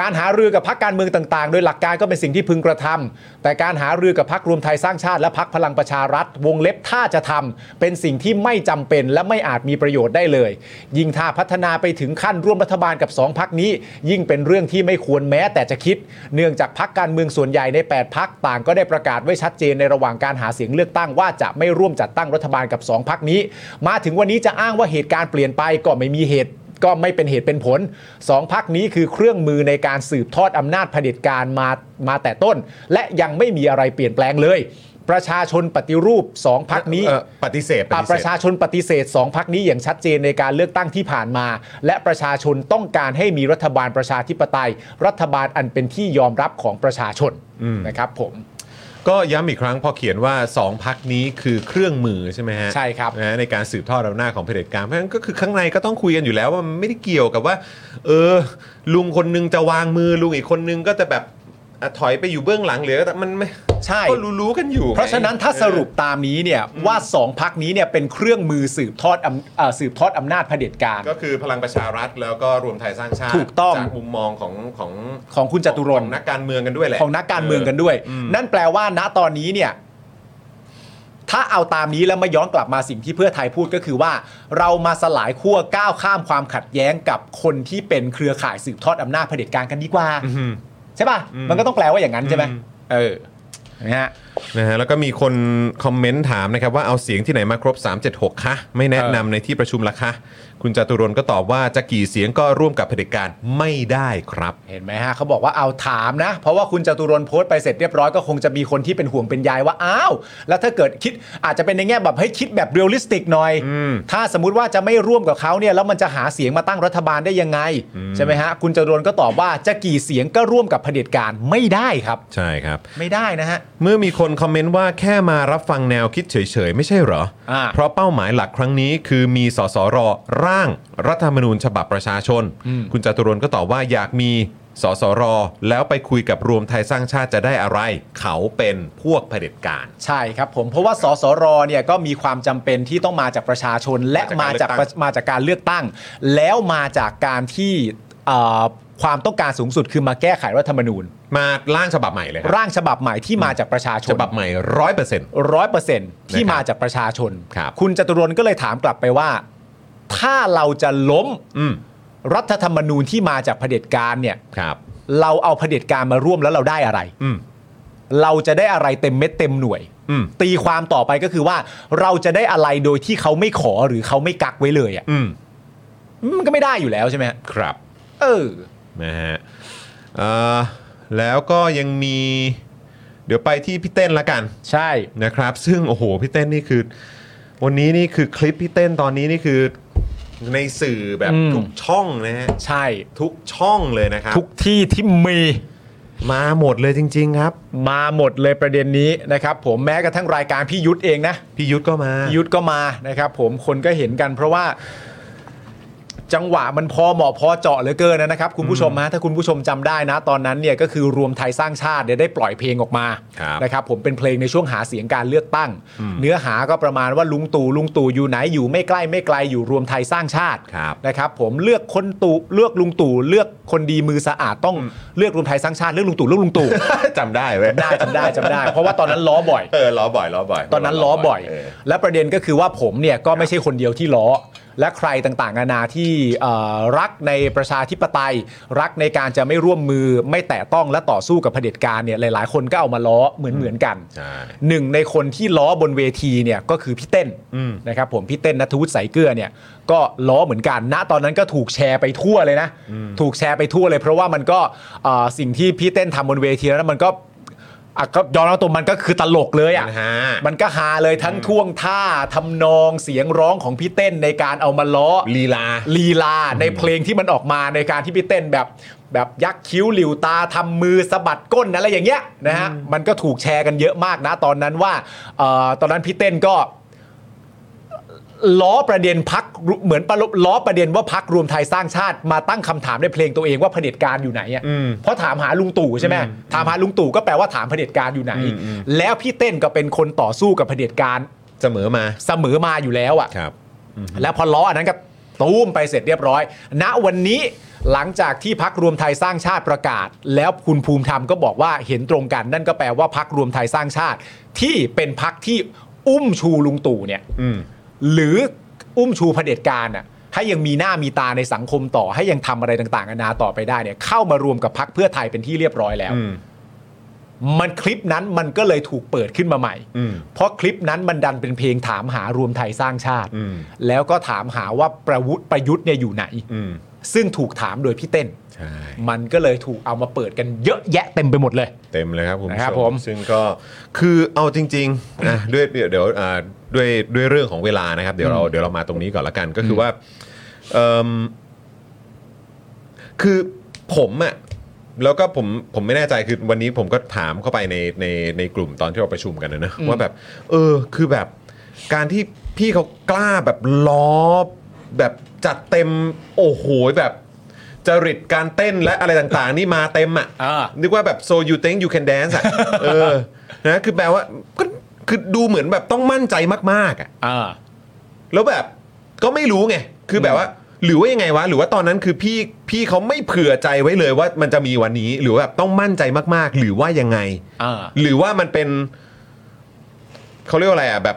Speaker 2: การหารือกับพักการเมืองต่าง ๆ โดยหลักการก็เป็นสิ่งที่พึงกระทำแต่การหารือกับพักรวมไทยสร้างชาติและพักพลังประชารัฐ วงเล็บถ้าจะทำเป็นสิ่งที่ไม่จำเป็นและไม่อาจมีประโยชน์ได้เลย ยิ่งถ้าพัฒนาไปถึงขั้นร่วมรัฐบาลกับ 2พักนี้ ยิ่งเป็นเรื่องที่ไม่ควรแม้แต่จะคิด เนื่องจากพักการเมืองส่วนใหญ่ใน 8พักต่างก็ได้ประกาศไว้ชัดเจนในระหว่างการหาเสียงเลือกตั้งว่าจะไม่ร่วมจัดตั้งรัฐบาลกับ 2พักนี้ มาถึงวันนี้จะอ้างว่าเหตุการณ์เปลี่ยนไปก็ไม่มีเหตุ ก็ไม่เป็นเหตุเป็นผลสองพักนี้คือเครื่องมือในการสืบทอดอำนาจเผด็จการมามาแต่ต้น และยังไม่มีอะไรเปลี่ยนแปลงเลย ประชาชนปฏิรูปสองพักนี้
Speaker 1: เอ่อปฏิเสธป
Speaker 2: อ่ะ
Speaker 1: ฏิ
Speaker 2: ป
Speaker 1: เส
Speaker 2: ระ
Speaker 1: ธ
Speaker 2: ชาชนปฏิเสธ 2พักนี้อย่างชัดเจนในการเลือกตั้งที่ผ่านมา และประชาชนต้องการให้มีรัฐบาลประชาธิปไตย รัฐบาลอันเป็นที่ยอมรับของประชาชน
Speaker 1: อืม
Speaker 2: นะครับผม
Speaker 1: ก็ย้ำอีกครั้งพอเขียนว่า 2พักนี้คือเครื่องมือใช่ไหมฮะ
Speaker 2: ใช่ครับ
Speaker 1: นะในการสืบทอดอำนาจของเผด็จการเพราะฉะนั้นก็คือข้างในก็ต้องคุยกันอยู่แล้วว่ามันไม่ได้เกี่ยวกับว่า เออ ลุงคนนึงจะวางมือลุงอีกคนนึงก็จะแบบอ่ะถอยไปอยู่เบื้องหลังหรือแต่มันไม่
Speaker 2: ใช่
Speaker 1: ก็รู้ๆกันอยู่
Speaker 2: เพราะฉะนั้นถ้าสรุป
Speaker 1: เอ
Speaker 2: ตามนี้เนี่ยว่าสองพักนี้เนี่ยเป็นเครื่องมือสืบทอดอำเอ่อสืบทอดอำนาจเผด็จการ
Speaker 1: อก็คือพลังประชารัฐแล้วก็รวมไทยสร้างชาติ
Speaker 2: ถูกต้อง
Speaker 1: จากมุมมองของของ
Speaker 2: ของคุณจตุรน
Speaker 1: ข
Speaker 2: ต์
Speaker 1: องนักการเมืองกันด้วยแหละ
Speaker 2: ของนักการเมืองกันด้วย
Speaker 1: เอออืม
Speaker 2: นั่นแปลว่าณตอนนี้เนี่ย ถ้าเอาตามนี้แล้วมาย้อนกลับมาสิ่งที่เพื่อไทยพูดก็คือว่า เรามาสลายขั้วก้าวข้ามความขัดแย้งกับคนที่เป็นเครือข่ายสืบทอดอำนาจเผด็จการกันดีกว่า
Speaker 1: อืม
Speaker 2: ใช่ป่ะ
Speaker 1: อืม
Speaker 2: มันก็ต้องแปลว่าอย่างนั้นใช่ไหม
Speaker 1: อืม
Speaker 2: เออนะฮะ
Speaker 1: นะฮะแล้วก็มีคนคอมเมนต์ถามนะครับว่าเอาเสียงที่ไหนมาครบ 376 คะ ไม่แนะนำในที่ประชุมละคะ คุณจตุรนต์ก็ตอบว่าจะกี่เสียงก็ร่วมกับเผด็จการไม่ได้ครับ
Speaker 2: เห็นไหมฮะเขาบอกว่าเอาถามนะ เพราะว่าคุณจตุรนต์โพสต์ไปเสร็จเรียบร้อยก็คงจะมีคนที่เป็นห่วงเป็นใยายว่าอ้าว แล้วถ้าเกิดคิดอาจจะเป็นในแง่แบบให้ยคิดแบบเรียลลิสติกหน่อย ถ้าสมมติว่าจะไม่ร่วมกับเขาเนี่ยแล้วมันจะหาเสียงมาตั้งรัฐบาลได้ยังไง ใช่ไหมฮะ คุณจตุรนต์ก็ตอบว่าจะกี่เสียงก็ร่วมกับเผด็จการไม่ได้ครับ
Speaker 1: ใช่ครับ
Speaker 2: ไม่ได้นะฮะ
Speaker 1: เมื่อมีคนคอมเมนต์ว่าแค่มารับฟังแนวคิดเฉยๆ ไม่ใช่เหรอ
Speaker 2: อ่า
Speaker 1: เพราะเป้าหมายหลักครั้งนี้คือมีสสรร่างรัฐธรรมนูญฉบับประชาชน
Speaker 2: อืม
Speaker 1: คุณจตุรนต์ก็ตอบว่าอยากมีสสรแล้วไปคุยกับรวมไทยสร้างชาติจะได้อะไร เขาเป็นพวกเผด็จการ
Speaker 2: ใช่ครับผมเพราะว่าสสรเนี่ยก็มีความจำเป็นที่ต้องมาจากประชาชนและมา
Speaker 1: มา
Speaker 2: จา
Speaker 1: จาก ก
Speaker 2: ป
Speaker 1: การเลื
Speaker 2: ระ
Speaker 1: อกตั้ง
Speaker 2: มาจากการเลือกตั้ง แล้วมาจากการที่เอ่อความต้องการสูงสุดคือมาแก้ไขรัฐธรรมนูญ
Speaker 1: มาร่างฉบับใหม่เลยคบ
Speaker 2: ร่างฉบับใหม่ที่มาจากประชาชน
Speaker 1: ฉบับใหม่ร้อยเปอร์เซ็นต์
Speaker 2: ร้อยเปอร์เซ็นต์ที่
Speaker 1: นะครับ
Speaker 2: มาจากประชาชน
Speaker 1: ครับ
Speaker 2: ณจตุรนต์ก็เลยถามกลับไปว่า ถ้าเราจะล้ม
Speaker 1: อืม
Speaker 2: รัฐธรรมนูญที่มาจากเผด็จการเนี่ย
Speaker 1: ครับ
Speaker 2: เราเอาเผด็จการมาร่วมแล้วเราได้อะไร
Speaker 1: อืม
Speaker 2: เราจะได้อะไรเต็มเม็ดเต็มหน่วย
Speaker 1: อืม
Speaker 2: ตีความต่อไปก็คือว่า เราจะได้อะไรโดยที่เขาไม่ขอหรือเขาไม่กักไว้เลยอะ
Speaker 1: อืม
Speaker 2: มันก็ไม่ได้อยู่แล้วใช่ไหมฮะ
Speaker 1: ครับ
Speaker 2: เออ
Speaker 1: นะฮะเอ่อแล้วก็ยังมี เดี๋ยวไปที่พี่เต้นละกัน
Speaker 2: ใช่
Speaker 1: นะครับ ซึ่งโอ้โหพี่เต้นนี่คือ วันนี้นี่คือคลิปพี่เต้นตอนนี้นี่คือในสื่อแบบ
Speaker 2: อืม
Speaker 1: ทุกช่องนะฮะ
Speaker 2: ใช่
Speaker 1: ทุกช่องเลยนะครับ
Speaker 2: ทุกที่ที่มี
Speaker 1: มาหมดเลยจริง ๆ ครับ
Speaker 2: มาหมดเลยประเด็นนี้นะครับ ผมแม้กระทั่งรายการพี่ยุทธเองนะ
Speaker 1: พี่ยุทธก็มา
Speaker 2: พี่ยุทธก็มานะครับผมคนก็เห็นกัน เพราะว่า จังหวะมันพอเหมาะพอเจาะเหลือเกินนะครับ คุณผู้ชมฮะถ้าคุณผู้ชมจำได้นะ ตอนนั้นเนี่ยก็คือรวมไทยสร้างชาติเนี่ยได้ปล่อยเพลงออกมา
Speaker 1: ครับ
Speaker 2: นะครับ ผมเป็นเพลงในช่วงหาเสียงการเลือกตั้ง เนื้อหาก็ประมาณว่าลุงตู่ลุงตู่อยู่ไหนอยู่ไม่ใกล้ไม่ไกลอยู่รวมไทยสร้างชาติ
Speaker 1: ครับ
Speaker 2: นะครับผมเลือกคนตู่เลือกลุงตู่เลือกคนดีมือสะอาดต้องเลือกรวมไทยสร้างชาติเลือกลุงตู่เลือกลุงตู่
Speaker 1: จำได้เว้ย
Speaker 2: จำได้จำได้จำได้ เพราะว่าตอนนั้นล้อบ่อย
Speaker 1: เออล้อบ่อยล้อบ่อย
Speaker 2: ตอนนั้นล้อบ่อย
Speaker 1: เ
Speaker 2: และประเด็นก็คือว่าผมเนี่ยก็ไม่ใช่คนเดียวที่ล้อ และใครต่างๆนานาที่เอ่อรักในประชาธิปไตย รักในการจะไม่ร่วมมือไม่แตะต้องและต่อสู้กับเผด็จการเนี่ยหลายๆ คนก็เอามาล้อเหมือนๆกัน
Speaker 1: ใช่
Speaker 2: หนึ่งในคนที่ล้อบนเวทีเนี่ยก็คือพี่เต้น
Speaker 1: อืม
Speaker 2: นะครับผมพี่เต้นนัทวุฒิสายเกลือเนี่ยก็ล้อเหมือนกันณตอนนั้นก็ถูกแชร์ไปทั่วเลยนะ ถูกแชร์ไปทั่วเลย เพราะว่ามันก็เอ่อสิ่งที่พี่เต้นทำบนเวทีแล้วมันก็อ่ะก็ยอมรับตัวมันก็คือตลกเลย
Speaker 1: ป็
Speaker 2: อ่ะ
Speaker 1: นฮา
Speaker 2: มันก็หาเลยทั้งท่วงท่าทำนองเสียงร้องของพี่เต้นในการเอามาล้อ
Speaker 1: ลีลา
Speaker 2: ลีลาในเพลงที่มันออกมาในการที่พี่เต้นแบบ แบบยักคิ้วหลิวตาทำมือสะบัดก้นอะไรอย่างเงี้ยนะฮะมันก็ถูกแชร์กันเยอะมากนะตอนนั้นว่าเออตอนนั้นพี่เต้นก็ ล้อประเด็นพักเหมือนประลบล้อประเด็นว่าพักรวมไทยสร้างชาติมาตั้งคำถามในเพลงตัวเองว่าเผด็จการอยู่ไหนอ่ะ
Speaker 1: อืม
Speaker 2: เพราะถามหาลุงตู่ใช่ไหมถามหาลุงตู่ก็แปลว่าถามเผด็จการอยู่ไหน
Speaker 1: อืมอืม
Speaker 2: แล้วพี่เต้นก็เป็นคนต่อสู้กับเผด็จการ
Speaker 1: เสมอมา
Speaker 2: เสมอมาอยู่แล้วอ่ะ
Speaker 1: ครับ
Speaker 2: แล้วพอล้ออันนั้นก็ตูมไปเสร็จเรียบร้อย ณวันนี้หลังจากที่พักรวมไทยสร้างชาติประกาศ แล้วคุณภูมิธรรมก็บอกว่าเห็นตรงกัน นั่นก็แปลว่าพักรวมไทยสร้างชาติ ที่เป็นพักที่อุ้มชูลุงตู่เนี่ย
Speaker 1: อืม
Speaker 2: หรืออุ้มชูเผด็จการน่ะให้ยังมีหน้ามีตาในสังคมต่อให้ยังทำอะไรต่างๆนานาต่อไปได้เนี่ยเข้ามารวมกับพักเพื่อไทยเป็นที่เรียบร้อยแล้ว
Speaker 1: อืม
Speaker 2: มันคลิปนั้นมันก็เลยถูกเปิดขึ้นมาใหม่
Speaker 1: อืม
Speaker 2: เพราะคลิปนั้นมันดันเป็นเพลงถามหารวมไทยสร้างชาติ
Speaker 1: อืม
Speaker 2: แล้วก็ถามหาว่าประวุฒิประยุทธ์เนี่ยอยู่ไหน
Speaker 1: อืม
Speaker 2: ซึ่งถูกถามโดยพี่เต้น
Speaker 1: ใช่
Speaker 2: มันก็เลยถูกเอามาเปิดกันเยอะแยะเต็มไปหมดเลย
Speaker 1: เต็มเลยครับคุณ
Speaker 2: นะครับ
Speaker 1: ผู้ช
Speaker 2: ผม ม
Speaker 1: ซึ่งก็คือเอาจริงๆนะด้วยเดี๋ยวเดี๋ยวอ่าด้วยด้วยเรื่องของเวลานะครับ เดี๋ยวเราเดี๋ยวเรามาตรงนี้ก่อนละกัน ก็คือว่าเอิ่มคือผมอะแล้วก็ผมผมไม่แน่ใจคือวันนี้ผมก็ถามเข้าไปในในในกลุ่มตอนที่เราประชุมกันนะนะ
Speaker 2: อืม
Speaker 1: ว่าแบบ เออคือแบบการที่พี่เขากล้าแบบล้อแบบจัดเต็มโอ้โหแบบจริตการเต้นและอะไรต่างๆ นี่มาเต็มอะ
Speaker 2: อ่า
Speaker 1: นึกว่าแบบ so you think you can dance อ่ะ เออ นะ คือแปลว่าก็คือดูเหมือนแบบต้องมั่นใจมากๆอ่ะ
Speaker 2: อ่า
Speaker 1: แล้วแบบก็ไม่รู้ไง คือแบบว่า หรือว่ายังไงวะ หรือว่าตอนนั้นคือพี่พี่เขาไม่เผื่อใจไว้เลยว่ามันจะมีวันนี้ หรือว่าแบบต้องมั่นใจมากๆ หรือว่ายังไง
Speaker 2: อ่า
Speaker 1: หรือว่ามันเป็นเขาเรียกว่าอะไรอ่ะแบบ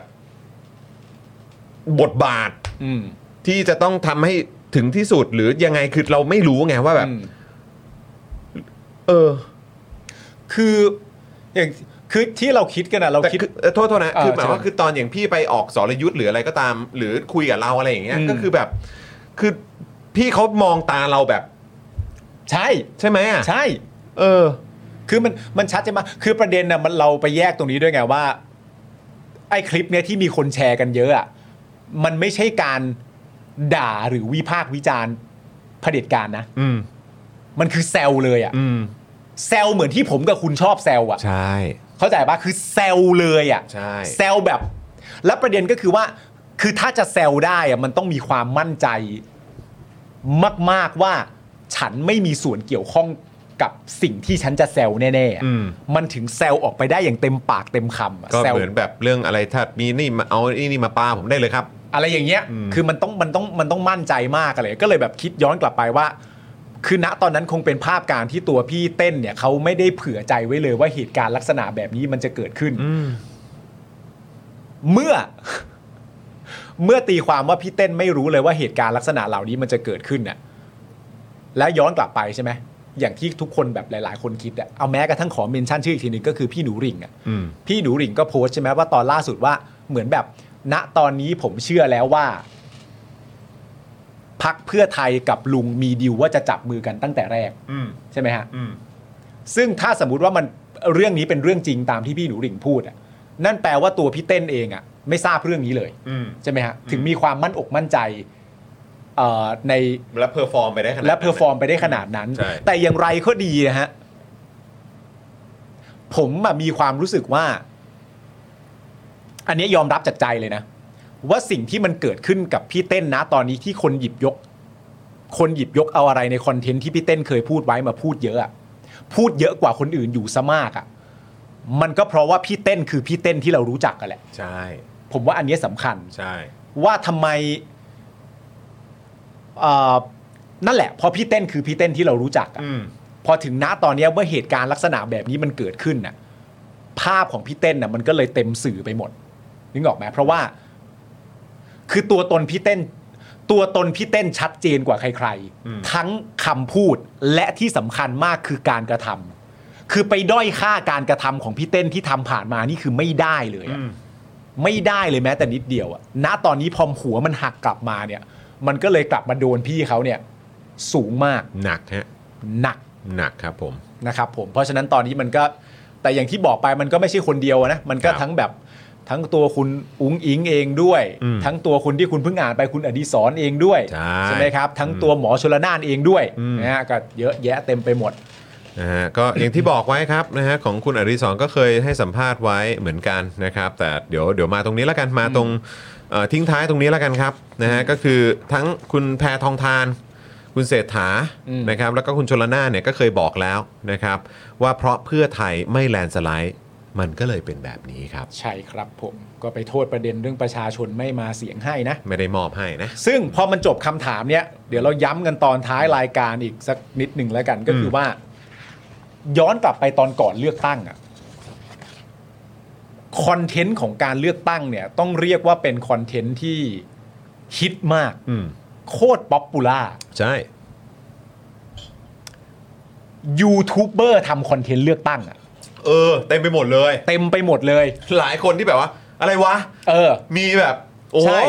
Speaker 1: บทบาท
Speaker 2: อืม
Speaker 1: ที่จะต้องทำให้ถึงที่สุด หรือยังไงคือเราไม่รู้ไงว่าแบบ
Speaker 2: อืม
Speaker 1: เออ
Speaker 2: คืออย่างคือที่เราคิดกันอะเรา
Speaker 1: แต่
Speaker 2: คิด
Speaker 1: คือเอ่อโทษโทษนะ
Speaker 2: เออ
Speaker 1: คือหมาย
Speaker 2: ใช่
Speaker 1: ว่าคือตอนอย่างพี่ไปออกสรยุทธ์หรืออะไรก็ตาม หรือคุยกับเราอะไรอย่างเงี้ย
Speaker 2: อืม
Speaker 1: ก็คือแบบ คือพี่เขามองตาเราแบบ
Speaker 2: ใช่
Speaker 1: ใช่ไหมอ่ะ
Speaker 2: ใช่
Speaker 1: เออ
Speaker 2: คือมันมันชัดใช่ไหมคือประเด็นนะมันเราไปแยกตรงนี้ด้วยไงว่า ไอ้คลิปเนี้ยที่มีคนแชร์กันเยอะอะมันไม่ใช่การด่าหรือวิพากษ์วิจารณ์เผด็จการนะ
Speaker 1: อืม
Speaker 2: มันคือแซวเลยอะ
Speaker 1: อืม
Speaker 2: แซวเหมือนที่ผมกับคุณชอบแซวอะ
Speaker 1: ใช่
Speaker 2: เข้าใจปะคือแซวเลยอะ
Speaker 1: ใช่
Speaker 2: แซวแบบ และประเด็นก็คือว่า คือถ้าจะแซวได้อะมันต้องมีความมั่นใจ มาก ๆว่าฉันไม่มีส่วนเกี่ยวข้องกับสิ่งที่ฉันจะแซวแน่ๆอะ
Speaker 1: อืม
Speaker 2: มันถึงแซวออกไปได้อย่างเต็มปากเต็มคำอะ
Speaker 1: ก็
Speaker 2: แซว
Speaker 1: เหมือนแบบเรื่องอะไรถ้ามีนี่มาเอาไอ้นี่มาปาผมได้เลยครับ
Speaker 2: อะไรอย่างเงี้ย
Speaker 1: อืม
Speaker 2: คือมันต้องมันต้องมันต้องมั่นใจมากอะไรก็เลยแบบคิดย้อนกลับไปว่า คือณตอนนั้นคงเป็นภาพการที่ตัวพี่เต้นเนี่ยเขาไม่ได้เผื่อใจไว้เลยว่าเหตุการณ์ลักษณะแบบนี้มันจะเกิดขึ้น เมื่อ เมื่อตีความว่าพี่เต้นไม่รู้เลยว่าเหตุการณ์ลักษณะเหล่านี้มันจะเกิดขึ้นน่ะ และย้อนกลับไปใช่ไหมอย่างที่ทุกคนแบบหลาย ๆ คนคิดอะเอาแม้กระทั่งขอเมนชั่นชื่ออีกทีหนึ่งก็คือพี่หนูหริ่งอะ
Speaker 1: อืม
Speaker 2: พี่หนูหริ่งก็โพสต์ใช่ไหมว่าตอนล่าสุดว่าเหมือนแบบ ณตอนนี้ผมเชื่อแล้วว่า พักเพื่อไทยกับลุงมีดีลว่าจะจับมือกันตั้งแต่แรก
Speaker 1: อืม
Speaker 2: ใช่ไหมฮะ
Speaker 1: อืม
Speaker 2: ซึ่งถ้าสมมุติว่ามันเรื่องนี้เป็นเรื่องจริงตามที่พี่หนูหริ่งพูดอะนั่นแปลว่าตัวพี่เต้นเองอะไม่ทราบเรื่องนี้เลย
Speaker 1: อืม
Speaker 2: ใช่ไหมฮะถึงมีความมั่นอกมั่นใจเอ่อใน
Speaker 1: และเพอร์ฟอร์มไปได้ขนาดนั้น
Speaker 2: และเพอร์ฟอร์มไปได้ขนาดนั้น
Speaker 1: ใช่
Speaker 2: แต่อย่างไรก็ดีนะฮะ ผมอะมีความรู้สึกว่า อันนี้ยอมรับจากใจเลยนะ ว่าสิ่งที่มันเกิดขึ้นกับพี่เต้นนะตอนนี้ที่คนหยิบยก คนหยิบยกเอาอะไรในคอนเทนต์ที่พี่เต้นเคยพูดไว้มาพูดเยอะอะพูดเยอะกว่าคนอื่นอยู่ซะมากอะมันก็เพราะว่าพี่เต้นคือพี่เต้นที่เรารู้จักกันแหละ
Speaker 1: ใช่
Speaker 2: ผมว่าอันเนี้ยสำคัญ
Speaker 1: ใช่
Speaker 2: ว่าทำไมเอ่อนั่นแหละ พอพี่เต้นคือพี่เต้นที่เรารู้จักอะ
Speaker 1: อืม
Speaker 2: พอถึงณตอนเนี้ยเมื่อเหตุการณ์ลักษณะแบบนี้มันเกิดขึ้นน่ะ ภาพของพี่เต้นน่ะมันก็เลยเต็มสื่อไปหมดนึกออกไหมเพราะว่า คือตัวตนพี่เต้น ตัวตนพี่เต้นชัดเจนกว่าใคร
Speaker 1: อืม
Speaker 2: ๆ ทั้งคำพูดและที่สำคัญมากคือการกระทำคือไปด้อยค่าการกระทำของพี่เต้นที่ทำผ่านมานี่คือไม่ได้เลยอะ
Speaker 1: อืม
Speaker 2: ไม่ได้เลยแม้แต่นิดเดียวอะณตอนนี้พอมหัวมันหักกลับมาเนี่ย มันก็เลยกลับมาโดนพี่เขาเนี่ย สูงมาก
Speaker 1: หนักฮะ
Speaker 2: หนัก
Speaker 1: หนักครับผม
Speaker 2: นะครับผม เพราะฉะนั้นตอนนี้มันก็แต่อย่างที่บอกไปมันก็ไม่ใช่คนเดียวนะ มันก็
Speaker 1: ครับ
Speaker 2: ทั้งแบบทั้งตัวคุณอุ้งอิงเองด้วย
Speaker 1: อืม
Speaker 2: ทั้งตัวคุณที่คุณเพิ่งอ่านไปคุณอดีศรเองด้วย
Speaker 1: ใช่
Speaker 2: ไหมครับ ทั้งตัวหมอชลนานเองด้วย
Speaker 1: อืม
Speaker 2: นะฮะก็เยอะแยะเต็มไปหมด
Speaker 1: นะฮะก็ อย่างที่บอกไว้ครับนะฮะของคุณอริสรก็เคยให้สัมภาษณ์ไว้เหมือนกันนะครับ แต่เดี๋ยวเดี๋ยวมาตรงนี้แล้วกันมาตรงเอ่อทิ้งท้ายตรงนี้แล้วกันครับนะฮะก็คือทั้งคุณแพทองทาน คุณเศรษฐา
Speaker 2: อืม
Speaker 1: นะครับแล้วก็คุณชลนาเนี่ยก็เคยบอกแล้วนะครับ ว่าเพราะเพื่อไทยไม่แลนด์สไลด์มันก็เลยเป็นแบบนี้ครับ
Speaker 2: ใช่ครับผมก็ไปโทษประเด็นเรื่องประชาชนไม่มาเสียงให้นะ
Speaker 1: ไม่ได้มอบให้นะ
Speaker 2: ซึ่งพอมันจบคำถามเนี้ยเดี๋ยวเราย้ำกันตอนท้ายรายการอีกสักนิดหนึ่งแล้วกันก็คือว่า ย้อนกลับไปตอนก่อนเลือกตั้งอะคอนเทนต์ของการเลือกตั้งเนี่ย ต้องเรียกว่าเป็นคอนเทนต์ที่ฮิตมาก
Speaker 1: อืม
Speaker 2: โคตรป๊อปปูล่า
Speaker 1: ใช่
Speaker 2: ยูทูบเบอร์ทำคอนเทนต์เลือกตั้งอะ
Speaker 1: เออเต็มไปหมดเลย
Speaker 2: เต็มไปหมดเลย
Speaker 1: หลายคนที่แบบว่า อะไรวะ
Speaker 2: เออ
Speaker 1: มีแบบโอ้
Speaker 2: ใช่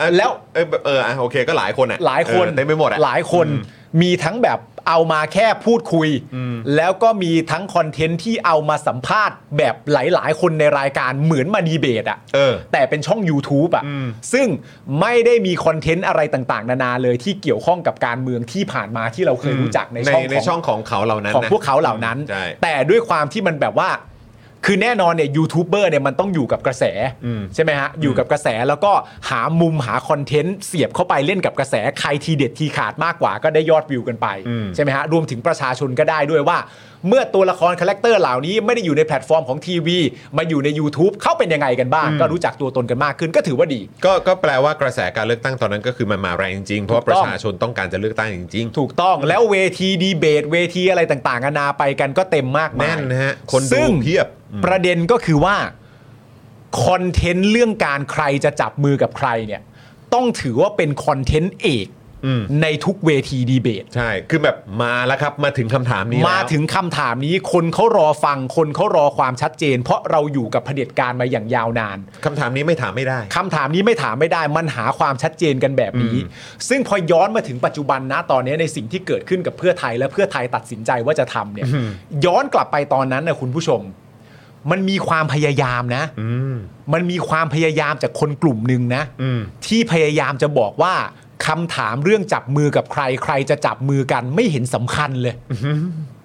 Speaker 1: อ่ะ
Speaker 2: แล้ว
Speaker 1: เอยแบบเอออ่ะโอเคก็หลายคนอ่ะ
Speaker 2: หลายคน
Speaker 1: เออเต็มไปหมดอ่ะ
Speaker 2: หลายคนมีทั้งแบบเอามาแค่พูดคุย
Speaker 1: อืม
Speaker 2: แล้วก็มีทั้งคอนเทนต์ที่เอามาสัมภาษณ์ แบบหลาย ๆ คนในรายการเหมือนมาดีเบตอะ
Speaker 1: เออ
Speaker 2: แต่เป็นช่อง YouTube อะ
Speaker 1: อืม
Speaker 2: ซึ่งไม่ได้มีคอนเทนต์อะไรต่างๆ นานาเลยที่เกี่ยวข้องกับการเมืองที่ผ่านมาที่เราเคยรู้จักในช่อง
Speaker 1: ใน
Speaker 2: ของ
Speaker 1: ช่องของเขาเหล่านั้น
Speaker 2: ของ
Speaker 1: นะ
Speaker 2: พวกเขาเหล่านั้น
Speaker 1: ใช่
Speaker 2: แต่ด้วยความที่มันแบบว่า คือแน่นอนเนี่ยยูทูบเบอร์เนี่ยมันต้องอยู่กับกระแส
Speaker 1: อืม
Speaker 2: ใช่ไหมฮะ อยู่กับกระแสแล้วก็หามุมหาคอนเทนต์เสียบเข้าไปเล่นกับกระแสใครทีเด็ดทีขาดมากกว่าก็ได้ยอดวิวกันไป
Speaker 1: อืม
Speaker 2: ใช่ไหมฮะ รวมถึงประชาชนก็ได้ด้วยว่า เมื่อตัวละครคาแรคเตอร์เหล่านี้ไม่ได้อยู่ในแพลตฟอร์มของทีวีมาอยู่ใน YouTube เขาเป็นยังไงกันบ้าง ก็รู้จักตัวตนกันมากขึ้นก็ถือว่าดี
Speaker 1: ก็ก็แปลว่ากระแสการเลือกตั้งตอนนั้นก็คือมันมาแรงจริงๆเพราะว่าประชาชนต้องการจะเลือกตั้งจริงๆ
Speaker 2: ถูกต้องแล้วเวทีดีเบต เวทีอะไรต่างๆนานาไปกันก็เต็มมากมาย
Speaker 1: แน่นนะฮะ คนดู
Speaker 2: ซึ่ง
Speaker 1: เพียบอืม
Speaker 2: ประเด็นก็คือว่าคอนเทนต์เรื่องการใครจะจับมือกับใครเนี่ย ต้องถือว่าเป็นคอนเทนต์เอก
Speaker 1: อืม
Speaker 2: ในทุกเวทีดีเบต
Speaker 1: ใช่คือแบบมาแล้วครับมาถึงคำถามนี้แล้ว
Speaker 2: มาถึงคำถามนี้คนเขารอฟังคนเขารอความชัดเจน เพราะเราอยู่กับเผด็จการมาอย่างยาวนาน
Speaker 1: คำถามนี้ไม่ถามไม่ได้
Speaker 2: คำถามนี้ไม่ถามไม่ได้มันหาความชัดเจนกันแบบนี้ ซึ่งพอย้อนมาถึงปัจจุบันนะตอนนี้ในสิ่งที่เกิดขึ้นกับเพื่อไทยและเพื่อไทยตัดสินใจว่าจะทำเนี่ย
Speaker 1: อืม
Speaker 2: ย้อนกลับไปตอนนั้นนะคุณผู้ชม มันมีความพยายามนะ
Speaker 1: อืม
Speaker 2: มันมีความพยายามจากคนกลุ่มหนึ่งนะ
Speaker 1: อืม
Speaker 2: ที่พยายามจะบอกว่าคำถามเรื่องจับมือกับใคร ใครจะจับมือกันไม่เห็นสำคัญเลย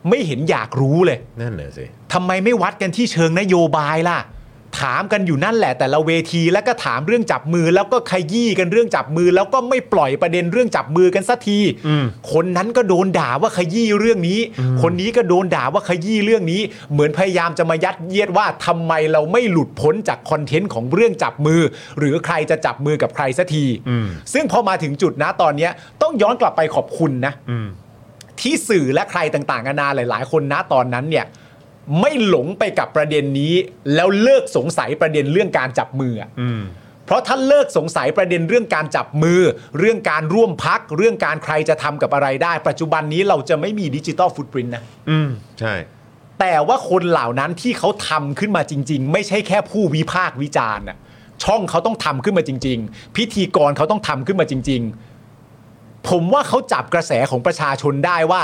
Speaker 2: ไม่เห็นอยากรู้เลย
Speaker 1: นั่นน่ะสิ
Speaker 2: ทำไมไม่วัดกันที่เชิงนโยบายล่ะ ถามกันอยู่นั่นแหละ แต่ละเวทีแล้วก็ถามเรื่องจับมือ แล้วก็ขยี้กันเรื่องจับมือ แล้วก็ไม่ปล่อยประเด็นเรื่องจับมือกันสักที
Speaker 1: อืม
Speaker 2: คนนั้นก็โดนด่าว่าขยี้เรื่องนี้ คนนี้ก็โดนด่าว่าขยี้เรื่องนี้ เหมือนพยายามจะมายัดเยียดว่าทำไมเราไม่หลุดพ้นจากคอนเทนต์ของเรื่องจับมือ หรือใครจะจับมือกับใครสักที
Speaker 1: อืม
Speaker 2: ซึ่งพอมาถึงจุดนะตอนเนี้ยต้องย้อนกลับไปขอบคุณนะ
Speaker 1: อืม
Speaker 2: ที่สื่อและใครต่างๆนานาหลาย ๆ คนนะตอนนั้นเนี่ยไม่หลงไปกับประเด็นนี้ แล้วเลิกสงสัยประเด็นเรื่องการจับมืออะ
Speaker 1: อืม
Speaker 2: เพราะถ้าเลิกสงสัยประเด็นเรื่องการจับมือ เรื่องการร่วมพัก เรื่องการใครจะทำกับอะไรได้ ปัจจุบันนี้เราจะไม่มีดิจิตอลฟุตปรินต์นะ
Speaker 1: อืม ใช่
Speaker 2: แต่ว่าคนเหล่านั้นที่เขาทำขึ้นมาจริง ๆ ไม่ใช่แค่ผู้วิพากษ์วิจารณ์น่ะช่องเขาต้องทำขึ้นมาจริง ๆ พิธีกรเขาต้องทำขึ้นมาจริง ๆ ผมว่าเขาจับกระแสของประชาชนได้ว่า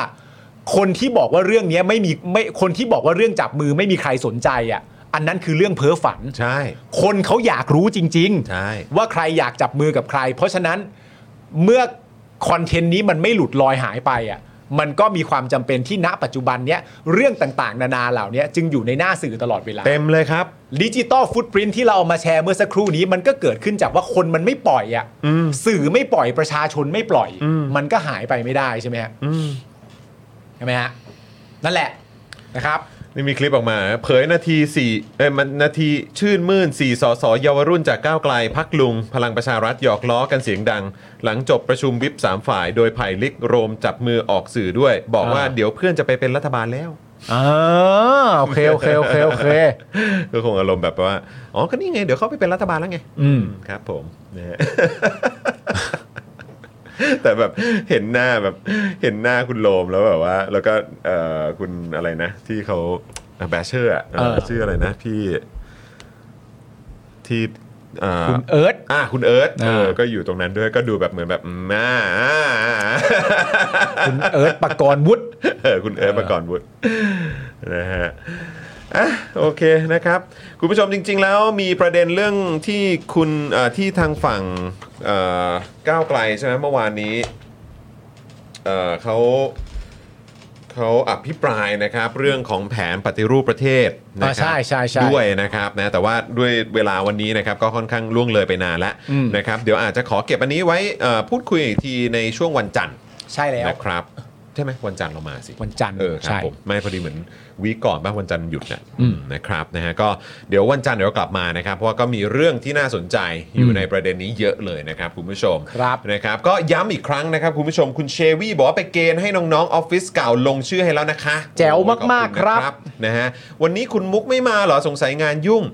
Speaker 2: คนที่บอกว่าเรื่องเนี้ยไม่มีไม่คนที่บอกว่าเรื่องจับมือไม่มีใครสนใจอ่ะ อันนั้นคือเรื่องเพ้อฝัน
Speaker 1: ใช่
Speaker 2: คนเขาอยากรู้จริง ๆ
Speaker 1: ใช่
Speaker 2: ว่าใครอยากจับมือกับใคร เพราะฉะนั้นเมื่อคอนเทนต์นี้มันไม่หลุดลอยหายไปอ่ะมันก็มีความจำเป็นที่ณปัจจุบันเนี้ยเรื่องต่างๆ นานาเหล่าเนี้ยจึงอยู่ในหน้าสื่อตลอดเวลา
Speaker 1: เต็มเลยครับ
Speaker 2: ดิจิตอลฟุตปรินที่เราเอามาแชร์เมื่อสักครู่นี้มันก็เกิดขึ้นจากว่าคนมันไม่ปล่อยอ่ะ
Speaker 1: อืม
Speaker 2: สื่อไม่ปล่อยประชาชนไม่ปล่อย
Speaker 1: อืม
Speaker 2: มันก็หายไปไม่ได้ใช่ไหมฮะ
Speaker 1: อืม
Speaker 2: ใช่ไหมฮะนั่นแหละนะครับ
Speaker 1: นี่มีคลิปออกมา เผยนาทีสี่เอ้ยมันนาทีชื่นมื่นสี่สสเยาวรุ่นจากก้าวไกลพักลุง พลังประชารัฐหยอกล้อกันเสียงดัง หลังจบประชุมวิปสามฝ่าย โดยไผ่ลิกโรมจับมือออกสื่อด้วย บอกว่า
Speaker 2: อ่า
Speaker 1: เดี๋ยวเพื่อนจะไปเป็นรัฐบาลแล้ว
Speaker 2: อ่าโอเคโอเคโอเคโอเค
Speaker 1: ก็คงอารมณ์แบบว่า อ๋อ ก็นี่ไง เดี๋ยวเขาไปเป็นรัฐบาลแล้วไง
Speaker 2: อืม
Speaker 1: ครับผมนะฮ ะ แต่แบบเห็นหน้าแบบเห็นหน้าคุณโลมแล้วแบบว่า แล้วก็เอ่อคุณอะไรนะ ที่เขาแบชเชอร์อะเอ่อ
Speaker 2: เออ
Speaker 1: ชื่ออะไรนะพี่ที่เอ่อ
Speaker 2: คุณเอิร์ธ
Speaker 1: อ่ะคุณเอิร์ธเออ
Speaker 2: เออ
Speaker 1: ก็อยู่ตรงนั้นด้วยก็ดูแบบเหมือนแบบอืมอ่าอ่าอ่า
Speaker 2: คุณเอิร์ธปกรณ์วุฒิ
Speaker 1: เออ คุณเอิร์ธมาก่อนบุตรนะฮะ อ่ะโอเคนะครับ คุณผู้ชมจริง ๆ แล้วมีประเด็นเรื่องที่คุณเอ่อที่ทางฝั่งเอ่อก้าวไกลใช่ไหมเมื่อวานนี้เอ่อเขาเขาอภิปรายนะครับ เรื่องของแผนปฏิรูปประเทศนะค
Speaker 2: อ่า
Speaker 1: รั
Speaker 2: ใช่
Speaker 1: บ
Speaker 2: ใช่ใช่
Speaker 1: ด้วยนะครับนะแต่ว่าด้วยเวลาวันนี้นะครับก็ค่อนข้างล่วงเลยไปนานแล้ว
Speaker 2: อืม
Speaker 1: นะครับเดี๋ยวอาจจะขอเก็บอันนี้ไว้เอ่อพูดคุยอีกทีในช่วงวันจันทร์
Speaker 2: ใช่แล้ว
Speaker 1: นะครับใช่ไหมวันจันทร์เรามาสิ
Speaker 2: วันจันทร์
Speaker 1: เออครับ
Speaker 2: ใช่
Speaker 1: ผมไม่พอดีเหมือนวีคก่อนบ้างวันจันทร์หยุดนะ
Speaker 2: อืม
Speaker 1: นะครับนะฮะก็เดี๋ยววันจันทร์เดี๋ยวเรากลับมานะครับ เพราะว่าก็มีเรื่องที่น่าสนใจอยู่
Speaker 2: อืม
Speaker 1: ในประเด็นนี้เยอะเลยนะครับคุณผู้ชม
Speaker 2: ครับ
Speaker 1: นะครับ ก็ย้ำอีกครั้งนะครับคุณผู้ชมคุณเชวี่บอกว่าไปเกณฑ์ให้น้องๆออฟฟิศเก่าลงชื่อให้แล้วนะคะ
Speaker 2: แจ๋วมากๆ
Speaker 1: ขอบณนะครับ นะฮะวันนี้คุณมุกไม่มาเหรอสงสัยงานยุ่ง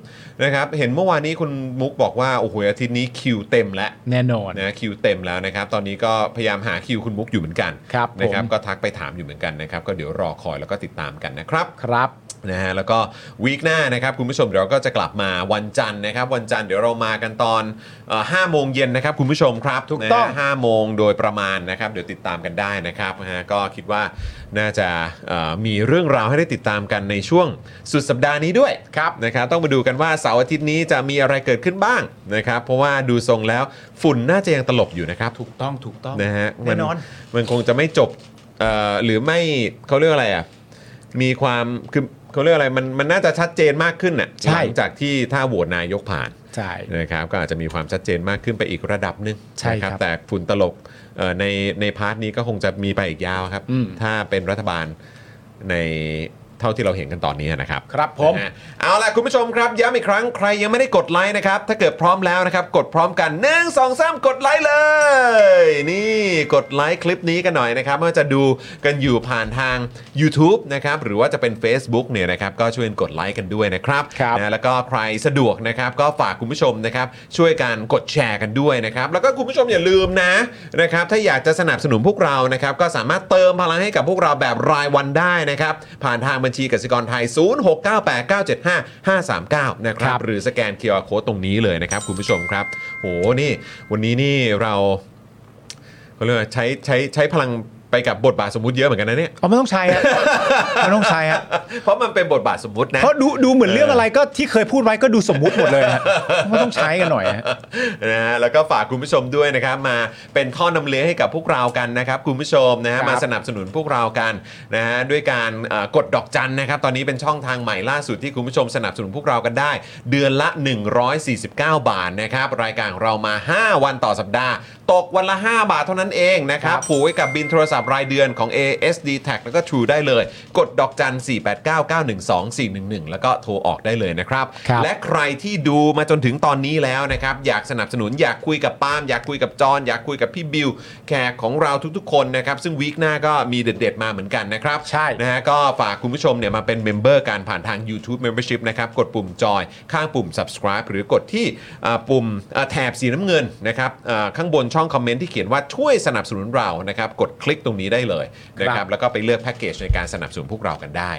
Speaker 1: นะครับเห็นเมื่อวานนี้คุณมุกบอกว่าโอ้โหอาทิตย์นี้คิวเต็มแล้ว
Speaker 2: แน่นอน
Speaker 1: นะคิวเต็มแล้วนะครับ ตอนนี้ก็พยายามหาคิวคุณมุกอยู่เหมือนกัน
Speaker 2: ครับผม
Speaker 1: นะครับ ก็ทักไปถามอยู่เหมือนกันนะครับ ก็เดี๋ยวรอคอยแล้วก็ติดตามกันนะครับ
Speaker 2: ครับ
Speaker 1: นะฮะแล้วก็วีคหน้านะครับคุณผู้ชมเดี๋ยวเราก็จะกลับมาวันจันทร์นะครับ วันจันทร์เดี๋ยวเรามากันตอนเอ่อ5โมงเย็นนะครับคุณผู้ชมครับ
Speaker 2: ถูกต้อง
Speaker 1: นะฮะ5โมงโดยประมาณนะครับเดี๋ยวติดตามกันได้นะครับนะฮะก็คิดว่าน่าจะเอ่อมีเรื่องราวให้ได้ติดตามกันในช่วงสุดสัปดาห์นี้ด้วยครับนะครับต้องมาดูกันว่าเสาร์อาทิตย์นี้จะมีอะไรเกิดขึ้นบ้างนะครับเพราะว่าดูทรงแล้วฝุ่นน่าจะยังตลบอยู่นะครับ
Speaker 2: ถูกต้องถูกต้อง
Speaker 1: นะฮะมั
Speaker 2: แน่นอน
Speaker 1: มันคงจะไม่จบเอ่อหรือไม่เขาเรียกอะไรอ่ะมีความคือเขาเรียกอะไรมันมันน่าจะชัดเจนมากขึ้นน่ะห
Speaker 2: ใช่
Speaker 1: ลังจากที่ถ้าโหวตนายกผ่าน
Speaker 2: ใช่
Speaker 1: นะครับก็อาจจะมีความชัดเจนมากขึ้นไปอีกระดับหนึ่ง
Speaker 2: ใช่
Speaker 1: นะครับ แต่ฝุ่นตลบเอ่อในในพาร์ทนี้ก็คงจะมีไปอีกยาวครับ
Speaker 2: อืม
Speaker 1: ถ้าเป็นรัฐบาลในเท่าที่เราเห็นกันตอนนี้นะครับ
Speaker 2: ครับผม
Speaker 1: นะฮะเอาล่ะคุณผู้ชมครับ ย้ำอีกครั้งใครยังไม่ได้กดไลค์นะครับ ถ้าเกิดพร้อมแล้วนะครับ กดพร้อมกัน1 2 3 กดไลค์เลย นี่กดไลค์คลิปนี้กันหน่อยนะครับเมื่อจะดูกันอยู่ผ่านทาง YouTube นะครับหรือว่าจะเป็น Facebook เนี่ยนะครับก็ช่วยกดไลค์กันด้วยนะครับ
Speaker 2: ครับ
Speaker 1: นะแล้วก็ใครสะดวกนะครับก็ฝากคุณผู้ชมนะครับช่วยกันกดแชร์กันด้วยนะครับแล้วก็คุณผู้ชมอย่าลืมนะนะครับถ้าอยากจะสนับสนุนพวกเรานะครับก็สามารถเติมพลังให้กับพวกเราแบบรายวันได้นะครับผ่านทางบัญชีกสิกรไทย 0698975539 นะครั
Speaker 2: ครับ บ
Speaker 1: หรือสแกน QR Code ตรงนี้เลยนะครับคุณผู้ชมครับโหนี่วันนี้นี่เราเขาเรียกว่าใช้ใช้ใช้พลังไปกับบทบาทสมมุติเยอะเหมือนกันนะเนี่ย
Speaker 2: เอาไม่ต้องใช้ฮะ ไม่ต้องใช้ฮะ
Speaker 1: เพราะมันเป็นบทบาทสมมุตินะ
Speaker 2: เพราะดูดูเหมือนเรื่องอะไรก็ที่เคยพูดไว้ก็ดูสมมุติหมดเลย ฮะไม่ต้องใช้กันหน่อยฮะ
Speaker 1: นะฮะแล้วก็ฝากคุณผู้ชมด้วยนะครับ มาเป็นท่อนำเลี้ยงให้กับพวกเรากันนะครับ คุณผู้ชมนะฮะ
Speaker 2: ครับ
Speaker 1: มาสนับสนุนพวกเรากันนะฮะด้วยการเอ่อกดดอกจันนะครับ ตอนนี้เป็นช่องทางใหม่ล่าสุดที่คุณผู้ชมสนับสนุนพวกเรากันได้ เดือนละ 149 บาทนะครับ รายการของเรามา 5 วันต่อสัปดาห์ ตกวันละ 5 บาทเท่านั้นเองนะครับ
Speaker 2: ครับ
Speaker 1: ผูกไว้กับบินโทรศัพท์ ศัพท์รายเดือนของ ASD Tag แล้วก็ True ได้เลย กดดอกจัน 489912411 แล้วก็โทรออกได้เลยนะครับ
Speaker 3: ครับ
Speaker 1: และใครที่ดูมาจนถึงตอนนี้แล้วนะครับ อยากสนับสนุนอยากคุยกับปาล์มอยากคุยกับจอนอยากคุยกับพี่บิว แขกของเราทุกๆคนนะครับ ซึ่งวีคหน้าก็มีเด็ดๆมาเหมือนกันนะครับ ใช่นะฮะก็ฝากคุณผู้ชมเนี่ยมาเป็นเมมเบอร์การผ่านทาง YouTube Membership นะครับ กดปุ่มจอยข้างปุ่ม subscribe หรือกดที่อ่าปุ่มอ่าแถบสีน้ำเงินนะครับอ่าข้างบนช่องคอมเมนต์ที่เขียนว่าช่วยสนับสนุนเรานะครับกดคลิกตรงนี้ได้เลยนะค
Speaker 2: ครั
Speaker 1: รับบ แล้วก็ไปเลือกแพ็กเกจในการสนับสนุนพวกเรากันได้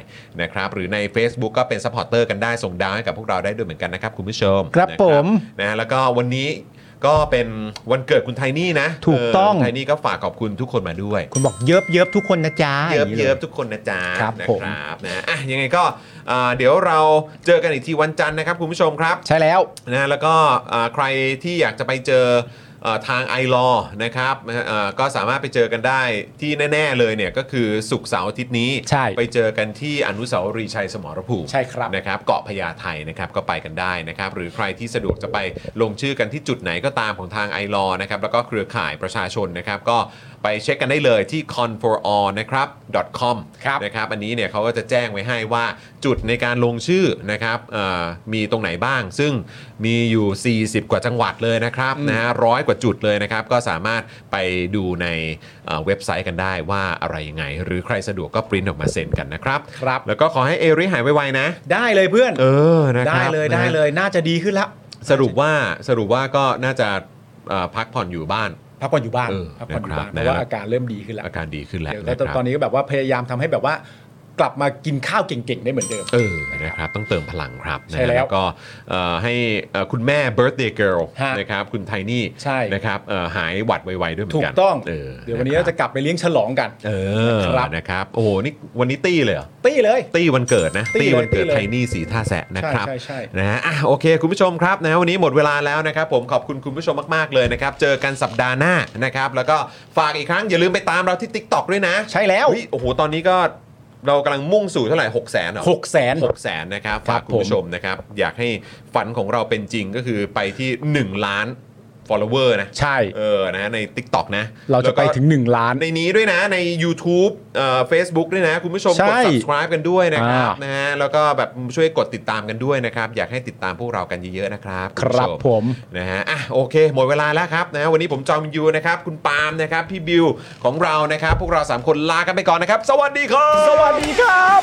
Speaker 1: นะครับหรือใน Facebook ก็เป็น s u p p อร์เตอร์กันได้ส่งดาวให้กับพวกเราได้ด้วยเหมือนกันนะครับคุณผู้ชม
Speaker 2: ครับ
Speaker 1: นะ
Speaker 2: ผม
Speaker 1: นะฮะแล้วก็วันนี้ก็เป็นวันเกิดคุณไทนี่นะ
Speaker 2: ถูกต้อง
Speaker 1: เคุณไทนี่ก็ฝากขอบคุณทุกคนมาด้วย
Speaker 2: คุณบอกเยิบเยิบทุกคนนะจ๊ะ
Speaker 1: เยิบ
Speaker 2: อา
Speaker 1: เยิ
Speaker 2: งนี้
Speaker 1: บ
Speaker 2: ล
Speaker 1: ทุกคนนะจ๊ะ
Speaker 2: ครับ
Speaker 1: นะ
Speaker 2: ผม
Speaker 1: ครับนะอ่ะยังไงก็อ่าเดี๋ยวเราเจอกันอีกทีวันจันทร์นะครับคุณผู้ชมครับ
Speaker 2: ใช่แล้ว
Speaker 1: นะแล้วก็อ่าใครที่อยากจะไปเจอเอ่อทางไอรอนะครับนะฮะเอ่อก็สามารถไปเจอกันได้ที่แน่ ๆ เลยเนี่ยก็คือสุกร์เสาร์อาทิตย์นี้
Speaker 2: ใช่
Speaker 1: ไปเจอกันที่อนุสาวรีย์ชัยสมรภูมิ
Speaker 2: ใช่ครับ
Speaker 1: นะครับเกาะพญาไทนะครับก็ไปกันได้นะครับ หรือใครที่สะดวกจะไปลงชื่อกันที่จุดไหนก็ตามของทางไอรอนะครับแล้วก็เครือข่ายประชาชนนะครับ ก็ไปเช็คกันได้เลยที่ con for all นะครับ com
Speaker 2: ครับ
Speaker 1: นะครับอันนี้เนี่ยเขาก็จะแจ้งไว้ให้ว่าจุดในการลงชื่อนะครับเอ่อมีตรงไหนบ้าง ซึ่งมีอยู่ 40 กว่าจังหวัดเลยนะครับนะฮะร้อยกว่าจุดเลยนะครับ ก็สามารถไปดูในเอ่อเว็บไซต์กันได้ว่าอะไรยังไง หรือใครสะดวกก็ปริ้นออกมาเซ็นกันนะครับ
Speaker 2: ครับ
Speaker 1: แล้วก็ขอให้เอริหายไวๆนะ
Speaker 2: ได้เลยเพื่อน
Speaker 1: เออนะค
Speaker 2: ได้
Speaker 1: รับ
Speaker 2: เลยได้เลยน่าจะดีขึ้นแล้ว
Speaker 1: สรุปว่าสรุปว่าก็น่าจะเอ่อพักผ่อนอยู่บ้าน
Speaker 2: พักผ่อนอยู่บ้าน
Speaker 1: เออ
Speaker 2: พักผ่อนอยู่บ้าน
Speaker 1: นะครับ
Speaker 2: เพราะว่า
Speaker 1: นะ
Speaker 2: อาการเริ่มดีขึ้นแล้ว
Speaker 1: อาการดีขึ้นแล้ว
Speaker 2: เดี๋ยว
Speaker 1: นะค
Speaker 2: แต่
Speaker 1: รับ
Speaker 2: ตอนนี้ก็แบบว่าพยายามทำให้แบบว่า กลับมากินข้าวเก่งๆได้เหมือนเดิม
Speaker 1: เออนะครับต้องเติมพลังครับนะ
Speaker 2: ใช่แล้ว
Speaker 1: ก็เอ่อให้เอ่อคุณแม่ birthday girl
Speaker 2: ฮะ
Speaker 1: นะครับคุณไทนี่
Speaker 2: ใช่
Speaker 1: นะครับเอ่อหายหวัดไวๆด้วยเหมือ
Speaker 2: ถู
Speaker 1: น
Speaker 2: ก
Speaker 1: กัน
Speaker 2: ต้อง
Speaker 1: เออ
Speaker 2: เดี๋ยววันนี้เราจะกลับไปเลี้ยงฉลองกัน
Speaker 1: เออ
Speaker 2: ครับ
Speaker 1: นะครับโอ้โหนี่วันนี้ตี้เลยเหรอ
Speaker 2: ตี้เลย
Speaker 1: ตี้วันเกิดนะ
Speaker 2: ตี้
Speaker 1: ตี้
Speaker 2: เลย
Speaker 1: วันเกิด
Speaker 2: ตี้เลย
Speaker 1: ไทนี่สีท่าแสะนะครับ
Speaker 2: ใช่ใช่ใช่
Speaker 1: นะฮะอ่ะโอเค คุณผู้ชมครับนะวันนี้หมดเวลาแล้วนะครับ ผมขอบคุณคุณผู้ชมมาก ๆ เลยนะครับ เจอกันสัปดาห์หน้านะครับ แล้วก็ฝากอีกครั้งอย่าลืมไปตามเราที่ TikTok ด้วยนะ
Speaker 2: ใช่แล้ว
Speaker 1: เฮ้ยโอ้โหตอนนี้ก็เรากำลังมุ่งสู่เท่าไหร่6 0 0 0 0นเหรอ
Speaker 2: หกแสน
Speaker 1: หกแสนนะครับฝาก
Speaker 2: ครับ
Speaker 1: คุณผู้ชมนะครับ อยากให้ฝันของเราเป็นจริงก็คือไปที่ 1 ล้าน follower นะ
Speaker 2: ใช่
Speaker 1: เออนะใน TikTok นะ
Speaker 2: เราจะไป
Speaker 1: แล้วก็
Speaker 2: ถึง 1 ล้าน
Speaker 1: ในนี้ด้วยนะใน YouTube เอ่อ Facebook ด้วยนะ คุณผู้ชม
Speaker 2: ใช่
Speaker 1: กด subscribe กันด้วยนะครับ
Speaker 2: อ่าน
Speaker 1: นะฮะแล้วก็แบบช่วยกดติดตามกันด้วยนะครับ อยากให้ติดตามพวกเรากันเยอะๆนะครับณ
Speaker 2: ครับ
Speaker 1: ช
Speaker 2: ผม
Speaker 1: นะฮะอ่ะโอเค หมดเวลาแล้วครับนะวันนี้ผมจอมยูนะครับ คุณปาล์มนะครับ พี่บิวของเรานะครับ พวกเราสามคนลากันไปก่อนนะครับ สวัสดีครับ
Speaker 2: สวัสดีครับ